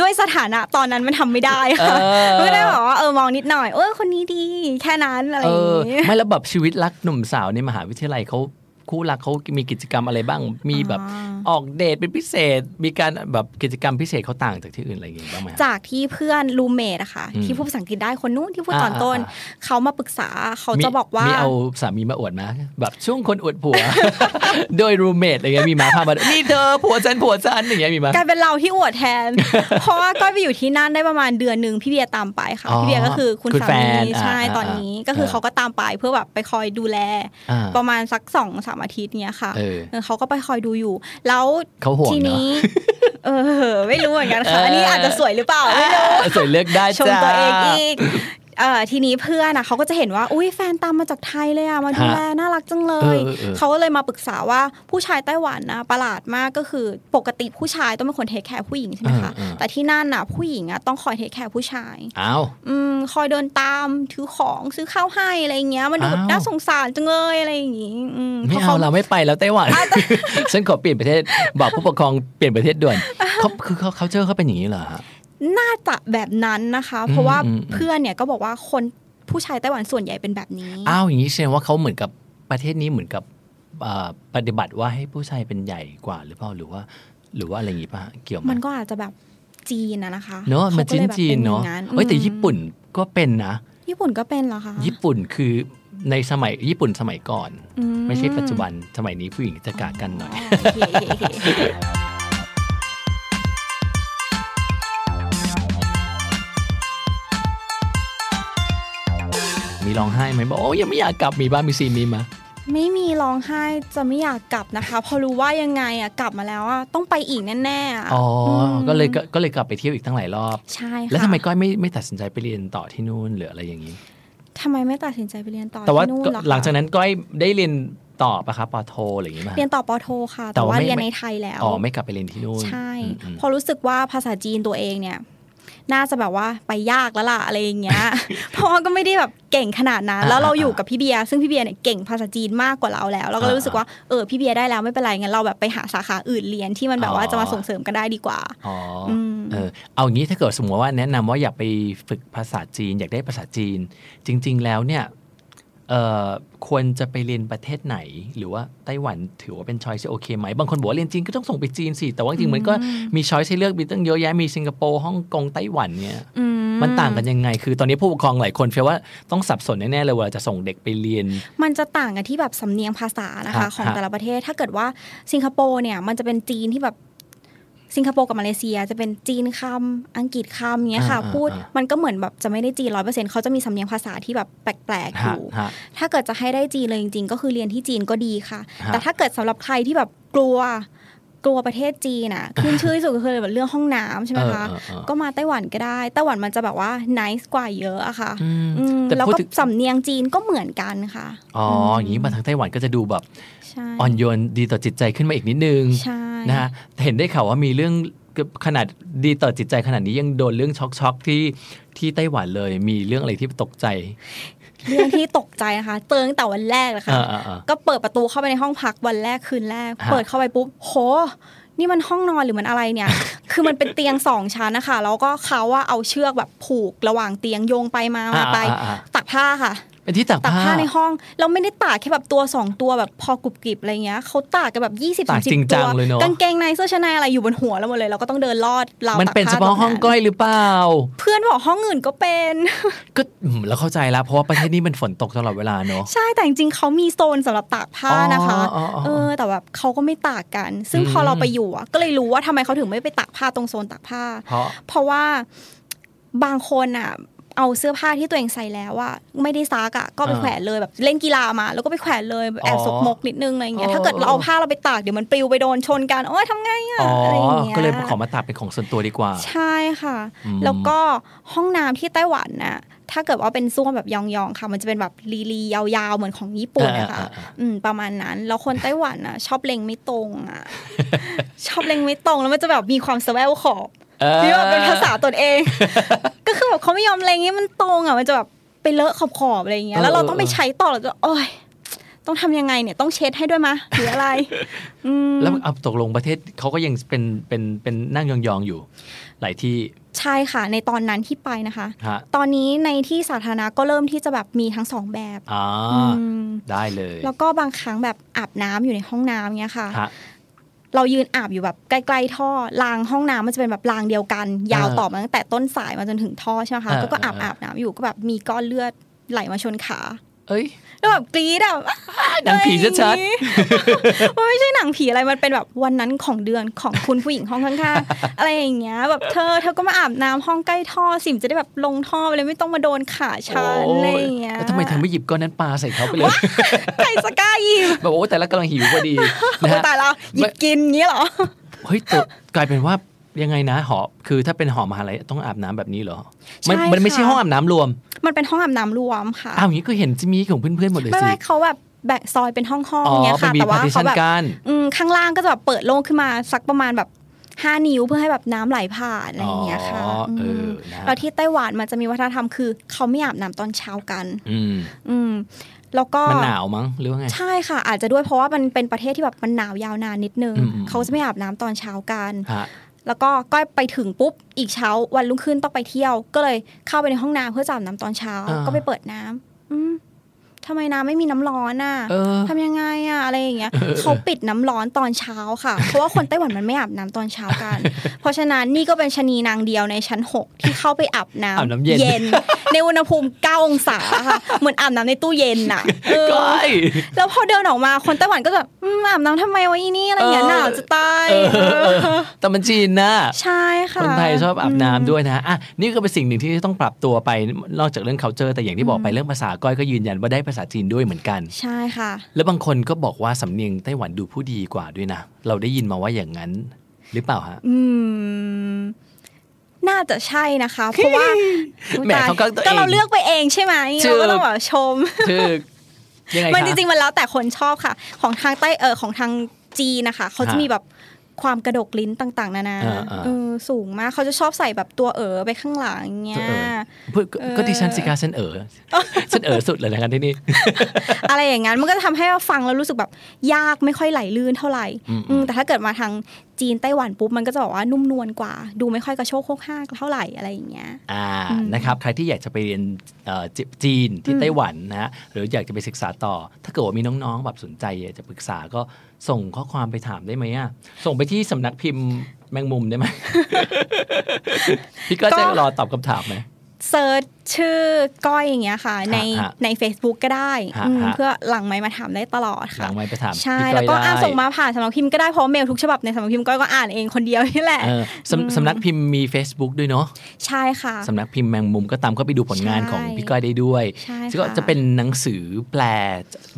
Speaker 6: ด้วยสถานะตอนนั้นมันทำไม่ได้ค่ะมันก็ได้บอกว่าเออมองนิดหน่อย เออคนนี้ดี แค่นั้นอะไร
Speaker 2: เอ
Speaker 6: อย่า
Speaker 2: อง
Speaker 6: งี้
Speaker 2: ไม่แล้วแบบชีวิตรักหนุ่มสาวในมหาวิทยาลัยเขา คู่รักเขามีกิจกรรมอะไรบ้าง มีแบบอ
Speaker 6: อ๋อ
Speaker 2: อกเดทเป็นพิเศษ มีการแบบกิจกรรมพิเศษเขาต่างจากที่อื่นอะไรอย่างเงี้ยบ้างไหมครับ
Speaker 6: จากที่เพื่อนรูเมทอะค่ะ
Speaker 2: อืม
Speaker 6: ที่พูดภาษาอังกฤษได้คนนู้นที่พูด
Speaker 2: อ่า
Speaker 6: ตอนต้น
Speaker 2: อ่า
Speaker 6: เขามาปรึกษาเขาจะบอกว่า
Speaker 2: มีเอาสามีมาอวดนะแบบช่วงคนอวดผัว โดยรูเมทอะไรเงี้ยมีมาพามานี่เธอผัวฉันผัวฉันอย่างเงี้ยมีมา
Speaker 6: กลายเป็นเราที่อวดแท น เพราะว่าก้อยไปอยู่ที่นั่นได้ประมาณเดือนหนึ่งพี่เบียร์ตามไปค่ะ
Speaker 2: อ๋อ
Speaker 6: พี่เบียร์ก็คือคุณ
Speaker 2: คุณ
Speaker 6: สา
Speaker 2: แฟ
Speaker 6: มี
Speaker 2: น
Speaker 6: ใช่
Speaker 2: อ่า
Speaker 6: ตอนนี้
Speaker 2: อ่า
Speaker 6: ก็คื
Speaker 2: เอ
Speaker 6: อ
Speaker 2: อ
Speaker 6: เขาก็ตามไปเพื่อแบบไปคอยดูแล
Speaker 2: อ่า
Speaker 6: ประมาณสักสองสามอาทิตย์เนี้ยค่ะ
Speaker 2: เออ
Speaker 6: เออเขาก็ไปคอยดูอยู่ แล้ว
Speaker 2: เขาห่วง
Speaker 6: ที
Speaker 2: เนอะ
Speaker 6: นี้ เออ ไม่รู้เหมือนกันค่ะ
Speaker 2: เอออั
Speaker 6: อันนี้อาจจะสวยหรือเปล่าไม่รู้
Speaker 2: สวยเลื อกได้
Speaker 6: ชม
Speaker 2: จ้า
Speaker 6: ตัวเองอีกเอ่อทีนี้เพื่อนอ่ะเขาก็จะเห็นว่า อุ้ยแฟนตามมาจากไทยเลยอ่ะ มาดูแลน่ารักจังเลย
Speaker 2: เออเออเออ
Speaker 6: เขาก็เลยมาปรึกษาว่าผู้ชายไต้หวันนะประหลาดมากก็คือปกติผู้ชายต้องเป็นคนเทคแคร์ผู้หญิงใช่ไหมคะ แต่ที่นั่นน่ะผู้หญิงอ่ะต้องคอยเทคแคร์ผู้ชาย
Speaker 2: อ้าว
Speaker 6: อืมคอยเดินตามถือของซื้อข้าวให้อะไรอย่างเงี้ยมันดูแบบ
Speaker 2: อ้าว
Speaker 6: น่าสงสารจังเลยอะไรอย่างงี้อืม
Speaker 2: ไม่
Speaker 6: พะ
Speaker 2: เอาเราไม่ไปแล้วไต้หวัน ฉันขอเปลี่ยนประเทศบอกผู้ปกครองเปลี่ยนประเทศ ด่วนเขาคือเขาเขาเจอเขาเป็นอย่างนี้เหรอฮะ
Speaker 6: น่าจะแบบนั้นนะคะ เพราะว่า
Speaker 2: อืมอืม
Speaker 6: เพื่อนเนี่ยก็บอกว่าคนผู้ชายไต้หวันส่วนใหญ่เป็นแบบนี้
Speaker 2: อ้าวอย่างนี้แสดงว่าเขาเหมือนกับประเทศนี้เหมือนกับเอ่อปฏิบัติว่าให้ผู้ชายเป็นใหญ่กว่าหรือเปล่าหรือว่า หรือว่าอะไรอย่างนี้ป่ะเกี่ยวไหม
Speaker 6: มันก็อาจจะแบบจีนอะนะคะ
Speaker 2: เนอะ
Speaker 6: ขก็
Speaker 2: มันจีน
Speaker 6: ลยแบบ
Speaker 2: จีน
Speaker 6: ป็
Speaker 2: เนอะ
Speaker 6: อย่ง
Speaker 2: เอ้ยแต่
Speaker 6: อืม
Speaker 2: ญี่ปุ่นก็เป็นนะ
Speaker 6: ญี่ปุ่นก็เป็นเหรอคะ
Speaker 2: ญี่ปุ่นคือในสมัยญี่ปุ่นสมัยก่อน
Speaker 6: อื
Speaker 2: ไม่ใช่ปัจจุบันสมัยนี้ผู้หญิงจะกากันหน่อย
Speaker 6: อ๋อโอเคโอเคโอเค
Speaker 2: มีร้องไห้ไหมบอกโอ้ยยังไม่อยากกลับมีบ้างมีซีนนี้มา
Speaker 6: ไม่มีร้องไห้จะไม่อยากกลับนะคะ พอรู้ว่ายังไงอะกลับมาแล้วอะต้องไปอีกแน่ๆอะ
Speaker 2: อ๋ออ
Speaker 6: ม
Speaker 2: ก็เลยก็ก็เลยกลับไปเที่ยวอีกตั้งหลายรอบ
Speaker 6: ใช่ค่ะ
Speaker 2: แล้วทำไมก้อยไม่ไม่ตัดสินใจไปเรียนต่อที่นู่นหรืออะไรอย่างนี้
Speaker 6: ทำไมไม่ตัดสินใจไปเรียนต่อ
Speaker 2: แต่ว่า
Speaker 6: ที่นู่น
Speaker 2: ก็
Speaker 6: เรอคะ
Speaker 2: หลังจากนั้นก้อยได้เรียนต่อปะคะปอโทอะไรอย่างนี้มา
Speaker 6: เรียนต่อปอโทค่ะ
Speaker 2: แต่
Speaker 6: แต่
Speaker 2: ว่า
Speaker 6: ว่า
Speaker 2: ไม่
Speaker 6: เรียนในไทยแล้ว
Speaker 2: อ๋อไม่กลับไปเรียนที่นู่น
Speaker 6: ใช่
Speaker 2: อืม
Speaker 6: พอรู้สึกว่าภาษาจีนตัวเองเนี่ย น่าจะแบบว่าไปยากแล้วล่ะอะไรอย่างเงี้ย เพราะว่าก็ไม่ได้แบบเก่งขนาดนั้น แล้วเราอยู่กับพี่เบียร์ซึ่งพี่เบียร์เนี่ยเก่งภาษาจีนมากกว่าเราแล้ว เราก็เลยรู้สึกว่าเออพี่เบียร์ได้แล้วไม่เป็นไรงั้นเราแบบไปหาสาขาอื่นเรียนที่มันแบบว่าจะมาส่งเสริมกันได้ดีกว่า
Speaker 2: อ๋ออ
Speaker 6: ม
Speaker 2: เออเอางี้ถ้าเกิดสมมติว่าแนะนำว่าอยากไปฝึกภาษาจีน อยากได้ภาษาจีน จริง ๆ แล้วเนี่ยเอ่อควรจะไปเรียนประเทศไหน หรือว่าไต้หวันถือว่าเป็นช้อยส์โอเคไหมบางคนบอกว่าเรียนจีนก็ต้องส่งไปจีนสิแต่ว่าจริงๆมันก็มีช้อยส์ให้เลือกมีตั้งเยอะแยะมีสิงคโปร์ฮ่องกงไต้หวันเนี่ย
Speaker 6: อื
Speaker 2: มันต่างกันยังไง คือตอนนี้ผู้ปกครองหลายคนเฟียว่าต้องสับสนแน่ๆเลยเวลาจะส่งเด็กไปเรียน
Speaker 6: มันจะต่างกันที่แบบสำเนียงภาษานะ
Speaker 2: ครับ
Speaker 6: คะของ
Speaker 2: ครับ
Speaker 6: แต่ละประเทศถ้าเกิดว่าสิงคโปร์เนี่ยมันจะเป็นจีนที่แบบสิงคโปร์กับมาเลเซีย จะเป็นจีนคำอังกฤษคำเนี้ยค่ะ
Speaker 2: อ่า
Speaker 6: พูด
Speaker 2: อ่า
Speaker 6: มันก็เหมือนแบบจะไม่ได้จีนร้อยเปอร์เซ็นต์เขาจะมีสำเนียงภาษาที่แบบแปลกๆอ
Speaker 2: ฮะ
Speaker 6: ยู่
Speaker 2: ฮะ
Speaker 6: ถ้าเกิดจะให้ได้จีนเลยจริงๆ ก็คือเรียนที่จีนก็ดีค่ะ
Speaker 2: ฮะ
Speaker 6: แต่ถ้าเกิดสำหรับใครที่แบบกลัวกลัวประเทศจีน อ่ะ ขึ้นชื่อที่สุดก็คือแบบเรื่องห้องน้ำใช่ไหมคะ
Speaker 2: เออเออเออ
Speaker 6: ก็มาไต้หวันก็ได้ไต้หวันมันจะแบบว่า nice กว่าเยอะอะค่ะ
Speaker 2: อืม
Speaker 6: อืม
Speaker 2: แต่
Speaker 6: แล้ว
Speaker 2: พูด
Speaker 6: ก็
Speaker 2: ถึง
Speaker 6: สำเนียงจีนก็เหมือนกันค่ะ
Speaker 2: อ๋ออย่างนี้มาทางไต้หวันก็จะดูแบบ
Speaker 6: ใช่
Speaker 2: อ่อนโยนดีต่อจิตใจขึ้นมาอีกนิดนึง
Speaker 6: ใช่
Speaker 2: นะฮะเห็นได้ข่าวว่ามีเรื่องขนาดดีต่อจิตใจขนาดนี้ยังโดนเรื่องช็อกช็อกๆที่ที่ไต้หวันเลยมีเรื่องอะไรที่ตกใจ
Speaker 6: เรื่องที่ตกใจนะคะเตือนแต่วันแรกเลย
Speaker 2: เอ
Speaker 6: ค่ะ
Speaker 2: อเออเออ
Speaker 6: ก็เปิดประตูเข้าไปในห้องพักวันแรกคืนแรก
Speaker 2: ฮะ
Speaker 6: เปิดเข้าไปปุ๊บโห นี่มันห้องนอนหรือมันอะไร เนี่ย คือมันเป็นเตียงสองชั้นนะคะแล้วก็เขาว่าเอาเชือกแบบผูกระหว่างเตียงโยงไปมามาไป
Speaker 2: อ่าอ่าอ่า
Speaker 6: ตักผ้าค่ะ
Speaker 2: เป็นที่ตาก
Speaker 6: ตัก
Speaker 2: ผ้า
Speaker 6: ผ้าในห้องเราไม่ได้ตากแค่แบบตัวสองตัวแบบพอกรุบกริบอะไรเงี้ยเขาตากกันแบบยี่สิบ
Speaker 2: ตา
Speaker 6: สาก มสิบ
Speaker 2: จริง
Speaker 6: ตั
Speaker 2: จัง
Speaker 6: ว
Speaker 2: เลยเนาะ
Speaker 6: กางเกงในเสื้อชั้นในอะไรอยู่บนหัวเราหมดเลย เราก็ต้องเดินลอดราว
Speaker 2: มัน
Speaker 6: ตาก
Speaker 2: เป็นเฉ
Speaker 6: ผ้า
Speaker 2: พาะ
Speaker 6: ต
Speaker 2: ห้
Speaker 6: ร
Speaker 2: อง
Speaker 6: นั้น
Speaker 2: ก้อยหรือเปล่า
Speaker 6: เพื่อนบอกห้องอื่นก็เป็น
Speaker 2: ก็อืมแล้วเข้าใจแล้วเพราะว่าประเทศนี้มันฝนตกตลอดเวลาเนาะ
Speaker 6: ใช่แต่จริงๆเขามีโซนสำหรับตากผ้านะคะ
Speaker 2: อ๋ออ๋ออ๋อ
Speaker 6: เออแต่แบบเขาก็ไม่ตากกัน ซึ่ง
Speaker 2: อืม
Speaker 6: พอเราไปอยู่อะก็เลยรู้ว่าทำไมเขาถึงไม่ไปตากผ้าตรงโซนตากผ้า
Speaker 2: เพราะ
Speaker 6: เพราะว่าบางคนอะเอาเสื้อผ้าที่ตัวเองใส่แล้วอะไม่ได้ซักอะก็ไป
Speaker 2: อ่า
Speaker 6: แขวนเลยแบบเล่นกีฬามา แล้วก็ไปแขวนเลยแบบแอบ
Speaker 2: อ๋อ
Speaker 6: สกมกนิดนึงอะไรอย่างเงี้ย
Speaker 2: อ๋อ
Speaker 6: ถ้าเกิดเราเอาผ้าเราไปตากเดี๋ยวมันปลิวไปโดนชนกันโอ้ยทำไงอะ
Speaker 2: อ๋อ
Speaker 6: อะไรอย่างเงี้ย
Speaker 2: ก็เลยขอมาตัดเป็นของส่วนตัวดีกว่า
Speaker 6: ใช่ค่ะ
Speaker 2: อืม
Speaker 6: แล้วก็ห้องน้ำที่ไต้หวันน่ะ ถ้าเกิดว่าเป็นส้วมแบบยองๆค่ะ มันจะเป็นแบบลีลียาวๆ เหมือนของญี่ปุ่นนะคะ
Speaker 2: อ่าๆ
Speaker 6: อืมประมาณนั้น แล้วคนไต้หวันน่ะ ชอบเล็งไม่ตรงอ่ะ ชอบเล็งไม่ตรงแล้วมันจะแบบมีความสแววขอบ
Speaker 2: ๆเอ่อ
Speaker 6: ที่ว่าเป็นภาษาตนเอง ก็คือแบบเขาไม่ยอมเล็งให้มันตรงอ่ะมันจะแบบไปเลอะขอบๆอะไรอย่างเงี้ย
Speaker 2: เออ
Speaker 6: แล้วเราต้องไป
Speaker 2: เออ
Speaker 6: ใช้ต่อเราจะโอ๊ยต้องทำยังไงเนี่ยต้องเช็ดให้ด้วยมะหรืออะไรอืม
Speaker 2: แล้วเอาตกลงประเทศเขาก็ยังเป็นเป็นเป็นนั่งยองๆอยู่ หลายที่
Speaker 6: ใช่ค่ะ ในตอนนั้นที่ไปนะคะ
Speaker 2: ฮะ
Speaker 6: ตอนนี้ในที่สาธารณะก็เริ่มที่จะแบบมีทั้งสองแบบ
Speaker 2: อ่า
Speaker 6: อืม
Speaker 2: ได้เลย
Speaker 6: แล้วก็บางครั้งแบบอาบน้ำอยู่ในห้องน้ำเนี้ยค่ะ
Speaker 2: ฮะ
Speaker 6: เรายืนอาบอยู่แบบใกล้ๆท่อรางห้องน้ำมันจะเป็นแบบรางเดียวกัน ยาวต่อมาตั้งแต่ต้นสายมาจนถึงท่อใช่ไหมคะ
Speaker 2: เออ
Speaker 6: ก็ก็อาบ
Speaker 2: เออ
Speaker 6: อาบน้ำอยู่ก็แบบมีก้อนเลือดไหลมาชนขา
Speaker 2: เอ้ย
Speaker 6: แล้วแบบกรี๊ดแบบ
Speaker 2: หนังผีชัดๆ
Speaker 6: ๆ มันไม่ใช่หนังผีอะไร มันเป็นแบบวันนั้นของเดือนของคุณผู้หญิงห้องข้างๆ อะไรอย่างเงี้ย แบบเธอเธอก็มาอาบน้ำห้องใกล้ท่อสิมนจะได้แบบลงท่อไปเลยไม่ต้องมาโดนขาฉันอะไรอย่างเงี้ย
Speaker 2: แล้วทำไมเธอไม่หยิบก้อนนั้นปลาใส่เขาไปเลย
Speaker 6: ใครสกล้าหยิ บ
Speaker 2: แบบโอ้แต่ละกำลังหิวพอดีนะ
Speaker 6: โอ้
Speaker 2: ฮะ
Speaker 6: ตายแล้วหยิบกินอย่างเงี้ยเหรอ
Speaker 2: เฮ้ยแต่กลายเป็นว่ายังไงนะหอคือถ้าเป็นหอมหาลัยต้องอาบน้ำแบบนี้เหรอมัน
Speaker 6: ใช่
Speaker 2: มันไม่ใช่
Speaker 6: ค่ะ
Speaker 2: ห้องอาบน้ำรวม
Speaker 6: มันเป็นห้องอาบน้ำรวมค่ะ
Speaker 2: อ้าวอย่างนี้ก็เห็นจะมีของเพื่อนๆหมดเลย
Speaker 6: ไม่
Speaker 2: สิ
Speaker 6: ไม่เขาแบบแบ่งซอยเป็นห้องห้อง
Speaker 2: อ๋อ
Speaker 6: เงี้ย
Speaker 2: มัน
Speaker 6: ค่ะ
Speaker 2: มี
Speaker 6: แต่
Speaker 2: พา
Speaker 6: ว่า
Speaker 2: ร์ติชั
Speaker 6: เขา
Speaker 2: น
Speaker 6: แบบ
Speaker 2: กั้น
Speaker 6: อืมข้างล่างก็จะแบบเปิดโล่งขึ้นมาสักประมาณแบบห้านิ้วเพื่อให้แบบน้ำไหลผ่านอะไรอย่างเงี้ยค่ะ
Speaker 2: อ๋อเอ
Speaker 6: ม
Speaker 2: อนะ
Speaker 6: แล้วที่ไต้หวันมันจะมีวัฒนธรรมคือเขาไม่อาบน้ำตอนเช้ากัน
Speaker 2: อืม
Speaker 6: อืม แล้วก็
Speaker 2: มันหนาวมั้งหรือว่าไง
Speaker 6: ใช่ค่ะ อาจจะด้วยเพราะว่ามันเป็นประเทศที่แบบมันหนาวยาวนานนิดนึง
Speaker 2: อืมอืม
Speaker 6: เขาจะไม่อาบน้ำตอนเช้ากัน
Speaker 2: ฮะ
Speaker 6: แล้วก็ก้อยไปถึงปุ๊บอีกเช้าวันรุ่งขึ้นต้องไปเที่ยว ก็เลยเข้าไปในห้องน้ำเพื่อจะอาบน้ำตอนเช้า ก็ไปเปิดน้ำอืมทำไมน้ำไม่มีน้ำร้อนอ่ะ
Speaker 2: เออ
Speaker 6: ทำยังไงอะอะไรอย่างเงี้ย
Speaker 2: เออ
Speaker 6: เขาปิดน้ำร้อนตอนเช้าค่ะ เพราะว่าคนไต้หวันมันไม่อาบน้ำตอนเช้ากัน เพราะฉะนั้นนี่ก็เป็นชะนีนางเดียวในชั้น 6 ที่เข้าไปอาบน้ำ
Speaker 2: อาบน้ำเย็น
Speaker 6: นในอุณหภูมิ9องศาค่ะเหมือนอาบน้ำในตู้เย็นน่ะเออ
Speaker 2: ก้อย
Speaker 6: แล้วพอเดินออกมาคนไต้หวันก็จะอืมอาบน้ำทำไมวะอีนี่อะไรอย่างเงี้ย
Speaker 2: เออ
Speaker 6: หนาวจะตาย
Speaker 2: เออเออแต่มันจีนนะ
Speaker 6: ใช่ค่ะ
Speaker 2: คนไทยชอบอาบน้ำด้วยนะฮะอ่ะนี่ก็เป็นสิ่งหนึ่งที่ต้องปรับตัวไปนอกจากเรื่อง culture แต่อย่างที่บอกไปเรื่องภาษาก้อยก็ยืนยันว่าได้ภาษาจีนด้วยเหมือนกัน
Speaker 6: ใช่ค่ะ
Speaker 2: แล้วบางคนก็บอกว่าสำเนียงไต้หวันดูผู้ดีกว่าด้วยนะ เราได้ยินมาว่าอย่างนั้นหรือเปล่าฮะ
Speaker 6: อืม น่าจะใช่นะคะ เพราะว่า
Speaker 2: แหมเขาก็ตัวเอ
Speaker 6: ก็
Speaker 2: ง
Speaker 6: เราเลือกไปเองใช่ไหม
Speaker 2: ถูก
Speaker 6: เราก็ต้องแบบชม
Speaker 2: คือยังไง
Speaker 6: มัน
Speaker 2: คะ
Speaker 6: จริงๆมันแล้วแต่คนชอบค่ะ ของทางใต้เออของทางจีนนะคะ เขาจะ
Speaker 2: ฮะ
Speaker 6: มีแบบความกระดกลิ้นต่างๆ นานา
Speaker 2: อ่าอ่า
Speaker 6: เออสูงมากเขาจะชอบใส่แบบตัวเอ๋อไปข้างหลังเงี้ย
Speaker 2: เพื่อก็
Speaker 6: เออ
Speaker 2: ก็ดิฉันสิกาฉันเอ๋อฉันเอ๋อสุดเลยนะครับที่นี่
Speaker 6: อะไรอย่างงั้นมันก็จะทำให้เราฟังแล้วรู้สึกแบบยากไม่ค่อยไหลลื่นเท่าไหร่
Speaker 2: อืม
Speaker 6: อืมแต่ถ้าเกิดมาทางจีนไต้หวันปุ๊บมันก็จะบอกว่านุ่มนวลกว่า ดูไม่ค่อยกระโชกโคกห้ากเท่าไหร่อะไรอย่างเงี้ย
Speaker 2: อ่า
Speaker 6: อืม
Speaker 2: นะครับใครที่อยากจะไปเรียนเอ่อจีจีนที่ไต้หวันนะฮะหรืออยากจะไปศึกษาต่อ ถ้าเกิดว่ามีน้องๆแบบสนใจอยากจะปรึกษาก็ส่งข้อความไปถามได้ไหมอ่ะส่งไปที่สำนักพิมพ์แมงมุม ได้ไหม พี่ก็จะ
Speaker 6: ก็
Speaker 2: รอตอบคำถามไหม
Speaker 6: เซิร์ชชื่อก้อยอย่างเงี้ยค่ะ ใน
Speaker 2: ฮะ
Speaker 6: ใน Facebook ก็ได้
Speaker 2: ฮะ
Speaker 6: อืม
Speaker 2: ฮะ
Speaker 6: เพื่อหลังไมค์มาถามได้ตลอด
Speaker 2: ห
Speaker 6: ค่ะ
Speaker 2: ลังไมค์ไปถาม
Speaker 6: ใช่
Speaker 2: พี่
Speaker 6: แล้วก็
Speaker 2: อยได้
Speaker 6: อ่านส่งมาผ่านสำนักพิมพ์ก็ได้เพราะว่าเมลทุกฉบับในสำนักพิมพ์ก็ก็อ่านเองคนเดียวนี่แหละ
Speaker 2: เออสำสำนักพิมพ์มี Facebook ด้วยเนาะ
Speaker 6: ใช่ค่ะ
Speaker 2: สำนักพิมพ์แมงมุมก็ตามเข้าไปดูผลงาน
Speaker 6: ใช่
Speaker 2: ของพี่ก้อยได้ด้วย
Speaker 6: ใช่
Speaker 2: ก็
Speaker 6: ค่
Speaker 2: จะเป็นหนังสือแปล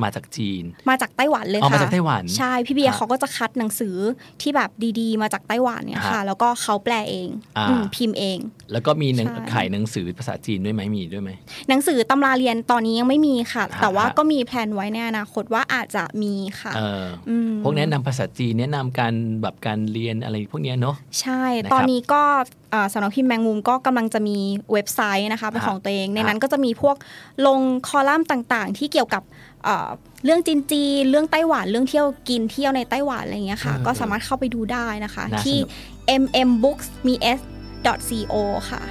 Speaker 2: มาจากจีน
Speaker 6: มาจากไต้หวันเลย
Speaker 2: อ๋อ
Speaker 6: ค่ะ
Speaker 2: มาจากไต้หวัน
Speaker 6: ใช่พี่เบี
Speaker 2: ค
Speaker 6: ย
Speaker 2: รับ
Speaker 6: ร์เขาก็จะคัดหนังสือที่แบบดีๆ มาจากไต้หวันเนี่ยค่ะ
Speaker 2: ฮะ
Speaker 6: แล้วก็เขาแปลเอง
Speaker 2: อ่า
Speaker 6: อืมพิมพ์เอง
Speaker 2: แล้วก็มีหนัง
Speaker 6: ใช่
Speaker 2: ขายหนังสือภาษาจีนด้วยไหมมีด้วยไหม
Speaker 6: หนังสือตำราเรียนตอนนี้ยังไม่มีค่ะ
Speaker 2: ฮะ
Speaker 6: แต่ว่า
Speaker 2: ฮะ
Speaker 6: ก็มีแผนไว้ในอนาคตว่าอาจจะมีค่ะ
Speaker 2: เออ
Speaker 6: ม
Speaker 2: พวกแนะนำภาษาจีนแนะนำการแบบการเรียนอะไรพวกเนี้ยเนาะ
Speaker 6: ใช่
Speaker 2: นะครับ
Speaker 6: ตอนนี้ก็เอ่อสำนักพิมพ์แมงมุมก็กำลังจะมีเว็บไซต์นะคะเป็น
Speaker 2: ฮะ
Speaker 6: ของตัวเอง ใน
Speaker 2: ฮะ
Speaker 6: นั้นก็จะมีพวกลงคอลัมน์ต่างๆ ที่เกี่ยวกับเอ่อเรื่องจีนจีนเรื่องไต้หวันเรื่องเที่ยวกินเที่ยวในไต้หวันอะไรอย่างเงี้ยค่ะ
Speaker 2: เออ
Speaker 6: ก็สามารถเข้าไปดูได้นะคะ
Speaker 2: น่าสนุก
Speaker 6: ที่ mmbooks มี s co ค่ะ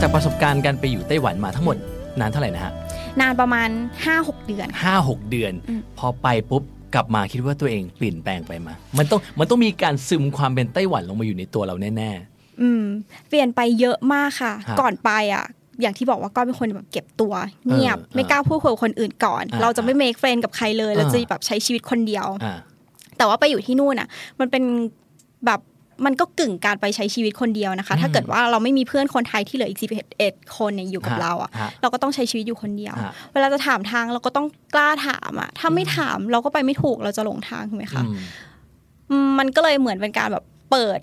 Speaker 2: จากประสบการณ์การไปอยู่ไต้หวันมาทั้งหมดนานเท่าไหร่นะฮะ
Speaker 6: นานประมาณ 5-6 เดือนค่ะ
Speaker 2: ห้าหกเดือน
Speaker 6: อืม
Speaker 2: พอไปปุ๊บกลับมาคิดว่าตัวเองเปลี่ยนแปลงไปมา มันต้องมันต้องมีการซึมความเป็นไต้หวันลงมาอยู่ในตัวเราแน่
Speaker 6: อืมเปลี่ยนไปเยอะมากค่ะ
Speaker 2: ฮะ
Speaker 6: ก่อนไปอ่ะ อย่างที่บอกว่าก้อยเป็นคนแบบเก็บตัว เงียบ
Speaker 2: เออ
Speaker 6: ไม่กล้าพูดคุยกับคนอื่นก่อน
Speaker 2: อ่า
Speaker 6: เราจะไม่ make friend กับใครเลย เรา
Speaker 2: อ่า
Speaker 6: จะแบบใช้ชีวิตคนเดียว
Speaker 2: ๆอ่า
Speaker 6: แต่ว่าไปอยู่ที่นู่นอ่ะ มันเป็นแบบมันก็กึ่งการไปใช้ชีวิตคนเดียวนะคะ
Speaker 2: อืม
Speaker 6: ถ้าเกิดว่าเราไม่มีเพื่อนคนไทยที่เหลืออีก11คนเนี่ยอยู่กับเราอ่ะ
Speaker 2: ฮะ
Speaker 6: เราก็ต้องใช้ชีวิตอยู่คนเดียว
Speaker 2: ฮะ
Speaker 6: เวลาจะถามทางเราก็ต้องกล้าถามอ่ะ ถ้าไม่ถามเราก็ไปไม่ถูกเราจะหลงทางถูกไหมคะ
Speaker 2: อืม
Speaker 6: อืมมันก็เลยเหมือนเป็นการแบบเปิด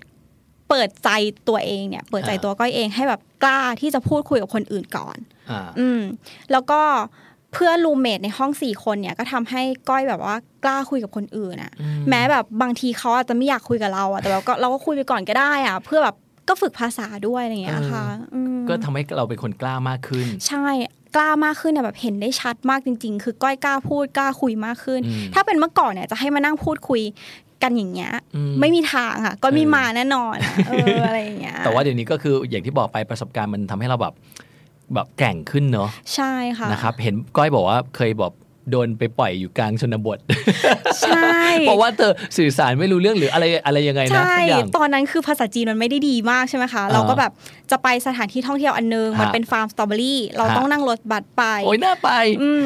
Speaker 6: เปิดใจตัวเองเนี่ย เปิดใจ
Speaker 2: อ่า
Speaker 6: ตัวก้อยเองให้แบบกล้าที่จะพูดคุยกับคนอื่นก่อน
Speaker 2: อ่า
Speaker 6: อืม แล้วก็เพื่อนรูมเมทในห้องสี่คนเนี่ยก็ทำให้ก้อยแบบว่ากล้าคุยกับคนอื่นอะ
Speaker 2: อืม
Speaker 6: แม้แบบบางทีเขาอาจจะไม่อยากคุยกับเราอะแต่เราก็เราก็คุยไปก่อนก็ได้อะเพื่อแบบก็ฝึกภาษาด้วยอะไรอย่างเงี้ยค่ะ อืม
Speaker 2: ก็ทำให้เราเป็นคนกล้ามากขึ้น
Speaker 6: ใช่ กล้ามากขึ้นเนี่ยแบบเห็นได้ชัดมากจริง ๆ คือก้อยกล้าพูดกล้าคุยมากขึ้น
Speaker 4: อืม
Speaker 6: ถ้าเป็นเมื่อก่อนเนี่ยจะให้มานั่งพูดคุยกันอย่างเงี้ย
Speaker 4: อืม
Speaker 6: ไม่มีทางค่ะก็มีมาแน่นอน อะเอออะไรอย่างเงี้ย
Speaker 2: แต่ว่าเดี๋ยวนี้ก็คืออย่างที่บอกไปประสบการณ์มันทำให้เราแบบแบบแกร่งขึ้นเนาะ
Speaker 6: ใช่ค่ะ
Speaker 2: นะครับ เห็นก้อยบอกว่าเคยบอกโดนไปปล่อยอยู่กลางชนบท
Speaker 6: ใช่
Speaker 2: เพราะว่าเธอสื่อสารไม่รู้เรื่องหรืออะไรอะไรยังไงนะ
Speaker 6: ใช่
Speaker 2: สักอย่าง
Speaker 6: ตอนนั้นคือภาษาจีนมันไม่ได้ดีมากใช่ไหมคะ
Speaker 2: อ่า
Speaker 6: เราก็แบบจะไปสถานที่ท่องเที่ยวอันนึง
Speaker 2: ฮะ
Speaker 6: มันเป็นฟาร์มสตรอเบอรี่เรา
Speaker 2: ฮะ
Speaker 6: ต้องนั่งรถบัสไป
Speaker 2: โอ้ยน่าไป
Speaker 6: อืม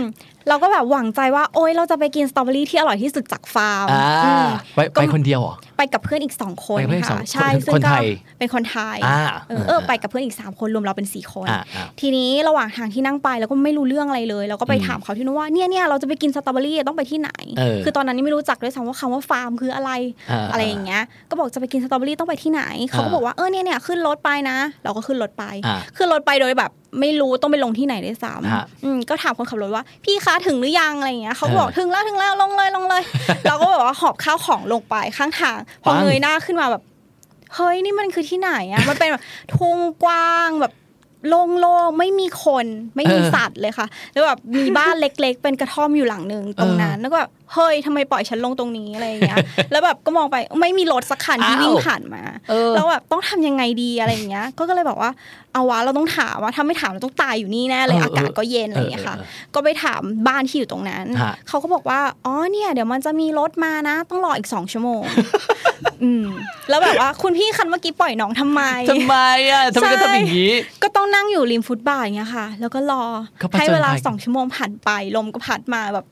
Speaker 6: เราก็แบบหวังใจว่าโอ๊ยเราจะไปกินสตรอเบอรี่ที่อร่อยที่สุดจากฟาร์ม
Speaker 2: อ่า
Speaker 6: อืม
Speaker 2: ไป
Speaker 6: ก็
Speaker 2: ไปคนเดียวเหรอ
Speaker 6: ไปกับเพื่อนอีกสองคน
Speaker 2: ไปกับเพื่อนอีกสอง
Speaker 6: ค่ะ
Speaker 2: คน
Speaker 6: ใช่ซึ่ง
Speaker 2: คน
Speaker 6: ก็
Speaker 2: ไทย
Speaker 6: เป็นคนไทย
Speaker 2: อ่า
Speaker 6: เออเออ
Speaker 2: เออ
Speaker 6: ไปกับเพื่อนอีกสามคนรวมเราเป็นสี่คน
Speaker 2: อ่าอ่า
Speaker 6: ทีนี้ระหว่างทางที่นั่งไปเราก็ไม่รู้เรื่องอะไรเลย เราก็ไป
Speaker 2: อืม
Speaker 6: ถามเขาที่นู้นว่าเนี่ยเนี่ยเราจะไปกินสตรอเบอรี่ต้องไปที่ไหน
Speaker 2: เออ
Speaker 6: คือตอนนั้นนี่ไม่รู้จักด้วยซ้ำว่าคำว่าฟาร์มคืออะไร
Speaker 2: อ่า
Speaker 6: อะไรอย่างเงี้ย ก็บอกจะไปกินสตรอเบอรี่ต้องไปที่ไหน เขาก็
Speaker 2: อ่า
Speaker 6: บอกว่าเออเนี่ยเนี่ยขึ้นรถไปนะ เราก็ขึ้นรถไป
Speaker 2: อ่า
Speaker 6: ขึ้นรถไปโดยแบบ ไม่รู้ต้องไปลงที่ไหนด้วยซ้
Speaker 2: ฮะ
Speaker 6: ำอืมก็ถามคนขับรถว่าพี่คะถึงหรือยังอะไรอย่างเงี้ยเขาก็บอก
Speaker 2: เออ
Speaker 6: ถึงแล้วถึงแล้วลงเลยลงเลย เราก็แบบว่าหอบข้าวของลงไปข้างทางพ
Speaker 2: ปั
Speaker 6: อง เงยหน้าขึ้นมาแบบ เฮ้ยนี่มันคือที่ไหนอะมันเป็นแบบ ทุ่งกว้างแบบโล่งๆไม่มีคนไม่มีสัตว์เลยค่ะ แล้วแบบมีบ้านเล็ก ๆ เป็นกระท่อมอยู่หลังหนึ่งตรงนั้นแล้วก็แบบเฮ้ยทำไมปล่อยฉันลงตรงนี้อะไรอย่างเงี้ย แล้วแบบก็มองไปไม่มีรถสักคันที่
Speaker 2: อ้าว
Speaker 6: วิ่งผ่านมา
Speaker 2: เออ
Speaker 6: เราแบบต้องทำยังไงดีอะไรอย่างเงี้ย ก็ก็เลยบอกว่าเอาวะเราต้องถามว่าถ้าไม่ถามเราต้องตายอยู่นี่แน่เลย
Speaker 2: เออ
Speaker 6: อา
Speaker 2: เออ
Speaker 6: กาศก็เย็นอะไรอย่างเงี้ยค่ะ
Speaker 2: เออ
Speaker 6: ก็ไปถามบ้านที่อยู่ตรงนั้น
Speaker 2: ฮะ
Speaker 6: เขาก็บอกว่า อ๋อ เนี่ย เดี๋ยวมันจะมีรถมานะ ต้องรออีกสองชั่วโม ง อืม แล้วแบบว่าคุณพี่คันเมื่อกี้ปล่อยน้องทำไม
Speaker 2: เออทำไมอ่ะทำไมก็ทำอย่างนี้
Speaker 6: ก็ต้องนั่งอยู่ริมฟุตบาทอย่างเงี้ยค่ะ แล้วก็รอ
Speaker 2: ก็ผจญภัย
Speaker 6: ให้เวลาสองชั่วโมงผ่านไป ลมก็พัดมาแบบ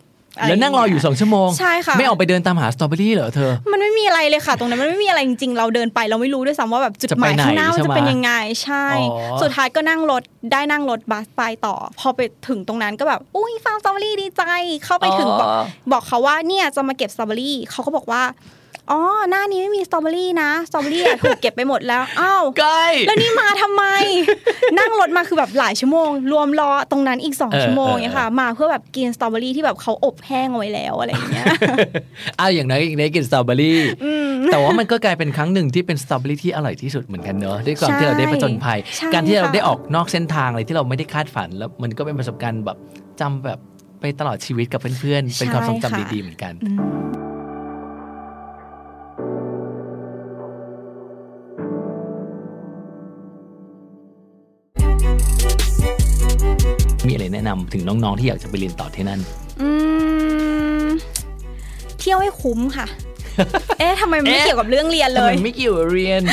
Speaker 6: ะไ
Speaker 2: แล้วนั่งรออยู่สองชั่วโมง
Speaker 6: ใช่ค่ะ
Speaker 2: ไม่ออกไปเดินตามหาสตรอเบอรี่เหรอเธอ
Speaker 6: มันไม่มีอะไรเลยค่ะ ตรงนั้นมันไม่มีอะไรจริงๆ เราเดินไปเราไม่รู้ด้วยซ้ำว่าแบบจุด
Speaker 2: จะ
Speaker 6: ห
Speaker 2: ไป
Speaker 6: มาย
Speaker 2: ไหน
Speaker 6: ข้างหน้ามัน
Speaker 2: ใช่
Speaker 6: จะ
Speaker 2: ไหม
Speaker 6: เป็นยังไงใช่
Speaker 2: อ๋อ
Speaker 6: สุดท้ายก็นั่งรถได้นั่งรถบัสไปต่อ พอไปถึงตรงนั้นก็แบบอุ้ยฟาร์มสตรอเบอรี่ดีใจ เข้าไปถึงบอกบอกเขาว่าเนี่ยจะมาเก็บสตรอเบอรี่เขาก็บอกว่าอ๋อหน้านี้ไม่มีสตรอเบอรี่นะสตรอเบอรี่อะถูกเก็บไปหมดแล้วอ้าว
Speaker 2: ก้อย
Speaker 6: แล้วนี่มาทำไม นั่งรถมาคือแบบหลายชั่วโมง รวมรอตรงนั้นอีกสอง
Speaker 2: เออ
Speaker 6: ชั่วโมง
Speaker 2: เออ
Speaker 6: เนี่ยค่ะ มาเพื่อแบบกินสตรอเบอรี่ที่แบบเขาอบแห้งเอาไว้แล้วอะไรอย่างเงี้ย
Speaker 2: เอาอย่างน้อยได้กินสตรอเบอรี่แต่ว่ามันก็กลายเป็นครั้งหนึ่งที่เป็นสตรอเบอรี่ที่อร่อยที่สุดเหมือนกันเนอะด้วยความ
Speaker 6: ใช่
Speaker 2: ที่เราได้ผจญภัย
Speaker 6: ใช่
Speaker 2: การที่เรา
Speaker 6: ค่ะ
Speaker 2: ได้ออกนอกเส้นทางอะไรที่เราไม่ได้คาดฝัน แล้วมันก็เป็นประสบการณ์แบบจำแบบไปตลอดชีวิตกับเพื่อนๆเป็นความทรงจำดีๆเหมือนกัน มีอะไรแนะนำถึงน้องๆที่อยากจะไปเรียนต่อที่นั่น
Speaker 6: อืมเที่ยวให้คุ้ม ค่ะ เอ๊ะทำไมมันไม่
Speaker 2: เอ๊ะ
Speaker 6: เกี่ยวกับเรื่องเรียนเล
Speaker 2: แต่
Speaker 6: ย
Speaker 2: มันไม่เกี่ยวกับเรียน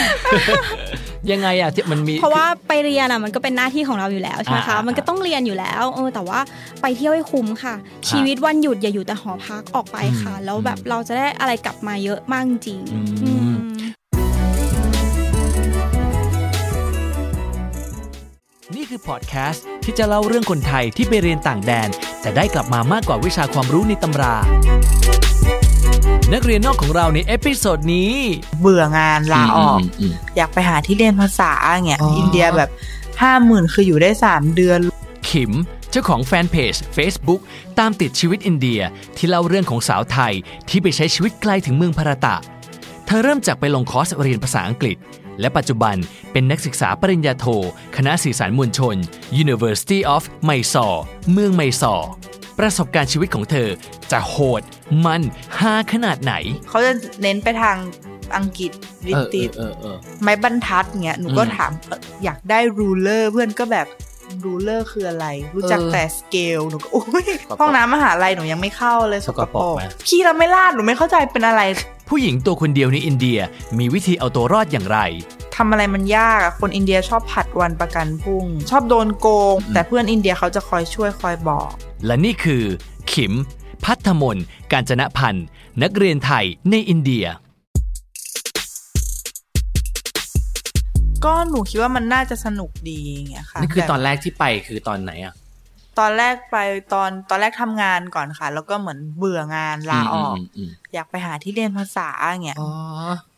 Speaker 2: ยังไงอะที่มันมี
Speaker 6: เพราะว่าไปเรียนอ่ะมันก็เป็นหน้าที่ของเราอยู่แล้วใช่ไหม
Speaker 2: อ่า
Speaker 6: คะ
Speaker 2: อ่ามั
Speaker 6: มันก็ต้องเรียนอยู่แล้วเออแต่ว่าไปเที่ยวให้คุ้มค่ะ ชีวิตวันหยุดอย่าอยู่แต่หอพักออกไปค่ะ
Speaker 2: อืม
Speaker 6: แล้วแบบเราจะได้อะไรกลับมาเยอะมากจริง
Speaker 2: อืม
Speaker 6: อืม
Speaker 2: นี่คือพอดแคสต์ที่จะเล่าเรื่องคนไทยที่ไปเรียนต่างแดน แต่ได้กลับมามากกว่าวิชาความรู้ในตำรา นักเรียนนอกของเราในเอพิโซดนี้
Speaker 7: เบื่องานลาออก
Speaker 2: มม
Speaker 7: อยากไปหาที่เรียนภาษาอย่างเงี้ย
Speaker 2: อ๋ออิ
Speaker 7: อินเดียแบบห้าหมื่นคืออยู่ได้สามเดือน
Speaker 2: ขิม เจ้าของแฟนเพจ Facebook ตามติดชีวิตอินเดียที่เล่าเรื่องของสาวไทยที่ไปใช้ชีวิตไกลถึงเมืองพาราตะ เธอเริ่มจากไปลงคอร์สเรียนภาษาอังกฤษ และปัจจุบันเป็นนักศึกษาปริญญาโท คณะสื่อสารมวลชน University of Mysore เมืองไมซอร์ประสบการณ์ชีวิตของเธอจะโหด มันฮาขนาดไหน
Speaker 7: เขาจะเน้นไปทางอังกฤษวิตติด
Speaker 2: เออเออ
Speaker 7: ไม้บรรทัดเงี้ยหนูก็
Speaker 2: อืม
Speaker 7: ถามเอ่ออยากได้รูเลอร์เพื่อนก็แบบรูเลอร์คืออะไร รู้จัก
Speaker 2: เออ
Speaker 7: แต่สเกลหนูก็อุ้ยห้องน้ำมหาลัยหนูยังไม่เข้าเลยสก
Speaker 2: สกป
Speaker 7: ป
Speaker 2: ร
Speaker 7: ร
Speaker 2: ก
Speaker 7: ก
Speaker 2: ไหม
Speaker 7: ขี้เราไม่ลาดหนูไม่เข้าใจเป็นอะไร
Speaker 2: ผู้หญิงตัวคนเดียวในอินเดียมีวิธีเอาตัวรอดอย่างไร
Speaker 7: ทำอะไรมันยากอะคนอินเดียชอบผัดวันประกันพรุ่ง ชอบโดนโกง แต่เพื่อนอินเดียเขาจะคอยช่วยคอยบอก
Speaker 2: และนี่คือ ขิม พัฒมนการจนพันธ์ นักเรียนไทยในอินเดีย
Speaker 7: ก็หนูคิดว่ามันน่าจะสนุกดีอย่างเงี้ยค่ะ
Speaker 4: นี่คือ
Speaker 7: แบบ
Speaker 4: ตอนแรกที่ไปคือตอนไหนอ่ะ
Speaker 7: ตอนแรกไปตอนตอนแรกทำงานก่อนค่ะ แล้วก็เหมือนเบื่องานลาออก อยากไปหาที่เรียนภาษาอย่างเงี้ย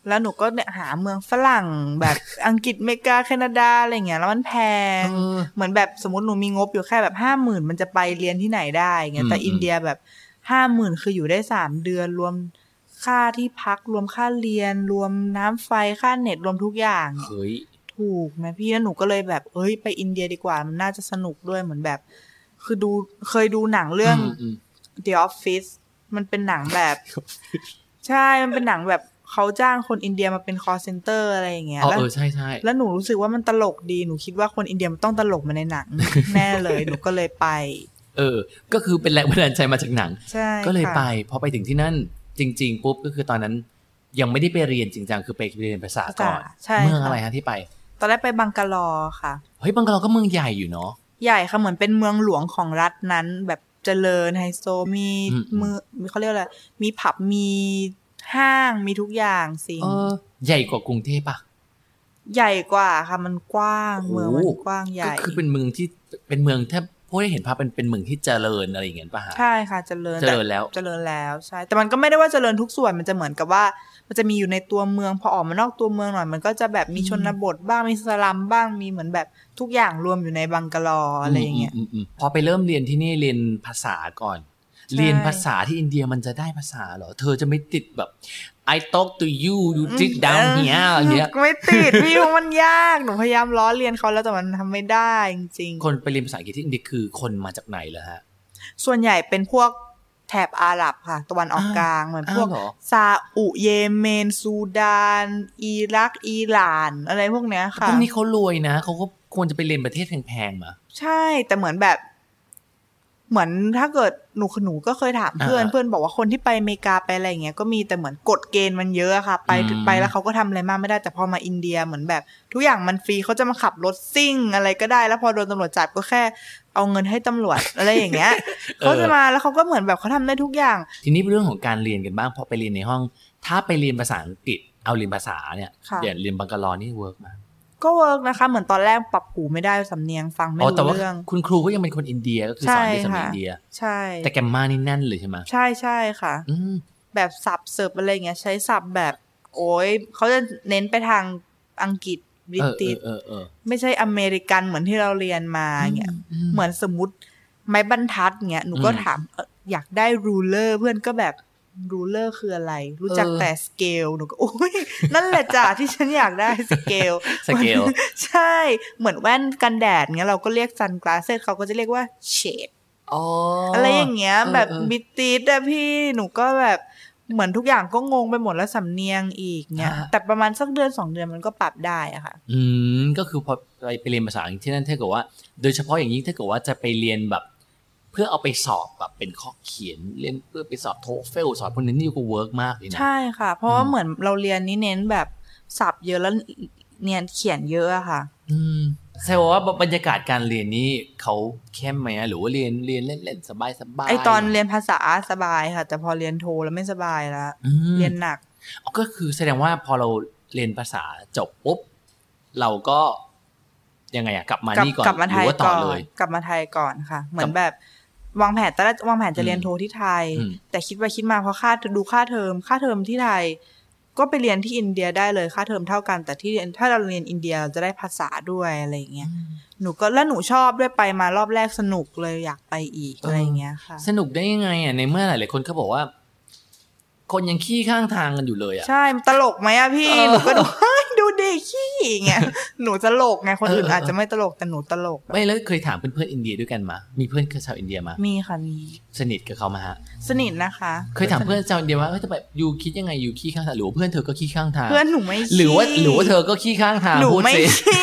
Speaker 7: แล้วหนูก็เนี่ยหาเมืองฝรั่งแบบ อังกฤษอเมริกาแคนาดาอะไรเงี้ยแล้วมันแพง
Speaker 4: เออ
Speaker 7: เหมือนแบบสมมติหนูมีงบอยู่แค่แบบห้าหมื่นมันจะไปเรียนที่ไหนได้เงี้ยแต่
Speaker 4: อืม
Speaker 7: อินเดียแบบห้าหมื่นคืออยู่ได้สามเดือนรวมค่าที่พักรวมค่าเรียน รวมน้ำไฟค่าเน็ตรวมทุกอย่าง
Speaker 4: เฮ้ย
Speaker 7: ถูกไหมพี่แล้วหนูก็เลยแบบเอ้ยไปอินเดียดีกว่ามันน่าจะสนุกด้วยเหมือนแบบ คือดูเคยดูหนังเรื่อง
Speaker 4: มม
Speaker 7: The Office มันเป็นหนังแบบ ใช่มันเป็นหนังแบบเขาจ้างคนอินเดียมาเป็น call center อะไรอย่างเงี้ย
Speaker 4: อ๋อ
Speaker 7: แล้ว
Speaker 4: เออใช่ใช่
Speaker 7: แล้วหนูรู้สึกว่ามันตลกดี หนูคิดว่าคนอินเดียมันต้องตลกมาในหนัง แน่เลย หนูก็เลยไป
Speaker 4: เออ ก็คือเป็นแรงบันดาลใจมาจากหนัง
Speaker 7: ใช่
Speaker 4: ก็เลย
Speaker 7: ค่ะ
Speaker 4: ไปพอไปถึงที่นั่นจริง ๆ ปุ๊บก็คือตอนนั้นยังไม่ได้ไปเรียนจริงจังคือไปเรียนภาษาก่อน
Speaker 7: ใช่
Speaker 4: เมือง
Speaker 7: ค่
Speaker 4: อะไรฮะที่ไป
Speaker 7: ตอนแรกไปบังกะลอค่ะ
Speaker 4: เฮ้ยบังกลาก็เมืองใหญ่อยู่เนาะ
Speaker 7: ใหญ่ค่ะเหมือนเป็นเมืองหลวงของรัฐนั้น แบบเจริญไฮโซมี
Speaker 4: อืม
Speaker 7: มือมีเขาเรียกอะไรมีผับมีห้างมีทุกอย่างสิ่ง
Speaker 4: เออ ใหญ่กว่ากรุงเทพปะ
Speaker 7: ใหญ่กว่าค่ะ มันกว้าง
Speaker 4: โอ้โห
Speaker 7: เมืองมันกว้างให
Speaker 4: ก็
Speaker 7: ญ่
Speaker 4: คือเป็นเมืองที่เป็นเมืองแทบพวกได้เห็นภาพเป็นเป็นเมืองที่เจริญอะไรอย่างเงี้ยปะฮะ
Speaker 7: ใช่ค่ะเจริญ
Speaker 4: เจริญแล้ว
Speaker 7: ต่เจริญแล้วใช่ แต่มันก็ไม่ได้ว่าเจริญทุกส่วนมันจะเหมือนกับว่า มันจะมีอยู่ในตัวเมืองพอออกมานอกตัวเมืองหน่อยมันก็จะแบบมีชนบทบ้างมีสลัมบ้างมีเหมือนแบบทุกอย่างรวมอยู่ในบังกะลออะไรอย่างเงี้ย
Speaker 4: มมมมพอไปเริ่มเรียนที่นี่เรียนภาษาก่อน เรียนภาษาที่อินเดียมันจะได้ภาษาเหรอ เธอจะไม่ติดแบบ I talk to you you sit down here อย่างเงี้ย
Speaker 7: ไม่ติดพี่ว่ามันยาก หนูพยายามล้อเลียนเขาแล้วแต่มันทำไม่ได้จริง
Speaker 4: คนไปเรียนภาษาอังกฤษที่อินเดียคือคนมาจากไหนเหรอฮะ
Speaker 7: ๆ ส่วนใหญ่เป็นพวกแถบอาหรับค่ะ ตะวันออกกลางเหมือนพวก
Speaker 4: อ้าวเหรอ
Speaker 7: ซาอุเยเมน ซูดาน อิรัก อิหร่าน อะไรพวกเนี้ยค่ะ
Speaker 4: พวกนี้เขารวยนะ เขาก็ควรจะไปเรียนประเทศแพงๆมา
Speaker 7: ใช่แต่เหมือนแบบ เหมือนถ้าเกิดหนูหนูก็เคยถามเพื่อน
Speaker 4: อ่า
Speaker 7: เพื่อนบอกว่าคนที่ไปอเมริกาไปอะไรอย่างเงี้ยก็มีแต่เหมือนกฎเกณฑ์มันเยอะอะค่ะ ไป
Speaker 4: อืม
Speaker 7: ไปแล้วเขาก็ทำอะไรมากไม่ได้แต่พอมาอินเดียเหมือนแบบ ทุกอย่างมันฟรีเขาจะมาขับรถซิ่งอะไรก็ได้ แล้วพอโดนตำรวจจับก็แค่เอาเงินให้ตำรวจ อะไรอย่างเงี้ย เขาจะมาแล้วเขาก็เหมือนแบบเขาทำได้ทุกอย่าง
Speaker 4: ทีนี้เรื่องของการเรียนกันบ้างพอไปเรียนในห้อง ถ้าไปเรียนภาษาอังกฤษ เอาเรียนภาษาเนี่ย
Speaker 7: ค่ะ
Speaker 4: อย่าเรียนบังกลอนี่เวิร์กมา
Speaker 7: ก็เวิร์กนะคะ เหมือนตอนแรกปรับหูไม่ได้สำเนียงฟังไม่
Speaker 4: อ๋อแต่
Speaker 7: รู้
Speaker 4: ว่า
Speaker 7: เรื่อง
Speaker 4: คุณครูก็ยังเป็นคนอินเดียก็คือสอนด้วย
Speaker 7: ใช่
Speaker 4: สำเนียง
Speaker 7: ค่ะ
Speaker 4: อินเดีย
Speaker 7: ใช่
Speaker 4: แต่แกมมานี่แน่นเลยใช่ไหม
Speaker 7: ใช่ใช่ค่ะ
Speaker 4: อืม
Speaker 7: แบบสับเสิร์ฟอะไรเงี้ยใช้สับแบบ โอ้ยเขาจะเน้นไปทางอังกฤษบริ
Speaker 4: เออ
Speaker 7: ติช
Speaker 4: เออเออเออ
Speaker 7: ไม่ใช่อเมริกันเหมือนที่เราเรียนมาเงี้ยเหมือนสมมติไม้บรรทัดเงี้ยหนูก็ถามเอ่ออยากได้รูเลอร์เพื่อนก็แบบรูเลอร์คืออะไร รู้จักแต่สเกลหนูก็โอ้ยนั่นแหละจ้ะ ที่ฉันอยากได้สเก ล
Speaker 4: สเกล
Speaker 7: ใช่เหมือนแว่นกันแดดเงี้ยเราก็เรียกซันกลาเซสเขาก็จะเรียกว่าเฉด
Speaker 4: อ๋ออ
Speaker 7: อะไรอย่างเงี้ย
Speaker 4: เออ
Speaker 7: แบบ
Speaker 4: เออ
Speaker 7: บิดติดอะพี่หนูก็แบบเหมือนทุกอย่างก็งงไปหมดแล้วสำเนียงอีกเนี่ยแต่ประมาณสักเดือนสองเดือนมันก็ปรับได้อะค่ะ
Speaker 4: อืมก็คือพอไปไปเรียนภาษาอังกฤษที่นั่นถ้าเกิดว่า โดยเฉพาะอย่างยิ่งถ้าเกิดว่าจะไปเรียนแบบ เพื่อเอาไปสอบแบบเป็นข้อเขียนเรียนเพื่อไปสอบโทเฟลสอบพวกนี้นี่ก็เวิร์กมากเลยนะ
Speaker 7: ใช่ค่ะ เพราะว่าเหมือนเราเรียนนี่เน้นแบบสับเยอะแล้วเนียนเขียนเยอะอะค่ะ
Speaker 4: อืมแสดงว่าบรรยากาศการเรียนนี้เขาเข้มไหมอะหรือว่าเรียนเรียนเล่นๆสบายสบาย
Speaker 7: ไอตอนเรียนภาษาสบายค่ะ แต่พอเรียนโทแล้วไม่สบายละเรี
Speaker 4: เรี
Speaker 7: ย
Speaker 4: ย
Speaker 7: น
Speaker 4: น
Speaker 7: หนัก
Speaker 4: ก็คือแสดงว่าพอเราเรียนภาษาจบปุ๊บ เราก็ยังไงอะกลับมาก
Speaker 7: ลับ
Speaker 4: นี่ก่อน
Speaker 7: กลับมา
Speaker 4: ห
Speaker 7: ไท
Speaker 4: รื
Speaker 7: ย
Speaker 4: ว่าต่
Speaker 7: ก่
Speaker 4: อ
Speaker 7: อน
Speaker 4: เลย
Speaker 7: กลับมาไทยก่อนค่ะ เหมือน
Speaker 4: กับ
Speaker 7: แบบวางแผนตอนแรกวางแผนจะเรียน
Speaker 4: อืม
Speaker 7: โทที่ไทย
Speaker 4: อืม
Speaker 7: แต่คิดไปคิดมาเพราะค่าดูค่าเทอม ค่าเทอมที่ไทย ก็ไปเรียนที่อินเดียได้เลยค่าเทอมเท่ากัน แต่ที่เรียนถ้าเราเรียนอินเดียเราจะได้ภาษาด้วยอะไรอย่างเงี้ยหนูก็แล้วหนูชอบด้วยไปมารอบแรกสนุกเลยอยากไปอีกอะไรอย่างเงี้ยค่ะ
Speaker 4: สนุกได้ยังไงอะในเมื่อหลายๆคนเขาบอกว่า คนยังขี้ข้างทางกันอยู่เลยอะ
Speaker 7: ใช่ตลกไหมอะพี่
Speaker 4: เออ
Speaker 7: หนูก็ดู ดูเด็กขี้อย่างเงี้ยหนูตลกไงคนอื่นอาจจะไม่ตลกแต่หนูตลก
Speaker 4: ไม่แล้วเคยถามเพื่อนๆอินเดียด้วยกันมามีเพื่อนชาวอินเดียมา
Speaker 7: มีค่ะมี
Speaker 4: สนิทกับเขามาฮะ
Speaker 7: สนิทนะคะ
Speaker 4: เคยถามเพื่อนชาวอินเดียว่าเฮ้ยแต่แบบยูคิดยังไงยูขี้ข้างทางหรือว่าเพื่อนเธอก็ขี้ข้างทาง
Speaker 7: เพื่อนหนูไม่ขี้
Speaker 4: หรือว่าหรือว่าเธอก็ขี้ข้างทาง
Speaker 7: หนู
Speaker 4: พูด
Speaker 7: ไม่
Speaker 4: สิ
Speaker 7: ขี้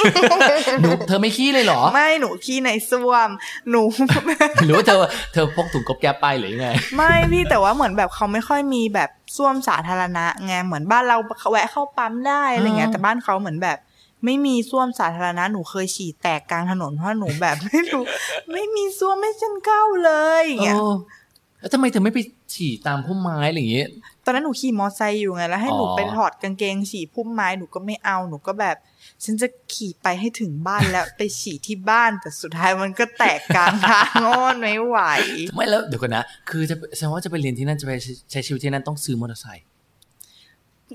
Speaker 4: หนูเธอไม่ขี้เลย เหรอ
Speaker 7: ไม่หนูขี้ในส้วม หนู
Speaker 4: หรือว่าเธอเธอพกถุงกบแก๊ปไปหรือยังไง
Speaker 7: ไม่พี่แต่ว่าเหมือนแบบเขาไม่ค่อยมีแบบส้วมสาธารณะไงเหมือนบ้านเราแวะเข้าปั๊มได้อะไรเงี้ย
Speaker 4: อ่า
Speaker 7: แต่บ้านเขาเหมือนแบบ ไม่มีส้วมสาธารณะหนูเคยฉี่แตกกลางถนนเพราะหนูแบบ ไม่รู้ไม่มีส้วมไม่ฉันเข้าเลยอย่างเงี้ย
Speaker 4: โอ้แล้วทำไมเธอไม่ไปฉี่ตามพุ่มไม้อะไรอย่างเงี้ย
Speaker 7: ตอนนั้นหนูขี่มอไซค์อยู่ไงแล้วให้หนู
Speaker 4: อ๋อ
Speaker 7: ไปถอดกางเกงฉี่พุ่มไม้หนูก็ไม่เอาหนูก็แบบ ฉันจะขี่ไปให้ถึงบ้านแล้วไปฉี่ที่บ้านแต่สุดท้ายมันก็แตกกลางทาง อ้อนไม่ไหว
Speaker 4: ไม่แล้วเดี๋ยวก่อนนะ คือจะแสดงว่าจะไปเรียนที่นั่นจะไปใช้ชีวิตที่นั่นต้องซื้อมอเตอร์ไซค์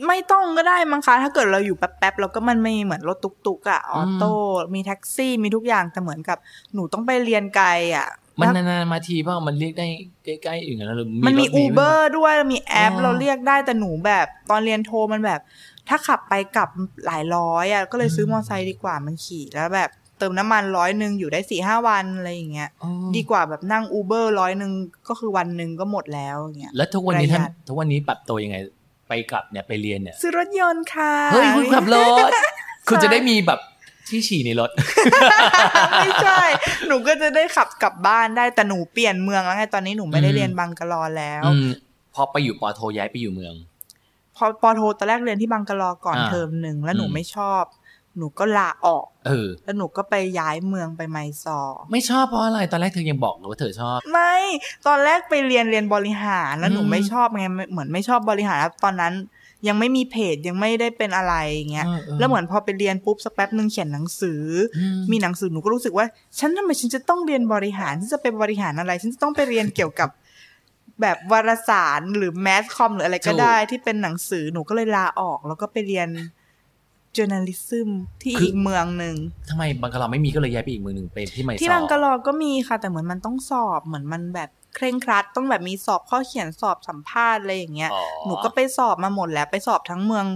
Speaker 7: ไม่ต้องก็ได้มั้งคะ ถ้าเกิดเราอยู่แป๊บๆแล้วก็มันไม่เหมือนรถตุกๆอะออโต้มีแท็กซี่มีทุกอย่างแต่เหมือนกับหนูต้องไปเรียนไกลอะ
Speaker 4: มัน
Speaker 7: แล้ว
Speaker 4: นานๆมาทีเปล่ามันเรียกได้ใกล้ๆอย่างนั้นหรือ
Speaker 7: มันมี
Speaker 4: รถ
Speaker 7: อูเบอ
Speaker 4: ไหม
Speaker 7: ร์ด้วยมีแอป
Speaker 4: อ๋อ
Speaker 7: เราเรียกได้แต่หนูแบบตอนเรียนโทรมันแบบ ถ้าขับไปกลับหลายร้อยอะก็เลยซื้อมอเตอร์ไซค์ดีกว่ามันขี่แล้วแบบ เติมน้ำมันร้อยหนึ่งอยู่ได้สี่ห้าวันอะไรอย่างเงี้ยดีกว่าแบบนั่งอูเบอร์ร้อยหนึ่งก็คือวันหนึ่งก็หมดแล้วอย่างเงี้ย
Speaker 4: แล้วทุกวันนี้
Speaker 7: ประหยั
Speaker 4: ท่าน
Speaker 7: ด
Speaker 4: ทุกวันนี้ปรับตัวยังไงไปกลับเนี่ยไปเรียนเนี่ย
Speaker 7: ซื้อรถยนต์ค่ะ
Speaker 4: เฮ้ยคุณขับ รถคุณจะได้มีแบบที่ฉี่ในรถ
Speaker 7: ไม่ใช่ หนูก็จะได้ขับกลับบ้านได้ แต่หนูเปลี่ยนเมืองแล้วไง ตอนนี้หนูไม่ได้
Speaker 4: อืม
Speaker 7: เรียนบังกะลอแล้ว
Speaker 4: อืมพอไปอยู่ปอโทย้ายไปอยู่เมือง
Speaker 7: พอปอโทตอนแรกเรียนที่บังกะลอก่อน
Speaker 4: อ่า
Speaker 7: เทอมหนึ่งแล้วหนู
Speaker 4: อืม
Speaker 7: ไม่ชอบ หนูก็ลาออก
Speaker 4: เออ
Speaker 7: แล้วหนูก็ไปย้ายเมืองไปไมซอร์
Speaker 4: ไม่ชอบเพราะอะไรตอนแรกเธอยังบอกเลยว่าเธอชอบ
Speaker 7: ไม่ ตอนแรกไปเรียนเรียนบริหาร แล้วหนู
Speaker 4: อืม
Speaker 7: ไม่ชอบไงไม่เหมือนไม่ชอบบริหารแล้วตอนนั้น ยังไม่มีเพจยังไม่ได้เป็นอะไรอย่างเงี้ย แล้วเหมือนพอไปเรียนปุ๊บสักแป๊บหนึ่งเขียนหนังสืออ มีหนังสือหนูก็รู้สึกว่าฉันทำไมฉันจะต้องเรียนบริหารฉันจะไปบริหารอะไร ฉันจะต้องไปเรียนเกี่ยวกับ แบบวารสารหรือแมสคอมหรืออะไรก็ได้ที่เป็นหนังสือหนูก็เลยลาออก แล้วก็ไปเรียน journalism ที่
Speaker 4: คืออี
Speaker 7: อีกเมืองหนึ่ง
Speaker 4: ทำไมบังกะลอไม่มีก็เลยย้ายไปอีกเมืองหนึ่งเป็นที่ไมซอ
Speaker 7: ที่บังกะลอก็มีค่ะ แต่เหมือนมันต้องสอบเหมือนมันแบบเคร่งครัด ต้องแบบมีสอบข้อเขียนสอบสัมภาษณ์อะไรอย่างเงี้ย
Speaker 4: อ๋อ
Speaker 7: หนูก็ไปสอบมาหมดแล้วไปสอบทั้งเมือง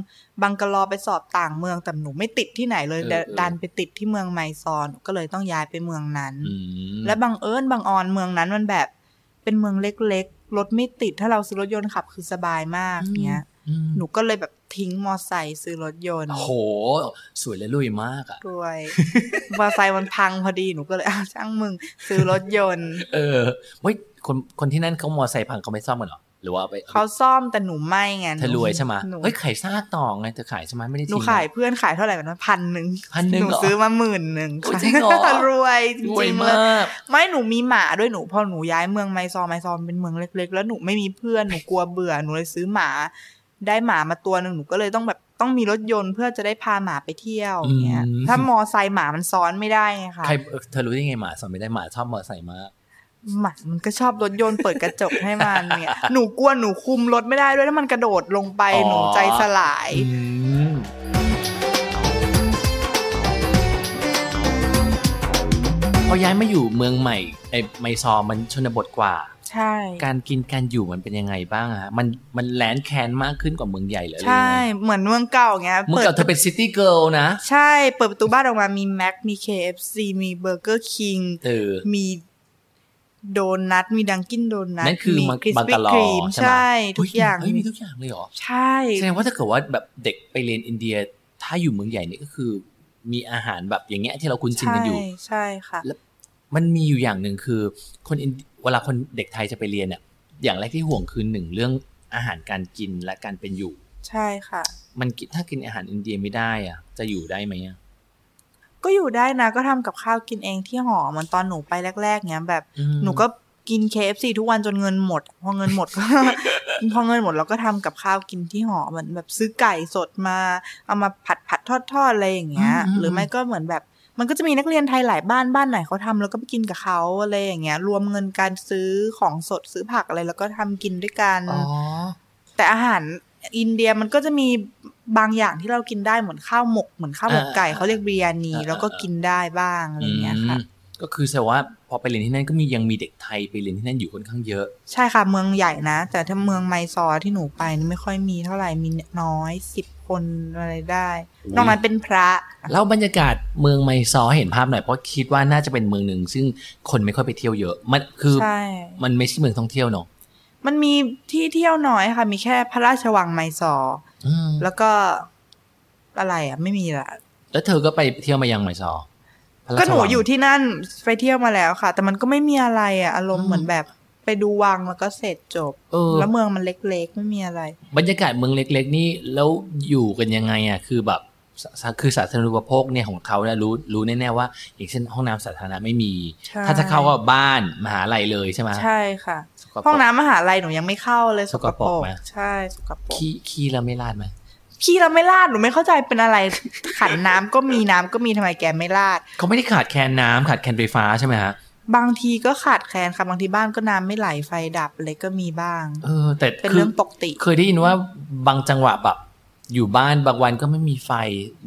Speaker 7: บังกะลอไปสอบต่างเมืองแต่หนูไม่ติดที่ไหนเลยแต่ดันไปติดที่เมืองไมซอนหนูก็เลยต้องย้ายไปเมืองนั้น
Speaker 4: อืม
Speaker 7: และบังเอิญบังออนเมืองนั้นมันแบบ เป็นเมืองเล็กๆ รถไม่ติดถ้าเราซื้อรถยนต์ขับคือสบายมากเนี้ย
Speaker 4: อืม
Speaker 7: หนูก็เลยแบบทิ้งมอไซค์ซื้อรถยนต์
Speaker 4: โอ้โห สวยและลุยมากอ่ะ
Speaker 7: ด้วย มอไซค์มันพังพอดีหนูก็เลยอ้าวช่างมึง ซื้อรถยนต์
Speaker 4: เออเว้ยคนคนที่นั่นเขามอไซค์พังเขาไม่ซ่อมกันเหรอ หรือว่าไป
Speaker 7: เขาซ่อมแต่หนูไม่ไงหนู
Speaker 4: เธอรวยใช่ไหม
Speaker 7: นู
Speaker 4: เฮ้ยขายซากต่อไงเธอขายใช่ไหมไม่ได้
Speaker 7: หนู
Speaker 4: ทิ้ง
Speaker 7: ขาย
Speaker 4: อะ
Speaker 7: เพื่อนขายเท่าไหร่มันพันหนึ่ง
Speaker 4: พันหนึ่ง
Speaker 7: หนู
Speaker 4: เหรอ
Speaker 7: ซื้อมาหมื่นหนึ่ง
Speaker 4: โอ้ยจริงเหรอ
Speaker 7: รวยจ
Speaker 4: รวย
Speaker 7: ริงๆเลย
Speaker 4: มาก
Speaker 7: ไม่หนูมีหมาด้วยหนูพอหนูย้ายเมืองไมซอร์ไมซอร์เป็นเมืองเล็ก ๆ แล้วหนูไม่มีเพื่อนหนูกลัวเบื่อหนูเลยซื้อหมา ได้หมามาตัวหนึ่งหนูก็เลยต้องแบบต้องมีรถยนต์เพื่อจะได้พาหมาไปเที่ยวอย่างเงี้ย
Speaker 4: อืม
Speaker 7: ถ้ามอไซค์หมามันซ้อนไม่ได้ไงคะ
Speaker 4: ใครเออเธอรู้ได้ไงหมาสอนไม่ได้หมาชอบมอไซค์มาก
Speaker 7: หมามันก็ชอบรถยนต์เปิดกระจกให้มันเนี่ย หนูกลัวหนูคุมรถไม่ได้ด้วยถ้ามันกระโดดลงไป
Speaker 4: อ๋อ
Speaker 7: หนูใจสลาย
Speaker 4: อืมพอย้ายมาอยู่เมืองใหม่ไอ้ไมซอร์มันชนบทกว่า
Speaker 7: ใช่
Speaker 4: การกินการอยู่มันเป็นยังไงบ้างฮะมันมันแลนแคนมากขึ้นกว่าเมืองใหญ่เหรอหรือ
Speaker 7: ใช่
Speaker 4: ยังไง
Speaker 7: เหมือนเมืองเก่าไง
Speaker 4: เมืองเก่าเธอเป็นซิตี้เกิลนะ
Speaker 7: ใช่เปิดประตูบ้านออกมามีแม็กมี KFC มีเบอร์เกอร์คิง
Speaker 4: เออ
Speaker 7: มีโดนัท มีดังกินโดนัท
Speaker 4: นั่นคือ
Speaker 7: มี
Speaker 4: มัน
Speaker 7: คริส
Speaker 4: บัง
Speaker 7: ปี้
Speaker 4: กะลอ
Speaker 7: ครีม
Speaker 4: ใช่ไหม
Speaker 7: ใช่ ทุกอย่าง
Speaker 4: เฮ้ยมีทุกอย่างเลยเหรอ
Speaker 7: ใช่
Speaker 4: แสดงว่าถ้าเกิดว่าแบบเด็กไปเรียนอินเดีย ถ้าอยู่เมืองใหญ่เนี่ยก็คือ มีอาหารแบบอย่างเงี้ยที่เราคุ้นชิน
Speaker 7: ใช่
Speaker 4: กันอยู่
Speaker 7: ใช่ค่ะ
Speaker 4: มันมีอยู่อย่างหนึ่งคือ คนอินเวลาคนเด็กไทยจะไปเรียนเนี่ยอย่างแรกที่ห่วงคือหนึ่งเรื่องอาหารการกินและการเป็นอยู่
Speaker 7: ใช่ค่ะ
Speaker 4: มันกินถ้ากินอาหารอินเดียไม่ได้อ่ะ จะอยู่ได้ไหมอะ
Speaker 7: ก็อยู่ได้นะ ก็ทำกับข้าวกินเองที่หอเหมือนตอนหนูไปแรก ๆเนี้ยแบบ
Speaker 4: อืม
Speaker 7: หนูก็กิน KFC ทุกวันจนเงินหมด พอเงินหมดก็ พอเงินหมดเราก็ทำกับข้าวกินที่หอเหมือนแบบซื้อไก่สดมา เอามาผัดผัดทอดทอดอะไรอย่างเงี้ย หรือไม่ก็เหมือนแบบ มันก็จะมีนักเรียนไทยหลายบ้านบ้านไหนเขาทำแล้วก็ไปกินกับเขาอะไรอย่างเงี้ย รวมเงินการซื้อของสดซื้อผักอะไรแล้วก็ทำกินด้วยกัน
Speaker 4: อ๋อ
Speaker 7: แต่อาหารอินเดียมันก็จะมีบางอย่างที่เรากินได้เหมือนข้าวหมกเหมือนข้าวหมกไก่
Speaker 4: อ่า
Speaker 7: เขาเรียกบิริยานี
Speaker 4: อ่า
Speaker 7: แล้วก็กินได้บ้างอะไรอย่างเงี้ยค่ะ
Speaker 4: อืมก็คือแสดงว่าพอไปเรียนที่นั่นก็มียังมีเด็กไทยไปเรียนที่นั่นอยู่ค่อนข้างเยอะ
Speaker 7: ใช่ค่ะเมืองใหญ่นะ แต่ถ้าเมืองไมซอร์ที่หนูไปนี่ไม่ค่อยมีเท่าไหร่มีน้อยสิบคนอะไรได้
Speaker 4: อุ๊ย
Speaker 7: นอกนั้นเป็นพระ
Speaker 4: แล้วบรรยากาศเมืองไมซอร์ให้เห็นภาพหน่อยเพราะคิดว่าน่าจะเป็นเมืองหนึ่งซึ่งคนไม่ค่อยไปเที่ยวเยอะ มันคือ
Speaker 7: ใช่
Speaker 4: มันไม่ใช่เมืองท่องเที่ยวเนอะ
Speaker 7: มันมีที่เที่ยวน้อยค่ะ มีแค่พระราชวังไมซอร์
Speaker 4: อืม
Speaker 7: แล้วก็อะไรอ่ะ ไม่มีละ
Speaker 4: แล้วเธอก็ไปเที่ยวมายังไมซอร์พระราชวัง
Speaker 7: ก็หนูอยู่ที่นั่นไปเที่ยวมาแล้วค่ะ แต่มันก็ไม่มีอะไรอ่ะอารม
Speaker 4: อืม
Speaker 7: ณ์เหมือนแบบไปดูวังแล้วก็เสร็จจบ
Speaker 4: เออ
Speaker 7: แล้วเมืองมันเล็กๆ ไม่มีอะไร
Speaker 4: บรรยากาศเมืองเล็ก ๆ นี่แล้วอยู่กันยังไงอ่ะคือแบบสสคือสาธารณูปโภคเนี่ยของเขาเนี่ยรู้รู้แน่ๆว่าอย่างเช่นห้องน้ำสาธารณะไม่มี
Speaker 7: ใช่
Speaker 4: ถ้าจะเข้าก็บ้านมหาลัยเลยใช่ไหม
Speaker 7: ใช่ค่ะ
Speaker 4: สกปรก
Speaker 7: ห้องน้ำมหาลัยหนูยังไม่เข้าเลย
Speaker 4: สกปรกไหม
Speaker 7: ใช่สกปรก
Speaker 4: ขี้ขี้แล้วไม่ลาดไหม
Speaker 7: พี่เราไม่ลาดหนูไม่เข้าใจเป็นอะไร ขันน้ำก็มีน้ำก็มีทำไมแกไม่ลาด
Speaker 4: เขาไม่ได้ขาดแคลนน้ำขาดแคลนไฟฟ้าใช่ไหมฮะ
Speaker 7: บางทีก็ขาดแคลนค่ะบางทีบ้านก็น้ำไม่ไหลไฟดับอะไรก็มีบ้าง
Speaker 4: เออ แต่
Speaker 7: เป็น
Speaker 4: คื
Speaker 7: เรื่องปกติ
Speaker 4: เคยได้ยินว่าบางจังหวะแบบอยู่บ้านบางวันก็ไม่มีไฟ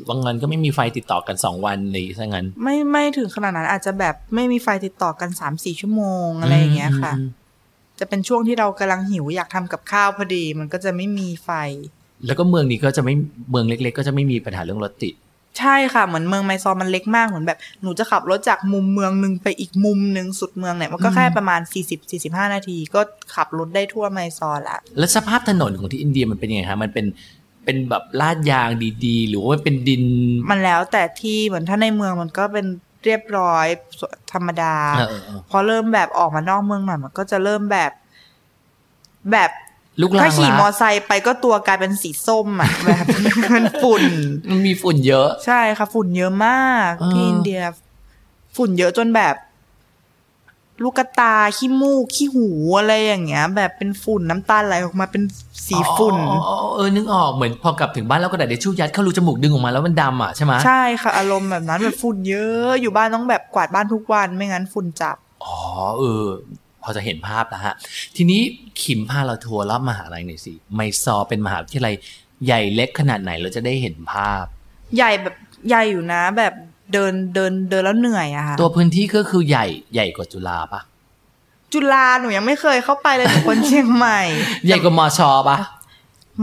Speaker 4: บางวันก็ไม่มีไฟติดต่อกันสองวันเลยซะงั้น
Speaker 7: ไม่ไม่ถึงขนาดนั้นอาจจะแบบไม่มีไฟติดต่อกันสามสี่ชั่วโมงอะไรอย่างเงี้ยค่ะ
Speaker 4: อืม
Speaker 7: จะเป็นช่วงที่เรากำลังหิวอยากทำกับข้าวพอดี มันก็จะไม่มีไฟ
Speaker 4: แล้วก็เมืองนี้ก็จะไม่เมืองเล็ก ๆ ก็จะไม่มีปัญหาเรื่องรถติด
Speaker 7: ใ ใช่ค่ะเหมือนเมืองไมซอมมันเล็กมากเหมือนแบบหนูจะขับรถจากมุมเมืองหนึ่งไปอีกมุมหนึ่งสุดเมืองเนี่ยมันก็แค่ประมาณ 40-45 นาที ก็ขับรถได้ทั่วไมซอละ
Speaker 4: แล้วสภาพถนนของที่อินเดียมันเป็นยังไงฮะมันเป็นเป็นแบบลาดยางดีๆ หรือว่ามันเป็นดิน
Speaker 7: มันแล้วแต่ที่เหมือนถ้าในเมืองมันก็เป็นเรียบร้อยธรรมดา
Speaker 4: เออเออเออ
Speaker 7: พอเริ่มแบบออกมานอกเมืองหน่อยมันก็จะเริ่มแบบ แบบ
Speaker 4: ลูกลา
Speaker 7: ถ้าง ขี่มอ
Speaker 4: ละ
Speaker 7: ไซค์ไปก็ตัวกลายเป็นสีส้มอ่ะ แบบ มันฝุ่น
Speaker 4: มันมีฝุ่นเยอะ
Speaker 7: ใช่ค่ะ ฝุ่นเยอะมาก
Speaker 4: เออ
Speaker 7: ที่อินเดีย ฝุ่นเยอะจนแบบ ลูกตาขี้มูกขี้หูอะไรอย่างเงี้ย แบบเป็นฝุ่นน้ำตาไหลออกมาเป็นสีฝุ่น
Speaker 4: อ๋ออ๋ออ๋อเออนึกออกเหมือนพอกลับถึงบ้านแล้วกระดาษเดชชู่ยัดเข้ารูจมูกดึงออกมาแล้วมันดำอ่ะใช่ไหม
Speaker 7: ใช่ค่ะ อารมณ์แบบนั้นแบบฝุ่นเยอะอยู่บ้านต้องแบบกวาดบ้านทุกวันไม่งั้นฝุ่นจับ
Speaker 4: อ๋อเออ พอจะเห็นภาพแล้วฮะ ทีนี้ขิมพาเราทัวร์รอบมหาลัยหน่อยสิไมซอร์เป็นมหาวิทยาลัยใหญ่เล็กขนาดไหนเราจะได้เห็นภาพ
Speaker 7: ใหญ่แบบใหญ่อยู่นะ แบบเดินเดินเดินแล้วเหนื่อยอะค่ะ
Speaker 4: ตัวพื้นที่ก็คือใหญ่ใหญ่กว่าจุฬาปะ
Speaker 7: จุฬาหนูยังไม่เคยเข้าไปเลยหนู คนเชียงใหม่
Speaker 4: ใหญ่กว่ามอชอปะ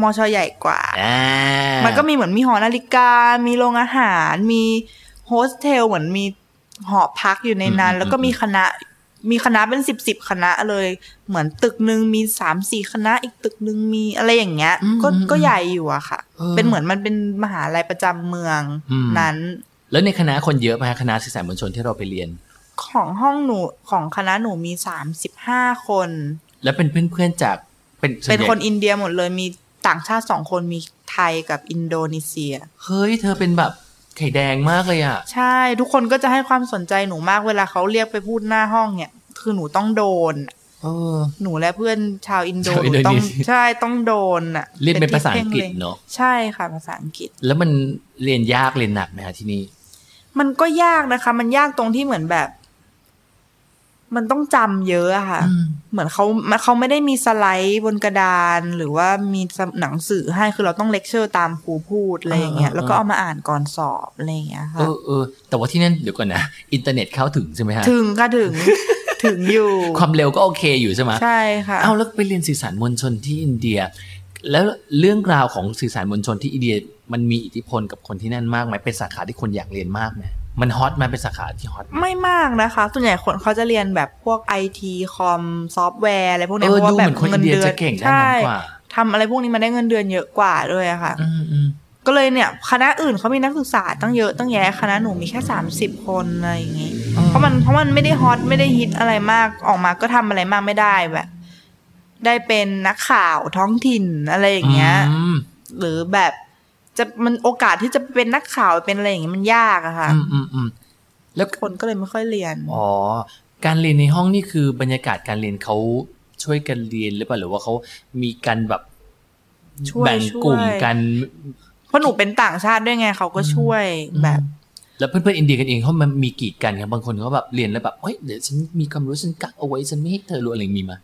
Speaker 7: มอชอใหญ่กว่า
Speaker 4: อ่า
Speaker 7: มันก็มีเหมือนมีหอนาฬิกา มีโรงอาหาร มีโฮสเทลเหมือนมีหอพักอยู่ในนั้น แล้วก็มีคณะ มีคณะเป็นสิบสิบคณะเลย เหมือนตึกหนึ่งมีสามสี่คณะ อีกตึกหนึ่งมีอะไรอย่างเงี้ย ก็ก็ใหญ่อยู่อะค่ะ เป็นเหมือนมันเป็นมหาลัยประจำเมืองนั้น
Speaker 4: แล้วในคณะคนเยอะไหมฮะคณะสื่อสารมวลชนที่เราไปเรียน
Speaker 7: ของห้องหนูของคณะหนูมีสามสิบห้าคน
Speaker 4: แล้วเป็นเพื่อนๆจากเป็นส่ว
Speaker 7: เป็น
Speaker 4: ใหญ่
Speaker 7: คนอินเดียหมดเลยมีต่างชาติสองคนมีไทยกับอินโดนีเซีย
Speaker 4: เฮ้ยเธอเป็นแบบไข่แดงมากเลยอ่ะ
Speaker 7: ใช่ทุกคนก็จะให้ความสนใจหนูมากเวลาเขาเรียกไปพูดหน้าห้องเนี่ย คือหนูต้องโดน
Speaker 4: เออ
Speaker 7: หนูและเพื่อนชาวอินโด
Speaker 4: ชาวอิ
Speaker 7: ห
Speaker 4: น
Speaker 7: นู
Speaker 4: โดนีเซีย
Speaker 7: ต้องใช่ต้องโดนอ่ะ
Speaker 4: เรียนเป็น
Speaker 7: ที่
Speaker 4: ภาษาอังกฤษ
Speaker 7: พ่ล็
Speaker 4: เนาะ
Speaker 7: ใช่ค่ะภาษาอังกฤษ
Speaker 4: แล้วมันเรียนยากเรียนหนักไหมฮะที่นี่
Speaker 7: มันก็ยากนะคะ มันยากตรงที่เหมือนแบบ มันต้องจำเยอะอะค่ะ เหมือนเขามันเขาไม่ได้มีสไลด์บนกระดาน หรือว่ามีหนังสือให้คือเราต้องเลคเชอร์ตามครูพูดอะไรอย่างเงี้ย
Speaker 4: เออเออ
Speaker 7: แล้วก็เอามาอ่านก่อนสอบอะไรอย่างเงี้ย
Speaker 4: เอ
Speaker 7: ค่ะ
Speaker 4: อเออแต่ว่าที่นั่นเดี๋ยวก่อนนะอินเทอร์เน็ตเข้าถึงใช่ไหมฮะ
Speaker 7: ถึงก็ถึง ถึงอยู่
Speaker 4: ความเร็วก็โอเคอยู่ใช่ไหม
Speaker 7: ใช่ค่ะ
Speaker 4: เอาแล้วไปเรียนสื่อสารมวลชนที่อินเดีย แล้วเรื่องราวของสื่อสารมวลชนที่อินเดีย มันมีอิทธิพลกับคนที่นั่นมากไหมเป็นสาขาที่คนอยากเรียนมากไหมมันฮอตไหมเป็นสาขาที่ฮอตไหม
Speaker 7: ไม่มากนะคะส่วนใหญ่คนเขาจะเรียนแบบพวกไอทีคอมซอฟต์แวร์อะไรพวกเนี้ย
Speaker 4: เอ
Speaker 7: เพ
Speaker 4: อ
Speaker 7: ราะว่าแบ
Speaker 4: ดู
Speaker 7: บ
Speaker 4: เหมือนคน
Speaker 7: เงิ
Speaker 4: อิ
Speaker 7: น
Speaker 4: นเดีย
Speaker 7: เดือน
Speaker 4: จะเก่งด้าน
Speaker 7: ใช่
Speaker 4: นั้นกว่า
Speaker 7: ทำอะไรพวกนี้มันได้เงินเดือนเยอะกว่าด้วยอะค่ะ
Speaker 4: อืมอืม
Speaker 7: ก็เลยเนี่ย คณะอื่นเขามีนักศึกษาตั้งเยอะตั้งแยะคณะหนูมีแค่สามสิบคนอะไรอย่างงี้ เพราะมันเพราะมันไม่ได้ฮอตไม่ได้ฮิตอะไรมากออกมาก็ทำอะไรมากไม่ได้แบบ ได้เป็นนักข่าวท้องถิ่นอะไรอย่างเงี้ย
Speaker 4: อืม
Speaker 7: หรือแบบจะมันโอกาสที่จะเป็นนักข่าวเป็นอะไรอย่างเงี้ยมันยากอะค่ะ
Speaker 4: อืมอืมอืมแล้ว
Speaker 7: คนก็เลยไม่ค่อยเรียน
Speaker 4: อ๋อ การเรียนในห้องนี่คือบรรยากาศการเรียนเขาช่วยกันเรียนหรือเปล่าหรือว่าเขามีการแบบ
Speaker 7: ช่วย
Speaker 4: แบ่งกลุ่ม
Speaker 7: ช่วย
Speaker 4: กัน
Speaker 7: เพราะหนูเป็นต่างชาติด้วยไงเขาก็ช่วยแบบ
Speaker 4: แล้วเพื่อนๆอินเดียกันเองเขามันมีกีดกันครับบางคนเขาแบบเรียนแล้วแบบเฮ้ยเดี๋ยวฉันมีความรู้ฉันกักเอาไว้ฉันไม่ให้เธอรู้อะไรอย่างนี้มีไหมา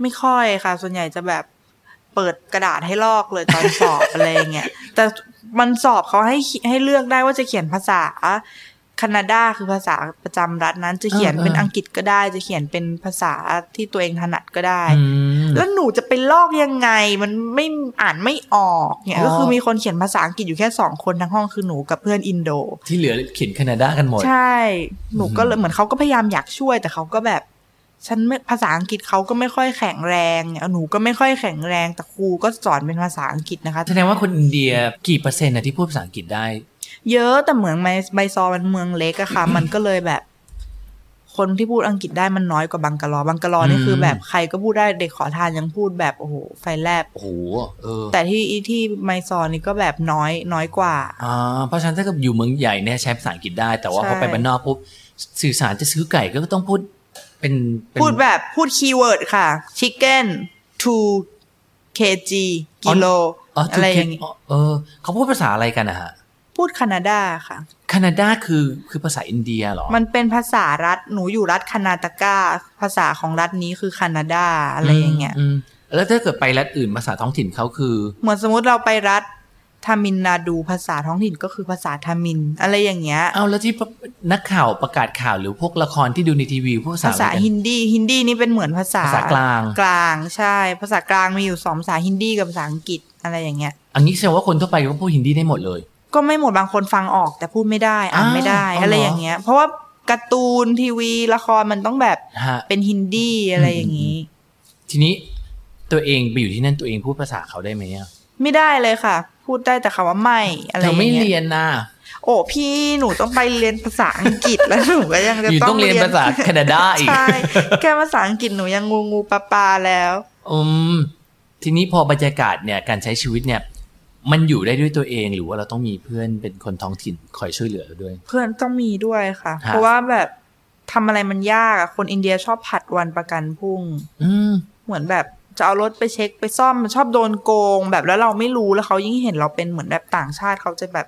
Speaker 7: ไม่ค่อยค่ะ ส่วนใหญ่จะแบบเปิดกระดาษให้ลอกเลยตอนสอบ อะไรอย่างเงี้ย แต่มันสอบเขาให้ให้เลือกได้ว่าจะเขียนภาษาแคนาดาคือภาษาประจำรัฐนั้น จะเขียน
Speaker 4: เออเออ
Speaker 7: เป็นอังกฤษก็ได้ จะเขียนเป็นภาษาที่ตัวเองถนัดก็ได้
Speaker 4: อืม
Speaker 7: แล้วหนูจะไปลอกยังไง มันไม่อ่านไม่ออกเนี่ย
Speaker 4: อ๋อ
Speaker 7: ก็คือมีคนเขียนภาษาอังกฤษอยู่แค่สองคนทั้งห้องคือหนูกับเพื่อนอินโด
Speaker 4: ที่เหลือเขียนแคนาดากันหมด
Speaker 7: ใช่ หนูก็เลยเหมือนเขาก็พยายามอยากช่วยแต่เขาก็แบบ ฉันไม่ภาษาอังกฤษเขาก็ไม่ค่อยแข็งแรงเนี่ยหนูก็ไม่ค่อยแข็งแรงแต่ครูก็สอนเป็นภาษาอังกฤษนะคะ
Speaker 4: แสดงว่าคนอินเดียกี่เปอร์เซ็นต์นะที่พูดภาษาอังกฤษได้
Speaker 7: เยอะแต่เหมืองไมไบซอมันเมืองเล็กอะค่ะ มันก็เลยแบบ คนที่พูดอังกฤษได้มันน้อยกว่าบังกะลอบังกะลอนี่คือแบบใครก็พูดได้เด็กขอทานยังพูดแบบโอ้โหไฟแลบ
Speaker 4: โอ้โหเออ
Speaker 7: แต่ที่ที่ไมซอนี่ก็แบบน้อยน้อยกว่า
Speaker 4: อ่าเพราะฉะนั้นถ้าเกิดอยู่เมืองใหญ่เนี่ยใช้ภาษาอังกฤษได้ แต่ว่า
Speaker 7: ใช่
Speaker 4: พอไปบ้านนอกปุ๊บสื่อสารจะซื้อไก่ก็ต้องพูดเป็นเป็น
Speaker 7: พูดแบบพูดคีย์เวิร์ดค่ะ chicken to kg กิโล
Speaker 4: อ๋อ
Speaker 7: อะไรอย่าง
Speaker 4: นี้
Speaker 7: งี้
Speaker 4: เออเขาพูดภาษาอะไรกันนะฮะ
Speaker 7: พูดแคนาดาค่ะ
Speaker 4: แคนาดาคือคือภาษาอินเดียเหรอ
Speaker 7: มันเป็นภาษารัฐ หนูอยู่รัฐคานาตากาภาษาของรัฐนี้คือแคนาดาอะไรอย่างเงี้ย
Speaker 4: มมแล้วถ้าเกิดไปรัฐอื่นภาษาท้องถิ่นเขาคือ
Speaker 7: เหมือนสมมติเราไปรัฐทามินนาดูภาษาท้องถิ่นก็คือภาษาทามิน อะไรอย่างเงี้ย
Speaker 4: เอาแล้วที่นักข่าวประกาศข่าวหรือพวกละครที่ดูในทีวีพูดภาษา
Speaker 7: ภาษา
Speaker 4: อะไรกัน
Speaker 7: ฮินดี ฮินดีนี่เป็นเหมือนภาษา
Speaker 4: ภาษากลาง
Speaker 7: กลาง ใช่ ภาษากลางมีอยู่สองภาษาฮินดีกับภาษาอังกฤษอะไรอย่างเงี้ย
Speaker 4: อันนี้แสดงว่าคนทั่วไปก็พูดฮินดีได้หมดเลย
Speaker 7: ก็ไม่หมดบางคนฟังออก แต่พูดไม่ได้อ่านไม่ได้
Speaker 4: อ้าว
Speaker 7: อะไร
Speaker 4: เหรอ
Speaker 7: อ
Speaker 4: อ
Speaker 7: ย่างเงี้ย เพราะว่าการ์ตูนทีวีละครมันต้องแบบ
Speaker 4: ฮะ
Speaker 7: เป็นฮินดีอะไรอย่างนี้
Speaker 4: ทีนี้ตัวเองไปอยู่ที่นั่นตัวเองพูดภาษาเขาได้ไหมอะ
Speaker 7: ไม่ได้เลยค่ะ พูดได้แต่คำว่าไม่อะไร
Speaker 4: เธ
Speaker 7: อ
Speaker 4: อย่าง ไม่
Speaker 7: เงี้ย
Speaker 4: เรียนนะ
Speaker 7: โอ้พี่หนูต้องไปเรียนภาษาอังกฤษแล้วหนูก็ยังจะ
Speaker 4: อยู่
Speaker 7: ต้
Speaker 4: ต้
Speaker 7: อ
Speaker 4: อง งเรียนภาษาแคนาดาอีก
Speaker 7: ใช่แค่ภาษาอังกฤษหนูยังงูงูปลาปลาแล้ว
Speaker 4: อืมทีนี้พอบรรยากาศเนี่ยการใช้ชีวิตเนี่ย มันอยู่ได้ด้วยตัวเองหรือว่าเราต้องมีเพื่อนเป็นคนท้องถิ่นคอยช่วยเหลือเราด้วย
Speaker 7: เพื่อนต้องมีด้วยค่ะ
Speaker 4: ฮะ
Speaker 7: เพราะว่าแบบทำอะไรมันยากอะคนอินเดียชอบผัดวันประกันพรุ่ง
Speaker 4: อืม
Speaker 7: เหมือนแบบจะเอารถไปเช็คไปซ่อมมันชอบโดนโกง แบบแล้วเราไม่รู้แล้วเขายิ่งเห็นเราเป็นเหมือนแบบต่างชาติเขาจะแบบ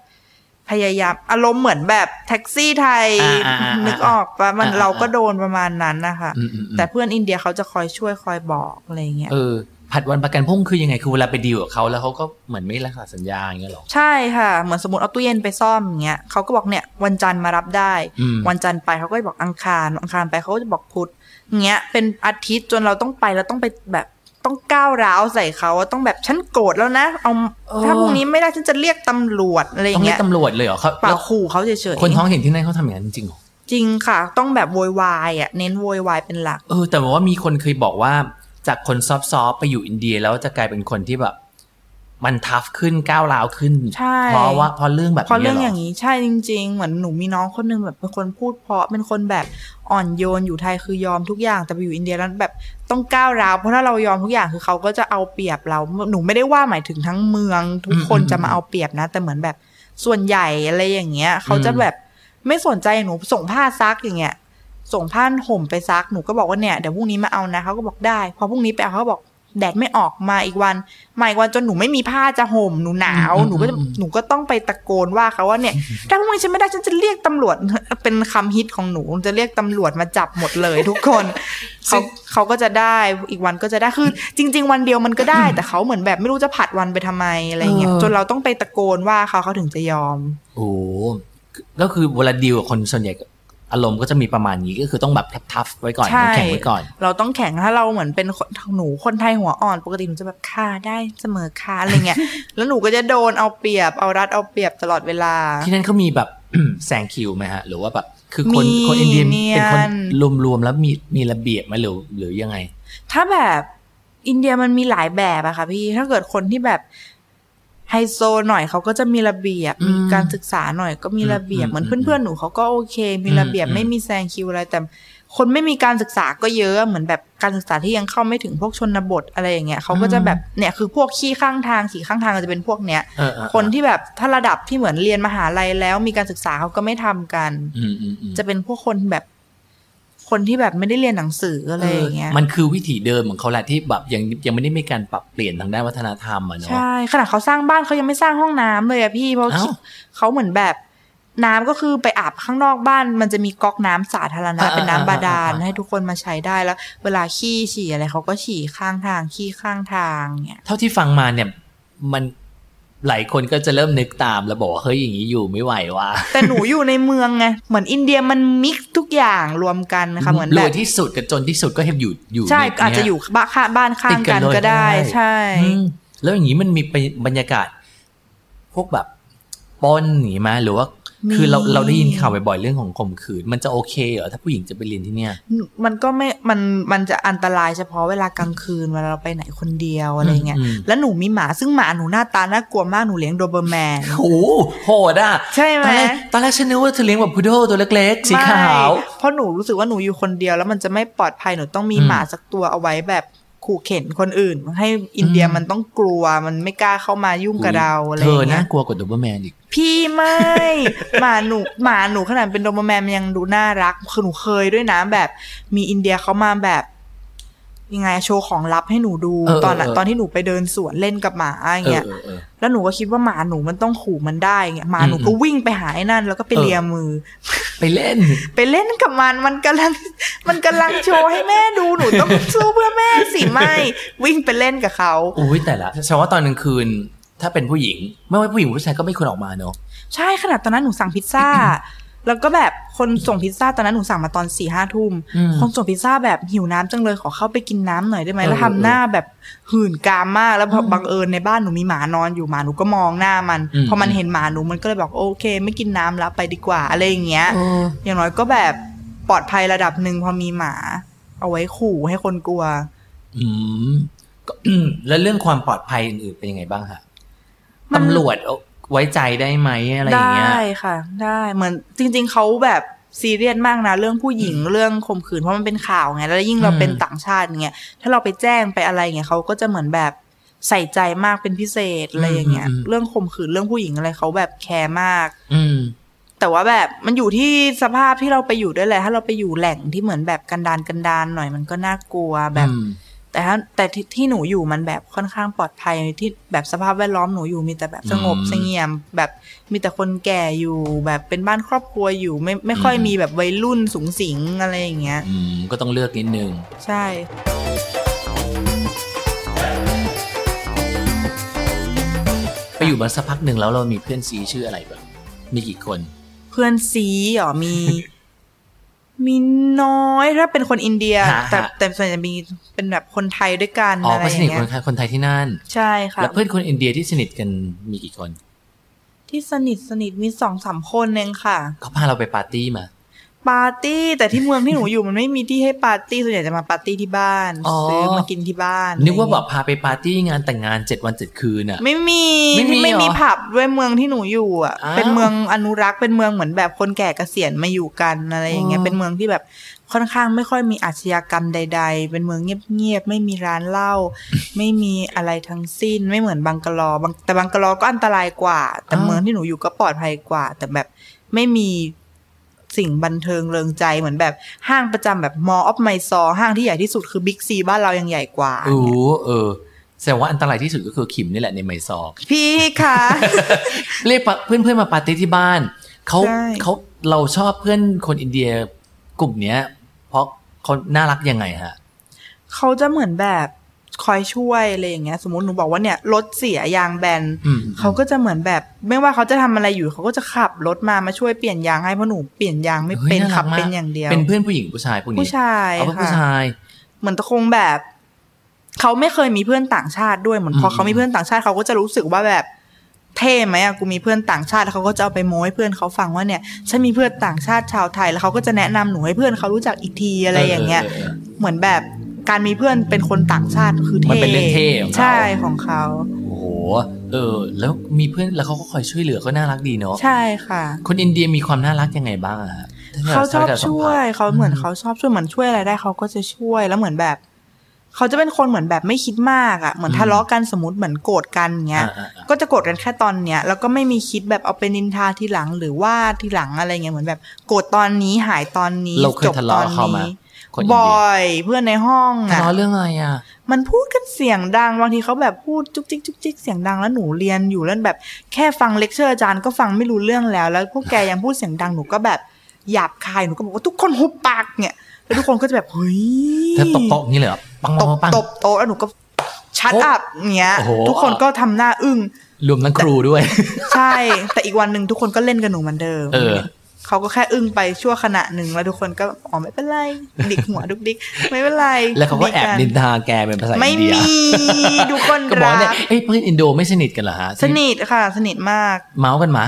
Speaker 7: พยายามอารมณ์เหมือนแบบแท็กซี่ไทย
Speaker 4: อ่าอ่าอ่านึ
Speaker 7: นึกออกปะมัน
Speaker 4: อ่าอ่า
Speaker 7: เราก็โดนประมาณนั้นนะคะ
Speaker 4: อืมอืมอืม
Speaker 7: แต่เพื่อนอินเดียเขาจะคอยช่วยคอยบอกอะไรอย่างเงี้ย
Speaker 4: เออ ผัดวันประกันพรุ่งคือยังไงคือเวลาไปดีลกับเขาแล้วเขาก็เหมือนไม่รักษาสัญญาอย่างเงี้ยหรอ
Speaker 7: ใช่ค่ะ เหมือนสมมติเอาตู้เย็นไปซ่อมอย่างเงี้ยเขาก็บอกเนี่ยวันจันทร์มารับได้
Speaker 4: อืม
Speaker 7: วันจันทร์ไปเขาก็จะบอกอังคาร อังคารไปเขาก็จะบอกพุธอย่างเงี้ยเป็นอาทิตย์จนเราต้องไปเราต้องไปแบบต้องก้าวร้าวใส่เขาว่าต้องแบบฉันโกรธแล้วนะเอาถ้าพรุ่งนี้ไม่ได้ฉันจะเรียกตำรวจอะไรอ
Speaker 4: ต้อง
Speaker 7: ย่าง
Speaker 4: เรีย
Speaker 7: เงี้ย
Speaker 4: กตำรวจเลยเหรอเขา
Speaker 7: เปล่า
Speaker 4: แล้ว
Speaker 7: ขู่เขาเฉยๆ
Speaker 4: คนท้องถิ่นที่นั่นเขาทำอย่างนั้นจริงเหรอ
Speaker 7: จริงค่ะ ต้องแบบโวยวายอ่ะเน้นโวยวายเป็นหลัก
Speaker 4: เออแต่ว่ามีคนเคยบอกว่าจากคนซอฟต์ๆไปอยู่อินเดียแล้วจะกลายเป็นคนที่แบบ มันทัฟขึ้นก้าวร้าวขึ้น
Speaker 7: ใช่
Speaker 4: เพราะว่าเพราะเรื่องแบบ
Speaker 7: เพราะเรื่อง
Speaker 4: ห
Speaker 7: อย่างนี้ใช่จริง ๆ เหมือนหนูมีน้องคนหนึงแบบเป็นคนพูดเพราะเป็นคนแบบอ่อนโยนอยู่ไทยคือยอมทุกอย่างแต่ไปอยู่อินเดียแล้วแบบต้องก้าวร้าวเพราะถ้าเรายอมทุกอย่างคือเขาก็จะเอาเปรียบเราหนูไม่ได้ว่าหมายถึงทั้งเมือง ทุกคนจะมาเอาเปรียบนะ แต่เหมือนแบบส่วนใหญ่อะไรอย่างเงี้ย เขาจะแบบไม่สนใจหนูส่งผ้าซักอย่างเงี้ย ส่งผ้าห่มไปซักหนูก็บอกว่าเนี่ยเดี๋ยวพรุ่งนี้มาเอานะเขาก็บอกได้พอพรุ่งนี้ไปเอาเขาก็บอกแดดไม่ออกมาอีกวันมาอีกวันจนหนูไม่มีผ้าจะห่มหนูหนาวหนูก็จะหนูก็ต้องไปตะโกนว่าเขาว่าเนี่ยถ้าพรุ่งนี้ฉันไม่ได้ฉันจะเรียกตำรวจ เป็นคำฮิตของหนูจะเรียกตำรวจมาจับหมดเลย ทุกคนเขาเขาก็จะได้อีกวันก็จะได้คือ จริง ๆ วันเดียวมันก็ได้ แต่เขาเหมือนแบบไม่รู้จะผัดวันไปทำไมอะไรเงี้ยจนเราต้องไปตะโกนว่าเขาเขาถึงจะยอม
Speaker 4: โอ้โหก็คือเวลาดีลกับคนส่วนใหญ่อารมณ์ก็จะมีประมาณนี้ก็คือต้องแบบทัฟๆไว้ก่อน
Speaker 7: ใช่
Speaker 4: แข็งไว้ก่อน
Speaker 7: เราต้องแข็งถ้าเราเหมือนเป็นคนหนูคนไทยหัวอ่อนปกติหนูจะแบบค่าได้เสมอค่าอะไร เงี้ย แล้วหนูก็จะโดนเอาเปรียบเอารัดเอาเปรียบตลอดเวลา
Speaker 4: ที่นั่นเขามีแบบ แซงคิวไหมฮะ หรือว่าแบบ คือคน
Speaker 7: มี
Speaker 4: คนอินเดีย
Speaker 7: เนียน
Speaker 4: เป็นคนรวมๆแล้วมีมีระเบียบไหมหรือหรือยังไง
Speaker 7: ถ้าแบบอินเดียมันมีหลายแบบอะค่ะพี่ถ้าเกิดคนที่แบบไฮโซหน่อยเขาก็จะมีระเบียบมีการศึกษาหน่อยก็มีระเบียบ
Speaker 4: อืม
Speaker 7: เหมือนเพื่อนๆหนูเขาก็โอเค มีระเบียบ
Speaker 4: อืม
Speaker 7: ไม่มีแซงคิวอะไรแต่คนไม่มีการศึกษาก็เยอะเหมือนแบบการศึกษาที่ยังเข้าไม่ถึงพวกชนบทอะไรอย่างเงี้ยเขาก็จะแบบเนี่ยคือพวกขี้ข้างทางขี่ข้างทางก็จะเป็นพวกเนี้ย
Speaker 4: เออเออเออ
Speaker 7: คนที่แบบถ้าระดับที่เหมือนเรียนมหาลัยแล้วมีการศึกษาเขาก็ไม่ทำกัน
Speaker 4: อืมอืมอืม
Speaker 7: จะเป็นพวกคนแบบ คนที่แบบไม่ได้เรียนหนังสืออะไรอย่างเงี้ย
Speaker 4: มันคือวิถีเดิมของเขาแหละที่แบบยังยังไม่ได้มีการปรับเปลี่ยนทางด้านวัฒนธรรมอ่ะเนาะ
Speaker 7: ใช่ขนาดเขาสร้างบ้านเขายังไม่สร้างห้องน้ำเลยอะพี่เพราะ
Speaker 4: อ้าว
Speaker 7: เขาเหมือนแบบน้ำก็คือไปอาบข้างนอกบ้าน มันจะมีก๊อกน้ำสาธารณะ
Speaker 4: อ่า
Speaker 7: เป็นน้ำบาดาล
Speaker 4: อ่าอ่า
Speaker 7: ให้ทุกคนมาใช้ได้แล้ว เวลาขี้ฉี่อะไรเขาก็ฉี่ข้างทางขี้ข้างทางเนี่ย
Speaker 4: เท่าที่ฟังมาเนี่ย มันหลายคนก็จะเริ่มนึกตามแล้วบอกว่าเฮ้ยอย่างนี้อยู่ไม่ไหวว่ะ
Speaker 7: แต่หนูอยู่ในเมืองไงเหมือนอินเดียมันมิกซ์ทุกอย่างรวมกันนะคะเหมือน
Speaker 4: ร
Speaker 7: แบ
Speaker 4: วย
Speaker 7: บ
Speaker 4: ที่สุดกับจนที่สุดก็เห็นอยู่อยู่
Speaker 7: ใช่
Speaker 4: ในเนี้
Speaker 7: อาจจะอยู่บ้านข้างบ้านข้างกันก็ได้ ใช่
Speaker 4: อืมแล้วอย่างนี้มันมีบรรยากาศ พวกแบบปล้นหนีไหมาหรือว่า
Speaker 7: มี
Speaker 4: คือเราเราได้ยินข่าวบ่อยๆเรื่องของข่มขืน มันจะโอเคเหรอถ้าผู้หญิงจะไปเรียนที่เนี่ย
Speaker 7: มันก็ไม่มันมันจะอันตรายเฉพาะเวลากลางคืนเวลาเราไปไหนคนเดียวอะไรเงี้ย
Speaker 4: อืมอืม
Speaker 7: แล้วหนูมีหมาซึ่งหมาหนูหน้าตาน่ากลัวมากหนูเลี้ยงโดเบอร์แมน
Speaker 4: โอ้โหโหดอ่ะ
Speaker 7: ใช่ไหม
Speaker 4: ตอนแรกตอนแรกฉันนึกว่าเธอเลี้ยงแบบพุดเดิลตัวเล็กๆสีขาว
Speaker 7: ไม่เพราะหนูรู้สึกว่าหนูอยู่คนเดียวแล้วมันจะไม่ปลอดภัยหนูต้องมี
Speaker 4: อืม
Speaker 7: หมาสักตัวเอาไว้แบบขู่เข็นคนอื่น ให้อินเดีย
Speaker 4: อืม
Speaker 7: มันต้องกลัวมันไม่กล้าเข้ามายุ่งกับเราอะไร
Speaker 4: เธ
Speaker 7: เงี้ย
Speaker 4: อน่ากลัวกว่าดับเบิลแมนอีก
Speaker 7: พี่ไม่ หมาหนูหมาหนูขนาดเป็นโดเบอร์แมนมันยังดูน่ารักคือหนูเคยด้วยนะแบบ มีอินเดียเขามาแบบยังไงโชว์ของลับให้หนูดู
Speaker 4: เออ
Speaker 7: ตอนน่ะ
Speaker 4: เออ
Speaker 7: ตอนที่หนูไปเดินสวนเล่นกับหมาอย่างเงี้ย
Speaker 4: เออเออ
Speaker 7: แล้วหนูก็คิดว่าหมาหนูมันต้องขู่มันได้อย่างเงี้ยหมาหนู
Speaker 4: อืม
Speaker 7: ก็วิ่งไปหาไอ้นั่น แล้วก็ไป
Speaker 4: เออ
Speaker 7: เลียมือ
Speaker 4: ไปเล่น
Speaker 7: ไปเล่นกับมันมันกำลังมันกำลังโชว์ให้แม่ดูหนูต้องสู้เพื่อแม่สิไม่วิ่งไปเล่นกับเขา
Speaker 4: อุ้ยแต่ละแสดงว่าตอนกลางคืน ถ้าเป็นผู้หญิง ไม่ว่าผู้หญิงหรือผู้ชายก็ไม่ควรออกมาเนอะ
Speaker 7: ใช่ขนาดตอนนั้นหนูสั่งพิซซ่า แล้วก็แบบคนส่งพิซซ่าตอนนั้นหนูสั่งมาตอนสี่ห้าทุ่ม
Speaker 2: อืม
Speaker 7: คนส่งพิซซ่าแบบหิวน้ำจังเลยขอเข้าไปกินน้ำหน่อยได้ไหม
Speaker 2: เออ
Speaker 7: แล้วทำหน้าแบบหื่นกามมากแล้วพอบังเอิญในบ้านหนูมีหมานอนอยู่หมาหนูก็มองหน้ามัน
Speaker 2: อืม
Speaker 7: พอมันเห็นหมาหนูมันก็เลยบอกโอเค ไม่กินน้ำแล้วไปดีกว่าอะไรอย่างเงี้ย
Speaker 2: เออ
Speaker 7: อย่างน้อยก็แบบปลอดภัยระดับหนึ่งพอมีหมา เอาไว้ขู่ให้คนกลัว
Speaker 2: อืมก็ อืมแล้วเรื่องความปลอดภัยอื่นๆเป็นยังไงบ้างฮะ
Speaker 7: มัน
Speaker 2: ตำรวจเอาไว้ใจได้ไหมอะไรอย่างเงี้ย
Speaker 7: ได้ค่ะ ได้เหมือนจริง ๆเขาแบบซีเรียสมากนะ เรื่องผู้หญิงเรื่องข่มขืนเพราะมันเป็นข่าวไงแล้วยิ่งเรา
Speaker 2: อืม
Speaker 7: เป็นต่างชาติเงี้ยถ้าเราไปแจ้งไปอะไรเงี้ยเขาก็จะเหมือนแบบใส่ใจมากเป็นพิเศษอะไรอย่างเงี้ยเรื่องข่มขืนเรื่องผู้หญิงอะไรเขาแบบแคร์มาก
Speaker 2: อืม
Speaker 7: แต่ว่าแบบมันอยู่ที่สภาพที่เราไปอยู่ด้วยแหละถ้าเราไปอยู่แหล่งที่เหมือนแบบกันดานกันดานหน่อยมันก็น่ากลัวแบบ แต่ถ้าแต่ที่ที่หนูอยู่มันแบบค่อนข้างปลอดภัยที่แบบสภาพแวดล้อมหนูอยู่มีแต่แบบสงบ
Speaker 2: อืม
Speaker 7: เสงี่ยม แบบมีแต่คนแก่อยู่ แบบเป็นบ้านครอบครัวอยู่ไม่ไม่ค่อย
Speaker 2: อืม
Speaker 7: มีแบบวัยรุ่นสูงสิงอะไรอย่างเงี้ย
Speaker 2: อืม ก็ต้องเลือกนิดนึง
Speaker 7: ใช่
Speaker 2: ไปอยู่มาสักพักหนึ่งแล้วเรามีเพื่อนซีชื่ออะไรบ้างมีกี่คน
Speaker 7: เพื่อนซีเหรอมี มีน้อยถ้าเป็นคนอินเดีย
Speaker 2: ฮะ
Speaker 7: แต่
Speaker 2: ฮะ
Speaker 7: แต่ส่วนใหญ่มีเป็นแบบคนไทยด้วยกัน
Speaker 2: อ๋อ
Speaker 7: อะไร
Speaker 2: ก็
Speaker 7: อ
Speaker 2: ส
Speaker 7: ย่า
Speaker 2: นิท
Speaker 7: งเงี้
Speaker 2: คน
Speaker 7: ย
Speaker 2: ไทยคนไทยที่นั่น
Speaker 7: ใช่ค่ะ
Speaker 2: แล้วเพื่อนคนอินเดียที่สนิทกันมีกี่คน
Speaker 7: ที่สนิทสนิทมีสองสามคนเองค่ะ
Speaker 2: เขาพาเราไปปาร์ตี้มา
Speaker 7: ปาร์ตี้แต่ที่เมืองที่หนูอยู่ มันไม่มีที่ให้ปาร์ตี้ส่วนใหญ่จะมาปาร์ตี้ที่บ้าน
Speaker 2: อ๋อ
Speaker 7: ซื้อมากินที่บ้าน
Speaker 2: นึกว่าแบบพาไปปาร์ตี้งานแต่งงานเจ็ดวันเจ็ดคืนอ่ะ
Speaker 7: ไม่มี
Speaker 2: ไม่มี
Speaker 7: ไม่มี
Speaker 2: เหรอ
Speaker 7: ผับด้วยเมืองที่หนูอยู่อ่ะ
Speaker 2: อ้าว
Speaker 7: เป็นเมืองอนุรักษ์เป็นเมืองเหมือนแบบคนแก่เกษียณมาอยู่กันอะไรอย่างเงี้ย
Speaker 2: อ๋อ
Speaker 7: เป็นเมืองที่แบบค่อนข้างไม่ค่อยมีอาชญากรรมใด ๆ เป็นเมืองเงียบๆไม่มีร้าน เหล้าไม่มีอะไรทั้งสิ้นไม่เหมือนบังกะลอบังแต่บังกะลอก็อันตรายกว่า แต่เมืองที่หนูอยู่ก็ปลอดภัยกว่า แต่แบบไม่มี สิ่งบันเทิงเริงใจเหมือนแบบห้างประจำแบบมอออฟไมซอห้างที่ใหญ่ที่สุดคือบิ๊กซีบ้านเรายังใหญ่กว่า
Speaker 2: โอ้โหเออแสดงว่าอันตรายที่สุดก็คือขิมนี่แหละในไมซอร์
Speaker 7: พี่คะ
Speaker 2: เรียกเพื่อนเพื่อนๆมาปาร์ตี้ที่บ้านเขา
Speaker 7: ใช่
Speaker 2: เขาเราชอบเพื่อนคนอินเดียกลุ่มเนี้ย เพราะเขาน่ารักยังไงฮะ
Speaker 7: เขาจะเหมือนแบบคอยช่วยอะไรอย่างเงี้ย สมมติหนูบอกว่าเนี่ยรถเสียยางแบน
Speaker 2: อืม
Speaker 7: เขาก็จะเหมือนแบบ ไม่ว่าเขาจะทำอะไรอยู่ เขาก็จะขับรถมามาช่วยเปลี่ยนยางให้เพราะหนูเปลี่ยนยางไม่
Speaker 2: ฮ้ย
Speaker 7: เป็น
Speaker 2: รั
Speaker 7: ขั
Speaker 2: ก
Speaker 7: บ
Speaker 2: มก
Speaker 7: เป็นอย่างเดียว
Speaker 2: เป็นเพื่อนผู้หญิงผู้ชายพวกนี้
Speaker 7: ผู้ชาย
Speaker 2: เอาเป็นผู้
Speaker 7: ค่ะ
Speaker 2: ชาย
Speaker 7: เหมือนตะคงแบบเขาไม่เคยมีเพื่อนต่างชาติด้วยเหมือนพอ
Speaker 2: อืม
Speaker 7: เขามีเพื่อนต่างชาติเขาก็จะรู้สึกว่าแบบ เท่ไหมอะกูมีเพื่อนต่างชาติแล้วเขาก็จะเอาไปโม้ให้เพื่อนเขาฟังว่าเนี่ยฉันมีเพื่อนต่างชาติชาวไทยแล้วเขาก็จะแนะนำหนูให้เพื่อนเขารู้จักอีกทีอะไรอย่างเงี้ย
Speaker 2: ออ
Speaker 7: เหมือนแบบการมีเพื่อนเป็นคนต่างชาติคือเท่
Speaker 2: มันเป็นเรื่องเท่ของเขา
Speaker 7: ใช่ของเขา
Speaker 2: โอ้โหเออ แล้วมีเพื่อนแล้วเขาก็คอยช่วยเหลือก็น่ารักดีเนาะ
Speaker 7: ใช่ค่ะ
Speaker 2: คนอินเดียมีความน่ารักยังไงบ้างอะฮะถ้ร
Speaker 7: เขาชอบ
Speaker 2: ถ้รสัมผัส
Speaker 7: ช่วยเขาเหมือนเขาชอบช่วยเหมือนช่วยอะไรได้เขาก็จะช่วยแล้วเหมือนแบบ เขาจะเป็นคนเหมือนแบบไม่คิดมากอ่ะเหมือนทะเลาะกันสมมติเหมือนโกรธกันอย่างเงี้ย
Speaker 2: อ่าๆ
Speaker 7: ก็จะโกรธกันแค่ตอนเนี้ยแล้วก็ไม่มีคิดแบบเอาไปนินทาทีหลังหรือว่าทีหลังอะไรเงี้ยเหมือนแบบโกรธตอนนี้หายตอนนี้
Speaker 2: ๆเราเคย
Speaker 7: จบ
Speaker 2: ทะ
Speaker 7: ตอ
Speaker 2: เลาะ
Speaker 7: น
Speaker 2: กับเขามา
Speaker 7: นี้
Speaker 2: คนอินเดีย
Speaker 7: บ่อยเพื่อนในห้อง
Speaker 2: ทะ
Speaker 7: อ่ะ
Speaker 2: เลาะเรื่องอะไรอ่ะ
Speaker 7: มันพูดกันเสียงดังบางทีเขาแบบพูดจุกจิกจุกจิกเสียงดังแล้วหนูเรียนอยู่แล้วแบบแค่ฟังเลคเชอร์อาจารย์ก็ฟังไม่รู้เรื่องแล้ว แล้วพวกแกยังพูดเสียงดังหนูก็แบบหยาบคายหนูก็บอกว่าทุกคนหุบปากเนี่ยแล้วทุกคนก็จะแบบเฮ้ย
Speaker 2: เธอตบโต๊ะอย่างนี้เลยเหรอปัง
Speaker 7: ต
Speaker 2: ปัง
Speaker 7: บ
Speaker 2: ปัง
Speaker 7: ตบโต๊ะแล้วหนูก็ชัด
Speaker 2: โอ้
Speaker 7: อัพเงี้ย
Speaker 2: โอ้โห
Speaker 7: ทุกคนก็ทำหน้าอึ้ง
Speaker 2: รวมทั้งครูด้วย
Speaker 7: ใช่ แต่อีกวันหนึ่งทุกคนก็เล่นกับหนูเหมือนเดิม
Speaker 2: เออ
Speaker 7: เขาก็แค่อึ้งไปชั่วขณะหนึ่งแล้วทุกคนก็อ๋อไม่เป็นไรดิกหัวดุกดิกไม่เป็นไร
Speaker 2: แล้วเขาก็แอบนิ
Speaker 7: ดี
Speaker 2: นทาแกเป็นภาษา
Speaker 7: ไม่
Speaker 2: อินเดีย
Speaker 7: มี ทุกคน
Speaker 2: ก็บอก
Speaker 7: รั
Speaker 2: ว่าเนี่ย
Speaker 7: ก
Speaker 2: เอ้ยเพื่อนอินโดไม่สนิทกันเหรอฮะ
Speaker 7: สนิทค่ะ สนิทมาก
Speaker 2: เมาส์กันมา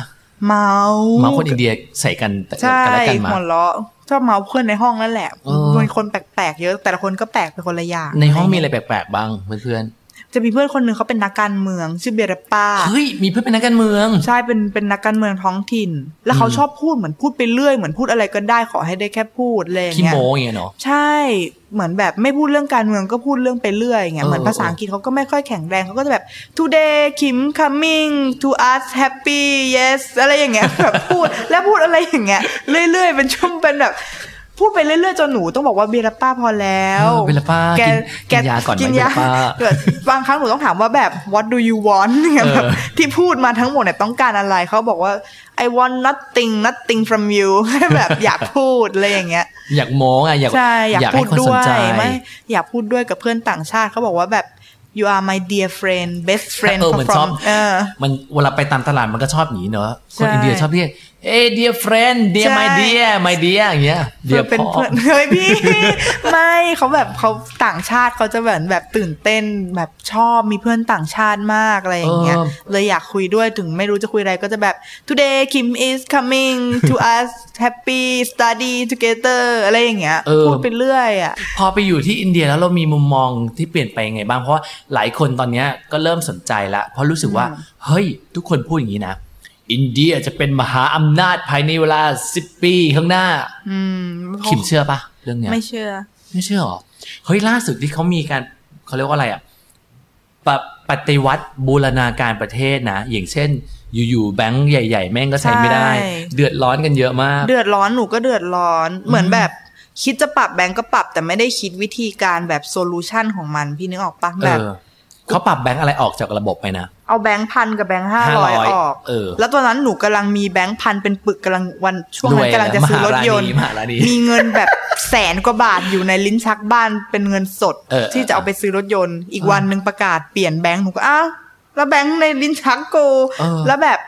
Speaker 7: เมา
Speaker 2: เมาส์คนอินเดียใส่กันแต่
Speaker 7: ใช่
Speaker 2: กันและกันมา
Speaker 7: หัวเราะชอบเมาเพื่อนในห้องนั่นแหละ
Speaker 2: เออ
Speaker 7: มันคนแปลกๆเยอะแต่ละคนก็แปลกไปคนละอย่าง
Speaker 2: ในห้องมีอะไรแปลกๆบ้างเพื่อน
Speaker 7: จะมีเพื่อนคนหนึ่งเขาเป็นนักการเมืองชื่อเบรป้า
Speaker 2: ๆเฮ้ยมีเพื่อนเป็นนักการเมือง
Speaker 7: ใช่เป็นเป็นนักการเมืองท้องถิ่น แล้วเขา
Speaker 2: อืม
Speaker 7: ชอบพูดเหมือนพูดไปเรื่อยเหมือนพูดอะไรก็ได้ขอให้ได้แค่พูดอะไรอย่าง
Speaker 2: ขี้
Speaker 7: เงี้ย
Speaker 2: โม้อย่างเงี้ยเนาะ
Speaker 7: ใช่เหมือนแบบไม่พูดเรื่องการเมืองก็พูดเรื่องไปเรื่อยอย่างเงี้ย
Speaker 2: เออ
Speaker 7: เหมือนภาษาอังกฤษเขาก็ไม่ค่อยแข็งแรงเขาก็จะแบบ today Kim coming to us happy yes อะไรอย่างเงี้ย แบบพูดแล้วพูดอะไรอย่างเงี้ยเรื่อยๆเป็นช่วงเป็นแบบ พูดไปเรื่อยๆจนหนูต้องบอกว่าเบลป้าพอแล้ว
Speaker 2: เออเบลป้า
Speaker 7: แก
Speaker 2: กินกิ
Speaker 7: แก
Speaker 2: นยาก่อนไหม
Speaker 7: กิน
Speaker 2: เบ
Speaker 7: ยา
Speaker 2: ลป้า
Speaker 7: เกิดบางครั้งหนูต้องถามว่าแบบ what do you want เนี่ย
Speaker 2: เออ
Speaker 7: แบบที่พูดมาทั้งหมดเนี่ยต้องการอะไรเขาบอกว่า I want nothing nothing from you แบบอยากพูดอะไรอย่างเงี้ย
Speaker 2: อยากโม้ไงอยาก
Speaker 7: ใช่อยาก
Speaker 2: อยาก
Speaker 7: พู
Speaker 2: ให้
Speaker 7: ด
Speaker 2: คน
Speaker 7: ด้
Speaker 2: ส
Speaker 7: วน ย
Speaker 2: ใจ
Speaker 7: ไม่อยากพูดด้วยกับเพื่อนต่างชาติเขาบอกว่าแบบ you are my dear friend best friend
Speaker 4: เออเหมือนชอบ
Speaker 7: from เออ
Speaker 4: มันเวลาไปตามตลาดมันก็ชอบหนีเนอะคน
Speaker 7: ใช่
Speaker 4: อินเดียชอบเรียกเอ้ย dear friend dear
Speaker 7: ใช่
Speaker 4: my dear my dear อย่างเงี้ย dear
Speaker 7: เป็น
Speaker 4: พ่อ
Speaker 7: เพื่อนเฮ้ยพี่ ไม่เขาแบบเขาต่างชาติเขาจะแบบแบบตื่นเต้นแบบชอบมีเพื่อนต่างชาติมากอะไรอย่างเงี้ยเลยอยากคุยด้วยถึงไม่รู้จะคุยอะไรก็จะแบบ today Kim is coming to us happy study together อะไรอย่างเงี้ยพูดไปเรื่อยอ่ะ
Speaker 4: พอไปอยู่ที่อินเดียแล้วเรามีมุมมองที่เปลี่ยนไปยังไงบ้าง เพราะว่าหลายคนตอนเนี้ยก็เริ่มสนใจละเพราะรู้สึกว่าเฮ้ย ทุกคนพูดอย่างนี้นะ อินเดียจะเป็นมหาอำนาจภายในเวลา 10 ปีข้างหน้า
Speaker 7: อืม
Speaker 4: ขิมเชื่อปะเรื่องเนี้ย
Speaker 7: ไม่เชื่อ
Speaker 4: ไม่เชื่อหรอ เฮ้ยล่าสุดที่เขามีการเขาเรียกว่าอะไรอ่ะปะปฏิวัติบูรณาการประเทศนะ อย่างเช่น อยู่ๆแบงก์ใหญ่ ๆ แม่งก็ใช้ไม่ได้
Speaker 7: ใช่
Speaker 4: เดือดร้อนกันเยอะมาก
Speaker 7: เดือดร้อนหนูก็เดือดร้อน เหมือนแบบคิดจะปรับแบงก์ก็ปรับ แต่ไม่ได้คิดวิธีการแบบโซลูชันของมันพี่นึกออกปะ
Speaker 4: เอ
Speaker 7: แบบ
Speaker 4: อเขาปรับแบงก์อะไรออกจากระบบไปนะ
Speaker 7: เอาแบงค์พันกับแบงค์ห้า
Speaker 4: ห้าร้
Speaker 7: ร้
Speaker 4: อ
Speaker 7: อย ยออก
Speaker 4: เออ
Speaker 7: แล้วตอนนั้นหนูกำลังมีแบงค์พันเป็นปึกกำลังวันช่วงนั้
Speaker 4: รวย
Speaker 7: นกำลังจะซื้อรถยนต์
Speaker 4: มหาราณีมหาราณี
Speaker 7: มีเงินแบบ แสนกว่าบาทอยู่ในลิ้นชักบ้านเป็นเงินสด
Speaker 4: เออ
Speaker 7: ที่จะเอาไปซื้อรถยนต์ อีกวันหนึ่งประกาศเปลี่ยนแบงค์หนูก็อ้าวแล้วแบงค์ในลิ้นชักกู
Speaker 4: เออ
Speaker 7: แล้วแบบ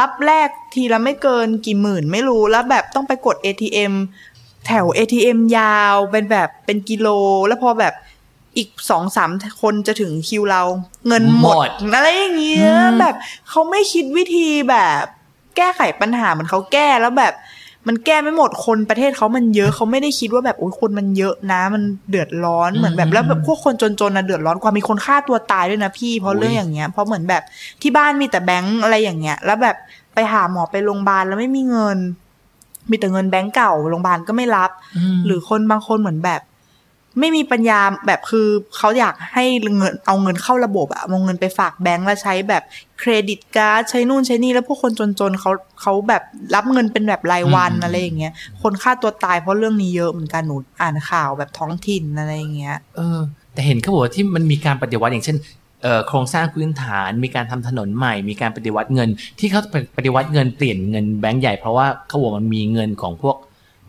Speaker 7: รับแรกทีละไม่เกินกี่หมื่นไม่รู้ แล้วแบบต้องไปกด ATM แถว ATM ยาวเป็นแบบเป็นกิโล แล้วพอแบบอีกสองสามคนจะถึงคิวเรา เงินหม
Speaker 4: หม
Speaker 7: ด
Speaker 4: ด
Speaker 7: อะไรอย่างเงี้ยแบบเขาไม่คิดวิธีแบบ แก้ไขปัญหาเหมือนเขาแก้แล้วแบบ มันแก้ไม่หมดคนประเทศเขามันเยอะเขาไม่ได้คิดว่าแบบโอ้ยคนมันเยอะนะ มันเดือดร้อนเหมือนแบบแล้วแบบพวกคนจนๆนะเดือดร้อนกว่ามีคนฆ่าตัวตายด้วยนะพี่เพราะเรื่องอย่างเงี้ยเพราะเหมือนแบบที่บ้านมีแต่แบงค์อะไรอย่างเงี้ย แล้วแบบไปหาหมอไปโรงพยาบาลแล้วไม่มีเงิน มีแต่เงินแบงค์เก่าโรงพยาบาลก็ไม่รับ หรือคนบางคนเหมือนแบบ ไม่มีปัญญาแบบคือเขาอยากให้เงินเอาเงินเข้าระบบอะเอาเงินไปฝากแบงก์แล้วใช้แบบเครดิตการ์ดใช้นู่นใช้นี่แล้วพวกคนจนๆเขาเขาแบบรับเงินเป็นแบบรายวัน
Speaker 4: อืม
Speaker 7: อะไรอย่างเงี้ยคนฆ่าตัวตายเพราะเรื่องนี้เยอะเหมือนกันหนูอ่านข่าวแบบท้องถิ่นอะไรอย่างเงี้ย
Speaker 4: เออ แต่เห็นเขาบอกว่าที่มันมีการปฏิวัติอย่างเช่นเอ่อโครงสร้างพื้นฐาน มีการทำถนนใหม่ มีการปฏิวัติเงิน ที่เขาปฏิวัติเงินเปลี่ยนเงินแบงก์ใหญ่เพราะว่าเขาบอกมันมีเงินของพวก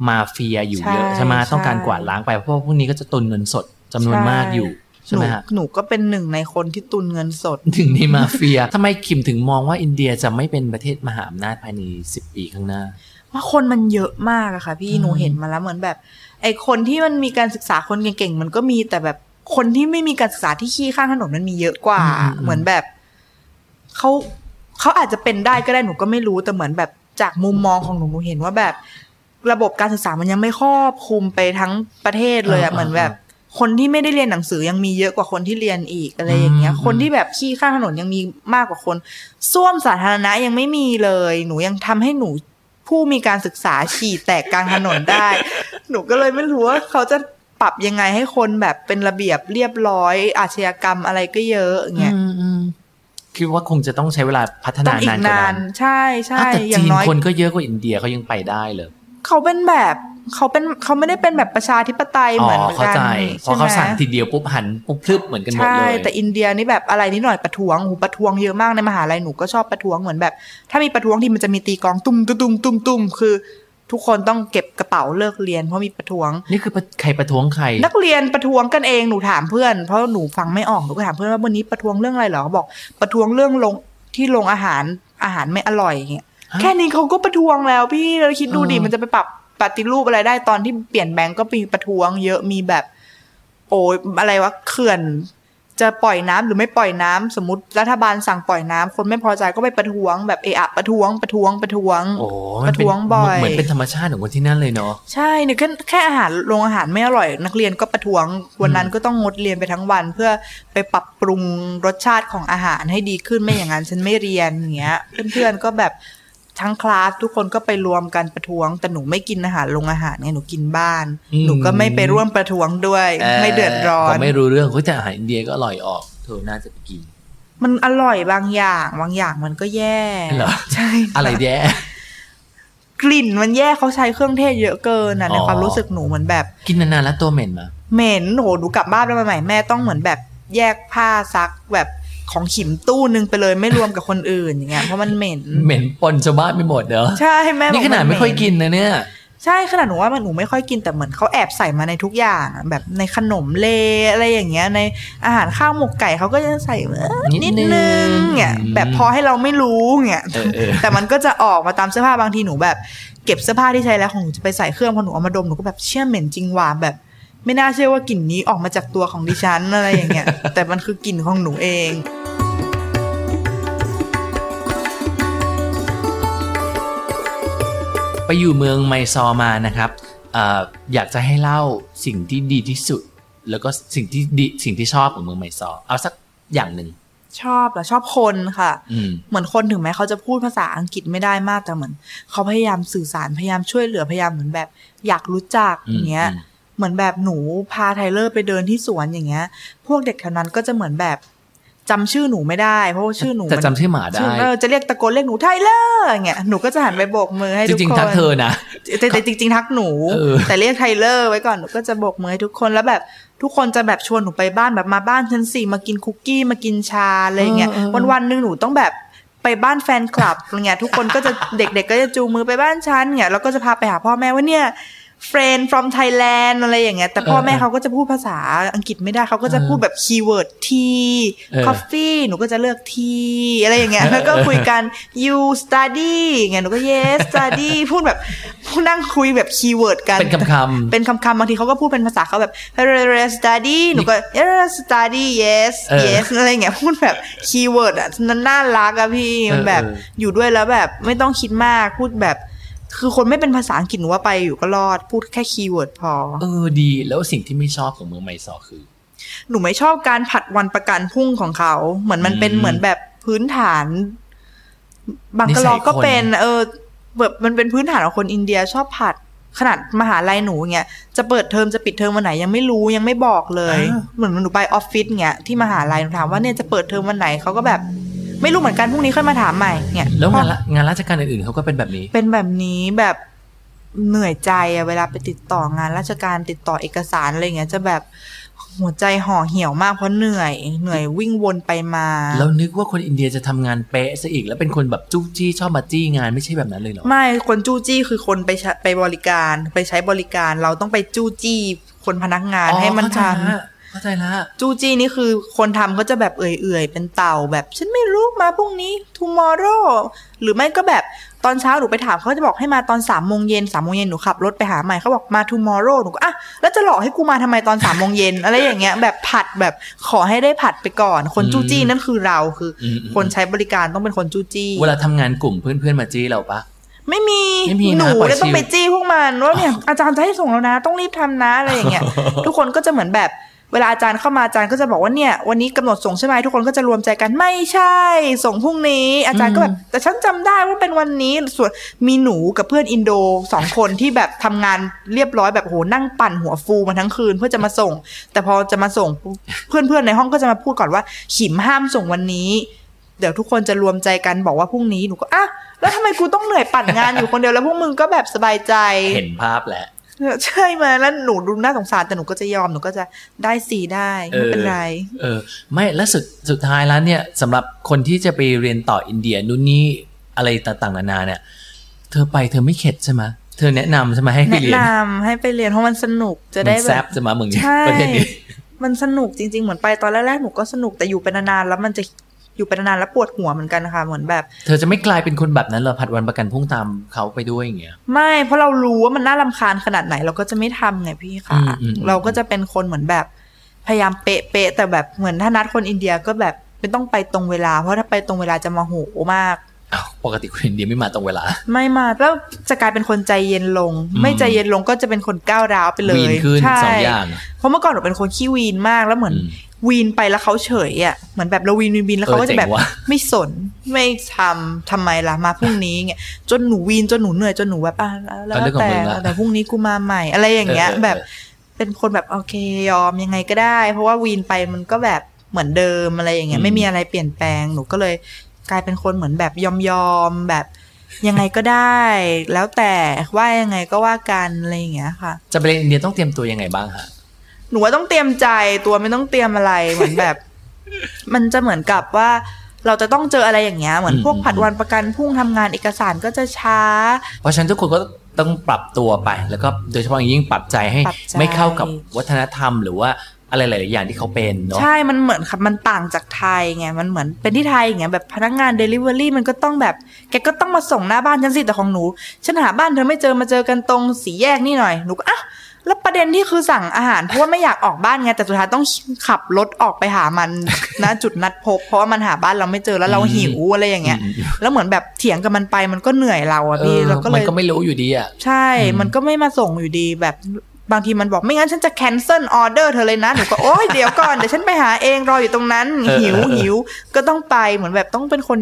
Speaker 4: มาเฟียอยู่เยอะ
Speaker 7: ใช่
Speaker 4: ใช่ไหมต้องการ
Speaker 7: ใช่
Speaker 4: กวาดล้างไปเพราะว่าพวกนี้ก็จะตุนเงินสดจำนวนมากอยู่ใช่
Speaker 7: ห
Speaker 4: ไห
Speaker 7: นู
Speaker 4: มฮะ
Speaker 7: หนูก็เป็นหนึ่งในคนที่ตุนเงินสด
Speaker 4: ถึงในมาเฟีย ทำไมคิมถึงมองว่าอินเดียจะไม่เป็นประเทศมหาอำนาจภายใน 10 ปีข้างหน้า
Speaker 7: ว่าคนมันเยอะมากอะค่ะ พี่หนูเห็นมาแล้วเหมือนแบบ ไอคนที่มันมีการศึกษาคนเก่งๆมันก็มีแต่แบบคนที่ไม่มีการศึกษาที่ขี้ข้างถนนมันมีเยอะกว่า
Speaker 4: อืมอืม
Speaker 7: เหมือนแบบเขาเขาอาจจะเป็นได้ก็ได้หนูก็ไม่รู้แต่เหมือนแบบจากมุมมองของหนูหนูเห็นว่าแบบ ระบบการศึกษามันยังไม่ครอบคลุมไปทั้งประเทศเลยอะเหมือนแบบ คนที่ไม่ได้เรียนหนังสือยังมีเยอะกว่าคนที่เรียนอีกอะไรอย่างเงี้ย
Speaker 4: อืม
Speaker 7: คนที่แบบขี้ข้างถนนยังมีมากกว่าคนส้วมสาธารณะยังไม่มีเลย หนูยังทำให้หนูผู้มีการศึกษาฉี่แตกกลางถนนได้ หนูก็เลยไม่รู้ว่าเขาจะปรับยังไงให้คนแบบเป็นระเบียบเรียบร้อย อาชญากรรมอะไรก็เยอะอย่างเงี้ย
Speaker 4: คิดว่าคงจะต้องใช้เวลาพัฒ
Speaker 7: ต้
Speaker 4: นา
Speaker 7: องอี
Speaker 4: นาก นกว่าน
Speaker 7: าน
Speaker 4: นั้น
Speaker 7: นใช่ใช่
Speaker 4: อ้าวแต่
Speaker 7: อ
Speaker 4: จี
Speaker 7: ย่าง
Speaker 4: น
Speaker 7: น้อย
Speaker 4: คนก็เยอะกว่าอินเดียเขายังไปได้เลย
Speaker 7: เขาเป็นแบบเขาเป็นเขาไม่ได้เป็นแบบประชาธิปไตย
Speaker 4: อ๋
Speaker 7: เหมือน
Speaker 4: อ เข้า
Speaker 7: กัน
Speaker 4: ใจ พอเขา
Speaker 7: ใช่ไหม
Speaker 4: สั่งทีเดียวปุ๊บหันปุ๊บพลึบเหมือนกันหมด
Speaker 7: ใช่
Speaker 4: เลย
Speaker 7: แต่อินเดียนี่แบบอะไรนิดหน่อยประท้วงหูประท้วงเยอะมากในมหาลัยหนูก็ชอบประท้วงเหมือนแบบ ถ้ามีประท้วงที่มันจะมีตีกลองตุ้มตุ้มตุ้มตุ้มตุ้มคือ ทุกคนต้องเก็บกระเป๋าเลิกเรียนเพราะมีประท้วง
Speaker 4: นี่คือใครประท้วงใคร
Speaker 7: นักเรียนประท้วงกันเองหนูถามเพื่อน เพราะหนูฟังไม่ออกหนูก็ถามเพื่อนว่าวันนี้ประท้วงเรื่องอะไรเหรอเขาบอกประท้วงเรื่องลงที่ลงอาหารอาหารไม่อร่อยอย่างเงี้ยแค่นี้เขาก็ประท้วงแล้วพี่เราคิดดูดิมันจะไปปรับปฏิรูปอะไรได้ตอนที่เปลี่ยนแบงก์ก็มีประท้วง เยอะมีแบบ โอ้ยอะไรวะเขื่อน จะปล่อยน้ำหรือไม่ปล่อยน้ำสมมติรัฐบาลสั่งปล่อยน้ำคนไม่พอใจก็ไปประท้วงแบบเอะอะประท้วงประท้วงประท้วง
Speaker 4: โอ้
Speaker 7: ป
Speaker 4: มัน
Speaker 7: ระ
Speaker 4: เป็น
Speaker 7: ท้วงบ่อย
Speaker 4: เหมือนเป็นธรรมชาติของคนที่นั่นเลยเนาะ
Speaker 7: ใช่เนี่ยแค่แค่อาหารโรงอาหารไม่อร่อย นักเรียนก็ประท้วงวันนั้นก็ต้องงดเรียนไปทั้งวัน เพื่อไปปรับปรุงรสชาติของอาหารให้ดีขึ้นไม่อย่างนั้นฉันไม่เรียนอย่างเงี้ย เพื่อนๆก็แบบทั้งคลาสทุกคนก็ไปรวมกันประท้วง แต่หนูไม่กินอาหารโรงอาหารไงหนูกินบ้าน
Speaker 4: อืม
Speaker 7: หนูก็ไม่ไปร่วมประท้วงด้วย ไม่เดือดร้อ
Speaker 4: พ
Speaker 7: น
Speaker 4: ไม่รู้เรื่องเฮ้ยแต่อาหารอินเดียก็อร่อยออก เธอน่าจะไปกิน
Speaker 7: มันอร่อยบางอย่างบางอย่างมันก็แย่
Speaker 4: เหรอ
Speaker 7: ใช่ค่
Speaker 4: อะไรแย่
Speaker 7: กลิ่นมันแย่เขาใช้เครื่องเทศเยอะเกินนะใน
Speaker 4: อ๋อ
Speaker 7: ความรู้สึกหนูเหมือนแบบ
Speaker 4: กินนานๆแล้วตัวเหม็นมา
Speaker 7: เหม็นโหหนูกลับบ้านไปใหม่ๆแม่ต้องเหมือนแบบแยกผ้าซักแบบของขิมตู้นึงไปเลยไม่รวมกับคนอื่นอย่างเงี้ยเพราะมันเหม็น
Speaker 4: เหม็นปนชาวบ้านไม่หมดเนอะ
Speaker 7: ใช่แม่บอก
Speaker 4: นี่ขนาด
Speaker 7: มั
Speaker 4: ไม่
Speaker 7: เห
Speaker 4: ค่อยกินนะเนี่ย
Speaker 7: ใช่ขนาดหนูว่ามันหนูไม่ค่อยกินแต่เหมือนเขาแอบใส่มาในทุกอย่างอะแบบในขนมเลอะไรอย่างเงี้ยในอาหารข้าวหมกไก่เขาก็จะใส่เออ
Speaker 8: นิ
Speaker 7: นิ
Speaker 8: ด
Speaker 7: ด
Speaker 8: นึง
Speaker 7: นึงเนี่ย
Speaker 8: อืม
Speaker 7: แบบพอให้เราไม่รู้เนี่ย
Speaker 8: เออเออ
Speaker 7: แต่มันก็จะออกมาตามเสื้อผ้าบางทีหนูแบบ เก็บเสื้อผ้าที่ใช้แล้วของหนูจะไปใส่เครื่องพอหนูเอามาดมหนูก็แบบเชื่อเหม็นจริงหว่าแบบ ไม่น่าเชื่อว่ากลิ่นนี้ออกมาจากตัวของดิฉันอะไรอย่างเงี้ย แต่มันคือกลิ่นของหนูเอง
Speaker 8: ไปอยู่เมืองไมซอมานะครับเอ่ออยากจะให้เล่าสิ่งที่ดีที่สุด แล้วก็สิ่งที่ดีสิ่งที่ชอบของเมืองไมซอ เอาสักอย่างหนึ่ง
Speaker 7: ชอบเหรอชอบคนค่ะ
Speaker 8: อืม
Speaker 7: เหมือนคนถึงแม้เขาจะพูดภาษาอังกฤษไม่ได้มากแต่เหมือน เขาพยายามสื่อสารพยายามช่วยเหลือพยายามเหมือนแบบ อยากรู้จัก
Speaker 8: อืม
Speaker 7: อย่างเงี้ย
Speaker 8: อืม
Speaker 7: เหมือนแบบหนูพาไทเลอร์ไปเดินที่สวนอย่างเงี้ย พวกเด็กแถวนั้นก็จะเหมือนแบบจำชื่อหนูไม่ได้ เพราะว่าชื่อหนู
Speaker 8: แต่
Speaker 7: มัน
Speaker 8: จำชื่อหมาได้
Speaker 7: ชื่อเออจะเรียกตะโกนเรียกหนูไทเลอร์อย่างเงี้ยหนูก็จะหันไปโบกมือให้
Speaker 8: จ
Speaker 7: ทุกคน
Speaker 8: ริงๆทักเธอนะ
Speaker 7: แต่แต่จริง ๆ ทักหนู
Speaker 8: เออ
Speaker 7: แต่เรียกไทเลอร์ไว้ก่อนหนูก็จะโบกมือให้ทุกคนแล้วแบบทุกคนจะแบบชวนหนูไปบ้านแบบมาบ้านฉันสิมากินคุกกี้มากินชาอะไรอย่างเงี้ย
Speaker 5: เออเอ
Speaker 7: วัน
Speaker 5: อ
Speaker 7: วันๆหนึงหนูต้องแบบไปบ้านแฟนคลับอะไรเงี้ยทุกคนก็จะ เด็ก ๆ ก็จะจูงมือไปบ้านฉันเนี่ยแล้วก็จะพาไปหาพ่อแม่ว่าเนี่ย friend from Thailand อะไรอย่างเงี้ยแต่พ่อแม่เขาก็จะพูดภาษาอังกฤษไม่ได้เขาก็จะพูดแบบคีย์เวิร์ดที
Speaker 8: เออ
Speaker 7: coffee หนูก็จะเลือกทีอะไรอย่างเงี้ย แล้วก็คุยกัน you study อย่างเงี้ยหนูก็ yes study พูดแบบพูดนั่งคุยแบบคีย์เวิร์ดกัน
Speaker 8: เป็นคำๆ
Speaker 7: เป็นคำๆบางทีเขาก็พูดเป็นภาษาเขาแบบ study หนูก็ study yes
Speaker 8: เออ
Speaker 7: yes อะไรอย่างเงี้ยพูดแบบคีย์เวิร์ดอ่ะนั้นน่ารักอะพี่มันแบบ
Speaker 8: เออเออ
Speaker 7: อยู่ด้วยแล้วแบบไม่ต้องคิดมากพูดแบบ คือคนไม่เป็นภาษาอังกฤษหนูว่าไปอยู่ก็รอดพูดแค่คีย์เวิร์ดพอ
Speaker 8: เออดีแล้วสิ่งที่ไม่ชอบของเมืองไมซอคือ
Speaker 7: หนูไม่ชอบการผัดวันประกันพรุ่งของเขา เหมือนมันเป็น
Speaker 8: อืม
Speaker 7: เหมือนแบบพื้นฐาน บังกะลอ
Speaker 8: นิสัยคน
Speaker 7: ก็เป็น เออแบบมันเป็นพื้นฐานของคนอินเดียชอบผัดขนาดมหาลัยหนูเงี้ยจะเปิดเทอมจะปิดเทอมวันไหนยังไม่รู้ยังไม่บอกเลย เหมือนหนูไปออฟฟิศเงี้ยที่มหาลัยหนูถามว่าเนี่ยจะเปิดเทอมวันไหนเขาก็แบบ ไม่รู้เหมือนกันพรุ่งนี้ค่อยมาถามใหม่เนี่ย
Speaker 8: แล้วงาน
Speaker 7: เพราะ
Speaker 8: ละงานราชการอื่นๆเขาก็เป็นแบบนี้
Speaker 7: เป็นแบบนี้แบบเหนื่อยใจอะเวลาไปติดต่องานราชการติดต่อเอกสารอะไรเงี้ยจะแบบ หัวใจห่อเหี่ยวมากเพราะเหนื่อย เหนื่อยวิ่งวนไปมา
Speaker 8: แล้วนึกว่าคนอินเดียจะทำงานเป๊ะซะอีก แล้วเป็นคนแบบจู้จี้ชอบมาจี้งานไม่ใช่แบบนั้นเลยเหรอ
Speaker 7: ไม่คนจู้จี้คือคนไปใช้ไปบริการไปใช้บริการเราต้องไปจู้จี้คนพนักงานให้มันท
Speaker 8: เข้าใจละ
Speaker 7: ำจู้จี้นี่คือคนทำก็จะแบบเอื่อยๆเป็นเต่าแบบ ฉันไม่รู้มาพรุ่งนี้ tomorrow หรือไม่ก็แบบตอนเช้าหนูไปถามเขาจะบอกให้มาตอนสามโมงเย็นสามโมงเย็นหนูขับรถไปหาใหม่เขาบอกมา tomorrow หนูก็อ่ะแล้วจะหลอกให้กูมาทำไมตอนสามโมงเย็นอะไรอย่างเงี้ยแบบผัดแบบขอให้ได้ผัดไปก่อน คนจู้จี้นั่นคือเราคืออ
Speaker 8: มอืม
Speaker 7: คนใช้บริการต้องเป็นคนจู้จี้
Speaker 8: เวลาทำงานกลุ่มเพื่อนๆมาจี้เราปะ
Speaker 7: ไม่มี
Speaker 8: ไม่มี
Speaker 7: ห
Speaker 8: นะ
Speaker 7: นู
Speaker 8: ปล่อย
Speaker 7: จะต้อง
Speaker 8: ชิล
Speaker 7: ไปจี้พวกมันว่าเนี่ยอาจารย์จะให้ส่งแล้วนะ ต้องรีบทำนะอะไรอย่างเงี้ย ทุกคนก็จะเหมือนแบบเวลาอาจารย์เข้ามาอาจารย์ก็จะบอกว่าเนี่ย วันนี้กำหนดส่งใช่ไหมทุกคนก็จะรวมใจกันไม่ใช่ ส่งพรุ่งนี้ อาจารย์ก็แบบแต่ฉันจำได้ว่าเป็นวันนี้ส่วนมีหนูกับเพื่อนอินโดสองคนที่แบบทำงานเรียบร้อยแบบโหนั่งปั่นหัวฟูมาทั้งคืนเพื่อจะมาส่ง แต่พอจะมาส่ง ปุ๊บเพื่อนๆในห้องก็จะมาพูดก่อนว่าขิมห้ามส่งวันนี้ เดี๋ยวทุกคนจะรวมใจกันบอกว่าพรุ่งนี้หนูก็อ่ะแล้วทำไมกูต้องเหนื่อยปั่นงานอยู่คนเดียวแล้วพวกมึงก็แบบสบายใจ
Speaker 8: เห็นภาพแหละ
Speaker 7: ใช่ไหมแล้วหนูดูน่าสงสารแต่หนูก็จะยอมหนูก็จะได้สีได้ไม่เป็นไร
Speaker 8: เออ ไม่แล้วสุดสุดท้ายแล้วเนี่ยสำหรับคนที่จะไปเรียนต่ออินเดียนู่นนี่อะไรต่างๆนานาเนี่ย เธอไปเธอไม่เข็ดใช่ไหมเธอแนะนำใช่ไหมให้ไป
Speaker 7: แนะ
Speaker 8: เรียน
Speaker 7: นำให้ไปเรียนเพราะมันสนุกจะ
Speaker 8: มั
Speaker 7: ได้
Speaker 8: น
Speaker 7: แบ
Speaker 8: แซบบ จะมาเมืองนี้
Speaker 7: ใช่
Speaker 8: ประเทศนี้
Speaker 7: มันสนุกจริง ๆ เหมือนไปตอนแรกๆหนูก็สนุกแต่อยู่เป็นนานๆแล้วมันจะอยู่เป็นนานๆแล้วปวดหัวเหมือนกันนะคะเหมือนแบบ
Speaker 8: เธอจะไม่กลายเป็นคนแบบนั้นเหรอผัดวันประกันพรุ่งตามเขาไปด้วยอย่างเงี้ย
Speaker 7: ไม่เพราะเรารู้ว่ามันน่ารำคาญขนาดไหนเราก็จะไม่ทำไงพี่ค่ะ
Speaker 8: อืมอืมอืม
Speaker 7: เราก็จะเป็นคนเหมือนแบบ พยายามเป๊ะเป๊ะแต่แบบเหมือนถ้านัดคนอินเดียก็แบบไม่ต้องไปตรงเวลา เพราะถ้าไปตรงเวลาจะมาโหมาก
Speaker 8: อ้าวปกติคนอินเดียไม่มาตรงเวลา
Speaker 7: ไม่มาแล้วจะกลายเป็นคนใจเย็นลง ไม่ใจเย็นลงก็จะเป็นคนก้าวร้าวไปเลย
Speaker 8: วีนขึ้น
Speaker 7: ใช่
Speaker 8: สองอย่าง
Speaker 7: เพราะเมื่อก่อนหนูเป็นคนขี้วีนมากแล้วเหมือน
Speaker 8: อืม
Speaker 7: วีนไปแล้วเขาเฉยอ่ะเหมือนแบบเราวีนวีนวีนแล้วเขา
Speaker 8: เออ
Speaker 7: ก็จะแบบ
Speaker 8: เจ๋งว่ะ
Speaker 7: ไม่สนไม่ทำทำไมล่ะมาพรุ่งนี้เงี้ยจนหนูวีนจนหนูเหนื่อยจนหนูแบบอ่ะแล้วแล้ว
Speaker 8: เอาเรื่องของ
Speaker 7: แต่
Speaker 8: มึงละ
Speaker 7: แต่พรุ่งนี้กูมาใหม่ อะไรอย่างเงี้ย
Speaker 8: เออเออ
Speaker 7: แบบเป็นคนแบบโอเคยอมยังไงก็ได้ เพราะว่าวีนไปมันก็แบบเหมือนเดิมอะไรอย่างเงี้ยไม่มีอะไรเปลี่ยนแปลงหนูก็เลย กลายเป็นคนเหมือนแบบยอมยอมๆแบบยังไงก็ได้ แล้วแต่ว่ายังไงก็ว่ากันอะไรอย่างเงี้ยค่ะ
Speaker 8: จะไปเรียนอินเดียต้องเตรียมตัวยังไงบ้างฮะ
Speaker 7: หนูว่าต้องเตรียมใจตัวไม่ต้องเตรียมอะไรเหมือนแบบ มันจะเหมือนกับว่า เราจะต้องเจออะไรอย่างเงี้ยเหมือนพวกผัดวันประกันพรุ่งทำงานเอกสารก็จะช้า
Speaker 8: เพราะฉะนั้นทุกคนก็ต้องปรับตัวไป แล้วก็โดยเฉพาะอย่างยิ่งปรับใจให้
Speaker 7: ปรับใจ
Speaker 8: ไม่เข้ากับวัฒนธรรม หรือว่าอะไรหลาย ๆ อย่างที่เขาเป็นเนาะ
Speaker 7: ใช่ มันเหมือนครับมันต่างจากไทยไง มันเหมือนเป็นที่ไทยอย่างเงี้ยแบบพนักงาน Delivery มันก็ต้องแบบแกก็ต้องมาส่งหน้าบ้านฉันสิแต่ของหนู ฉันหาบ้านเธอไม่เจอมาเจอกันตรงสีแยกนี่หน่อย หนูก็อ่ะแล้วประเด็นที่คือสั่งอาหารเพราะว่าไม่อยากออกบ้านไงแต่สุดท้ายต้องขับรถออกไปหา มัน นะ จุดนัดพบ เพราะว่ามันหาบ้านเราไม่เจอแล้วเราหิวอะไรอย่างเงี้ย แล้วเหมือนแบบเถียงกับมันไปมันก็เหนื่อยเราอะ
Speaker 8: เอ
Speaker 7: พี่
Speaker 8: อ
Speaker 7: เราก็เล
Speaker 8: มัน
Speaker 7: ย
Speaker 8: ก็ไม่รู้อยู่ดีอ่ะ
Speaker 7: ใช่ มันก็ไม่มาส่งอยู่ดีแบบบางทีมันบอกไม่งั้นฉันจะ cancel order เธอเลยนะ หนูก็ โอ๊ย เดี๋ยวก่อน เดี๋ยวฉันไปหาเองรออยู่ตรงนั้น
Speaker 8: เออ
Speaker 7: หิว
Speaker 8: เออเออ
Speaker 7: หิวก็ต้องไปเหมือนแบบต้องเป็นคน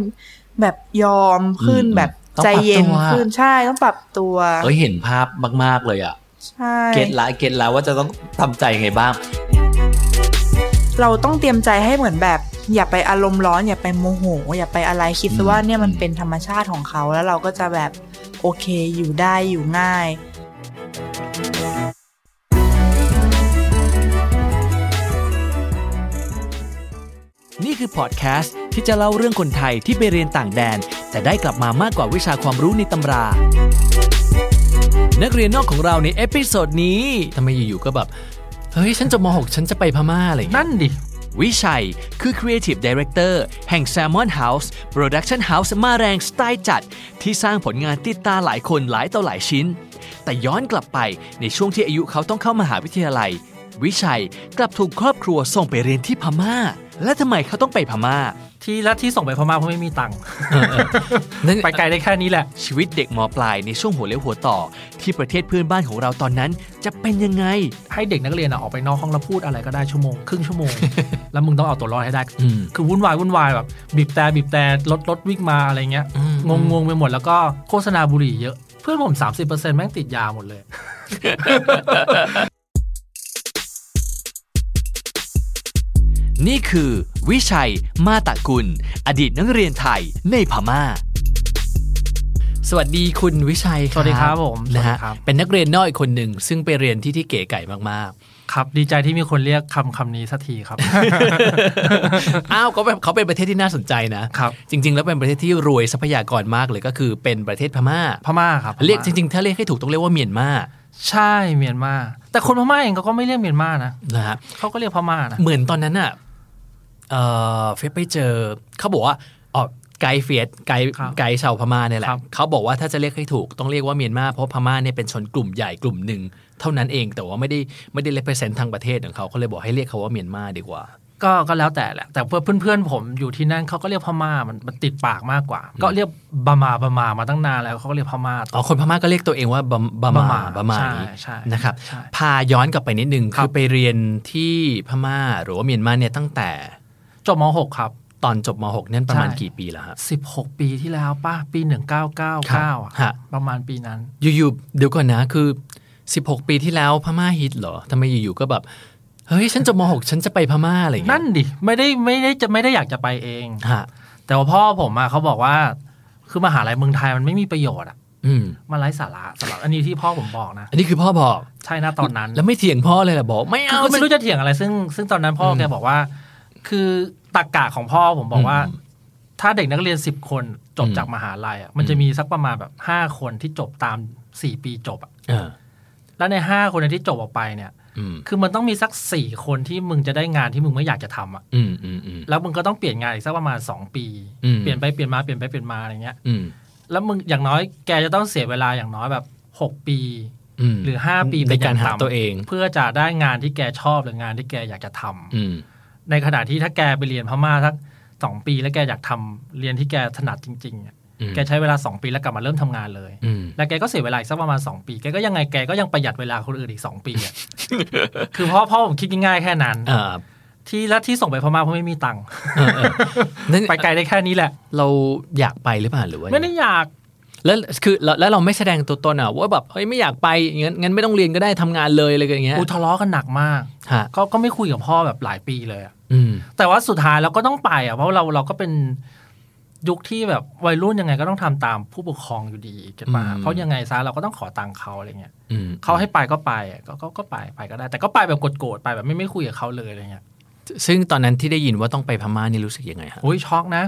Speaker 7: แบบยอมขึ้น
Speaker 8: อืม
Speaker 7: แบบ
Speaker 8: ต้อง
Speaker 7: ใจ
Speaker 8: ปรับ
Speaker 7: เย็น
Speaker 8: ตัว
Speaker 7: ขึ้นใช่ต้องปรับตัว
Speaker 8: เอ้ยเห็นภาพมาก ๆ เลยอ่ะ
Speaker 7: ใช่
Speaker 8: เก็ตละเก็ตละว่าจะต้องทำใจยังไงบ้าง
Speaker 7: เราต้องเตรียมใจให้เหมือนแบบ อย่าไปอารมณ์ร้อน อย่าไปโมโห อย่าไปอะไรคิดซะว่าเนี่ยมันเป็นธรรมชาติของเขาแล้วเราก็จะแบบโอเคอยู่ได้อยู่ง่าย
Speaker 2: นี่คือพอดแคสต์ที่จะเล่าเรื่องคนไทยที่ไปเรียนต่างแดน แต่ได้กลับมามากกว่าวิชาความรู้ในตำรา นักเรียนนอกของเราในเอพิโซดนี้ทำไมอยู่ๆก็แบบ เฮ้ย ฉันจบม .6 ฉันจะไปพม่าอะไรอย่างเงี้ย
Speaker 8: นั่นดิ
Speaker 2: วิชัย คือ Creative Director แห่ง Salmon House Production House มาแรงสไตล์จัด ที่สร้างผลงานติดตาหลายคนหลายต่อหลายชิ้น แต่ย้อนกลับไปในช่วงที่อายุเขาต้องเข้ามาหาวิทยาลัย วิชัยกลับถูกครอบครัวส่งไปเรียนที่พม่า และทำไมเขาต้องไปพม่า
Speaker 9: ที่แล้วที่ส่งไปพม่าเพราะไม่มีตังค์
Speaker 2: นั่น
Speaker 9: ไปไกลได้แค่นี้แหละ
Speaker 2: ชีวิตเด็กมปลายในช่วงหัวเลี้ยวหัวต่อ ที่ประเทศเพื่อนบ้านของเราตอนนั้น จะเป็นยังไง
Speaker 9: ให้เด็กนักเรียนอะออกไปนอกห้องแล้วพูดอะไรก็ได้ชั่วโมง ครึ่งชั่วโม ง แล้วมึงต้องเอาตัวรอดให้ได้
Speaker 2: อืม
Speaker 9: คือวุ่นวายวุ่นวายแบบบีบแต่บีบแต่รถรถวิ่งมาอะไรเงี้ย
Speaker 2: อืม
Speaker 9: งงงงไปหมดแล้วก็โฆษณาบุหรี่เยอะ เพื่อนผม 30%แม่งติดยาหมดเลย
Speaker 2: นี่คือ วิชัย มาตะกุล อดีตนักเรียนไทยในพม่า สวัสดีคุณวิชัย
Speaker 9: สวัสดีครับผม
Speaker 2: นะฮะ
Speaker 9: สวัสดีครับ
Speaker 2: เป็นนักเรียนนอกอีกคนหนึ่ง ซึ่งไปเรียนที่ที่เก๋ไก่มาก
Speaker 9: ครับดีใจที่มีคนเรียกคำคำนี้สักทีครับ
Speaker 2: ๆ อ้าวก็แบบเขาเป็นประเทศที่น่าสนใจนะ
Speaker 9: ครับ
Speaker 2: จริง ๆ แล้วเป็นประเทศที่รวยทรัพยากรมากเลยก็คือเป็นประเทศพม่า
Speaker 9: พม่าครับพม่า
Speaker 2: เรียกจริง ๆ ถ้าเรียกให้ถูกต้องเรียกว่าเมียนมา
Speaker 9: ใช่เมียนมา แต่คนพม่าเองเขาก็ไม่เรียกเมียนมานะ
Speaker 2: นะฮะ
Speaker 9: เขาก็เรียกพม่านะ
Speaker 2: เหมือนตอนนั้นอ่ะเอ่อเฟียสไปเจอ เขาบอกว่าอ๋อไกด์เฟียสไกด์ไกด์ชาวพม่าเนี่ยแหละเขาบอกว่าถ้าจะเรียกให้ถูกต้องเรียกว่าเมียนมาเพราะพม่าเนี่ยเป็นชนกลุ่มใหญ่กลุ่มหนึ่งเท่านั้นเองแต่ว่าไม่ได้ไม่ได้เลเปอร์เซนต์ทางประเทศของเขาเขาเลยบอกให้เรียกเขาว่าเมียนมาดีกว่า
Speaker 9: ก็ก็แล้วแต่แหละแต่เพื่อนเพื่อนๆผมอยู่ที่นั่นเขาก็เรียกพม่ามันมันติดปากมากกว่า ก็เรียกบามาบามามาตั้งนานแล้วเขาก็เรียกพม่า
Speaker 2: อ๋อคนพม่าก็เรียกตัวเองว่าบะบะ
Speaker 9: บะห
Speaker 2: มา
Speaker 9: มา
Speaker 2: บะมา
Speaker 9: ใช่
Speaker 2: นี้
Speaker 9: ใช่
Speaker 2: นะครับ
Speaker 9: ใช่
Speaker 2: พาย้อนกลับไปนิดนึง
Speaker 9: ครั
Speaker 2: คื
Speaker 9: บ
Speaker 2: อไปเรียนที่พม่าหรือว่าเมียนมาเนี่ยตั้งแต่
Speaker 9: จบม .6 ครับ
Speaker 2: ตอนจบม .6 นั่นประมาณ
Speaker 9: ใช่
Speaker 2: กี่ปีแล้วฮะ
Speaker 9: 16 ปีที่แล้วป่ะ ปี
Speaker 2: ครับ
Speaker 9: 1999อะ
Speaker 2: ฮะ
Speaker 9: ประมาณปีนั้น
Speaker 2: อยู่ๆเดี๋ยวก่อนนะคือ 16 ปีที่แล้วพม่าฮิตเหรอทำไมอยู่ๆก็แบบ เฮ้ย ฉันจบม .6 ฉันจะไปพม่าอะไรอย่างเงี้
Speaker 9: นั่
Speaker 2: ย
Speaker 9: นดิ ไม่ได้ไม่ได้จะไม่ได้อยากจะไปเอง
Speaker 2: ฮะ
Speaker 9: แต่ว่าพ่อผมอะเขาบอกว่า คือมหาลัยเมืองไทยมันไม่มีประโยชน์อะ
Speaker 2: อืม
Speaker 9: มันไร้สาระสำหรับอันนี้ที่พ่อผมบอกนะ
Speaker 2: อันนี้คือพ่อบอก
Speaker 9: ใช่นะตอนนั้น
Speaker 2: แล้วไม่เถียงพ่อเลยเหรอบอก ไม่
Speaker 9: คือ
Speaker 2: เอา
Speaker 9: ก็ไม่รู้
Speaker 2: ฉัน
Speaker 9: จะเถียงอะไร ซึ่งซึ่งตอนนั้นพ่ออ
Speaker 2: ม
Speaker 9: แกบอกว่า คือตรกกะของพ่อผมบอกว่า
Speaker 2: อืม
Speaker 9: ถ้าเด็กนักเรียน 10 คนจบ
Speaker 2: อืม
Speaker 9: จากมหาลัยอะมันจะมีสักประมาณแบบห้าคนที่จบตามสี่ปีจบอะ
Speaker 2: เออ
Speaker 9: แล้วในห้าคนที่จบออกไปเนี่ย
Speaker 2: อืม
Speaker 9: คือมันต้องมีสักสี่คนที่มึงจะได้งานที่มึงไม่อยากจะทำอ่ะ
Speaker 2: อืมอืมอืม
Speaker 9: แล้วมึงก็ต้องเปลี่ยนงานอีกสักประมาณสองปี
Speaker 2: อืม
Speaker 9: เปลี่ยนไปเปลี่ยนมาเปลี่ยนไปเปลี่ยนมาอะไรเงี้ย
Speaker 2: อืม
Speaker 9: แล้วมึงอย่างน้อยแกจะต้องเสียเวลาอย่างน้อยแบบหกปี
Speaker 2: อืม
Speaker 9: หรือห้าปี
Speaker 2: ใน
Speaker 9: เป็อย่
Speaker 2: การ
Speaker 9: ง
Speaker 2: หา
Speaker 9: ต่ำ
Speaker 2: ตัวเอง
Speaker 9: เพื่อจะได้งานที่แกชอบหรืองานที่แกอยากจะทำ
Speaker 2: อืม
Speaker 9: ในขณะที่ถ้าแกไปเรียนพม่าสักสองปีแล้วแกอยากทำเรียนที่แกถนัดจริงๆอะ
Speaker 2: อืม
Speaker 9: แกใช้เวลาสองปีแล้วกลับมาเริ่มทำงานเลย
Speaker 2: อืม
Speaker 9: แล้วแกก็เสียเวลาอีกสักประมาณสองปี แกก็ยังไงแกก็ยังประหยัดเวลาคนอื่นอีกสองปี อะ คือพ่อพ่อผมคิดง่ายๆแค่นั้น
Speaker 2: อ่า
Speaker 9: ที่แล้วที่ส่งไปพม่าเพราะไม่มีตังค์
Speaker 2: เออเออนั่น
Speaker 9: ไปไกลได้แค่นี้แห ละ
Speaker 2: เราอยากไปหรือเปล่าหรือว่า
Speaker 9: ไม่ได้อยาก
Speaker 2: แล้วคือแล้วแล้วเราไม่แสดงตัวตนอ่ะว่าแบบเฮ้ยไม่อยากไปงั้นงั้นไม่ต้องเรียนก็ได้ทำงานเลยอะไรอย่างเงี้ย
Speaker 9: อูทะเลาะกันหนักมาก
Speaker 2: ฮะ
Speaker 9: ก็ก็ไม่คุยกับพ่อแบบหลายปีเลยอะ
Speaker 2: อืม
Speaker 9: แต่ว่าสุดท้ายเราก็ต้องไปอ่ะเพราะเราเราก็เป็นยุคที่แบบวัยรุ่นยังไงก็ต้องทำตามผู้ปกครองอยู่ดีเก็ตปะ
Speaker 2: อืม
Speaker 9: เพราะยังไงซะเราก็ต้องขอตังค์เขาอะไรเงี้ย
Speaker 2: อืม
Speaker 9: เขาให้ไปก็ไปอะก็ก็ก็ไปไปก็ได้ แต่ก็ไปแบบโกรธๆไปแบบไม่ไม่คุยกับเขาเลยอะไรเงี้ย
Speaker 2: ซึ่งตอนนั้นที่ได้ยินว่าต้องไปพม่านี่รู้สึกยังไงฮะ
Speaker 9: โอ้ยช็อกนะ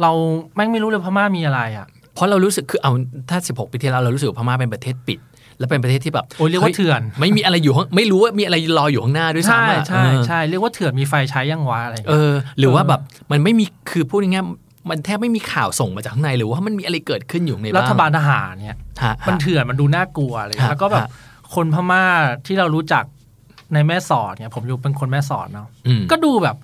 Speaker 9: เราแม่งไม่รู้เลยพม่ามีอะไรอ่ะ
Speaker 2: เพราะเรารู้สึกคือเอาถ้า 16 ปีที่แล้วเรารู้สึกว่าพม่าเป็นประเทศปิด และเป็นประเทศที่แบบ
Speaker 9: โอ้ยเรียกว่าเถื่อน
Speaker 2: ฮ้ยไม่มีอะไรอยู่ข้างไม่รู้ว่ามีอะไรรออยู่ข้างหน้าด้วย
Speaker 9: ใช่
Speaker 2: ซ้ำอะ
Speaker 9: ใช่
Speaker 2: เออ
Speaker 9: ใช่เรียกว่าเถื่อนมีไฟใช้ยังวะอะไรอย่าง
Speaker 2: เอ
Speaker 9: เงี้ย
Speaker 2: อ หรือว่าแบบมันไม่มีคือพูดง่ายๆมันแทบไม่มีข่าวส่งมาจากข้างในหรือว่ามันมีอะไรเกิดขึ้นอยู่ใน
Speaker 9: รัฐบาล
Speaker 2: บ้ง
Speaker 9: ทหารเนี่ย
Speaker 2: ฮะ
Speaker 9: มัน
Speaker 2: ฮะ
Speaker 9: เถื่อนมันดูน่ากลัวอะไรอย่างเลย
Speaker 2: ฮะ
Speaker 9: แล้วก็แบบ
Speaker 2: ฮะ
Speaker 9: คนพม่าที่เรารู้จักในแม่สอดเนี่ย ผมอยู่เป็นคนแม่สอดเนาะ
Speaker 2: อืม
Speaker 9: ก็ดูแบบ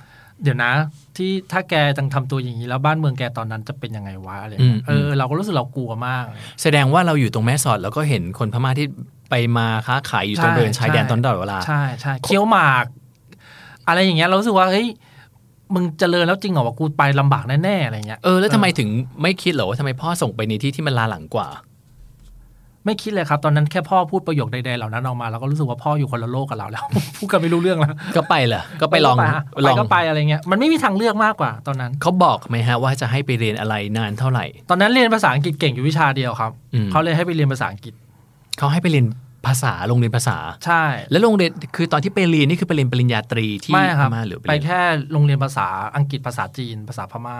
Speaker 9: เดี๋ยวนะ ที่ถ้าแกจังทำตัวอย่างนี้แล้วบ้านเมืองแกตอนนั้นจะเป็นยังไงวะอะไรอย่างเงี้ยเออเราก็รู้สึกเรากลัวมาก
Speaker 2: แสดงว่าเราอยู่ตรงแม่สอด แล้วก็เห็นคนพม่าที่ไปมาค้าขายอยู่ตรง
Speaker 9: ใช่
Speaker 2: บริเวณชายแดน
Speaker 9: ใช่
Speaker 2: ตอนตลอดเวลา
Speaker 9: ใช่ใช่เคี้ยวหมาก อะไรอย่างเงี้ยเรารู้สึกว่าเฮ้ยมึงเจริญแล้วจริงเหรอวะกูไปลำบากแน่ๆอะไรอย่างเงี้ย
Speaker 2: เออแล้วทำไมถึงไม่คิดเหรอว่าทำไมพ่อส่งไปในที่ที่มันลาหลังกว่า
Speaker 9: ไม่คิดเลยครับ ตอนนั้นแค่พ่อพูดประโยคใดๆเหล่านั้นออกมาเราก็รู้สึกว่าพ่ออยู่คนละโลกกับเราแล้ว พูดกันไม่รู้เรื่องแล้ว
Speaker 2: ก็ไปเหรอก็ไปลอง
Speaker 9: ไปฮะ
Speaker 2: ล
Speaker 9: ไป
Speaker 2: อง
Speaker 9: ก็ไปอะไรเงี้ยมันไม่มีทางเลือกมากกว่า ตอนนั้น
Speaker 2: เขาบอกไหมฮะว่าจะให้ไปเรียนอะไรนานเท่าไหร่
Speaker 9: ตอนนั้นเรียนภาษาอังกฤษเก่งอยู่วิชาเดียวครับ
Speaker 2: อืม
Speaker 9: เขาเลยให้ไปเรียนภาษาอังกฤษ
Speaker 2: เขาให้ไปเรียนภาษาโรงเรียนภาษา
Speaker 9: ใช่
Speaker 2: แล้วโรงเรียนคือตอนที่ไปเรียนนี่คือไปเรียนปริญญาตรีที่
Speaker 9: ไม่ค
Speaker 2: พ
Speaker 9: รับ
Speaker 2: ม่าหรือ
Speaker 9: ไป
Speaker 2: ไปเรียน
Speaker 9: แค่โรงเรียนภาษาอังกฤษภาษาจีน ภาษาพม่า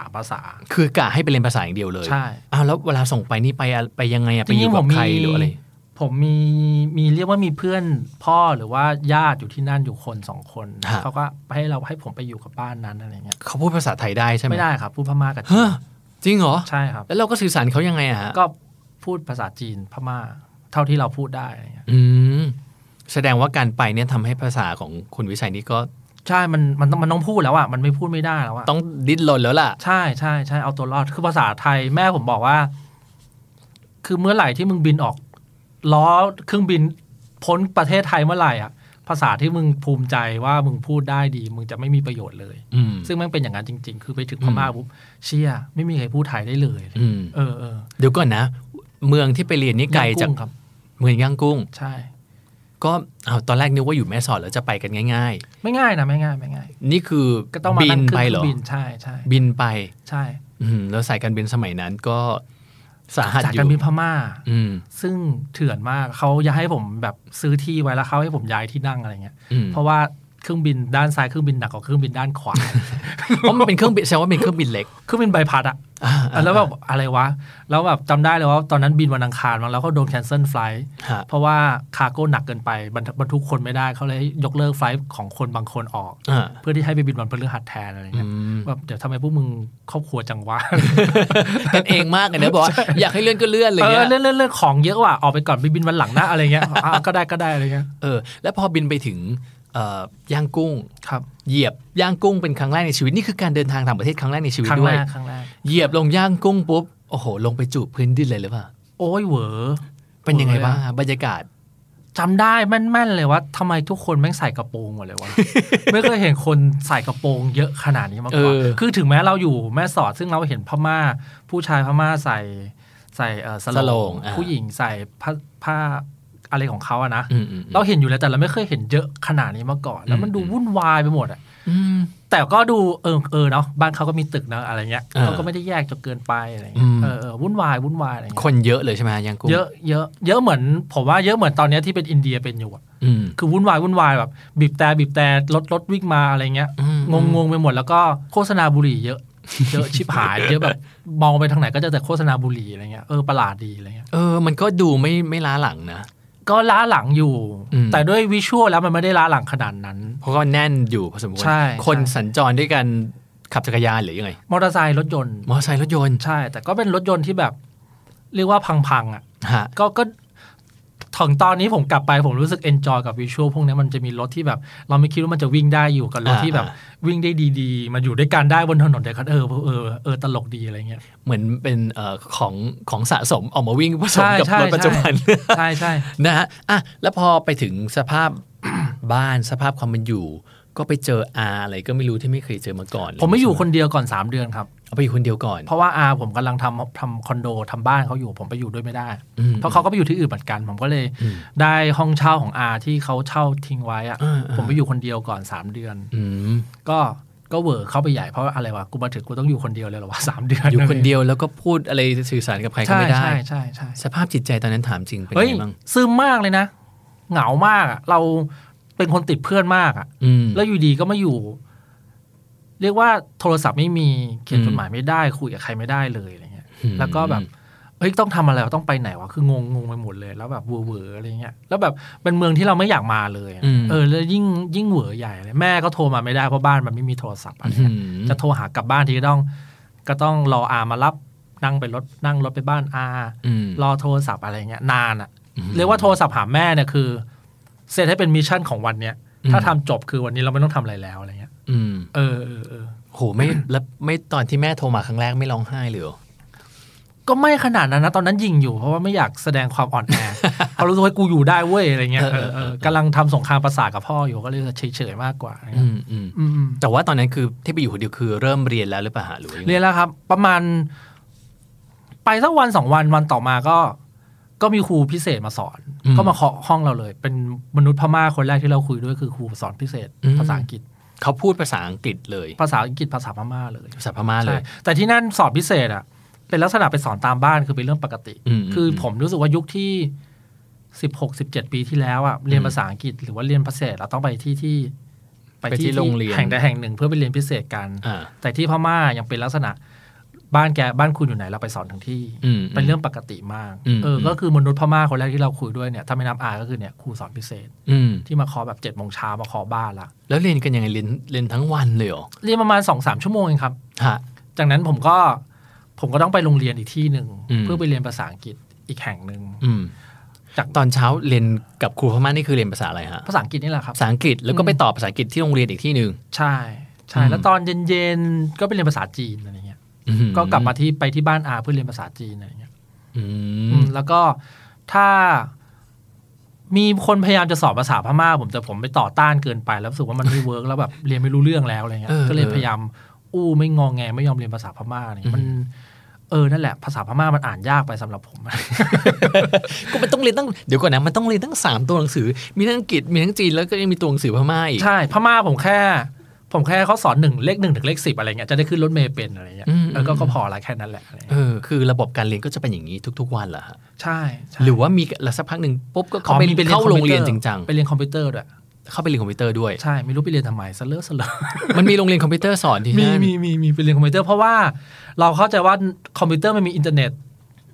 Speaker 9: สามภาษา
Speaker 2: คือกะให้ไปเรียนภาษาอย่างเดียวเลย
Speaker 9: ใช่
Speaker 2: อ้าวแล้วเวลาส่งไปนี่ไปอะไปยังไงอะไป
Speaker 9: จ
Speaker 2: อ
Speaker 9: ริ
Speaker 2: ยู่
Speaker 9: งๆผ
Speaker 2: กับ
Speaker 9: ม
Speaker 2: ใคร
Speaker 9: มี
Speaker 2: หรืออะไร
Speaker 9: ผมมีมีเรียกว่ามีเพื่อนพ่อหรือว่าญาติอยู่ที่นั่นอยู่คนสองคน
Speaker 2: ฮะ
Speaker 9: เขาก็ให้เราให้ผมไปอยู่กับบ้านนั้นอะไรเงี้ย
Speaker 2: เขาพูดภาษาไทยได้ใช่ไหม
Speaker 9: ไม่ได้ครับพูดพม่ากับจี
Speaker 2: เฮ้อน จริงเหรอ
Speaker 9: ใช่ครับ
Speaker 2: แล้วเราก็สื่อสารเขายังไงอะฮะ
Speaker 9: ก็พูดภาษาจีนพม่า เท่าที่เราพูดได้อะไรเงี้ย
Speaker 2: อืมแสดงว่าการไปเนี่ยทำให้ภาษาของคุณวิชัยนี่ก็
Speaker 9: ใช่มันมันต้องมันต้องพูดแล้วอ่ะมันไม่พูดไม่ได้แล้วอ่ะ
Speaker 2: ต้องดิ้นรนแล้วล่ะ
Speaker 9: ใช่ใช่ใช่เอาตัวรอดคือภาษาไทยแม่ผมบอกว่า คือเมื่อไหร่ที่มึงบินออก ล้อเครื่องบินพ้นประเทศไทยเมื่อไหร่อ่ะ ภาษาที่มึงภูมิใจว่ามึงพูดได้ดี มึงจะไม่มีประโยชน์เลย
Speaker 2: อืม
Speaker 9: ซึ่งแมันเป็นอย่างนั้นจริง ๆ คือไปถึง
Speaker 2: อื
Speaker 9: พ
Speaker 2: ม
Speaker 9: ม่าปุ๊บเชี่ยไม่มีใครพูดไทยได้เลยอะไร
Speaker 2: อืม
Speaker 9: เงี้ยเออเออ
Speaker 2: เดี๋ยวก่อนนะ เมืองที่ไปเรียนนี่ไกลจาก
Speaker 9: ย่งงครับ
Speaker 2: เมืองย่างกุ้ง
Speaker 9: ใช่
Speaker 2: ก็อ้าวตอนแรกนึกว่าอยู่แม่สอดแล้วจะไปกันง่าย
Speaker 9: ไม่ง่ายนะไม่ง่ายไม่ง่าย
Speaker 2: ๆ นี่คือ
Speaker 9: ก็ต้องมา
Speaker 2: บิ
Speaker 9: นั่งขึ้น
Speaker 2: ไป
Speaker 9: เค
Speaker 2: เหร
Speaker 9: รื่อ
Speaker 2: อ
Speaker 9: งบินใช่ใช่
Speaker 2: บินไป
Speaker 9: ใช่
Speaker 2: อืมแล้วสายการบินสมัยนั้นก็สาหัส
Speaker 9: จาก
Speaker 2: อยู่
Speaker 9: การบินพม่า
Speaker 2: อืม
Speaker 9: ซึ่งเถื่อนมากเขาอยากให้ผมแบบซื้อที่ไว้แล้วเขาให้ผมย้ายที่นั่งอะไรเงี้ย
Speaker 2: อืม
Speaker 9: เพราะว่าเครื่องบินด้านซ้ายเครื่องบินหนักกว่าเครื่องบินด้านขวา
Speaker 2: เพราะมันเป็นเครื่องบินแสดงว่าเป็นเครื่องบินเล็ก
Speaker 9: เครื่องบินใบพัดอะ
Speaker 2: อ่าอ่า
Speaker 9: แล้วแบบอะไรวะ แล้วแบบจำได้เลยว่าตอนนั้นบินวันอังคารมั้งแล้วก็โดนแคนเซิลไฟล์
Speaker 2: ฮะ
Speaker 9: เพราะว่าคาร์โก้หนักเกินไปบรรทุกบรรทุกคนไม่ได้เขาเลยยกเลิกไฟล์ของคนบางคนออก
Speaker 2: อ่า
Speaker 9: เพื่อที่ให้ไปบินวันพฤหัสแทนอะไร
Speaker 2: อื
Speaker 9: เงี้ย
Speaker 2: ม
Speaker 9: แบบเดี๋ยวทำไมพวกมึงครอบครัวจังว ะ
Speaker 2: กันเองมากเลยนะบอกว่าอยากให้เลื่อนก็เลื่อนอะไร
Speaker 9: เอ
Speaker 2: เงี้
Speaker 9: อย เลื่อนเลื่อนเลื่อนของเยอะว่ะออกไปก่อนไปบินวันหลังนะอะไรเงี้ยอ่ะ ก็ได้ก็ได้อะไรเงี้ย
Speaker 2: เออ แล้วพอบินไปถึงเอ่อย่างกุ้ง
Speaker 9: ครับ
Speaker 2: เหยียบย่างกุ้งเป็นครั้งแรกในชีวิตนี่คือการเดินทางต่างประเทศครั้งแรกในชีวิต
Speaker 9: ครั้ง
Speaker 2: ด้ว
Speaker 9: แร
Speaker 2: ย
Speaker 9: กครั้งแรก
Speaker 2: เหยียบลงย่างกุ้งปุ๊บโอ้โห ลงไปจูบพื้นดินเลยหรือเปล่า
Speaker 9: โอ้ยเหวอ
Speaker 2: เป็นยังไงบ้างอะบรรยากาศ
Speaker 9: จำได้แม่นๆเลยว่าทำไมทุกคนแม่งใส่กระโปรงหมดเลย วะ ไม่เคยเห็นคนใส่กระโปรงเยอะขนาดนี้มาก่อน
Speaker 2: เออ
Speaker 9: คือถึงแม้เราอยู่แม่สอดซึ่งเราเห็นพม่า ผู้ชายพม่าใส่ใส่เอ่อส
Speaker 2: สโล
Speaker 9: โล
Speaker 2: ง
Speaker 9: ง
Speaker 2: อ่ะ
Speaker 9: ผู้หญิงใส่ผ้าผ้าอะไรของเขาอะนะ
Speaker 2: อืมอืมอืม
Speaker 9: เราเห็นอยู่แล้วแต่เราไม่เคยเห็นเยอะขนาดนี้มาก่อน แล้วมันดู
Speaker 2: อืม
Speaker 9: วุ่นวายไปหมดอะ
Speaker 2: อืม
Speaker 9: แต่ก็ดูเออเออเนาะบ้านเขาก็มีตึกเนาะอะไรเงี้ย
Speaker 2: เออ
Speaker 9: เขาก็ไม่ได้แยกจนเกินไปอะไรเงี้ย
Speaker 2: อืม
Speaker 9: เออเออวุ่นวายวุ่นวายอะไร
Speaker 2: ค
Speaker 9: เงี้ย
Speaker 2: นเยอะเลยใช่ไหมฮะย่างกุ้ง
Speaker 9: เยอะเยอะเยอะเหมือน ผมว่าเยอะเหมือนตอนเนี้ยที่เป็นอินเดียเป็นอยู่อะ
Speaker 2: อืม
Speaker 9: คือวุ่นวายวุ่นวายแบบบีบแต่บีบแต่รถรถวิ่งมาอะไรเงี้ย
Speaker 2: อืม
Speaker 9: งงงงไปหมดแล้วก็โฆษณาบุหรี่เยอะเยอะชิบหาย เยอะแบบมองไปทางไหนก็เจะแต่โฆษณาบุหรี่อะไรเงี้ยเออประหลาดดีอะไรเงี้ย
Speaker 2: เออ มันก็ดูไม่ไม่ล้าหลังนะ
Speaker 9: ก็ล้าหลังอยู่
Speaker 2: อืม
Speaker 9: แต่ด้วยวิชวลแล้วมันไม่ได้ล้าหลังขนาดนั้น
Speaker 2: เพราะก็แน่นอยู่พอสมควร
Speaker 9: ใช่
Speaker 2: คน
Speaker 9: ใช่
Speaker 2: สัญจรด้วยกันขับจักรยานหรือยังไง
Speaker 9: มอเตอร์ไซค์รถยนต์
Speaker 2: มอเตอร์ไซค์รถยนต์
Speaker 9: ใช่ แต่ก็เป็นรถยนต์ที่แบบเรียกว่าพังๆอ่ะ
Speaker 2: ฮะ
Speaker 9: ก็ก็ถึงตอนนี้ผมกลับไปผมรู้สึกเอนจอยกับวิชวลพวกนี้มันจะมีรถที่แบบ เราไม่คิดว่ามันจะวิ่งได้อยู่กับรถ
Speaker 2: อ่า
Speaker 9: ที่แบบ
Speaker 2: อ่า
Speaker 9: วิ่งได้ดีๆ มาอยู่ด้วยกันได้บนถนนเด็กคันเออเออเออตลกดีอะไรเงี้ย
Speaker 2: เหมือนเป็นเอ่อของของสะสมออกมาวิ่งผสมกับรถปัจจุบัน
Speaker 9: ใช่ใช่
Speaker 2: นะฮะอ่ะแล้วพอไปถึงสภาพ บ้านสภาพความเป็นอยู่ ก็ไปเจออาอะไรก็ไม่รู้ที่ไม่เคยเจอมาก่อน
Speaker 9: ผมไม่อยู่คนเดียวก่อน 3 เดือนครับ
Speaker 2: เอาไปอยู่คนเดียวก่อน
Speaker 9: เพราะว่าอาผมกำลังทำทำคอนโดทำบ้านเขาอยู่ผมไปอยู่ด้วยไม่ได้
Speaker 2: อืม
Speaker 9: เพราะเขาก็ไปอยู่ที่อื่นเหมือนกัน ผมก็เลย
Speaker 2: อืม
Speaker 9: ได้ห้องเช่าของอาที่เขาเช่าทิ้งไว้อะ
Speaker 2: อ่าอ่า
Speaker 9: ผมไปอยู่คนเดียวก่อนสามเดือน
Speaker 2: อืม
Speaker 9: ก็ก็เวอร์เข้าไปใหญ่เพราะอะไรวะกูมาถึงกูต้องอยู่คนเดียวเลยเหรอวะส ามเดือน
Speaker 2: อยู่คนเดียวแล้วก็พูดอะไรสื่อสารกับใครก็ไม่ได้
Speaker 9: ใช่ใช่ใช่
Speaker 2: สภาพจิตใจตอนนั้นถามจริงเป็น
Speaker 9: เฮ้ย
Speaker 2: ไงบ้าง
Speaker 9: ซึมมากเลยนะ เหงามากอะเราเป็นคนติดเพื่อนมากอะ
Speaker 2: อืม
Speaker 9: แล้วอยู่ดีก็มาอยู่ เรียกว่าโทรศัพท์ไม่มีเขียนจดหมายไม่ได้คุยกับใครไม่ได้เลยอะไรเงี้ย
Speaker 2: อืม
Speaker 9: แล้วก็แบบเฮ้ยต้องทำอะไรวะต้องไปไหนวะคืองงงงไปหมดเลย แล้วแบบเวอร์เวอร์อะไรเงี้ยแล้วแบบเป็นเมืองที่เราไม่อยากมาเลยอะ
Speaker 2: อืม
Speaker 9: เออแล้วยิ่งยิ่งเหวอใหญ่เลยแม่ก็โทรมาไม่ได้เพราะบ้านมันไม่มีโทรศัพท์อะไรเงี้ย จะโทรหากลับบ้านทีก็ต้อง ก็ต้องรออามารับนั่งไปรถนั่งรถไปบ้านอา
Speaker 2: ม
Speaker 9: รอโทรศัพท์อะไรเงี้ยนานอะ่ะ เรียกว่าโทรศัพท์หาแม่เนี่ยคือ เสร็จให้เป็นมิชชั่นของวันเนี้ย
Speaker 2: อืม
Speaker 9: ถ้าทำจบคือวันนี้เราไม่ต้องทำอะไรแล้วอะไรเงี้ย
Speaker 2: อืม
Speaker 9: เออเออเออ
Speaker 2: โหไม่แล้วไม่ตอนที่แม่โทรมาครั้งแรกไม่ร้องไห้เลยเหรอ
Speaker 9: ก็ไม่ขนาดนั้นนะ ตอนนั้นยิงอยู่เพราะว่าไม่อยากแสดงความอ่อนแอ เขาะรู้สึกว่ากูอยู่ได้เว้ยอะไรเงี้ย
Speaker 2: เอ
Speaker 9: เอ
Speaker 2: อ
Speaker 9: อ
Speaker 2: เออเออ
Speaker 9: เออกำลังทำสงครามประสาทกับพ่ออยู่ก็เลยเฉยๆมากกว่าอะไร
Speaker 2: อื
Speaker 9: เงี้ย
Speaker 2: มอืม
Speaker 9: อืมอืม
Speaker 2: แต่ว่าตอนนั้นคือที่ไปอยู่คนเดียวคือเริ่มเรียนแล้วหรือเปล่าฮะหรือว่ายังไง
Speaker 9: เรียนแล้วครับ ประมาณ ไปสักวันสองวันวันต่อมาก็ ก็มีครูพิเศษมาสอน ก็มาเคาะห้องเราเลย เป็นมนุษย์พม่าคนแรกที่เราคุยด้วยคือครูสอนพิเศษ ภาษาอังกฤษ
Speaker 2: เขาพูดภาษาอังกฤษเลย
Speaker 9: ภาษาอังกฤษภาษาพม่าเลย
Speaker 2: ภาษาพม่าเล
Speaker 9: ใช่
Speaker 2: ย
Speaker 9: แต่ที่นั่นสอนพิเศษอ่ะ เป็นลักษณะไปสอนตามบ้านคือเป็นเรื่องปกติ
Speaker 2: อืมอืม
Speaker 9: คืออ
Speaker 2: ม
Speaker 9: ผมรู้สึกว่ายุคที่สิบหกสิบเจ็ดปีที่แล้วอ่ะเรียนภาษาอังกฤษ หรือว่าเรียนพิเศษเราต้องไปที่ที่
Speaker 2: ไปที่โรงเรียน
Speaker 9: แห่งใดแห่งหนึ่งเพื่อไปเรียนพิเศษกัน
Speaker 2: อ่า
Speaker 9: แต่ที่พม่ายังเป็นลักษณะบ้านแกบ้านคุณอยู่ไหนเราไปสอนถึงที่
Speaker 2: อืม
Speaker 9: เป็นเรื่องปกติมาก
Speaker 2: อืม
Speaker 9: เอออ
Speaker 2: ม
Speaker 9: ก็คือมนุษย์พม่าคนแรกที่เราคุยด้วยเนี่ยถ้าไม่นับอาก็คือเนี่ยครูสอนพิเศษ
Speaker 2: อืม
Speaker 9: ที่มาเคอแบบเจ็ดโมงเช้ามาเคอบ้านละ
Speaker 2: แล้วเรียนกันยังไงเรียนเรียนทั้งวันเลยเหรอ
Speaker 9: เรียนประมาณสองสามชั่วโมงเองครับ
Speaker 2: ฮะ
Speaker 9: จากนั้นผมก็ผมก็ต้องไปโรงเรียนอีกที่หนึ่ง
Speaker 2: อืม
Speaker 9: เพื่อไปเรียนภาษาอังกฤษอีกแห่งหนึ่ง
Speaker 2: อืม
Speaker 9: จาก
Speaker 2: ตอนเช้าเรียนกับครูพม่านี่คือเรียนภาษาอะไรฮะ
Speaker 9: ภาษาอังกฤษนี่แหละครับ
Speaker 2: ภาษาอังกฤษแล้วก็ไปต่อภาษาอังกฤษที่โรงเรียนอีกที่หนึ่ง
Speaker 9: ใช่ใช่
Speaker 2: อืม
Speaker 9: แล้วตอนเย็นๆก็ไปเรียนภาษาจีนอะไรเงี้ย
Speaker 2: อืม
Speaker 9: ก็กลับมาที่ไปที่บ้านอาเพื่อเรียนภาษาจีนอะไรเงี้ย
Speaker 2: อื
Speaker 9: อื
Speaker 2: ม
Speaker 9: มแล้วก็ถ้ามีคนพยายามจะสอบภาษาพม่าผมแต่ผมไปต่อต้านเกินไป แล้วรู้สึกว่ามันไม่เวิร์กแล้วแบบเรียนไม่รู้เรื่องแล้วอะไรเงี้ยก็เลยพยายามอู้ไม่งองแงไม่ยอมเรียนภาษาพม่าอะไรเงี้ยมัน เออนั่นแหละ ภาษาพม่ามันอ่านยากไปสำหรับผม
Speaker 2: ก็มันต้องเรียนตั้งเดี๋ยวก่อนนะมันต้องเรียนตั้งสามตัวหนังสือ มีทั้งอังกฤษมีทั้งจีนแล้วก็ยังมีตัวหนังสือพม่าอีก
Speaker 9: ใช่พม่าผมแค่ ผมแค่เขาสอนหนึ่งเลขหนึ่งถึงเลขสิบอะไรเงี้ยจะได้ขึ้นรถเมล์เป็นอะไรเงี้ย
Speaker 2: อืม
Speaker 9: แล้วก็ก็พอละแค่นั้นแหละอะไร
Speaker 2: เอ
Speaker 9: เงี้ย
Speaker 2: อคือระบบการเรียนก็จะเป็นอย่างนี้ทุก ๆ วันเหรอฮะ
Speaker 9: ใช่ใช่
Speaker 2: หรือว่ามีแล้วสักพักหนึ่งปุ๊บก็
Speaker 9: อ๋
Speaker 2: เขา
Speaker 9: อ
Speaker 2: ไป
Speaker 9: มีไป
Speaker 2: เข้าโรงเรียนจริงจัง
Speaker 9: ไปเรียนคอมพิวเตอร์ด้วย
Speaker 2: ๆเข้าไปเรียนคอมพิวเตอร์ด้วย
Speaker 9: ใช่ไม่รู้ไปเรียนทำไมเสลอเสลอ
Speaker 2: มันมีโรงเรียนคอมพิวเตอร์สอนที่
Speaker 9: มี
Speaker 2: นั่น
Speaker 9: มีมีมีไปเรียนคอมพิวเตอร์เพราะว่าเราเข้าใจว่าคอมพิวเตอร์มันมีอินเทอร์เน็ต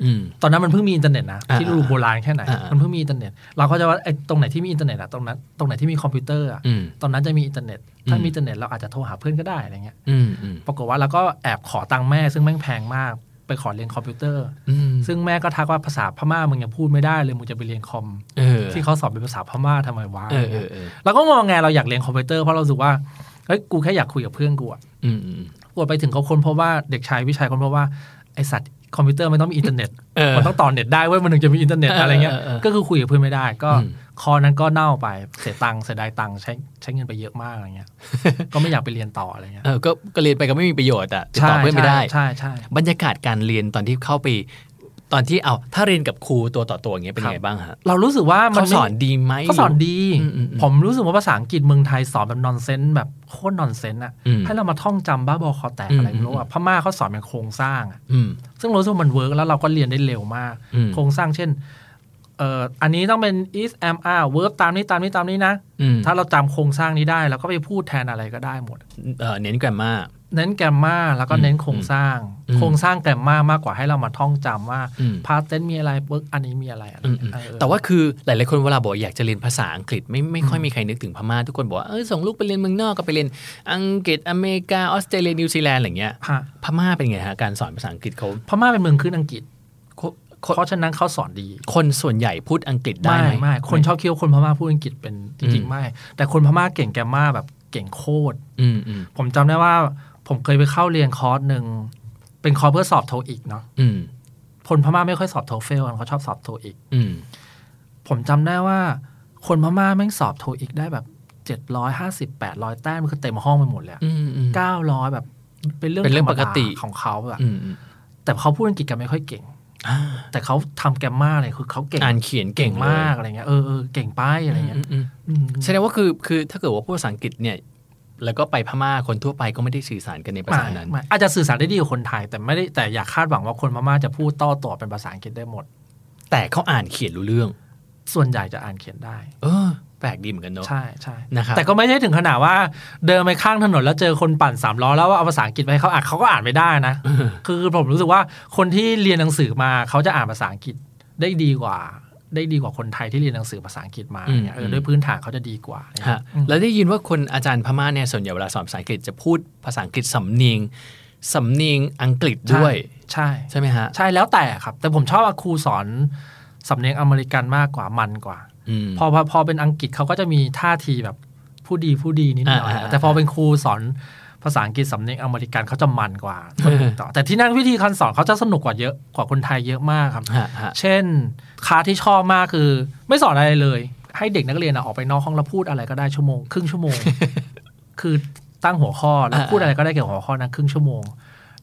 Speaker 2: อืม
Speaker 9: ตอนนั้นมันเพิ่งมีอินเทอร์เน็ตนะ
Speaker 2: อ่า
Speaker 9: ที่ดูโบราณแค่ไหน
Speaker 2: อ่ามั
Speaker 9: มันเพิ่งมีอินเทอร์เน็ตเราเข้าใจว่าไอ้ตรงไหนที่มีอินเทอร์เน็ตอะตรงนั้นตรงไหนที่มีคอมพิวเตอร์อะ
Speaker 2: อืม
Speaker 9: ตอนนั้นจะมีอินเทอร์เน็ตถ้า
Speaker 2: อืม
Speaker 9: มีอินเทอร์เน็ตเราอาจจะโทรหาเพื่อนก็ได้อะไรเงี้ย
Speaker 2: อืมอืม
Speaker 9: ปรากฏว่าเราก็แอบขอตังค์แม่ซึ่งแม่งแพงมาก ไปขอเรียนคอมพิวเตอร์
Speaker 2: อืม
Speaker 9: ซึ่งแม่ก็ทักว่าภาษาพม่ามึงยังพูดไม่ได้เลยมึงจะไปเรียนคอม
Speaker 2: เออ
Speaker 9: ที่เขาสอนเป็นภาษาพม่าทำไมวะ
Speaker 2: เออเออเออ
Speaker 9: เราก็มองไงเราอยากเรียนคอมพิวเตอร์เพราะเรารู้สึกว่าเฮ้ยกูแค่อยากคุยกับเพื่อนกูอะ
Speaker 2: อืมอืม
Speaker 9: ปวดไปถึงเขาค้นเพราะว่าเด็กชายวิชัยค้นเพราะว่าไอสัตว์คอมพิวเตอร์มันต้องมีอินเทอร์เน็ต
Speaker 2: เออ
Speaker 9: มันต้องต่อเน็ตได้เว้ยมันถึงจะมีอินเทอร์เน็ต
Speaker 2: เออ
Speaker 9: อะไรเงี้ย
Speaker 2: เออเออ
Speaker 9: ก็คือคุยกับเพื่อนไม่ได้ ก็
Speaker 2: อืม
Speaker 9: คอนั้นก็เน่าไปเสียตังค์เสียดายตังค์ใช้ใช้เงินไปเยอะมากอะไรเงี้ย ก็ไม่อยากไปเรียนต่ออะไรเงี้ ย
Speaker 2: เออก็ก็เรียนไปก็ไม่มีประโยชน์อ่ะติดต่อเพื่อนไม่ได้
Speaker 9: ใช่ใช่
Speaker 2: บรรยากาศการเรียนตอนที่เข้าไป ตอนที่เอาถ้าเรียนกับครูตัวต่อตัวอย่างเงี้ยเป็น
Speaker 9: ครับ
Speaker 2: ไงบ้างฮะ
Speaker 9: เรารู้สึกว่ามั
Speaker 2: เขา
Speaker 9: นไม่
Speaker 2: สอนดีไหม
Speaker 9: เขาสอนดี
Speaker 2: อืมอืมอืม
Speaker 9: ผมรู้สึกว่าภาษาอังกฤษเมืองไทยสอนแบบนอนเซนแบบโคตรนอนเซนอะ
Speaker 2: อืม
Speaker 9: ให้เรามาท่องจำบ้าบอคอแตกอะไรไม่รู้
Speaker 2: อื
Speaker 9: อะ
Speaker 2: ม
Speaker 9: พม่าเขาสอนเป็นโครงสร้างอะ
Speaker 2: อืม
Speaker 9: ซึ่งเรารู้สึกว่ามันเวิร์กแล้วเราก็เรียนได้เร็วมาก
Speaker 2: อืม
Speaker 9: โครงสร้างเช่นเอ่ออันนี้ต้องเป็น is am are verb ตามนี้ตามนี้ตามนี้นะ
Speaker 2: อืม
Speaker 9: ถ้าเราจำโครงสร้างนี้ได้เราก็ไปพูดแทนอะไรก็ได้หมด
Speaker 2: เออเน้นแกรมมา
Speaker 9: เน้นแกรมมาแล้วก็
Speaker 2: อืม
Speaker 9: เน้นโครงสร้าง
Speaker 2: อืม
Speaker 9: โครงสร้างแกรมมามากกว่าให้เรามาท่องจำว่า
Speaker 2: อืม
Speaker 9: พาสเทนมีอะไรเวิร์กอันนี้มีอะไรอะไร
Speaker 2: อืม
Speaker 9: เงี้
Speaker 2: อื
Speaker 9: ย
Speaker 2: ม
Speaker 9: เออ
Speaker 2: แต่ว่าคือหลาย ๆ คนเวลาบอกอยากจะเรียนภาษาอังกฤษไม่ไม่ค่อยมีใครนึกถึงพม่าทุกคนบอกว่าเออส่งลูกไปเรียนเมืองนอกก็ไปเรียนอังกฤษอเมริกาออสเตรเลียนิวซีแลนด์อะไรเงี้ย
Speaker 9: ฮะ
Speaker 2: พม่าเป็นไงฮะการสอนภาษาอังกฤษเขา
Speaker 9: พม่าเป็นเมืองขึ้นอังกฤษ
Speaker 2: เขา
Speaker 9: เพราะฉะนั้นเขาสอนดี
Speaker 2: คนส่วนใหญ่พูดอังกฤษได้
Speaker 9: ไม่
Speaker 2: ไหม
Speaker 9: ไม่คนชอบคิดว่าคนพม่าพูดอังกฤษเป็นจริ
Speaker 2: อื
Speaker 9: ง
Speaker 2: ม
Speaker 9: ๆไม่ แต่คนพม่าเก่งแกรมมาแบบเก่งโคตร
Speaker 2: อืมอืม
Speaker 9: ผมจำได้ว่าผมเคยไปเข้าเรียนคอร์สหนึ่งเป็นคอร์สเพื่อสอบโทอีกเนาะ
Speaker 2: อืม
Speaker 9: คนพม่าไม่ค่อยสอบโทเฟลกันเขาชอบสอบโทอีก
Speaker 2: อืม
Speaker 9: ผมจำได้ว่า คนพม่าแม่งสอบโทอีกได้แบบเจ็ดร้อยห้าสิบแปดร้อยแต้มคือเต็มห้องไปหมดเลย
Speaker 2: อืมอืม
Speaker 9: เก้าร้อยแบบ เป็นเรื่อง
Speaker 2: เป็นเรื่องปกติ
Speaker 9: ธรรมดาของเขาอะ
Speaker 2: อืมอืม
Speaker 9: แต่เขาพูดอังกฤษกันไม่ค่อยเก่ง แต่เขาทำแกรมมาอะไรคือเขาเก่ง
Speaker 2: อ่านเขียนเก่
Speaker 9: เก่
Speaker 2: ง
Speaker 9: งมากอะไรเงี้ยเออเออเก่งไปอะไร
Speaker 2: เลย
Speaker 9: เงี้
Speaker 2: อื
Speaker 9: ย
Speaker 2: มอืม
Speaker 9: อืม
Speaker 2: แสดงว่าคือคือถ้าเกิดว่าพูดภาษาอังกฤษเนี่ย แล้วก็ไปพม่าคนทั่วไปก็ไม่ได้สื่อสารกันในภาษานั้น
Speaker 9: ไม่ไม่อาจจะสื่อสารได้ดีกว่าคนไทย แต่ไม่ได้แต่อย่าคาดหวังว่าคนพม่าจะพูดโต้อตอบเป็นภาษาอังกฤษได้หมด
Speaker 2: แต่เขาอ่านเขียนรู้เรื่อง
Speaker 9: ส่วนใหญ่จะอ่านเขียนได้
Speaker 2: เออ
Speaker 4: แปลกดีเหมือนกันเนาะ
Speaker 9: ใช่ใช่
Speaker 4: นะครับ
Speaker 9: แต่ก็ไม่ใช่ถึงขนาดว่าเดินไปข้างถนนแล้วเจอคนปั่นสามล้อแล้วเอาภาษาอังกฤษไปให้เขาอ่านเขาก็อ่านไม่ได้นะ คือผมรู้สึกว่าคนที่เรียนหนังสือมาเขาจะอ่านภาษาอังกฤษได้ดีกว่า ได้ดีกว่าคนไทยที่เรียนหนังสือภาษาอังกฤษมาเนี่ยเออ
Speaker 4: อืม
Speaker 9: ด้วยพื้นฐานเขาจะดีกว่าเนี่ย
Speaker 4: ฮะแล้วได้ยินว่าคนอาจารย์พม่าเนี่ยส่วนใหญ่เวลาสอนภาษาอังกฤษจะพูดภาษาอังกฤษสำเนียงสำเนียงอังกฤษด้วย
Speaker 9: ใช่
Speaker 4: ใช่ไหมฮะ
Speaker 9: ใช่แล้วแต่ครับ แต่ผมชอบครูสอนสำเนียงอเมริกันมากกว่ามันกว่า
Speaker 4: ม
Speaker 9: พอพอพอเป็นอังกฤษเขาก็จะมีท่าทีแบบผู้ดีผู้ดีนิดหน่อย
Speaker 4: อ่าอ่า
Speaker 9: แต่พอเป็นครูสอนภาษาอังกฤษสำเนียงอเมริกันเขาจะมันกว่า ต่อแต่ที่นั่นวิธีการสอนเขาจะสนุกกว่าเยอะกว่าคนไทยเยอะมากครับ
Speaker 4: ฮะฮะ
Speaker 9: เช่นคลาสที่ชอบมากคือ ไม่สอนอะไรเลย ให้เด็กนักเรียนอะออกไปนอกห้องแล้วพูดอะไรก็ได้ชั่วโมง ครึ่งชั่วโม ง คือตั้งหัวข้อแล้วพูดอะไรก็ได้เกี่ยวกับหัวข้อนั้นครึ่งชั่วโมง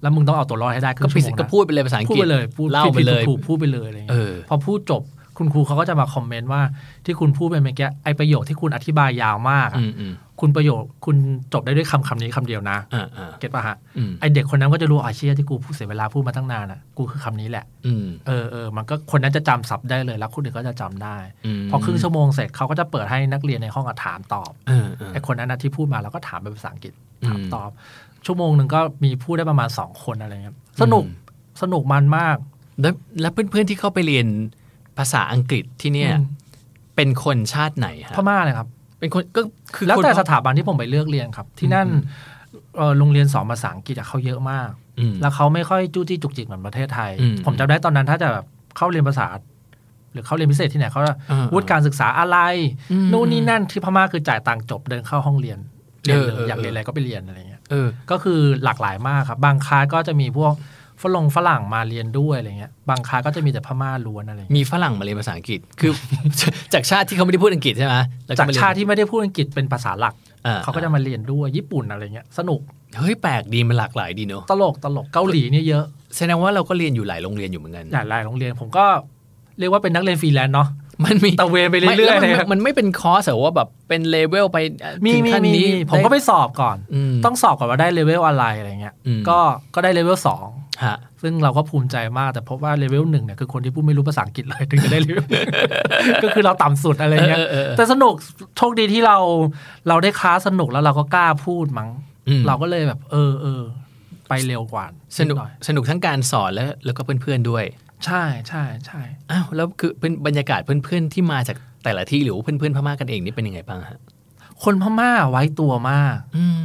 Speaker 9: แล้วมึงต้องเอาตัวรอดให้ได้ครึ่
Speaker 4: ก็
Speaker 9: ง
Speaker 4: ปิ
Speaker 9: ชั่
Speaker 4: ด
Speaker 9: วโมง
Speaker 4: ก็
Speaker 9: นะ
Speaker 4: พูดไปเลยภาษาอัง
Speaker 9: พูด
Speaker 4: กฤษ
Speaker 9: ไปเลยพูด
Speaker 4: เล่าไป
Speaker 9: ผิด
Speaker 4: เล
Speaker 9: ผิด
Speaker 4: ย
Speaker 9: ถูกๆพูดไปเลยอะไรเงี้
Speaker 4: เอย อ
Speaker 9: พอพูดจบคุณครูเขาก็จะมาคอมเมนต์ว่าที่คุณพูดไปเมื่อกี้ไอประโยคที่คุณอธิบายยาวมากอะ
Speaker 4: อืมอืม
Speaker 9: คุณประโยคคุณจบได้ด้วยคำคำนี้คำเดียวนะ
Speaker 4: อ่าอ่า
Speaker 9: เก็ตป่ะฮะ
Speaker 4: อืม
Speaker 9: ไอเด็กคนนั้นก็จะรู้อาเชียที่กูพูดเสียเวลาพูดมาตั้งนานอ่ะกูคือคำนี้แหละ
Speaker 4: อืม
Speaker 9: เออเออมันก็คนนั้นจะจำศัพท์ได้เลยแล้วคนอื่นก็จะจำได้
Speaker 4: ม
Speaker 9: พอครึ่งชั่วโมงเสร็จเขาก็จะเปิดให้นักเรียนในห้องอะถามตอบ
Speaker 4: เออเออ
Speaker 9: ไอคนนั้นนะที่พูดมาเราก็ถามเป็นภาษาอังกฤษ
Speaker 4: อืม
Speaker 9: ถามตอบ ชั่วโมงหนึ่งก็มีพูดได้ประมาณสองคนอะไรเงี้ยสนุกสนุกมันมาก
Speaker 4: แล้วแล้วเพื่อนๆที่เข้าไปเรียนภาษาอังกฤษที่เนี่ย
Speaker 9: อืม
Speaker 4: เป็นคนชาติไหนฮะ
Speaker 9: พม่าเลยครับ
Speaker 4: เป็นคนก็คือ
Speaker 9: แล้ว
Speaker 4: คน
Speaker 9: แต่
Speaker 4: พม่า
Speaker 9: สถาบันที่ผมไปเลือกเรียนครับ ที่นั่น
Speaker 4: อืม
Speaker 9: เอ่อโรงเรียนสอนภาษาอังกฤษอะเขาเยอะมาก
Speaker 4: อืม
Speaker 9: แล้วเขาไม่ค่อยจู้จี้จุกจิกเหมือนประเทศไทย
Speaker 4: อืม
Speaker 9: ผมจำได้ตอนนั้นถ้าจะแบบเข้าเรียนภาษา หรือเข้าเรียนพิเศษที่ไหนเขาจะ
Speaker 4: อ่า
Speaker 9: วุฒิการศึกษาอะไร
Speaker 4: อืม
Speaker 9: นู่นนี่นั่นที่พม่าคือจ่ายตังค์จบเดินเข้าห้องเรียนเรียนเล
Speaker 4: เออเอย อ
Speaker 9: อยาก
Speaker 4: เออ
Speaker 9: เรียนอะไรก็ไปเรียนอะไรเงี้ย
Speaker 4: เออ
Speaker 9: ก็คือหลากหลายมากครับ บางคลาสก็จะมีพวกฝรั่งฝรั่งมาเรียนด้วยอะไรเงี้ยบางคลาสก็จะมีแต่พม่าล้วนอะไรเงี้ย
Speaker 4: มีฝรั่งมาเรียนภาษาอังกฤษคือ จากชาติที่เขาไม่ได้พูดอังกฤษใช่ไหมแล้ว
Speaker 9: จาก
Speaker 4: มเรียน
Speaker 9: ชาติที่ไม่ได้พูดอังกฤษเป็นภาษาหลัก
Speaker 4: อ่
Speaker 9: เขาก็จะมาเรียนด้วยญี่ปุ่นอะไรเงี้ยสนุก
Speaker 4: เฮ้ยแปลกดีมันหลากหลายดีเนอะ
Speaker 9: ตลกตลกเกาหลีเนี่ยเยอะ
Speaker 4: แสดงว่าเราก็เรียนอยู่หลายโรงเรียนอยู่เหมือนกัน
Speaker 9: หลายหลายโรงเรียนผมก็เรียกว่าเป็นนักเรียนฟรีแลนซ์เนาะ
Speaker 4: มันมี
Speaker 9: ตะเวนไปเรื่
Speaker 4: ม่
Speaker 9: อยๆ
Speaker 4: แล้
Speaker 9: เล
Speaker 4: วย มันมันไม่เป็นคอร์สเหรอว่าแบบเป็นเลเวลไป
Speaker 9: มี
Speaker 4: ถึง
Speaker 9: มี
Speaker 4: ขั้น
Speaker 9: มี
Speaker 4: นี้
Speaker 9: ผมก็ไป
Speaker 4: ด้
Speaker 9: สอบก่อน
Speaker 4: อืม
Speaker 9: ต้องสอบก่อนว่าได้เลเวลอะไรอะไรเงี้ย
Speaker 4: อืม
Speaker 9: ก็ก็ได้เลเวลสอง
Speaker 4: ฮะ
Speaker 9: ซึ่งเราก็ภูมิใจมากแต่พบว่าเลเวลหนึ่งเนี่ยคือคนที่พูดไม่รู้ภาษาอังกฤษเลยถึง จะได้เลเวล ก็คือเราต่ำสุดอะไรเงี้ย
Speaker 4: เออเออเออ
Speaker 9: แต่สนุกโชคดีที่เราเราได้คลาสสนุกแล้วเราก็กล้าพูดมั้ง
Speaker 4: อืม
Speaker 9: เราก็เลยแบบ เออเออไปเร็วกว่า
Speaker 4: สนุก
Speaker 9: ดหอย
Speaker 4: สนุกทั้งการสอนแล้วแล้วก็เพื่อนๆด้วย
Speaker 9: ใช่ใช่ใช่
Speaker 4: อ้าวแล้วคือเป็นบรรยากาศเพื่อนๆที่มาจากแต่ละที่หรือว่าเพื่อนๆพม่ากันเองนี่เป็นยังไงบ้างฮะ
Speaker 9: คนพม่าไว้ตัวมาก
Speaker 4: อืม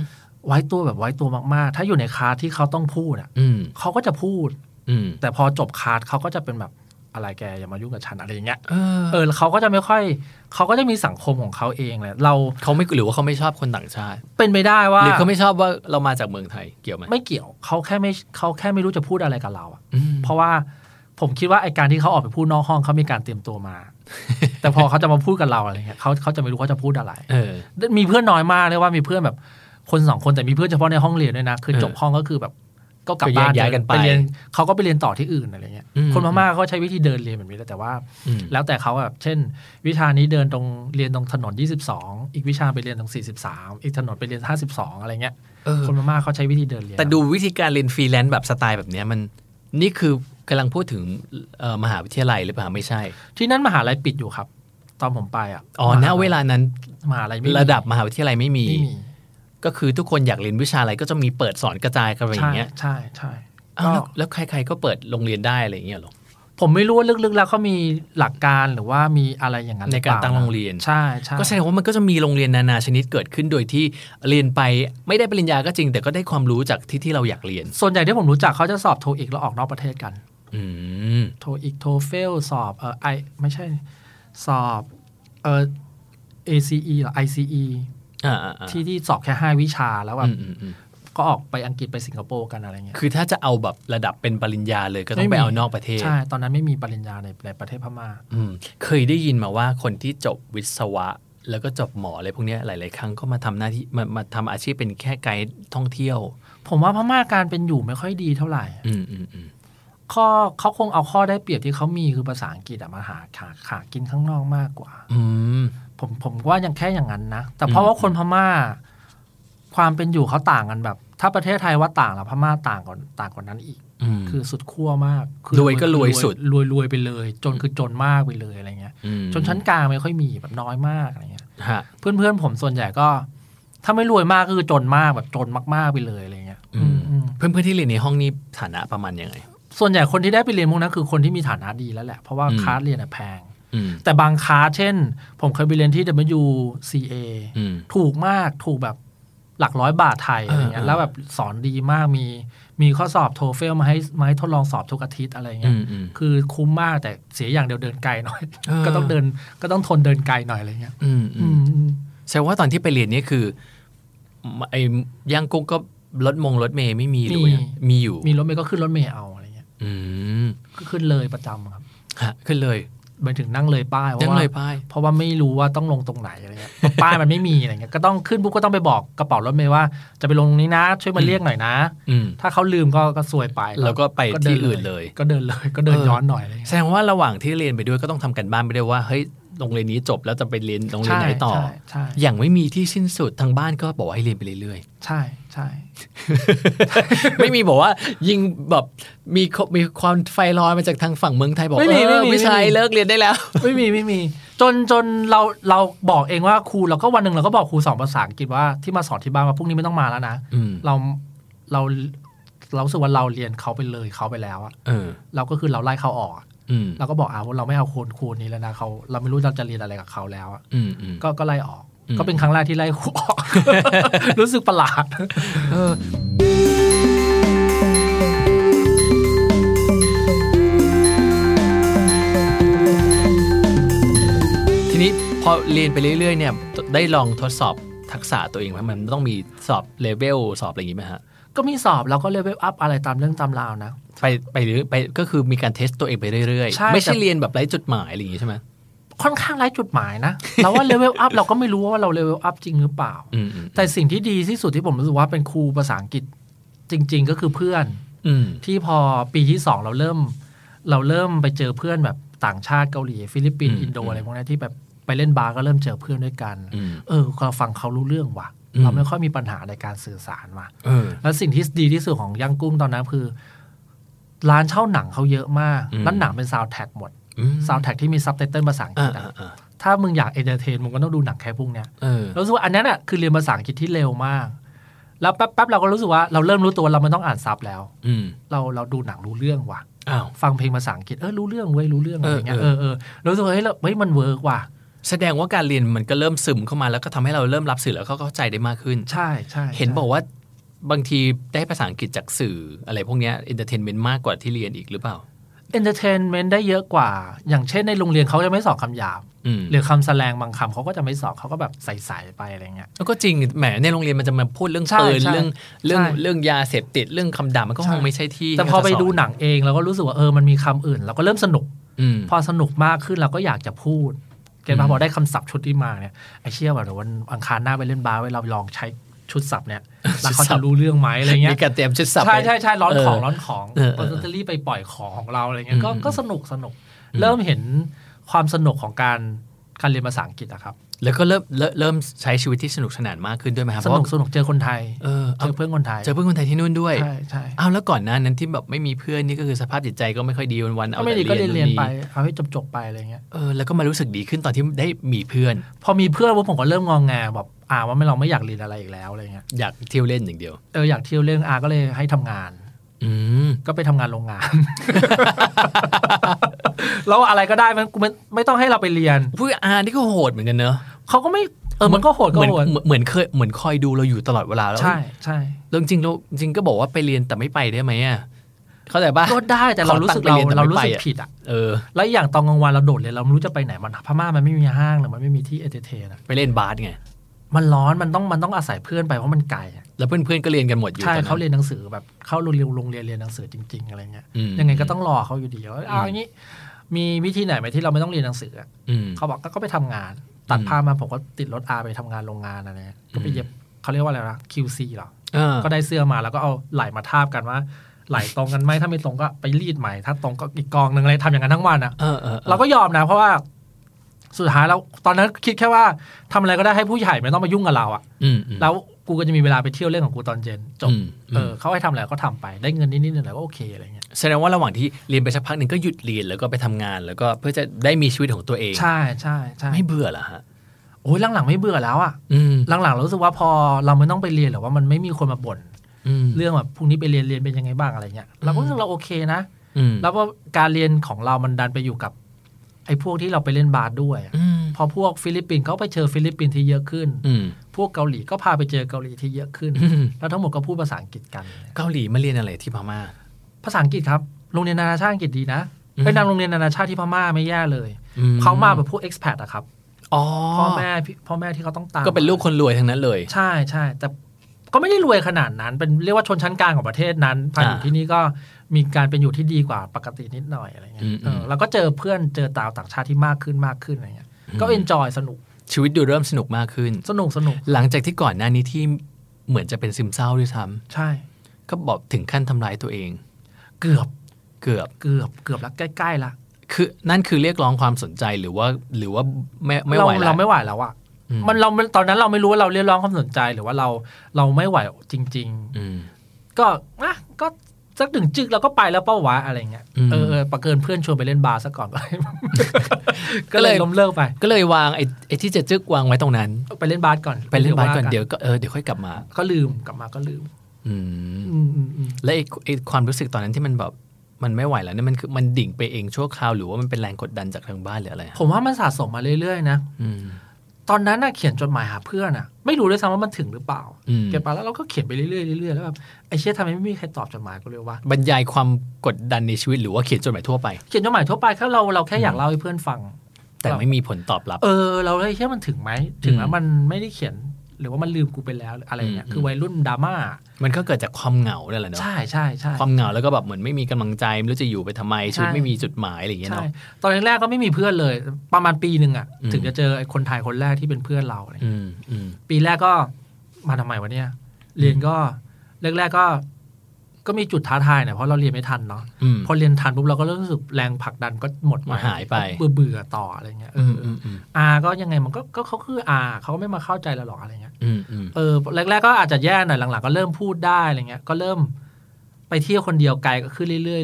Speaker 9: ไว้ตัวแบบไว้ตัวมากๆ ถ้าอยู่ในคลาสที่เขาต้องพูดอ่ะ
Speaker 4: อืม
Speaker 9: เขาก็จะพูด
Speaker 4: อืม
Speaker 9: แต่พอจบคลาสเขาก็จะเป็นแบบอะไรแกอย่ามายุ่งกับฉันอะไรอย่างเงี้ย
Speaker 4: เออ
Speaker 9: เออแล้วเขาก็จะไม่ค่อยเขาก็จะมีสังคมของเขาเองแหละเรา
Speaker 4: เขาไม่หรือว่าเขาไม่ชอบคนต่างชาติ
Speaker 9: เป็นไปได้ว่า
Speaker 4: หรือเขาไม่ชอบว่าเรามาจากเมืองไทยเกี่ยวไหม
Speaker 9: ไม่เกี่ยวเขาแค่ไม่เขาแค่ไม่รู้จะพูดอะไรกับเราอะ
Speaker 4: อืม
Speaker 9: เพราะว่าผมคิดว่าไอการที่เขาออกไปพูดนอกห้องเขามีการเตรียมตัวมา แต่พอเขาจะมาพูดกับเราอะไรเงี้ยเขาเขาจะไม่รู้เขาจะพูดอะไร
Speaker 4: เออ
Speaker 9: มีเพื่อนน้อยมากเลยว่ามีเพื่อนแบบคนสองคนแต่มีเพื่อนเฉพาะในห้องเรียนด้วยนะ คือ
Speaker 4: เออ
Speaker 9: จบห้องก็คือแบบก็กลับบ้าน
Speaker 4: ก็แยกย้ายกันไป
Speaker 9: เรียนเขาก็ไปเรียนต่อที่อื่นอะไรเงี้ย
Speaker 4: อืม
Speaker 9: คนพม่าเขาใช้วิธีเดินเรียนแบบนี้แหละแต่ว่า
Speaker 4: อืม
Speaker 9: แล้วแต่เขาอะแบบเช่น วิชานี้เดินตรงเรียนตรงถนน 22 อีกวิชาไปเรียนตรง 43 อีกถนนไปเรียน 52 อะไรเงี้ย
Speaker 4: เออ
Speaker 9: คนพม่าเขาใช้วิธีเดินเรียน
Speaker 4: แต่ดูวิธีการเรียนฟรีแลนซ์แบบสไตล์แบบเนี้ยมันนี่คือกำลังพูดถึงเอ่อมหาวิทยาลัยหรือเปล่าไม่ใช่
Speaker 9: ที่นั่นมหาลัยปิดอยู่ครับ ตอนผมไปอะ
Speaker 4: อ๋อณเวลานั้น
Speaker 9: มหาลัยไม่มี
Speaker 4: ระดับมหาวิทยาลัยไม่มี
Speaker 9: ไม่มี
Speaker 4: ก็คือทุกคนอยากเรียนวิชาอะไรก็จะมีเปิดสอนกระจายกันไปอ
Speaker 9: ใช่
Speaker 4: ย่างเงี้ย
Speaker 9: ใช่ใช่
Speaker 4: อ้าว
Speaker 9: ก็
Speaker 4: แล้วแล้วใคร ๆ ก็เปิดโรงเรียนได้อะไรอย่างเงี้ยเหรอ
Speaker 9: ผมไม่รู้ว่าลึกๆแล้วเขามีหลักการหรือว่ามีอะไรอย่างนั้น
Speaker 4: ในการ
Speaker 9: หอปล่
Speaker 4: ตั้งโรงเรียน
Speaker 9: ใช่ใช่
Speaker 4: ก็แสดงว่ามันก็จะมีโรงเรียนนานาชนิดเกิดขึ้นโดยที่เรียนไปไม่ได้ปริญญาก็จริง แต่ก็ได้ความรู้จากที่ที่เราอยากเรียน
Speaker 9: ส่วนใหญ่ที่ผมรู้จักเขาจะสอบโทอีกแล้วออกนอกประเทศกัน
Speaker 4: อืม
Speaker 9: โทอีกโทเฟลสอบเอ่อไอไม่ใช่สอบเอ่อ ACE หรือ ICE
Speaker 4: อ่าอ่าอ่า
Speaker 9: ที่ที่สอบแค่ 5 วิชาแล้วแบ
Speaker 4: อื
Speaker 9: บ
Speaker 4: มอืมอืม
Speaker 9: ก็ออกไปอังกฤษไปสิงคโปร์กันอะไรเงี้ย
Speaker 4: คือถ้าจะเอาแบบระดับเป็นปริญญาเลยก็ต้อ
Speaker 9: ไม่
Speaker 4: ง
Speaker 9: มี
Speaker 4: ไปเอานอกประเทศ
Speaker 9: ใช่ ตอนนั้นไม่มีปริญญาในในประเทศพม่า
Speaker 4: อืมเคยได้ยินมาว่าคนที่จบวิศวะ แล้วก็จบหมออะไรพวกเนี้ยหลาย ๆ ครั้งก็มาทำหน้าที่มามาทำอาชีพเป็นแค่ไกด์ท่องเที่ยว
Speaker 9: ผมว่าพม่าการเป็นอยู่ไม่ค่อยดีเท่าไหร่
Speaker 4: อืมอืมอืม
Speaker 9: ข้อเขาคงเอาข้อได้เปรียบที่เขามีคือภาษาอังกฤษอะมาหาหาหากินข้างนอกมากกว่า
Speaker 4: อืม
Speaker 9: ผมผมว่ายังแค่อย่างนั้นนะ แต่เพราะว่าคนพม่า ความเป็นอยู่เขาต่างกันแบบ ถ้าประเทศไทยว่าต่างแล้วพม่าต่างกว่าต่างกว่านั้นอีก
Speaker 4: อืม
Speaker 9: คือสุดขั้วมากคือ
Speaker 4: รวยก็รวยสุด
Speaker 9: รวยรวยไปเลย จนคือจนมากไปเลยอะไรเงี้ย
Speaker 4: อืม
Speaker 9: จนชั้นกลางไม่ค่อยมีแบบน้อยมากอะไรเงี้ย
Speaker 2: ฮะ
Speaker 9: เพื่อนๆผมส่วนใหญ่ก็ ถ้าไม่รวยมากก็คือจนมากแบบจนมากๆไปเลยอะไรเงี้ย
Speaker 2: อืม
Speaker 9: อืม
Speaker 2: เพื่อนๆที่เรียนในห้องนี้ฐานะประมาณยังไง
Speaker 9: ส่วนใหญ่คนที่ได้ไปเรียนพวกนั้นคือคนที่มีฐานะดีแล้วแหละ เพราะว่า
Speaker 2: อืม
Speaker 9: คลาสเรียนอะแพง
Speaker 2: อืม
Speaker 9: แต่บางคลาสเช่น ผมเคยไปเรียนที่ WCA
Speaker 2: อืม
Speaker 9: ถูกมากถูกแบบหลักร้อยบาทไทยอะไร
Speaker 2: เออเอ
Speaker 9: เงี้ย
Speaker 2: อ
Speaker 9: แล้วแบบสอนดีมากมีมีข้อสอบโทเฟลมาให้มาให้ทดลองสอบทุกอาทิตย์อะไร
Speaker 2: อื
Speaker 9: เงี้ย
Speaker 2: มอืม
Speaker 9: คือคุ้มมากแต่เสียอย่างเดียวเดินไกลหน่อย
Speaker 2: เออ
Speaker 9: ก็ต้องเดินก็ต้องทนเดินไกลหน่อยอะไรเงี้ย
Speaker 2: อืมอื
Speaker 9: อื
Speaker 2: ม
Speaker 9: มอืม
Speaker 2: แสดงว่าตอนที่ไปเรียนนี่คือไอ้ย่างกุ้งก็รถมงรถเมย์ไม่มีหรือว่ายังมีอยู่
Speaker 9: มีรถเมย์ก็ขึ้นรถเมย์เอาอะไรเงี้ย
Speaker 2: อืม
Speaker 9: ก็ขึ้นเลยประจำครับ
Speaker 2: ฮะขึ้นเลย
Speaker 9: ไปถึงนั่งเลยป้ายพราะ
Speaker 2: ยัง
Speaker 9: ว่า
Speaker 2: เลยป้าย
Speaker 9: เพราะว่าไม่รู้ว่าต้องลงตรงไหนอะไรเงี้ย ป้ายมันไม่มีอะไรเงี้ย ก็ต้องขึ้นปุ๊บก็ต้องไปบอกกระเป๋ารถเมย์ว่าจะไปลงตรงนี้นะ ช่วยมา
Speaker 2: อืม
Speaker 9: เรียกหน่อยนะ
Speaker 2: อืม
Speaker 9: ถ้าเขาลืมก็ก็ซวยไป
Speaker 2: แล้วก็ไป
Speaker 9: ดิ
Speaker 2: ที่อื่นเลย
Speaker 9: ก็เดินเลยก็เดินย้อนหน่อยอะไร
Speaker 2: แส
Speaker 9: เงี้ย
Speaker 2: ดงว่าระหว่างที่เรียนไปด้วยก็ต้องทำกันบ้านไปด้วยว่าเฮ้ยโรงเรียนนี้จบแล้วจะไปเรียนโรงเรียนไหนต่อ
Speaker 9: ใช่ใช่ใช่
Speaker 2: อย่างไม่มีที่สิ้นสุดทางบ้านก็บอกให้เรียนไปเรื่อย
Speaker 9: ใช่ใช่
Speaker 2: ๆ ไม่มีบอกว่ายิงแบบมีคมีความไฟลอยมาจากทางฝั่งเมืองไทยบอกเออวิชัยเลิกเรียนได้แล้ว
Speaker 9: ไม่มีไม่มี จนจนเราเราบอกเองว่าครูเราก็วันหนึ่งเราก็บอกครูสอนภาษาอังกฤษว่าที่มาสอนที่บ้านว่าพรุ่งนี้ไม่ต้องมาแล้วนะ
Speaker 2: อืม
Speaker 9: เราเราเรารู้สึกว่าเราเรียนเขาไปเลยเขาไปแล้วอะ
Speaker 2: เออ
Speaker 9: เราก็คือเราไล่เขาออกอะ
Speaker 2: อืม
Speaker 9: เราก็บอกอ่าเราไม่เอาครูครูนี้แล้วนะเขาเราไม่รู้เราจะเรียนอะไรกับเขาแล้วอะ
Speaker 2: อืมอืม
Speaker 9: ก็ก็ไล่ออก
Speaker 2: อืม
Speaker 9: ก็เป็นครั้งแรกที่ไล่ครูออก รู้สึกประหลาด
Speaker 2: ทีนี้พอเรียนไปเรื่อยๆเนี่ยได้ลองทดสอบทักษะตัวเองไหมมันต้องมีสอบเลเวลสอบอะไรอย่างงี้ไหมฮะ
Speaker 9: ก็มีสอบแล้วก็เลเวลอัพอะไรตามเรื่องตามราวนะ
Speaker 2: ไปไปหรือไปก็คือมีการเทสตัวเองไปเรื่อย
Speaker 9: ใช่
Speaker 2: ๆ ไม่ใช่
Speaker 9: แต่
Speaker 2: เรียนแบบไร้จุดหมายอะไรอย่างงี้ใช่ไหม
Speaker 9: ค่อนข้างไร้จุดหมายนะ เราว่าเลเวลอัพเราก็ไม่รู้ว่าเราเลเวลอัพจริงหรือเปล่า
Speaker 2: อืมอืม
Speaker 9: แต่สิ่งที่ดีที่สุดที่ผมรู้สึกว่าเป็นครูภาษาอังกฤษจริง ๆ ก็คือเพื่อน
Speaker 2: อืม
Speaker 9: ที่พอปีที่สองเราเริ่ม เราเริ่มไปเจอเพื่อนแบบต่างชาติเกาหลีฟิลิปปินส์
Speaker 2: อืม
Speaker 9: อินโด
Speaker 2: อืม
Speaker 9: อะไรพวกนี้ที่แบบไปเล่นบาร์ก็เริ่มเจอเพื่อนด้วยกัน
Speaker 2: อืม
Speaker 9: เออเราฟังเขารู้เรื่องว่ะ
Speaker 2: อืม
Speaker 9: เราไม่ค่อยมีปัญหาในการสื่อสารว่ะ
Speaker 2: เออ
Speaker 9: แล้วสิ่งที่ดีที่สุดของย่างกุ้งตอนนั้นคือ ร้านเช่าหนังเขาเยอะมาก
Speaker 2: อืม
Speaker 9: แล้วหนังเป็นซาวด์แท็กหมด
Speaker 2: อืม
Speaker 9: ซาวด์แท็กที่มีซับไตเติลภาษาอังกฤ
Speaker 2: อ่า
Speaker 9: ษอะ
Speaker 2: อ่าอ่า
Speaker 9: ถ้ามึงอยากเอนเตอร์เทนมึงก็ต้องดูหนังแค่พวกเนี้ย
Speaker 2: เออ
Speaker 9: เรารู้สึกว่าอันนั้นอ่ะคือเรียนภาษาอังกฤษที่เร็วมาก แล้วแป๊บๆเราก็รู้สึกว่าเราเริ่มรู้ตัวเราไม่ต้องอ่านซับแล้ว
Speaker 2: อืม
Speaker 9: เราเราดูหนังรู้เรื่องว่ะ
Speaker 2: อ้าว
Speaker 9: ฟังเพลงภาษาอังกฤษเออรู้เรื่องเว้ยรู้เรื่องอะไรอย่างเงี้ย
Speaker 2: เอ
Speaker 9: เอ
Speaker 2: อ
Speaker 9: อ
Speaker 2: เออ
Speaker 9: เออเรารู้สึกว่าเฮ้ยเราเฮ้ยมันเวิร์กว่ะ
Speaker 2: แสดงว่าการเรียนมันก็เริ่มซึมเข้ามาแล้วก็ทำให้เราเริ่มรับสื่อแล้วก็เข้าใจได้มากขึ้น
Speaker 9: ใช่ใช่ใช่
Speaker 2: เห็นบอกว่าบางทีได้ภาษาอังกฤษจากสื่ออะไรพวกเนี้ยเอนเตอร์เทนเมนต์มากกว่าที่เรียนอีกหรือเปล่า
Speaker 9: เอนเตอร์เทนเมนต์ได้เยอะกว่า อย่างเช่นในโรงเรียนเขาจะไม่สอนคำหยาบ
Speaker 2: อืม
Speaker 9: หรือคำแสลงบางคำเขาก็จะไม่สอบเขาก็แบบใส่ๆไปอะไรเงี้ย
Speaker 2: แล้วก็จริงแหมในโรงเรียนมันจะมาพูดเรื่อง
Speaker 9: ใช่
Speaker 2: ปืน
Speaker 9: ใช่
Speaker 2: เรื่องเรื่อง
Speaker 9: ใช่
Speaker 2: เรื่องยาเสพติดเรื่องคำด่ามันก็
Speaker 9: ใช่
Speaker 2: คงไม่ใช่ที่
Speaker 9: แต่พอไปดูหนังเองเราก็รู้สึกว่าเออมันมีคำอื่นเราก็เริ่มสนุก
Speaker 2: อืม
Speaker 9: พอสนุกมากขึ้นเราก็อยากจะพูดเกณฑ์
Speaker 2: อื
Speaker 9: มาม พอได้คำศัพท์ชุดที่มาเนี่ยไอเชี่ยว่าเดี๋ยววันอังคารหน้าไปเล่นบาร์ไว้เราลองใช้ชุดศั พท์เนี่ยแล้วเขาจะรู้เรื่องไหมอะไรเงี้
Speaker 2: มี
Speaker 9: ย
Speaker 2: การเตรียมชุดสับ
Speaker 9: ใช่ใช่
Speaker 2: ไป
Speaker 9: ใช่ร้อนของร้อนของ
Speaker 2: เออเออ
Speaker 9: เราจะรีบไปปล่อยของของเราอะไรเงี้ยก็
Speaker 2: อืม
Speaker 9: ก็สนุกสนุก
Speaker 2: อืม
Speaker 9: เริ่มเห็นความสนุกของการการเรียนภาษาอังกฤษอะครับ
Speaker 2: แล้วก็เริ่มเริ่มเริ่มใช้ชีวิตที่สนุกสนานมากขึ้นด้วยไหมครับ
Speaker 9: สนุก
Speaker 2: เพ
Speaker 9: ส
Speaker 2: ราะว่า
Speaker 9: นุกเจอคนไทย
Speaker 2: เออ
Speaker 9: เจ
Speaker 2: เอา
Speaker 9: อเพื่อนคนไทย
Speaker 2: เจอเพื่อนคนไทยที่นู่นด้วย
Speaker 9: ใช่ใช่
Speaker 2: อ้าวแล้วก่อนหน้านั้นที่แบบไม่มีเพื่อนนี่ก็คือสภาพจิตใจก็ไม่ค่อยดีวันๆเอา
Speaker 9: ก็ไม่
Speaker 2: แต่เรียน
Speaker 9: ดีก็เรียนเรียนไป
Speaker 2: นู่นนี่
Speaker 9: เอาให้จบจบๆไปอะไรเงี้ย
Speaker 2: เออแล้วก็มารู้สึกดีขึ้นตอนที่ได้มีเพื่อน
Speaker 9: พอมีเพื่อนว่าผมก็เริ่มงองแงแบบอาว่าไม่เราไม่อยากเรียนอะไรอีกแล้วอะไรเงี้ย
Speaker 2: อยากเที่ยวเล่นอย่างเดียว
Speaker 9: เอออยากเที่ยวเรื่องอาก็เลยให้ทำงาน
Speaker 2: อืม
Speaker 9: ก็ไปทำงานโรงงาน แล้วอะไรก็ได้มันมันไม่ต้องให้เราไปเรียน
Speaker 2: ผู้อานี่ก็โหดเหมือนกันเนอะ
Speaker 9: เขาก็ไม่เออมันก็โหดก็
Speaker 2: เหมือน
Speaker 9: โหด
Speaker 2: เหมือนเหมือนเคยเหมือนคอยดูเราอยู่ตลอดเวลาแล้ว
Speaker 9: ใช่ใช่
Speaker 2: เรื่องจริงเราจริงก็บอกว่าไปเรียนแต่ไม่ไปได้ไหมอ่ะเข้าใจป่ะ
Speaker 9: ก็ได้แต่เรารู้สึก
Speaker 2: ขอตังค์ไป
Speaker 9: เรา
Speaker 2: เรียนแต่ไม่
Speaker 9: เรารู้
Speaker 2: ไป
Speaker 9: สึก
Speaker 2: อะ
Speaker 9: ผิดอ่ะ
Speaker 2: เออ
Speaker 9: แล้วอย่างตอนกลางวันเราโดดเลยนเราไม่รู้จะไปไหนมันพม่ามันไม่มีห้างหรือมันไม่มีที่เอเจเทนะ
Speaker 2: ไปเล่นบาสไง
Speaker 9: มันร้อนมันต้องมันต้องอาศัยเพื่อนไปเพราะมันไกลอะ
Speaker 2: แล้วเพื่อนๆก็เรียนกันหมดอยู่
Speaker 9: ใช่
Speaker 2: ตอ
Speaker 9: เขาเรียนหนังสือแบบเข้าโรงเรียนโรงเรียนเรียนหนังสือจริง ๆ อะไรเงี้ย
Speaker 2: อืม
Speaker 9: ยังไงก็ต้องรอเขาอยู่ดีว่าเอาอย่างนี้ มีวิธีไหนไหมที่เราไม่ต้องเรียนหนังสืออะ
Speaker 2: อืม
Speaker 9: เขาบอกก็ก็ไปทำงาน ตัดภาพมาผมก็ติดรถอาไปทำงานโรงงานอะไรเงี้ยก็ไปเย็บเขาเรียกว่าอะไรนะ QC เหรอ
Speaker 2: เออ
Speaker 9: ก็ได้เสื้อมาแล้วก็เอาไหลมาทาบกันว่า ไหลตรงกันไหมถ้าไม่ตรงก็ไปรีดใหม่ถ้าตรงก็อีกกองหนึ่งอะไรทำอย่างนั้นทั้งวันอะ
Speaker 2: เออเออ
Speaker 9: เราก็ยอมนะเพราะว่าสุดท้ายแล้วตอนนั้นคิดแค่ว่าทำอะไรก็ได้ให้ผู้ใหญ่ไม่ต้องมายุ่งกับเราอะ
Speaker 2: อืมอืม
Speaker 9: แล้วกูก็จะมีเวลาไปเที่ยวเล่นของกูตอนเย็นจบ
Speaker 2: อืม
Speaker 9: เออเขาให้ทำอะไรก็ทำไปได้เงินนิดๆหน่อยๆก็โอเคอะไรเงี้ย
Speaker 2: แสดงว่าระหว่างที่เรียนไปสักพักหนึ่งก็หยุดเรียนแล้วก็ไปทำงานแล้วก็เพื่อจะได้มีชีวิตของตัวเอง
Speaker 9: ใช่ใช่ใช่
Speaker 2: ไม่เบื่อเหรอฮะ
Speaker 9: โอ้ยหลังๆไม่เบื่อแล้วอะ
Speaker 2: อืม
Speaker 9: หลังๆเรารู้สึกว่าพอเราไม่ต้องไปเรียนหรือว่ามันไม่มีคนมาบ่น
Speaker 2: อืม
Speaker 9: เรื่องแบบพรุ่งนี้ไปเรียนเรียนเป็นยังไงบ้างอะไรเงี้ยเราก็รู้สึกเราโอเคนะ
Speaker 2: อืม
Speaker 9: แล้วว่าการเรียนของเรามันดันไปอยู่กับ ไอ้พวกที่เราไปเล่นบาสด้วยอะ
Speaker 2: อืม
Speaker 9: พอพวกฟิลิปปินส์เขาไปเจอฟิลิปปินส์ที่เยอะขึ้น
Speaker 2: อืม
Speaker 9: พวกเกาหลีก็พาไปเจอเกาหลีที่เยอะขึ้น
Speaker 2: อืม
Speaker 9: แล้วทั้งหมดก็พูดภาษาอังกฤษกัน
Speaker 2: เกาหลีมาเรียนอะไรที่พม่า
Speaker 9: ภาษาอังกฤษครับ โรงเรียนนานาชาติอังกฤษดีนะ
Speaker 2: อืม
Speaker 9: ไปนำโรงเรียนนานาชาติที่พม่าไม่แย่เลย
Speaker 2: อื
Speaker 9: เขามาแบบพวก expat อะครับ
Speaker 2: อ๋อ
Speaker 9: พ่อแม่พี่พ่อแม่ที่เขาต้องตาม
Speaker 2: ก็เป็นลูกคนรวยทั้งนั้นเลย
Speaker 9: ใช่ใช่ แต่ก็ไม่ได้รวยขนาดนั้น เป็นเรียกว่าชนชั้นกลางของประเทศนั้นพาอยู่
Speaker 2: อ่า
Speaker 9: ที่นี่ก็มีการเป็นอยู่ที่ดีกว่าปกตินิดหน่อยอะไรเงี้
Speaker 2: อื
Speaker 9: ย
Speaker 2: ม
Speaker 9: เออ
Speaker 2: ม
Speaker 9: แล้วก็เจอเพื่อนเจอตาวต่างชาติที่มากขึ้นมากขึ้นอะไรเงี้ย ก็เอนจอยสนุก
Speaker 2: ชีวิตดูเริ่มสนุกมากขึ้น
Speaker 9: สนุกสนุก
Speaker 2: หลังจากที่ก่อนหน้านี้ที่เหมือนจะเป็นซึมเศร้าด้วยซ้
Speaker 9: ใช่
Speaker 2: ำก็บอกถึงขั้นทำร้ายตัวเอง
Speaker 9: เกือบ
Speaker 2: เกือบ
Speaker 9: เกือบเกือบแล้วใกล้ๆละ
Speaker 2: คือนั่นคือเรียกร้องความสนใจหรือว่าหรือว่าไม่ไม่ไหว
Speaker 9: เรา
Speaker 2: แล้ว
Speaker 9: เราไม่ไหวแล้วอะ
Speaker 2: อื
Speaker 9: มันเรามันตอนนั้นเราไม่รู้ว่าเราเรียกร้องความสนใจหรือว่าเราเราไม่ไหวจริง ๆ
Speaker 2: อืม
Speaker 9: ก็อ่ะก็สักหนึ่งจึกเราก็ไปแล้วเป้าวะอะไรเงี้ย
Speaker 2: อืม
Speaker 9: เออเออประเกินเพื่อนชวนไปเล่นบาร์ซะก่อน
Speaker 2: ก็
Speaker 9: ก็
Speaker 2: เล
Speaker 9: เลย ยล้มเลิกไป
Speaker 2: ก็เลยวางไอ้ไอ้ที่จะจึกวางไว้ตรงนั้น
Speaker 9: ไปเล่นบาสก่อน
Speaker 2: ไปเล่นบาสก่อน
Speaker 9: ดี๋
Speaker 2: เดี๋
Speaker 9: ย
Speaker 2: ยว วก็เออเดี๋ยวค่อยกลับมา
Speaker 9: ก็ลืมกลับมาก็ลืม
Speaker 2: อืม
Speaker 9: อืมอืมอืม
Speaker 2: และไอ้ไอ้ความรู้สึกตอนนั้นที่มันแบบมันไม่ไหวแล้วเนี่ยมันคือมันดิ่งไปเองชั่วคราวหรือว่ามันเป็นแรงกดดันจากทางบ้านหรืออะไร
Speaker 9: ผมว่ามันสะสมมาเรื่อยๆนะ
Speaker 2: อืม
Speaker 9: ตอนนั้นน่ะเขียนจดหมายหาเพื่อนอ่ะ ไม่รู้ด้วยซ้ำว่ามันถึงหรือเปล่า
Speaker 2: อืม
Speaker 9: เก็บไปแล้วเราก็เขียนไปเรื่อยๆเรื่อยๆแล้วแบบไอ้เชี่ยทำไมไม่มีใครตอบจดหมายกูเลยวะ
Speaker 2: บรรยายความกดดันในชีวิตหรือว่าเขียนจดหมายทั่วไป
Speaker 9: เขียนจดหมายทั่วไปแค่เราเราแค่อยากเล่าให้เพื่อนฟัง
Speaker 2: แต่ไม่มีผลตอบรับ
Speaker 9: เออเราเลยแค่มันถึงไหมถึงแล้
Speaker 2: อื
Speaker 9: ว
Speaker 2: ม
Speaker 9: มันไม่ได้เขียนหรือว่ามันลืมกูไปแล้วหรืออะไรเงี้ย
Speaker 2: อืม
Speaker 9: คือวัยรุ่นดราม่า
Speaker 2: มันก็เกิดจากความเหงาเนี่ยแหละเนาะ
Speaker 9: ใช่ใช่ใช่
Speaker 2: ความเหงาแล้วก็แบบเหมือนไม่มีกำลังใจไม่รู้จะอยู่ไปทำไมชีวิต
Speaker 9: ใช่
Speaker 2: ไม่มีจุดหมายอะไรอย่างเงี้ย
Speaker 9: ใช่
Speaker 2: เนาะ
Speaker 9: ตอนแรกๆก็ไม่มีเพื่อนเลย ประมาณปีหนึ่งอะ
Speaker 2: อืม
Speaker 9: ถึงจะเจอไอ้คนไทยคนแรกที่เป็นเพื่อนเราอะไรเงี้
Speaker 2: อื
Speaker 9: ย
Speaker 2: มอืม
Speaker 9: ปีแรกก็มาทำไมวะเนี่ยเรียนก็แรกๆก็ ก็มีจุดท้าทายหน่อยเพราะเราเรียนไม่ทันเนาะ
Speaker 2: อืม
Speaker 9: พอเรียนทันปุ๊บเราก็รู้สึกแรงผลักดันก็หมด
Speaker 2: หายไป
Speaker 9: เบื่อเบื่อๆต่ออะไรเงี้ยเอ
Speaker 2: อืม
Speaker 9: อ
Speaker 2: อืมอืม
Speaker 9: อาก็ยังไงมันก็ก็เขาคืออาเขาก็ไม่มาเข้าใจเราหรอกอะไรเงี้ย
Speaker 2: อืมอืม
Speaker 9: เออแรกๆก็อาจจะแย่หน่อยหลังๆก็เริ่มพูดได้อะไรเงี้ย ก็เริ่มไปเที่ยวคนเดียวไกลก็ขึ้นเรื่อยๆเรื่อ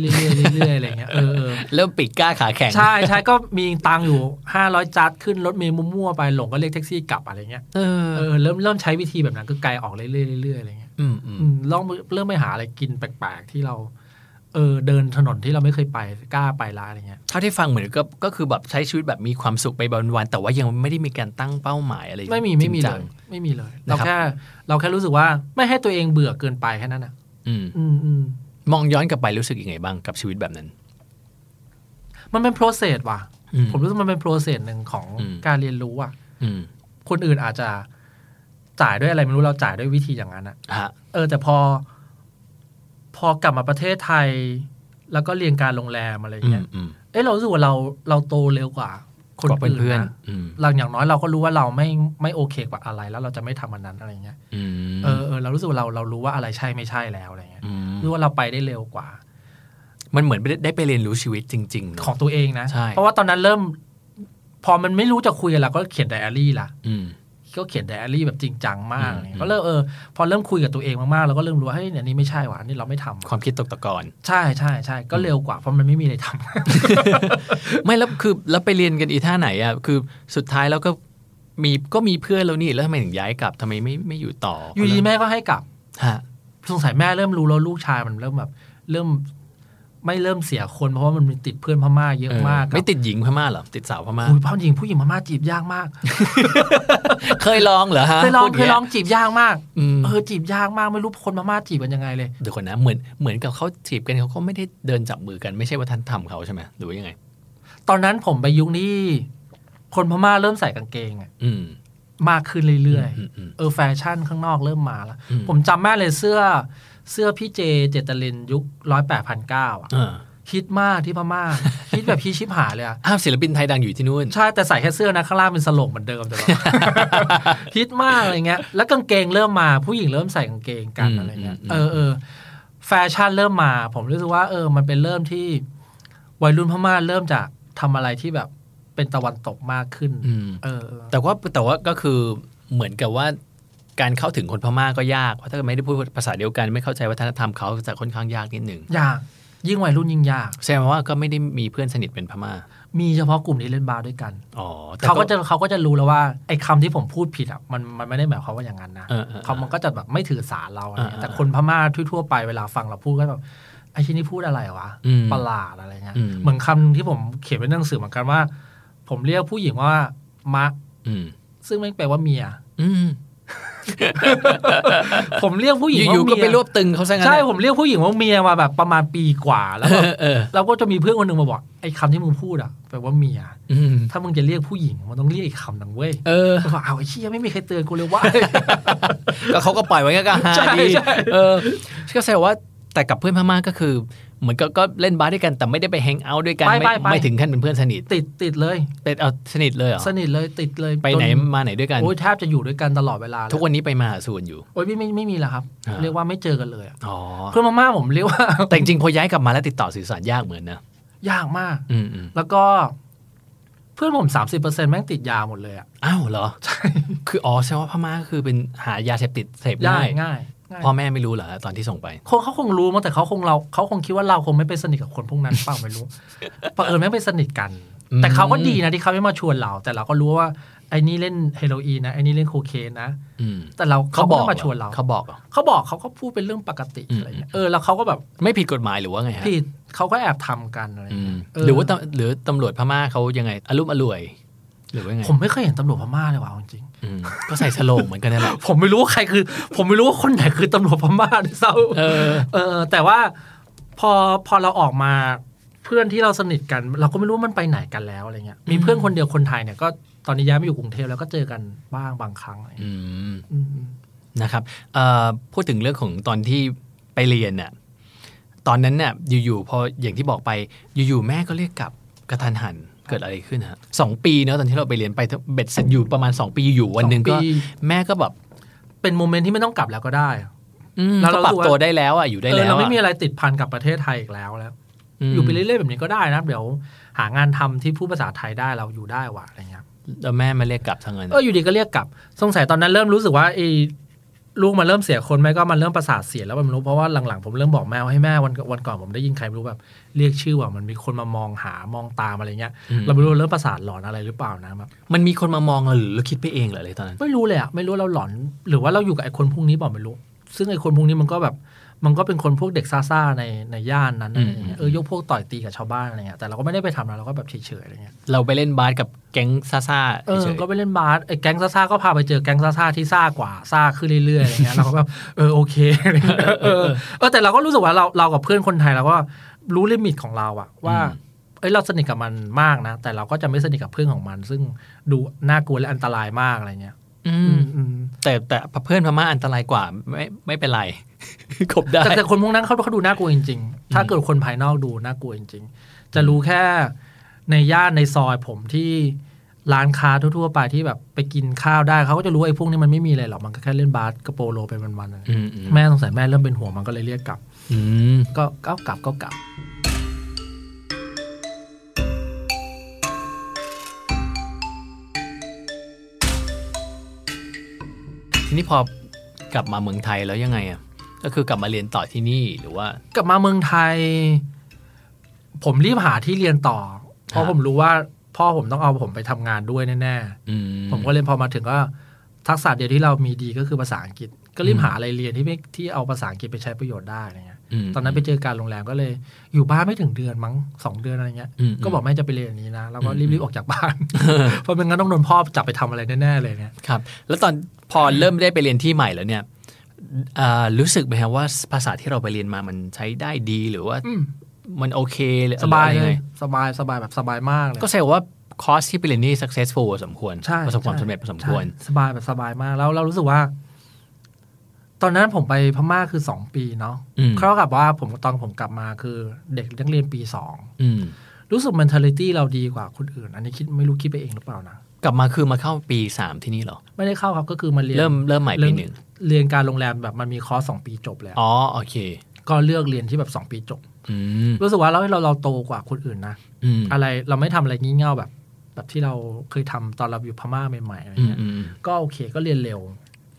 Speaker 9: ยๆเรื่อยๆอะไรเงี้ยเออเออ
Speaker 2: เริ่มปิดกล้าขาแข็ง
Speaker 9: ใช่ใช่ก็มีตังค์อยู่ 500 จัดขึ้นรถเมล์มั่วๆไปหลงก็เรียกแท็กซี่กลับอะไรเงี้ย
Speaker 2: เออ
Speaker 9: เออเริ่มเริ่มใช้วิธีแบบนั้นก็ไกลออกเรื่อยๆเรื่อยๆอะไรเงี้ย
Speaker 2: อืมอืม
Speaker 9: อืมลองเริ่มไปหาอะไรกินแปลกๆที่เรา เออเดินถนนที่เราไม่เคยไปกล้าไปร้านอะไรเงี้ย
Speaker 2: เท่าที่ฟังเหมือนก็ก็คือแบบใช้ชีวิตแบบมีความสุขไปวันๆแต่ว่ายังไม่ได้มีการตั้งเป้าหมายอะไร
Speaker 9: ไม่มีไม่มี
Speaker 2: จริง
Speaker 9: เล
Speaker 2: จัง
Speaker 9: ยไม่มีเลย
Speaker 2: นะ
Speaker 9: เรา
Speaker 2: ครับ
Speaker 9: แค่เราแค่รู้สึกว่าไม่ให้ตัวเองเบื่อเกินไปแค่นั้นอ่ะ
Speaker 2: อืม
Speaker 9: อืมอืม
Speaker 2: มองย้อนกลับไปรู้สึกยังไงบ้างกับชีวิตแบบนั้น
Speaker 9: มันเป็น process ว่ะ
Speaker 2: อืม
Speaker 9: ผมรู้สึกมันเป็น process หนึ่งของ
Speaker 2: อืม
Speaker 9: การเรียนรู้อ่ะ
Speaker 2: อืม
Speaker 9: คนอื่นอาจจะจ่ายด้วยอะไรไม่รู้เราจ่ายด้วยวิธีอย่างนั้นอะ
Speaker 2: ฮะ
Speaker 9: เออแต่พอ พอกลับมาประเทศไทย แล้วก็เรียนการโรงแรมอะไร
Speaker 2: อื
Speaker 9: เงี้
Speaker 2: ม
Speaker 9: ย
Speaker 2: อืม
Speaker 9: เอ้ยเรารู้สึกว่าเราเราโตเร็วกว่า คน
Speaker 2: กว่า
Speaker 9: อื่น
Speaker 2: เพื่อน
Speaker 9: นะ
Speaker 2: ๆอืม
Speaker 9: เราอย่างน้อยเราก็รู้ว่าเราไม่ไม่โอเคกว่าอะไร แล้วเราจะไม่ทำมันนั้นอะไรเงี้ย
Speaker 2: อืม
Speaker 9: เออเออเรารู้สึกว่าเราเรารู้ว่าอะไรใช่ไม่ใช่แล้วอะไรเงี้ย
Speaker 2: ม
Speaker 9: รู้ว่าเราไปได้เร็วกว่า
Speaker 2: มันเหมือนได้ไปเรียนรู้ชีวิตจริงๆเนอะ
Speaker 9: ของตัวเองนะ
Speaker 2: ใช่
Speaker 9: เพราะว่าตอนนั้นเริ่ม พอมันไม่รู้จะคุยอะไรก็เขียนไดอารี่ละ
Speaker 2: อืม
Speaker 9: ก็เขียนไดอารี่แบบจริงจังมาก
Speaker 2: อืม
Speaker 9: อะ
Speaker 2: อื
Speaker 9: ไรเงี้
Speaker 2: ม
Speaker 9: ยก็เริ่มเออพอเริ่มคุยกับตัวเองมากๆเราก็เริ่มรู้ว่าเฮ้ยเนี่ยนี่ไม่ใช่หว่าอันนี่เราไม่ทำ
Speaker 2: ความคิดตกตะกอน
Speaker 9: ใช่ใช่ใช่ก็เร็วกว่าเพราะมันไม่มีอะไรทำ
Speaker 2: ไม่แล้วคือแล้วไปเรียนกันอีท่าไหนอ่ะคือสุดท้ายแล้วก็มีก็มีเพื่อนแล้วนี่แล้วทำไมถึงย้ายกลับทำไมไม่ไม่อยู่ต่อ
Speaker 9: อยู่ดีแม่ก็ให้กลับ
Speaker 2: ฮะ
Speaker 9: สงสัยแม่เริ่มรู้แล้วลูกชายมันเริ่มแบบ เริ่มไม่เริ่มเสียคนเพราะว่ามันมีติดเพื่อนพม่าเยอะมาก
Speaker 2: เออไม่ติดหญิงพม่าเหรอติดสาวพม่า
Speaker 9: โอ้ยพ่อหญิงผู้หญิงพม่าจีบยากมาก
Speaker 2: เคยลองเหรอฮะ
Speaker 9: เคยลอง
Speaker 2: พูด
Speaker 9: เคยลองจีบยากมาก
Speaker 2: อืม
Speaker 9: เออจีบยากมากไม่รู้คนพม่าจีบกันยังไงเลย
Speaker 2: เดี๋ยวก่อนนะเหมือนเหมือนกับเขาจีบกันเขาก็ไม่ได้เดินจับมือกันไม่ใช่วัฒนธรรมเขาใช่ไหมหรือว่ายังไง
Speaker 9: ตอนนั้นผมไปยุคนี้คนพม่าเริ่มใส่กางเกงอะ
Speaker 2: อืม
Speaker 9: มากขึ้นเรื่อย
Speaker 2: อืมอืม
Speaker 9: ๆเออแฟชั่นข้างนอกเริ่มมาแล้ว
Speaker 2: อืม
Speaker 9: ผมจำแม่เลยเสื้อเสื้อพี่เจเจตลินยุคร้อยแปดพันเก้าอะ
Speaker 2: เออ
Speaker 9: ฮิตมากที่พม่า ฮิตแบบ พี่ชิบหายเลยอะ
Speaker 2: อ้าวศิลปินไทยดังอยู่ที่นู่น
Speaker 9: ใช่แต่ใส่แค่เสื้อนะ ข้างล่างเป็นสลงเหมือนเดิม แต่ว่า ฮิตมากอะไรเงี้ย แล้วกางเกงเริ่มมาผู้หญิงเริ่มใส่กางเกงกัน
Speaker 2: อืม
Speaker 9: อะไรเงี้ย
Speaker 2: อืม
Speaker 9: เออเออแฟชั่นเริ่มมา ผมรู้สึกว่า เออ มันเป็นเริ่มที่ วัยรุ่นพม่าเริ่มจากทำอะไรที่แบบเป็นตะวันตกมากขึ้น
Speaker 2: อืม
Speaker 9: เออเออ
Speaker 2: แต่ว่าแต่ว่าก็คือเหมือนกับว่าการเข้าถึงคนพม่าก็ยาก เพราะถ้าไม่ได้พูดภาษาเดียวกันไม่เข้าใจวัฒนธรรมเขาจะค่อนข้างยากนิดหนึ่ง
Speaker 9: อย่าง ยิ่งวัยรุ่นยิ่งยาก
Speaker 2: แสดงว่าก็ไม่ได้มีเพื่อนสนิทเป็นพม่า
Speaker 9: มีเฉพาะกลุ่มที่เล่นบาสด้วยกัน
Speaker 2: อ๋อแต่
Speaker 9: เขาก็จะเขาก็จะรู้แล้วว่าไอ้คำที่ผมพูดผิดอ่ะมันมันไม่ได้หมายความว่าอย่างนั้นนะ
Speaker 2: เออเออเออ
Speaker 9: เขามันก็จะแบบไม่ถือสาเราอะไรเงี้ย
Speaker 2: เออเออ
Speaker 9: แต่คนพม่าทั่วๆไปเวลาฟังเราพูดก็แบบไอ้ชิ้นนี้พูดอะไรวะ
Speaker 2: อืม
Speaker 9: ประหลาดอะไรเงี้ย
Speaker 2: อืม
Speaker 9: เหมือนคำที่ผมเขียนไว้ในหนังสือเหมือนกันว่า ผมเรียกผู้หญิงว่ามะ
Speaker 2: อืม
Speaker 9: ซึ่งไม่งแปลว่าเมีย
Speaker 2: อืม
Speaker 9: ผมเรียกผู้หญิง
Speaker 2: อ
Speaker 9: ว่า
Speaker 2: ยู่ๆ
Speaker 9: เมี
Speaker 2: ก็ไป
Speaker 9: ย
Speaker 2: รวบตึงเขาซะงั้น
Speaker 9: ใช่
Speaker 2: น่ะ
Speaker 9: ผมเรียกผู้หญิงว่าเมียมาแบบประมาณปีกว่าแล้ว
Speaker 2: เอ
Speaker 9: แบบ
Speaker 2: อเออ
Speaker 9: เราก็จะมีเพื่อนคนหนึ่งมาบอกไอ้คำที่มึงพูดอ่ะแปลว่าเมีย
Speaker 2: อืม
Speaker 9: ถ้ามึงจะเรียกผู้หญิงมันต้องเรียกอีกคำหนึ่งเว้ย
Speaker 2: เออ
Speaker 9: ก็บอกเอาไอ้เชี่ยไม่มีใครเตือนกูเลยว่า
Speaker 2: ก็เขาก็ปล่อยไว้งั้นก็ฮา
Speaker 9: ใช่
Speaker 2: ดี
Speaker 9: ใช่
Speaker 2: เออก็แสดงว่าแต่กับเพื่อนพม่าก็คือ เหมือนก็ก็เล่นบาสด้วยกันแต่ไม่ได้ไปแฮงเอาท์ด้วยกัน
Speaker 9: ไปไปไป
Speaker 2: ไม่ถึงขั้นเป็นเพื่อนสนิท
Speaker 9: ติดติดเลย
Speaker 2: เป็นเอาสนิทเลยเหรอ
Speaker 9: สนิทเลยติดเลย
Speaker 2: ไปไหน
Speaker 9: จ
Speaker 2: มาไหนด้วยกัน
Speaker 9: โอ้ยแทบจะอยู่ด้วยกันตลอดเวลาเลย
Speaker 2: ทุกวันนี้ไปมาหาส่วนอยู่
Speaker 9: โอ้ยไม่ไม่ไม่มีแล้วครับ
Speaker 2: อ่า
Speaker 9: เรียกว่าไม่เจอกันเลยอะ
Speaker 2: อ๋อ
Speaker 9: เพื่อนมาม่าผมเรียกว่า
Speaker 2: แต่จริงๆพอย้ายกลับมาแล้วติดต่อสื่อสารยากเหมือนนะ
Speaker 9: ยากมาก
Speaker 2: อืมอืม
Speaker 9: แล้วก็ เพื่อนผม 30%แม่งติดยาหมดเลยอะ
Speaker 2: อ้าวเหรอใช่คืออ๋อแสดงว่าพม่าก็คือเป็นหายาเสพติดเสพ
Speaker 9: ยา
Speaker 2: ง่าก ย
Speaker 9: ง่ายง่าย
Speaker 2: พ่อแม่ไม่รู้เหรอตอนที่ส่งไป
Speaker 9: คงเขาคงรู้มั้งแต่เขาคงเราเขาคงคิดว่าเราคงไม่ไปสนิทกับคนพวกนั้นเปล่า ไม่รู้ เผอิญแม่งไปสนิทกัน
Speaker 2: อืม
Speaker 9: แต่เขาก็ดีนะที่เขาไม่มาชวนเรา แต่เราก็รู้ว่าไอ้นี่เล่นเฮโรอีนนะไอ้นี่เล่นโคเคนนะ
Speaker 2: อืม
Speaker 9: แต่เรา
Speaker 2: เขา
Speaker 9: เขา
Speaker 2: บ
Speaker 9: ไม่
Speaker 2: อก
Speaker 9: ได้มา
Speaker 2: ห
Speaker 9: ชวนเรา
Speaker 2: เขาบอกเหรอ
Speaker 9: เขาบอกเขาก็พูดเป็นเรื่องปกติ
Speaker 2: อืม
Speaker 9: อะไรเงี้ย เออ แล้วเขาก็แบบ
Speaker 2: ไม่ผิดกฎหมายหรือว่าไงฮะ
Speaker 9: ผิดเขาก็แอบทำกันอะไร
Speaker 2: อืม
Speaker 9: เงี้ยเห
Speaker 2: รือว่าตำหรือตำรวจพม่าเขายังไงอารมอร่วย หรือว่าไง
Speaker 9: ผมไม่เคยเห็นตำรวจพม่าเลยว่ะเอาจริง
Speaker 2: อืมก็ใส่สโลงเหมือนกันนั่นแหละ
Speaker 9: ๆผมไม่รู้ว่าใครคือ ผมไม่รู้ว่าคนไหนคือตำรวจพม่าด้วยซ้ำ
Speaker 2: เออ
Speaker 9: เออ แต่ว่าพอพอเราออกมาเพื่อนที่เราสนิทกัน เราก็ไม่รู้ว่ามันไปไหนกันแล้วอะไรเงี้ย มีเพื่อนคนเดียวคนไทยเนี่ยก็ตอนนี้ย้ายมาอยู่กรุงเทพแล้วก็เจอกันบ้างบางครั้งอะไร
Speaker 2: อื
Speaker 9: เงี้ย
Speaker 2: ม
Speaker 9: อืมอืม
Speaker 2: นะครับเอ่อพูดถึงเรื่องของตอนที่ไปเรียนน่ะ ตอนนั้นน่ะ อยู่ๆ พออย่างที่บอกไป อยู่ๆ แม่ก็เรียกกลับกระทันหัน เกิดอะไรขึ้นฮะสองปีเนาะตอนที่เราไปเรียนไปทั้งเบ็ดเสร็จอยู่ประมาณ 2 ปีอยู่ๆวันหนึ่งก็
Speaker 9: สอปี
Speaker 2: แม่ก็แบบ
Speaker 9: เป็นโมเมนต์ที่ไม่ต้องกลับแล้วก็ได้อะ
Speaker 2: อืม
Speaker 9: แล้ว
Speaker 2: ก็ป
Speaker 9: เรา
Speaker 2: รับ
Speaker 9: รู้ว่า
Speaker 2: ตัวได้แล้วอ่ะ อยู่ได้
Speaker 9: เออ
Speaker 2: แล้ว
Speaker 9: เราไม่มี
Speaker 2: อะ
Speaker 9: อะไรติดพันกับประเทศไทยอีกแล้วแล้ว
Speaker 2: ม
Speaker 9: อยู่ไปเรื่อยๆแบบนี้ก็ได้นะเดี๋ยวหางานทำที่พูดภาษาไทยได้เราอยู่ได้ว่ะอะไรเงี้ย
Speaker 2: แล้วแม่มาเรียกกลับทางเงิน
Speaker 9: เอออยู่ดีก็เรียกกลับสงสัยตอนนั้นเริ่มรู้สึกว่าไอ้ลูกมันเริ่มเสียคนแม่ก็มันเริ่มประสาทเสียแล้วมันรู้เพราะว่าหลังๆผมเริ่มบอกแม่ว่าให้แม่วันวันก่อนผมได้ยินใครไม่รู้แบบเรียกชื่อว่ามันมีคนมามองหามองตามอะไรเงี้ย
Speaker 2: ม
Speaker 9: เราไม่รู้ว่าเริ่มประสาทหลอนอะไรหรือเปล่านะแบบ
Speaker 2: มันมีคนมามองเราหรือเราคิดไปเองเหรออะไรตอนนั้น
Speaker 9: ไม่รู้เลยอะไม่รู้เราหลอน หรือว่าเราอยู่กับไอ้คนพวกนี้บอกไม่รู้ ซึ่งไอ้คนพวกนี้มันก็แบบมันก็เป็นคนพวกเด็กซ่าๆในในย่านนั้นอะไรเงี้ยเออยกพวกต่อยตีกับชาวบ้านอะไรเงี้ยแต่เราก็ไม่ได้ไปทำนะเราก็แบบเฉยๆอะไรเงี้ย
Speaker 2: เราไปเล่นบาสกับแก๊งซ่าๆ
Speaker 9: เออ
Speaker 2: เฉยๆ
Speaker 9: ก็ไปเล่นบาสไอ้แก๊งซ่าๆก็พาไปเจอแก๊งซ่าๆที่ซ่ากว่าซ่าขึ้นเรื่อยๆอะไรเงี้ย เราก็แบบเออโอเคอะไรเงี้ยเออเออแต่เราก็รู้สึกว่าเราเรากับเพื่อนคนไทยเราก็รู้ลิมิตของเราอะว่าเอ้ยเราสนิทกับมันมากนะ แต่เราก็จะไม่สนิทกับเพื่อนของมัน ซึ่งดูน่ากลัวและอันตรายมากอะไรเงี้ย
Speaker 2: อืม
Speaker 9: อืม
Speaker 2: แต่แต่เพื่อนพม่าอันตรายกว่าไม่ไม่เป็นไร ขบได้
Speaker 9: แต่แต่คนพวกนั้นเขาเขาดูน่ากลัวจริง ๆ ถ้าเกิดคนภายนอกดูน่ากลัวจริง ๆ จะรู้แค่ในย่านในซอยผมที่ร้านค้าทั่วๆไปที่แบบไปกินข้าวได้เขาก็จะรู้ว่าไอ้พวกนี้มันไม่มีอะไรหรอกมันก็แค่เล่นบาสกระโปโลไปวันๆอะไร
Speaker 2: อืม
Speaker 9: แม่สงสัยแม่เริ่มเป็นห่วงมันก็เลยเรียกกลับ
Speaker 2: อืม
Speaker 9: ก็ก็กลับก็กลับ
Speaker 2: ทีนี้พอกลับมาเมืองไทยแล้วยังไงอ่ะก็คือกลับมาเรียนต่อที่นี่หรือว่า
Speaker 9: กลับมาเมืองไทย ผมรีบหาที่เรียนต่อ เพ
Speaker 2: ครั
Speaker 9: ราะ
Speaker 2: บ
Speaker 9: ผมรู้ว่าพ่อผมต้องเอาผมไปทำงานด้วยแน่
Speaker 2: อื
Speaker 9: ๆ ผมก็เลยพอมาถึงก็ทักษะเดียวที่เรามีดีก็คือภาษาอังกฤษ ก็รีบหาอะไรเรียนที่ไม่ที่เอาภาษาอังกฤษไปใช้ประโยชน์ได้อะไรเงี้ย
Speaker 2: ม
Speaker 9: ตอนนั้นไปเจอการโรงแรมก็เลย อยู่บ้านไม่ถึงเดือนมั้งสองเดือนอะไรเงี้ย
Speaker 2: ม
Speaker 9: ก็บอกแม่จะไปเรียนอันนี้นะแล้วก็
Speaker 2: อืม
Speaker 9: รีบๆออกจากบ้าน เพราะไม่งั้นต้องโดนพ่อจับไปทำอะไรแน่ๆเลยเนี่ย
Speaker 2: ครับ แล้วตอนพอเริ่มได้ไปเรียนที่ใหม่แล้วเนี่ยอ่ารู้สึกไหมครับว่าภาษาที่เราไปเรียนมามันใช้ได้ดีหรือว่า
Speaker 9: อืม
Speaker 2: มันโอเคหรือ
Speaker 9: สบาย
Speaker 2: หรือ
Speaker 9: เล
Speaker 2: อะไรง
Speaker 9: ย
Speaker 2: ไง
Speaker 9: สบายสบายแบบสบายมากเลย
Speaker 2: ก็แสดงว่าคอร์สที่ไปเรียนนี่ successful พอสมควร
Speaker 9: ใช่
Speaker 2: ประสบความ
Speaker 9: ใช่
Speaker 2: สำเร็จพอสมควร
Speaker 9: ใช่สบายแบบสบายมากแล้วเรารู้สึกว่า ตอนนั้นผมไปพม่าคือสองปีเนาะ
Speaker 2: อืม
Speaker 9: เท่ากับว่าผมตอนผมกลับมาคือเด็กนักเรียนปีสอง
Speaker 2: อืม
Speaker 9: รู้สึก mentality เราดีกว่าคนอื่น อันนี้คิดไม่รู้คิดไปเองหรือเปล่านะ
Speaker 2: กลับมาคือมาเข้าปีสามที่นี่เหรอ
Speaker 9: ไม่ได้เข้าครับก็คือมาเรียน
Speaker 2: เริ่มเริ่มใหม่
Speaker 9: เริ่
Speaker 2: ปี
Speaker 9: ม
Speaker 2: หนึ่ง
Speaker 9: เรียนการโรงแรมแบบมันมีคอร์สสองปีจบแล้ว
Speaker 2: อ๋อโอเค
Speaker 9: ก็เลือกเรียนที่แบบสองปีจบ
Speaker 2: อืม
Speaker 9: รู้สึกว่าเราเราเราโตกว่าคนอื่นนะ
Speaker 2: อืม
Speaker 9: อะไรเราไม่ทำอะไรงี่เง่าแบบ แบบที่เราเคยทำตอนเราอยู่พม่าใหม่ๆอะไร
Speaker 2: อืม
Speaker 9: เงี้ย
Speaker 2: อืม
Speaker 9: ก็โอเคก็เรียนเร็ว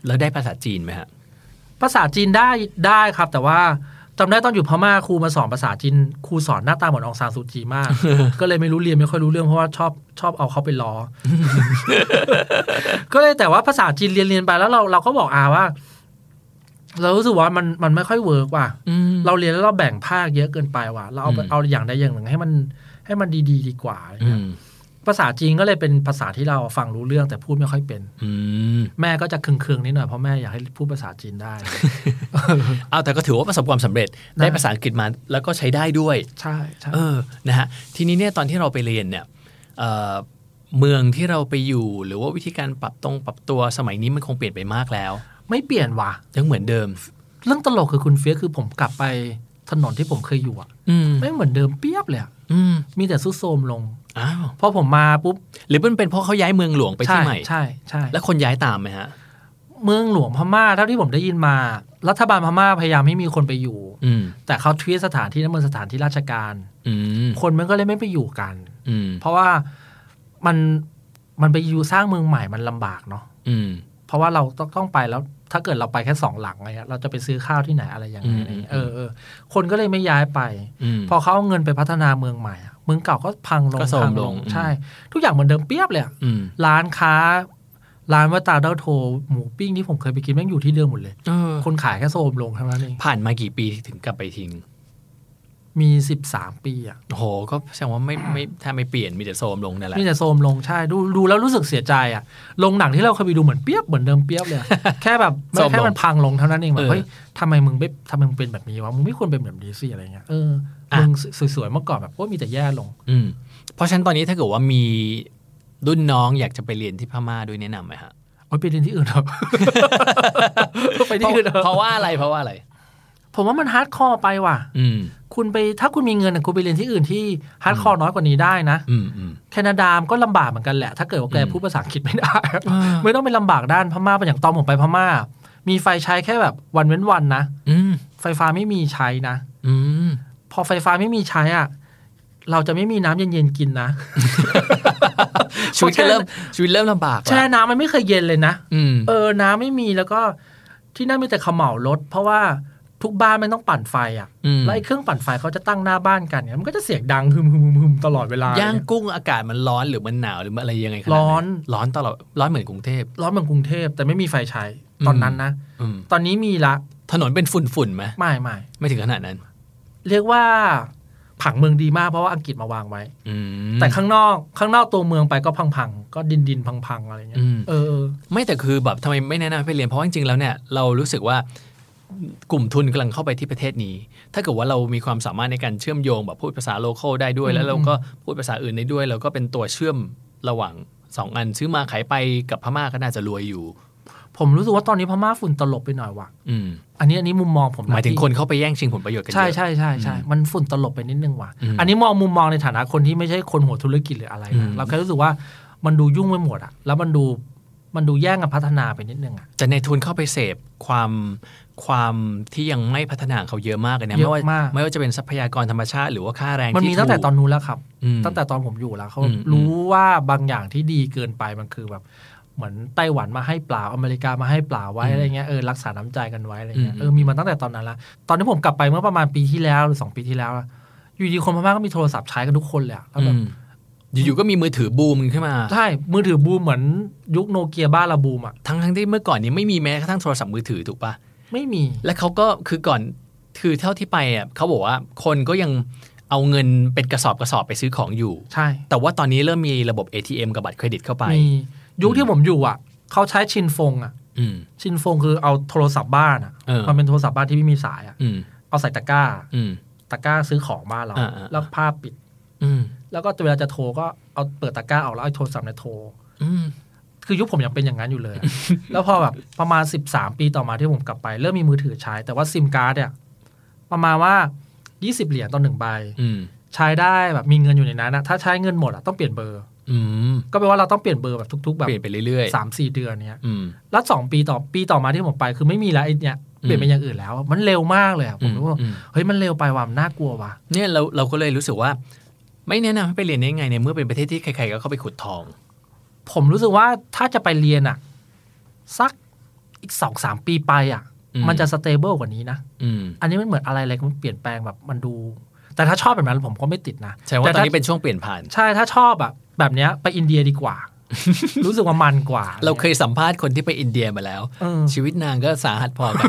Speaker 2: แล้วได้ภาษาจีนไหมฮะ
Speaker 9: ภาษาจีนได้ได้ครับ แต่ว่า จำได้ตอนอยู่พม่าครูมาสอนภาษาจีนครูสอนหน้าตาเหมือนองซานซูจี มาก ก็เลยไม่รู้เรียนไม่ค่อยรู้เรื่องเพราะว่าชอบชอบเอาเขาไปล้อ ก็เลยแต่ว่าภาษาจีนเรียนเรียนไปแล้วเราเราก็บอกอาว่า เรารู้สึกว่ามันมันไม่ค่อยเวิร์กว่ะ
Speaker 4: อืม
Speaker 9: เราเรียนแล้วเราแบ่งภาคเยอะเกินไปว่ะ เราเอาไป
Speaker 4: อืม
Speaker 9: เอาอย่างใดอย่างหนึ่งให้มันให้มันดีดีดีกว่าอะไร
Speaker 4: อื
Speaker 9: เงี้ย
Speaker 4: ม
Speaker 9: ภาษาจีนก็เลยเป็นภาษาที่เราฟังรู้เรื่องแต่พูดไม่ค่อยเป็น
Speaker 4: อืม
Speaker 9: แม่ก็จะเคืองๆนิดหน่อยเพราะแม่อยากให้พูดภาษาจีนได้
Speaker 2: เอาแต่ก็ถือว่าประสบความสำเร็จได้ภาษาอังกฤษมาแล้วก็ใช้ได้ด้วย
Speaker 9: ใช่ใช่
Speaker 2: เออ นะฮะ ทีนี้เนี่ยตอนที่เราไปเรียนเนี่ยเอ่อเมืองที่เราไปอยู่ หรือว่าวิธีการปรับตรงปรับตัวสมัยนี้มันคงเปลี่ยนไปมากแล้ว
Speaker 9: ไม่เปลี่ยนว่ะ
Speaker 2: ยังเหมือนเดิม
Speaker 9: เรื่องตลกคือคุณเฟียสคือผมกลับไปถนนที่ผมเคยอยู่อะ
Speaker 2: อืม
Speaker 9: ไม่เหมือนเดิมเปียบเลยอะ
Speaker 2: อืม
Speaker 9: มีแต่ซุดโทรมลง
Speaker 2: อ้าว
Speaker 9: พอผมมาปุ๊บ
Speaker 2: หรือมันเป็นเพราะเขาย้ายเมืองหลวงไปที่ใหม่
Speaker 9: ใช่ใช่
Speaker 2: แล้วคนย้ายตามไหมฮะ
Speaker 9: เมืองหลวงพม่าเท่าที่ผมได้ยินมา รัฐบาลพม่าพยายามให้มีคนไปอยู่
Speaker 2: อืม
Speaker 9: แต่เขาทวีตสถานที่นั้นเป็นสถานที่ราชการ
Speaker 2: อืม
Speaker 9: คนมันก็เลยไม่ไปอยู่กัน
Speaker 2: อืม
Speaker 9: เพราะว่ามันมันไปอยู่สร้างเมืองใหม่มันลำบากเนาะ
Speaker 2: อืม
Speaker 9: เพราะว่าเราต้องต้องไปแล้ว ถ้าเกิดเราไปแค่สองหลังอะไรเงี้ยเราจะไปซื้อข้าวที่ไหนอะไรยังไงอะไรเงี้ย
Speaker 2: อื
Speaker 9: เอ
Speaker 2: ม
Speaker 9: อเออคนก็เลยไม่ย้ายไป
Speaker 2: อืม
Speaker 9: พอเขาเอาเงินไปพัฒนาเมืองใหม่อะเมืองเก่าก็พังลง
Speaker 2: ก็โทรม
Speaker 9: พั
Speaker 2: ลงอืม
Speaker 9: ใช่ ทุกอย่างเหมือนเดิมเปียบเลยอะ
Speaker 2: อืม
Speaker 9: ร้านค้า ร้านว่าตาเด้าโทหมูปิ้งที่ผมเคยไปกินแม่งอยู่ที่เดิมหมดเลย
Speaker 2: เออ
Speaker 9: คนขายแค่โทรมลงเท่านั้นเอง
Speaker 2: ผ่านมากี่ปีถึงกลับไปทิ้ง
Speaker 9: มีสิบสามปีอ่ะ
Speaker 2: โอ้โห ก็แสดงว่าไม่ไม่ถ้าไม่เปลี่ยนมีแต่โทรมลงนั่นแหละ
Speaker 9: มีแต่โทรมลงใช่ดูดูแล้วรู้สึกเสียใจอ่ะลงหนังที่เราเคยไปดูเหมือนเปียบเหมือนเดิมเปียบ เลย แค่แบบ
Speaker 2: โทรมลง
Speaker 9: แค่มันพังลงเท่านั้นเองแบ
Speaker 2: เอบ อ
Speaker 9: เฮ้ยทำไมมึงไม่ทำไมมึงเป็นแบบนี้วะมึงไม่ควรเป็นแบบนี้สิอะไรเงี้ยเออ
Speaker 2: อ่ะ
Speaker 9: มึงสวยๆเมื่อก่อนแบบว่ามีแต่แย่ลง
Speaker 2: อืมเพราะฉะนั้นตอนนี้ถ้าเกิดว่ามีรุ่นน้องอยากจะไปเรียนที่พม่าด้วยแนะนำไหมฮะ
Speaker 9: โอ๊ยไปเรียนที่อื่นเถอะ ไปที่อื่นเถ
Speaker 2: เพราะ
Speaker 9: อะ
Speaker 2: ว่าอะไรเพราะว่าอะไร
Speaker 9: ผมว่ามันฮาร์ดคอร์ไปว่ะ
Speaker 2: อืม
Speaker 9: คุณไปถ้าคุณมีเงินน่ะคุณไปเรียนที่อื่นที่ฮาร์ดคอร์น้อยกว่านี้ได้นะ
Speaker 2: อืมอืม
Speaker 9: แคนาดามนก็ลำบากเหมือนกันแหละ ถ้าเกิดว่าแก
Speaker 2: อืม
Speaker 9: พูดภาษาอังกฤษไม่ได้
Speaker 2: อ่า
Speaker 9: ไม่ต้องไปลำบากด้านพม่าเป็นอย่างตอนผมไปพม่า มีไฟใช้แค่แบบวันเว้นวันนะ
Speaker 2: อืม
Speaker 9: ไฟฟ้าไม่มีใช้นะ
Speaker 2: อื ม
Speaker 9: พอไฟฟ้าไม่มีใช้อ่ะ เราจะไม่มีน้ำเย็นๆกินนะ
Speaker 2: ชีวิตก็เริ่มชีวิตเริ่มลำบากละ
Speaker 9: แช่น้ำมันไม่เคยเย็นเลยนะ
Speaker 2: อืม
Speaker 9: เออ น้ำไม่มีแล้วก็ที่นั่นมีแต่เขม่าวรถ เพราะว่าทุกบ้านมันต้องปั่นไฟอ่ะ
Speaker 2: อืม
Speaker 9: แล้วไอ้เครื่องปั่นไฟเขาจะตั้งหน้าบ้านกันเนี่ยมันก็จะเสียงดังฮึมฮึมฮึมฮึมตลอดเวลา
Speaker 2: ย่างกุ้งอากาศมันร้อนหรือมันหนาวหรือมันอะไรยังไงขนาดไห
Speaker 9: ร้อน
Speaker 2: ร้อนตลอดร้อนเหมือนกรุงเทพ
Speaker 9: ร้อนเหมือนกรุงเทพแต่ไม่มีไฟใช้ตอนนั้นนะ
Speaker 2: อืม
Speaker 9: ตอนนี้มีละ
Speaker 2: ถนนเป็นฝุ่นฝุ่นๆไหม
Speaker 9: ไม่ไม่
Speaker 2: ไม่ถึงขนาดนั้น
Speaker 9: เรียกว่าผังเมืองดีมากเพราะว่าอังกฤษมาวางไว้
Speaker 2: อืม
Speaker 9: แต่ข้างนอกข้างนอกตัวเมืองไปก็พังๆก็ดินดินๆพังๆอะไรเงี้
Speaker 2: อื
Speaker 9: ย
Speaker 2: ม
Speaker 9: เออเออ
Speaker 2: ไม่แต่คือแบบทำไมไม่แนะนำให้ไปเรียนเพราะว่าจริงๆแล้วเนี่ยเรารู้สึกว่ากลุ่มทุนกำลังเข้าไปที่ประเทศนี้ ถ้าเกิดว่าเรามีความสามารถในการเชื่อมโยงแบบพูดภาษาโล c a l ได้ด้วย
Speaker 9: อืม
Speaker 2: แล้วเราก็พูดภาษาอื่นได้ด้วย เราก็เป็นตัวเชื่อมระหว่างสองอันซื้อมาขายไปกับพม่าก็น่าจะรวยอยู่
Speaker 9: ผมรู้สึกว่าตอนนี้พม่าฝุ่นตลบไปหน่อยว่ะ
Speaker 2: อืม
Speaker 9: อันนี้อันนี้มุมมองผมะ
Speaker 2: หมายถึง
Speaker 9: ที่
Speaker 2: คนเข้าไปแย่งชิงผลประโยชน์กันเย
Speaker 9: ใช่
Speaker 2: อะ
Speaker 9: ใช่ใช่ใช่มันฝุ่นตลบไปนิดนึงว่ะ
Speaker 2: อืม
Speaker 9: อันนี้มองมุมมองในฐานะคนที่ไม่ใช่คนหัวธุรกิจหรืออะไร
Speaker 2: อื
Speaker 9: นะ
Speaker 2: ม
Speaker 9: เราแค่รู้สึกว่ามันดูยุ่งไปหมดอะแล้วมันดูมันดูแย่งกันพัฒนาไปนิดนึงอะ
Speaker 2: แต่ในทุนเข้าไปเสพความความที่ยังไม่พัฒนาของเขาเยอะมากเลยนะ
Speaker 9: เย
Speaker 2: ไม่
Speaker 9: อะ
Speaker 2: ว่าม
Speaker 9: าก
Speaker 2: ไม่ว่าจะเป็นทรัพยากรธรรมชาติหรือว่าค่าแรง
Speaker 9: มันมี
Speaker 2: ที่
Speaker 9: ตั้งแต่
Speaker 2: ถูก
Speaker 9: ตอนนู้นแล้วครับ
Speaker 2: อืม
Speaker 9: ตั้งแต่ตอนผมอยู่แล้วเขา
Speaker 2: อืม
Speaker 9: รู้ว่าบางอย่างที่ดีเกินไปมันคือแบบ เหมือนไต้หวันมาให้เปล่าอเมริกามาให้เปล่าไว้อะไรเงี้ยเออรักษาน้ำใจกันไว้อะไรเงี้ยเออมีมาตั้งแต่ตอนนั้นละตอนที่ผมกลับไปเมื่อประมาณปีที่แล้วหรือสองปีที่แล้วอะอยู่ดีคนพม่าก็มีโทรศัพท์ใช้กันทุกคนเลยอะแล้วแบ
Speaker 2: อื
Speaker 9: บ
Speaker 2: มอยู่ๆก็มีมือถือบูมขึ้นมา
Speaker 9: ใช่มือถือบูมเหมือนยุคโนเกียบ้านเราบูมอ่ะ
Speaker 2: ทั้งทั้งที่เมื่อก่อนนี้ไม่มีแม้กระทั่งโทรศัพท์มือถือถูกปะ
Speaker 9: ไม่มี
Speaker 2: และเขาก็คือก่อนคือเท่าที่ไปอ่ะเขาบอกว่าคนก็ยังเอาเงินเป็นกระสอบกระสอบไปซื้อของอยู่
Speaker 9: ใช่
Speaker 2: แต่ว่าตอนนี้เริ่มมีระบบ ATM กับบัตรเครดิตเข้าไป
Speaker 9: มียุคที่ผมอยู่อ่ะเขาใช้ชินฟงอ่ะ
Speaker 2: อืม
Speaker 9: ชินฟงคือเอาโทรศัพท์บ้านอ่ะ
Speaker 2: เออ
Speaker 9: มันเป็นโทรศัพท์บ้านที่ไม่มีสายอ่ะ
Speaker 2: อืม
Speaker 9: เอาใส่ตะกร้า
Speaker 2: อืม
Speaker 9: ตะกร้าซื้อของบ้านเรา
Speaker 2: อ่าอ่า
Speaker 9: แล้วผ้าปิด
Speaker 2: อืม
Speaker 9: แล้วก็เวลาจะโทรก็เอาเปิดตะกร้าออกแล้วเอาโทรศัพท์เนี่ยโทร
Speaker 2: อืม
Speaker 9: คือยุคผมยังเป็นอย่างนั้นอยู่เลยอะ แล้วพอแบบประมาณ 13 ปีต่อมาที่ผมกลับไป เริ่มมีมือถือใช้ แต่ว่าซิมการ์ดเนี่ยประมาณว่า 20 เหรียญต่อหนึ่งใบ
Speaker 2: อืม
Speaker 9: ใช้ได้แบบมีเงินอยู่ในนั้นนะถ้าใช้เงินหมดอะต้องเปลี่ยนเบอร์
Speaker 2: อืม
Speaker 9: ก็แปลว่าเราต้องเปลี่ยนเบอร์แบบทุก ๆ แบบ
Speaker 2: เปลี่ยนไปเรื่อย
Speaker 9: สามสี่เดือนเนี้ย
Speaker 2: ๆ อืม
Speaker 9: แล้วสองปีต่อปีต่อมาที่ผมไปคือไม่มีแล้วไอ้เนี่ยเปลี่ยนเป็นอย่างอื่นแล้ว มันเร็วมากเลยอะผมรู้ว่า
Speaker 2: อืม
Speaker 9: เฮ้ยมันเร็วไปว่ะมันน่ากลัวว่ะ
Speaker 2: เนี่ยเราเราก็เลยรู้สึกว่า ไม่แนะนำให้ไปเรียนได้ไงในเมื่อเป็นประเทศที่ใครๆก็เข้าไปขุดทอง
Speaker 9: ผมรู้สึกว่าถ้าจะไปเรียนอ่ะ สักอีกสองสามปีไปอ่ะ
Speaker 4: อืม
Speaker 9: มันจะสเตเบิลกว่านี้นะ
Speaker 4: อืม
Speaker 9: อันนี้มันเหมือนอะไรอะไรก็มันเปลี่ยนแปลงแบบมันดู แต่ถ้าชอบแบบนั้นผมก็ไม่ติดนะ
Speaker 2: แสดงว่าตอน
Speaker 9: ถ้
Speaker 2: นี้เป็นช่วงเปลี่ยนผ่าน
Speaker 9: ใช่ถ้าชอบอะแบบเนี้ยไปอินเดียดี กว่า รู้สึกว่ามันกว่า
Speaker 2: เราเคยสัมภาษณ์คนที่ไปอินเดียมาแล้ว
Speaker 9: เออ
Speaker 2: ชีวิตนางก็สาหัสพอกัน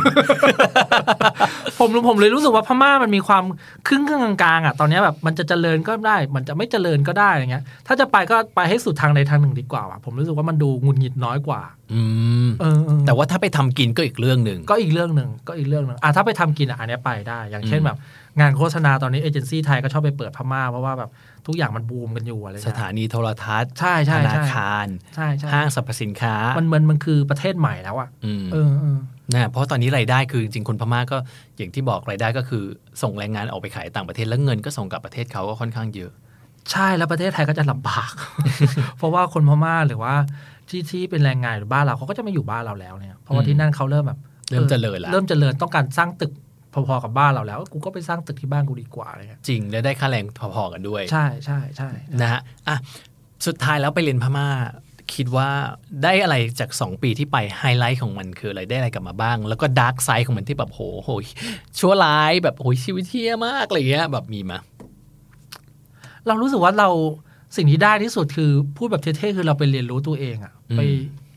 Speaker 9: ผมผมเลยรู้สึกว่าพม่ามันมีความครึ่งกลางๆอ่ะตอนเนี้ยแบบมันจะเจริญก็ได้ มันจะไม่เจริญก็ได้อะไรเงี้ย ถ้าจะไปก็ไปให้สุดทางใดทางหนึ่งดีกว่าว่ะผมรู้สึกว่ามันดูหงุนหงิดน้อยกว่า
Speaker 2: อืม
Speaker 9: เออเออ
Speaker 2: แต่ว่าถ้าไปทำกินก็อีกเรื่องหนึ่ง
Speaker 9: ก็อีกเรื่องหนึ่งก็อีกเรื่องหนึ่งอ่ะถ้าไปทำกินอ่ะอันเนี้ยไปได้ อย่างเช่น
Speaker 2: อืม
Speaker 9: แบบงานโฆษณาตอนนี้เอเจนซี่ไทยก็ชอบไปเปิดพม่าเพราะว่าแบบทุกอย่างมันบูมกันอยู่อะไร
Speaker 2: ส
Speaker 9: เงี้ย
Speaker 2: ถานีโทรทัศน์
Speaker 9: ใช่
Speaker 2: ธ
Speaker 9: ใช่
Speaker 2: นา
Speaker 9: ใช่
Speaker 2: คาร
Speaker 9: ใช่ใช่
Speaker 2: ห้างสรรพสินค้า
Speaker 9: มันมันมันคือประเทศใหม่แล้วอ่ะ
Speaker 2: อืม
Speaker 9: เออเออ
Speaker 2: นะเพราะตอนนี้รายได้คือจริงๆคนพม่าก็อย่างที่บอกรายได้ก็คือส่งแรงงานออกไปขายต่างประเทศแล้วเงินก็ส่งกลับประเทศเขาก็ค่อนข้างเยอะ
Speaker 9: ใช่แล้วประเทศไทยก็จะลำบาก เพราะว่าคนพม่าหรือว่าที่ที่เป็นแรงงานหรือบ้านเราเขาก็จะไม่อยู่บ้านเราแล้วเนี่ยเพราะว่าที่นั่นเขาเริ่มแบบ
Speaker 2: เริ่มเจริญละ
Speaker 9: เริ่มเจริญต้องการสร้างตึกพอๆกับบ้านเราแล้ว กูก็ไปสร้างตึกที่บ้านกูดีกว่าอะไรเงี้ย
Speaker 2: จริงแล้วได้ค่าแรงพอๆกันด้วย
Speaker 9: ใช่ใช่ใช่
Speaker 2: นะฮะอ่ะสุดท้ายแล้วไปเรียนพม่า คิดว่าได้อะไรจาก 2 ปีที่ไปไฮไลท์ของมันคืออะไรได้อะไรกลับมาบ้าง แล้วก็ดาร์กไซด์ของมันที่แบบโหโหยชั่วร้ายแบบโหยชีวิตเที่ยมากอะไรเงี้ยแบบมีมา
Speaker 9: เรารู้สึกว่าเราสิ่งที่ได้ที่สุดคือพูดแบบเท่ๆคือเราไปเรียนรู้ตัวเองอะ
Speaker 2: อืม
Speaker 9: ไป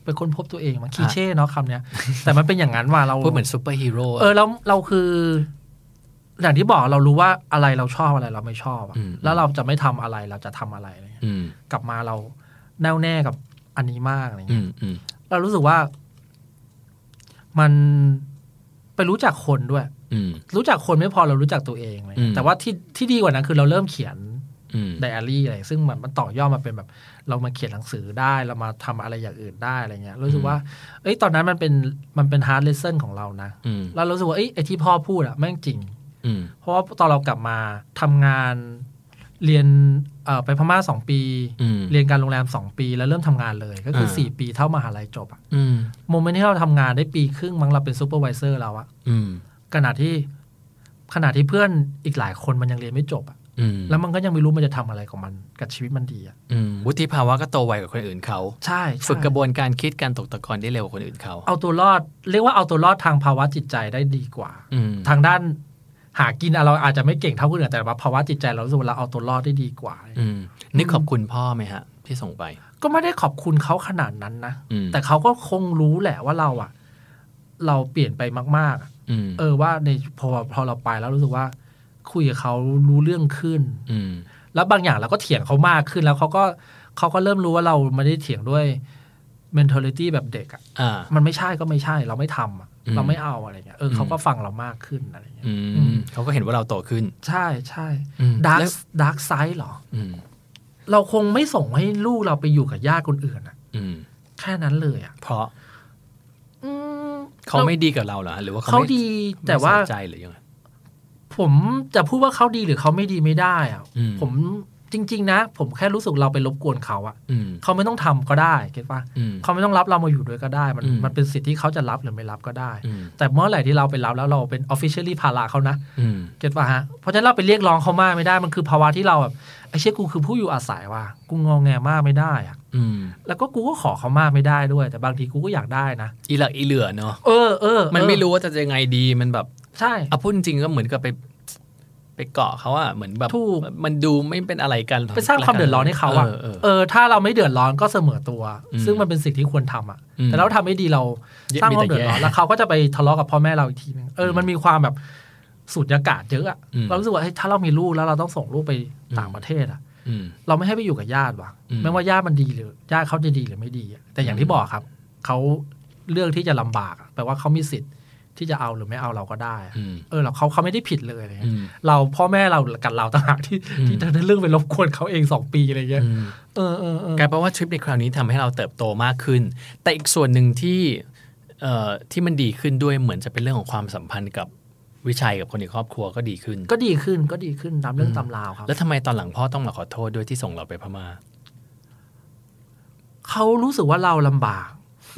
Speaker 9: ไปค้นพบตัวเองมันคี
Speaker 2: ฮะ
Speaker 9: เช่เนาะคำเนี้ย แต่มันเป็นอย่างนั้นว่าเรา
Speaker 2: พูดเหมือนซูเปอร์ฮีโร่อะ
Speaker 9: เออเราเราคือ อย่างที่บอกเรารู้ว่าอะไรเราชอบอะไรเราไม่ชอบอะ
Speaker 2: อืม
Speaker 9: แล้วเราจะไม่ทำอะไรเราจะทำอะไรอะไรเงี้ย
Speaker 2: ม
Speaker 9: กลับมาเราแน่วแน่กับอันนี้มากอะไรเงี้ย
Speaker 2: อืมอืม
Speaker 9: เรารู้สึกว่า มันไปรู้จักคนด้วย
Speaker 2: อืม
Speaker 9: รู้จักคนไม่พอเรารู้จักตัวเองเลย
Speaker 2: อืม
Speaker 9: แต่ว่าที่ที่ดีกว่านั้นคือเราเริ่มเขียน
Speaker 2: อืม
Speaker 9: ไดอารี่อะไรซึ่งมันมันต่อยอดมาเป็นแบบ เรามาเขียนหนังสือได้เรามาทำอะไรอย่างอื่นได้อะไรเงี้ยรู้สึกว่า เอ้ยตอนนั้นมันเป็นมันเป็นฮาร์ดเลสเซนของเรานะ
Speaker 2: อืม
Speaker 9: เรารู้สึกว่าเอ้ยไอที่พ่อพูดอะแม่งจริง
Speaker 2: อืม
Speaker 9: เพราะว่าตอนเรากลับมาทำงานเรียนเอ่อไปพม่าสองปี
Speaker 2: อืม
Speaker 9: เรียนการโรงแรมสองปีแล้วเริ่มทำงานเลย ก็คืออา สี่ปีเท่ามหาลัยจบอะ
Speaker 2: อืม
Speaker 9: โมเมนต์ที่เราทำงานได้ปีครึ่งมั้งเราเป็นซูเปอร์วิเซอร์แล้วอะ
Speaker 2: อืม
Speaker 9: ขณะที่ขณะที่เพื่อนอีกหลายคนมันยังเรียนไม่จบอะ
Speaker 2: อืม
Speaker 9: แล้วมันก็ยังไม่รู้มันจะทำอะไรของมันกับชีวิตมันดีอะ
Speaker 2: อืมวุฒิภาวะก็โตไวกว่าคนอื่นเขา
Speaker 9: ใช่ใช่
Speaker 2: ฝึกกระบวนการคิดการตกตะกอนได้เร็วกว่าคนอื่นเขา
Speaker 9: เอาตัวรอด เรียกว่าเอาตัวรอดทางภาวะจิตใจได้ดีกว่า
Speaker 2: อืม
Speaker 9: ทางด้านหากินอะเราอาจจะไม่เก่งเท่าคนอื่นแต่ว่าภาวะจิตใจเรารู้สึกว่าเราเอาตัวรอดได้ดีกว่า
Speaker 2: อืม นึกขอบคุณพ่อไหมฮะ ที่ส่งไป
Speaker 9: ก็ไม่ได้ขอบคุณเขาขนาดนั้นนะ
Speaker 2: อืม
Speaker 9: แต่เขาก็คงรู้แหละว่าเราอะเราเปลี่ยนไปมาก ๆอะ
Speaker 2: อืม
Speaker 9: เออว่าในพอพอเราไปแล้วรู้สึกว่า คุยกับเขารู้เรื่องขึ้น
Speaker 2: อืม
Speaker 9: แล้วบางอย่างเราก็เถียงเขามากขึ้นแล้วเขาก็เขาก็เริ่มรู้ว่าเราไม่ได้เถียงด้วย mentality แบบเด็กอะ
Speaker 2: อ่า
Speaker 9: มันไม่ใช่ก็ไม่ใช่ เราไม่ทำอะ
Speaker 2: อืม
Speaker 9: เราไม่เอาอะไรเงี้ยเออเขาก็ฟังเรามากขึ้นอะไรเงี้ย
Speaker 2: อื
Speaker 9: อื
Speaker 2: ม
Speaker 9: ม
Speaker 2: เขาก็เห็นว่าเราโตขึ้น
Speaker 9: ใช่ใช่
Speaker 2: อืม
Speaker 9: ดาร์
Speaker 2: แล้
Speaker 9: ก
Speaker 2: ว
Speaker 9: ดาร์กไซด์หรอ
Speaker 2: อืม
Speaker 9: เราคงไม่ส่งให้ลูกเราไปอยู่กับญาติคนอื่นอะ
Speaker 2: อืม
Speaker 9: แค่นั้นเลยอะ
Speaker 2: เพราะ
Speaker 9: อืม
Speaker 2: เขาไม่ดีกับเราเหรอฮะหรือว่า
Speaker 9: เขา
Speaker 2: เขาไม่
Speaker 9: ดีแต่ว่า
Speaker 2: ไม่สนใจหรือยังไง
Speaker 9: ผมจะพูดว่าเขาดีหรือเขาไม่ดีไม่ได้อะ
Speaker 2: อืม
Speaker 9: ผมจริง ๆ นะ ผมแค่รู้สึกเราไปรบกวนเขาอะ
Speaker 2: อืม
Speaker 9: เขาไม่ต้องทำก็ได้เก็ตปะ
Speaker 2: อืม
Speaker 9: เขาไม่ต้องรับเรามาอยู่ด้วยก็ได้ มัน
Speaker 2: อืม
Speaker 9: มันเป็นสิทธิ์ที่เขาจะรับหรือไม่รับก็ได้
Speaker 2: อืม
Speaker 9: แต่เมื่อไหร่ที่เราไปรับแล้วเราเป็น officially ภาระเขานะ
Speaker 2: อืม
Speaker 9: เก็ตป่ะฮะเพราะฉะนั้นเราไปเรียกร้องเขามากไม่ได้มันคือภาวะที่เราแบบไอ้เชี่ยกูคือผู้อยู่อาศัยว่ะกูงอแงมากไม่ได้อะ
Speaker 2: อืม
Speaker 9: แล้วก็กูก็ขอเขามากไม่ได้ด้วย แต่บางทีกูก็อยากได้นะ
Speaker 2: อีหลักอีเหลือเนาะ
Speaker 9: เออเออ
Speaker 2: มัน
Speaker 9: เออ
Speaker 2: ไม่รู้ว่าจะยังไงดีมันแบบ
Speaker 9: ใช่
Speaker 2: เอาพูดจริงๆก็เหมือนกับไปไปเกาะเขาอะเหมือนแบบ
Speaker 9: ถูก
Speaker 2: มันดูไม่เป็นอะไรกัน
Speaker 9: ไปสร้างความเดือดร้อนให้เขาอะ
Speaker 2: เเ
Speaker 9: เออถ้าเราไม่เดือดร้อนก็เสมอตัว
Speaker 2: อืม
Speaker 9: ซึ่งมันเป็นสิ่งที่ควรทำอะ
Speaker 2: อืม
Speaker 9: แต่เราทำไม่ดีเราสร้างความเดือดร้อน
Speaker 2: มีแต่แย่
Speaker 9: แล้วเขาก็จะไปทะเลาะกับพ่อแม่เราอีกทีนึงเอออ
Speaker 2: ม
Speaker 9: มันมีความแบบสูญญากาศเยอะอะ
Speaker 2: อืม
Speaker 9: เรารู้สึกว่าเฮ้ยถ้าเรามีลูกแล้วเราต้องส่งลูกไปต่าง
Speaker 2: อืม
Speaker 9: ประเทศอะ
Speaker 2: อืม
Speaker 9: เราไม่ให้ไปอยู่กับญาติว่ะ
Speaker 2: อืม
Speaker 9: ไม่ว่าญาติมันดีหรือญาติเขาจะดีหรือไม่ดีอะแต่อย่าง
Speaker 2: อื
Speaker 9: ที่
Speaker 2: ม
Speaker 9: บอกครับเขาเลือกที่จะลำบากอะแปลว่าเขามีสิทธิ์ที่จะเอาหรือไม่เอาเราก็ได้อะ
Speaker 2: อืม
Speaker 9: เออเราเขาเขาไม่ได้ผิดเลยอะไร
Speaker 2: อื
Speaker 9: เงี้ย
Speaker 2: ม
Speaker 9: เราพ่อแม่เรากับเราต่างหากที่
Speaker 2: อืม
Speaker 9: ที่เรื่องไปรบกวนเขาเองสองปีอะไรเงี้ย
Speaker 2: อืม
Speaker 9: เออเออเออก
Speaker 2: ลายเป็นว่าทริปในคราวนี้ทำให้เราเติบโตมากขึ้น แต่อีกส่วนหนึ่งที่เอ่อที่มันดีขึ้นด้วยเหมือนจะเป็นเรื่องของความสัมพันธ์กับวิชัยกับคนในครอบครัวก็ดีขึ้น
Speaker 9: ก็ดีขึ้นก็ดีขึ้นตามเรื่องตำราวครับ
Speaker 2: แล้วทำไมตอนหลังพ่อต้องมาขอโทษด้วยที่ส่งเราไปพม่า
Speaker 9: เขารู้สึกว่าเราลำบาก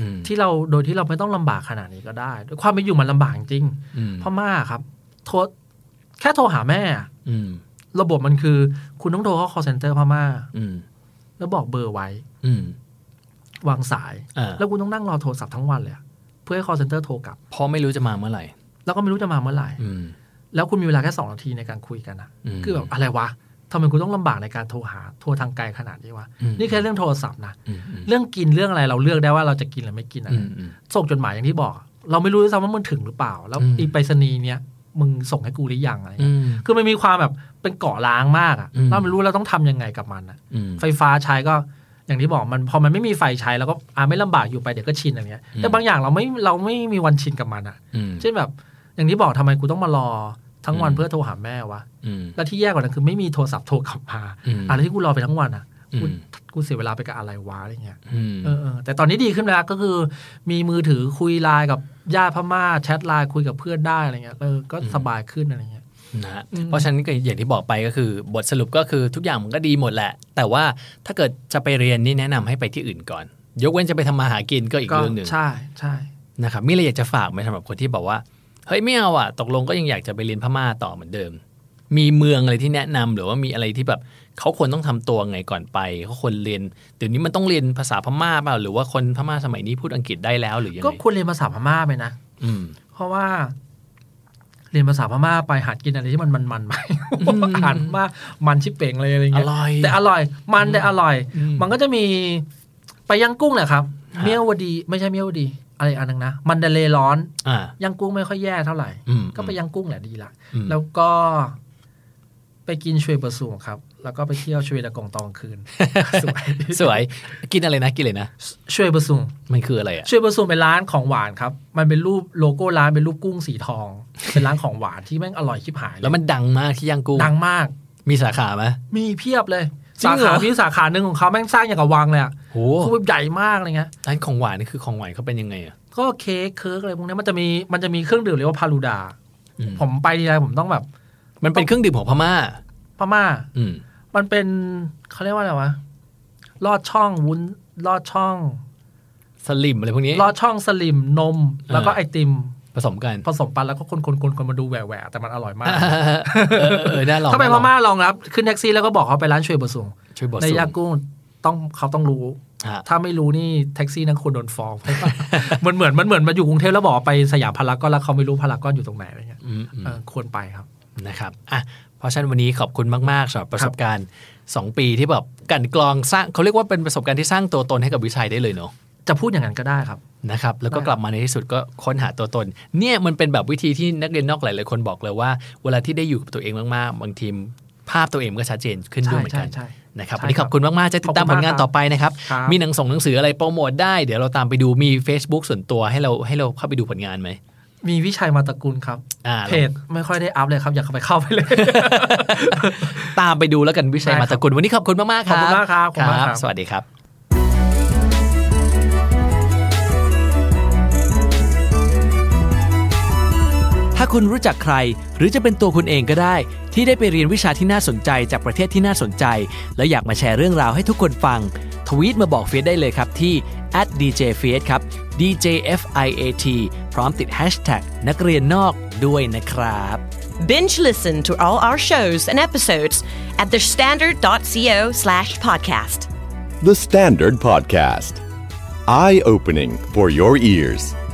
Speaker 2: อืม
Speaker 9: ที่เราโดยที่เราไม่ต้องลำบากขนาดนี้ก็ได้ด้วยความเป็นอยู่มันลำบากจริง
Speaker 2: อืม
Speaker 9: พม่าครับ โทรแค่โทรหาแม่อะ
Speaker 2: อืม
Speaker 9: ระบบมันคือ คุณต้องโทรเข้า call center พม่า
Speaker 2: อืม
Speaker 9: แล้วบอกเบอร์ไว้
Speaker 2: อืม
Speaker 9: วางสาย
Speaker 2: อ่า
Speaker 9: แล้วคุณต้องนั่งรอโทรศัพท์ทั้งวันเลยอะ พื่อให้ call center โทรกลับ
Speaker 4: เพราะไม่รู้จะมาเมื่อไหร่
Speaker 9: แล้วก็ไม่รู้จะมาเมื่อไหร่
Speaker 4: อืม
Speaker 9: แล้วคุณมีเวลาแค่สองนาทีในการคุยกันนะ
Speaker 4: อืม
Speaker 9: คือแบบอะไรวะทำไมคุณต้องลำบากในการโทรหาโทรทางไกลขนาดนี้วะ
Speaker 4: อืม
Speaker 9: นี่แค่เรื่องโทรศัพท์นะ
Speaker 4: อืมอืม
Speaker 9: เรื่องกินเรื่องอะไรเราเลือกได้ว่าเราจะกินหรือไม่กินอะ
Speaker 4: อื
Speaker 9: ไร
Speaker 4: มอืม
Speaker 9: ส่งจดหมายอย่างที่บอก เราไม่รู้ด้วยซ้ำว่ามันถึงหรือเปล่า แล้ว
Speaker 4: อืม
Speaker 9: อีไปรษณีย์เนี้ยมึงส่งให้กูหรือยังอะไร
Speaker 4: อื
Speaker 9: เงี้ย
Speaker 4: ม
Speaker 9: คือมันมีความแบบเป็นเกาะล้างมากอะ
Speaker 4: อืม
Speaker 9: เราไม่รู้เราต้องทำยังไงกับมันอะ
Speaker 4: อืม
Speaker 9: ไฟฟ้าใช้ก็อย่างที่บอกมันพอมันไม่มีไฟใช้แล้วก็อ่าไม่ลำบากอยู่ไปเดี๋ยวก็ชินอะไรเงี้ย
Speaker 4: อืม
Speaker 9: แต่บางอย่างเราไม่เราไม่มีวันชินกับมันอ่ะ
Speaker 4: อืม
Speaker 9: เช่นแบบอย่างที่บอกทำไมกูต้องมารอทั้งวัน
Speaker 4: อืม
Speaker 9: เพื่อโทรหาแม่วะ
Speaker 4: อืม
Speaker 9: แล้วที่แย่กว่านั้นคือไม่มีโทรศัพท์โทรกลับมา
Speaker 4: อืม
Speaker 9: อะไรที่กูรอไปทั้งวันอ่ะกู
Speaker 4: อืม
Speaker 9: กูเสียเวลาไปกับอะไรวะอะไรเงี้ย
Speaker 4: อืม
Speaker 9: เออเออแต่ตอนนี้ดีขึ้นแล้วก็คือ มีมือถือคุยไลน์กับญาติพม่าแชทไลน์คุยกับเพื่อนได้อะไรเงี้ยเออก็สบายขึ้นอะไรเงี้ย
Speaker 4: นะฮะ
Speaker 9: อืม
Speaker 2: เพราะฉะนั้นก็อย่างที่บอกไปก็คือ บทสรุปก็คือทุกอย่างมันก็ดีหมดแหละ แต่ว่าถ้าเกิดจะไปเรียนนี่แนะนำให้ไปที่อื่นก่อน ยกเว้นจะไปทำมาหากินก็อีก
Speaker 9: ก็
Speaker 2: เรื่องหนึ่ง
Speaker 9: ใช่ใช่
Speaker 2: นะครับมีอะไรอยากจะฝากไหมสำหรับคนที่บอกว่าเฮ้ยไม่เอาอ่ะตกลงก็ยังอยากจะไปเรียนพม่าต่อเหมือนเดิม มีเมืองอะไรที่แนะนำหรือว่ามีอะไรที่แบบเขาควรต้องทำตัวไงก่อนไปเขาควรเรียนเดี๋ยวนี้มันต้องเรียนภาษาพม่าเปล่าหรือว่าคนพม่าสมัยนี้พูดอังกฤษได้แล้วหรือยัง
Speaker 9: ก็
Speaker 2: ไง
Speaker 9: ควรเรียนภาษาพม่าไปนะ
Speaker 2: อืม
Speaker 9: เพราะว่า เรียนภาษาพม่าไปหัดกินอะไรที่มันมัน มันๆไปอาหารพม่ามันชิบเป่งเลยอะไรเงี้ย
Speaker 2: อร่อย
Speaker 9: แต่อร่อยมันแต่อร่อย
Speaker 2: อืม
Speaker 9: มันก็จะมีไปย่างกุ้งแหละครับ
Speaker 2: ครับ
Speaker 9: เมียวดีไม่ใช่เมียวดี อะไรอันนึงนะมันเดเลร้อน
Speaker 2: อ่า
Speaker 9: ย่างกุ้งไม่ค่อยแย่เท่าไหร่
Speaker 2: อืม
Speaker 9: ก็ไปย่างกุ้งแหละดีละ
Speaker 2: อืม
Speaker 9: แล้วก็ ไปกินชวยเบอร์สูงครับ แล้วก็ไปเที่ยวชวยดะกงตอนกลางคืน สวย
Speaker 2: สวยกินอะไรนะกินเลยนะ
Speaker 9: ชวยเบอร์สูง
Speaker 2: มันคืออะไรอ่ะ
Speaker 9: ช่วยประสูมเป็นร้านของหวานครับ มันเป็นรูปโลโก้ร้านเป็นรูปกุ้งสีทอง เป็นร้านของหวานที่แม่งอร่อยชิบหายเย
Speaker 2: แล้วมันดังมากที่ย่างกุ้ง
Speaker 9: ดังมาก
Speaker 2: มีสาขาไหม
Speaker 9: มีเพียบเลย
Speaker 2: จริ
Speaker 9: สาง
Speaker 2: เหรอ
Speaker 9: ขาพี่สาขาหนึ่งของเขาแม่งสร้างอย่างกับวังเลยอะ
Speaker 2: โห
Speaker 9: คือแบบใหญ่มากอะไรเงี้ย
Speaker 2: ร้านของหวานนี่คือของหวานเขาเป็นยังไงอ่ะ
Speaker 9: ก็เค้กเคิร์กอะไรพวกเนี้ยมันจะมีมันจะมีเครื่องดื่มเรียกว่าพาลูดา
Speaker 2: อืม
Speaker 9: ผมไปทีไรผมต้องแบบ
Speaker 2: มันเป็นเครื่องดื่มของพม่า
Speaker 9: พม่า
Speaker 2: อืม
Speaker 9: มันเป็นเขาเรียกว่าอะไรวะลอดช่องวุ้นลอดช่อง
Speaker 2: สลิมอะไรพวกนี้
Speaker 9: ลอดช่องสลิมนม แล้วก็
Speaker 2: อ่า
Speaker 9: ไอติม
Speaker 2: ผสมกัน
Speaker 9: ผสมปันแล้วก็คนๆๆๆมาดูแหวะๆแต่มันอร่อยมาก
Speaker 2: เออเออเออน่าลอง
Speaker 9: ถ้าไป
Speaker 2: น่
Speaker 9: พ
Speaker 2: ลอง
Speaker 9: ม่าลองรับขึ้นแท็กซี่แล้วก็บอกเขาไปร้านช่วยบะสูง
Speaker 2: ช่วยบอก
Speaker 9: ใน
Speaker 2: สูง
Speaker 9: ยากุ้งต้องเขาต้องรู้
Speaker 2: ฮะ
Speaker 9: ถ้าไม่รู้นี่แท็กซี่นั่งคนโดนฟ้ อง มันเหมือนมันเหมือนมาอยู่กรุงเทพแล้วบอกว่าไปสยามพารากอนแล้วเขาไม่รู้พารากอนอยู่ตรงไหนอะไรเงี้ย
Speaker 2: อืมอืม
Speaker 9: เออควรไปครับ
Speaker 2: นะครับอ่ะเพราะฉะนั้นวันนี้ขอบคุณมาก ๆสำหรับประสบการณ์ 2 ปีที่แบบกลันกรองสร้างเขาเรียกว่าเป็นประสบการณ์ที่สร้างตัวตนให้กับวิชัยได้เลยเนาะ
Speaker 9: จะพูดอย่างนั้นก็ได้ครับ
Speaker 2: นะครับแล้วก็
Speaker 9: ได้ครับ
Speaker 2: กลับมาในที่สุดก็ค้นหาตัวตน เนี่ยมันเป็นแบบวิธีที่นักเรียนนอกหลายๆคนบอกเลยว่า เวลาที่ได้อยู่กับตัวเองมากๆ บางทีภาพตัวเองก็ชัดเจนขึ้นด้วย
Speaker 9: ใช่
Speaker 2: เหมือน
Speaker 9: ใช่
Speaker 2: กัน
Speaker 9: ใช่
Speaker 2: นะครับ
Speaker 9: ใช่
Speaker 2: วันนี้ขอบคุณมากๆจะติดตาม
Speaker 9: ขอบ
Speaker 2: ผล
Speaker 9: คุณมาก
Speaker 2: งาน
Speaker 9: ครับ
Speaker 2: ต่อไปนะครับ
Speaker 9: ครับ
Speaker 2: มีหนังส่งหนังสืออะไรโปรโมทได้ เดี๋ยวเราตามไปดูมี Facebook ส่วนตัวให้เราให้เราเข้าไปดูผลงานไหม
Speaker 9: มีวิชัยมาตระกุลครับ
Speaker 2: อ่า
Speaker 9: เพจไม่ค่อยได้อัพเลยครับ อยากเข้าไปเข้าไปเลย
Speaker 2: ตามไปดูแล้วกันวิชัย
Speaker 9: ได้ครับ
Speaker 2: มาตะกุลวันนี้ขอบคุณมากๆค
Speaker 9: ข
Speaker 2: รั
Speaker 9: อ
Speaker 2: บบ
Speaker 9: คุณมากครับขอบคุณมากครับ
Speaker 2: สวัสดีครับ
Speaker 8: ถ้าคุณรู้จักใคร หรือจะเป็นตัวคุณเองก็ได้ ที่ได้ไปเรียนวิชาที่น่าสนใจจากประเทศที่น่าสนใจ และอยากมาแชร์เรื่องราวให้ทุกคนฟัง ทวีตมาบอกเฟียสได้เลยครับที่ @djfiat ครับ djfiat พร้อมติด hashtag นักเรียนนอกด้วยนะครับ
Speaker 1: Binge listen to all our shows and episodes at thestandard.co slash podcast.
Speaker 10: The Standard Podcast. Eye opening for your ears.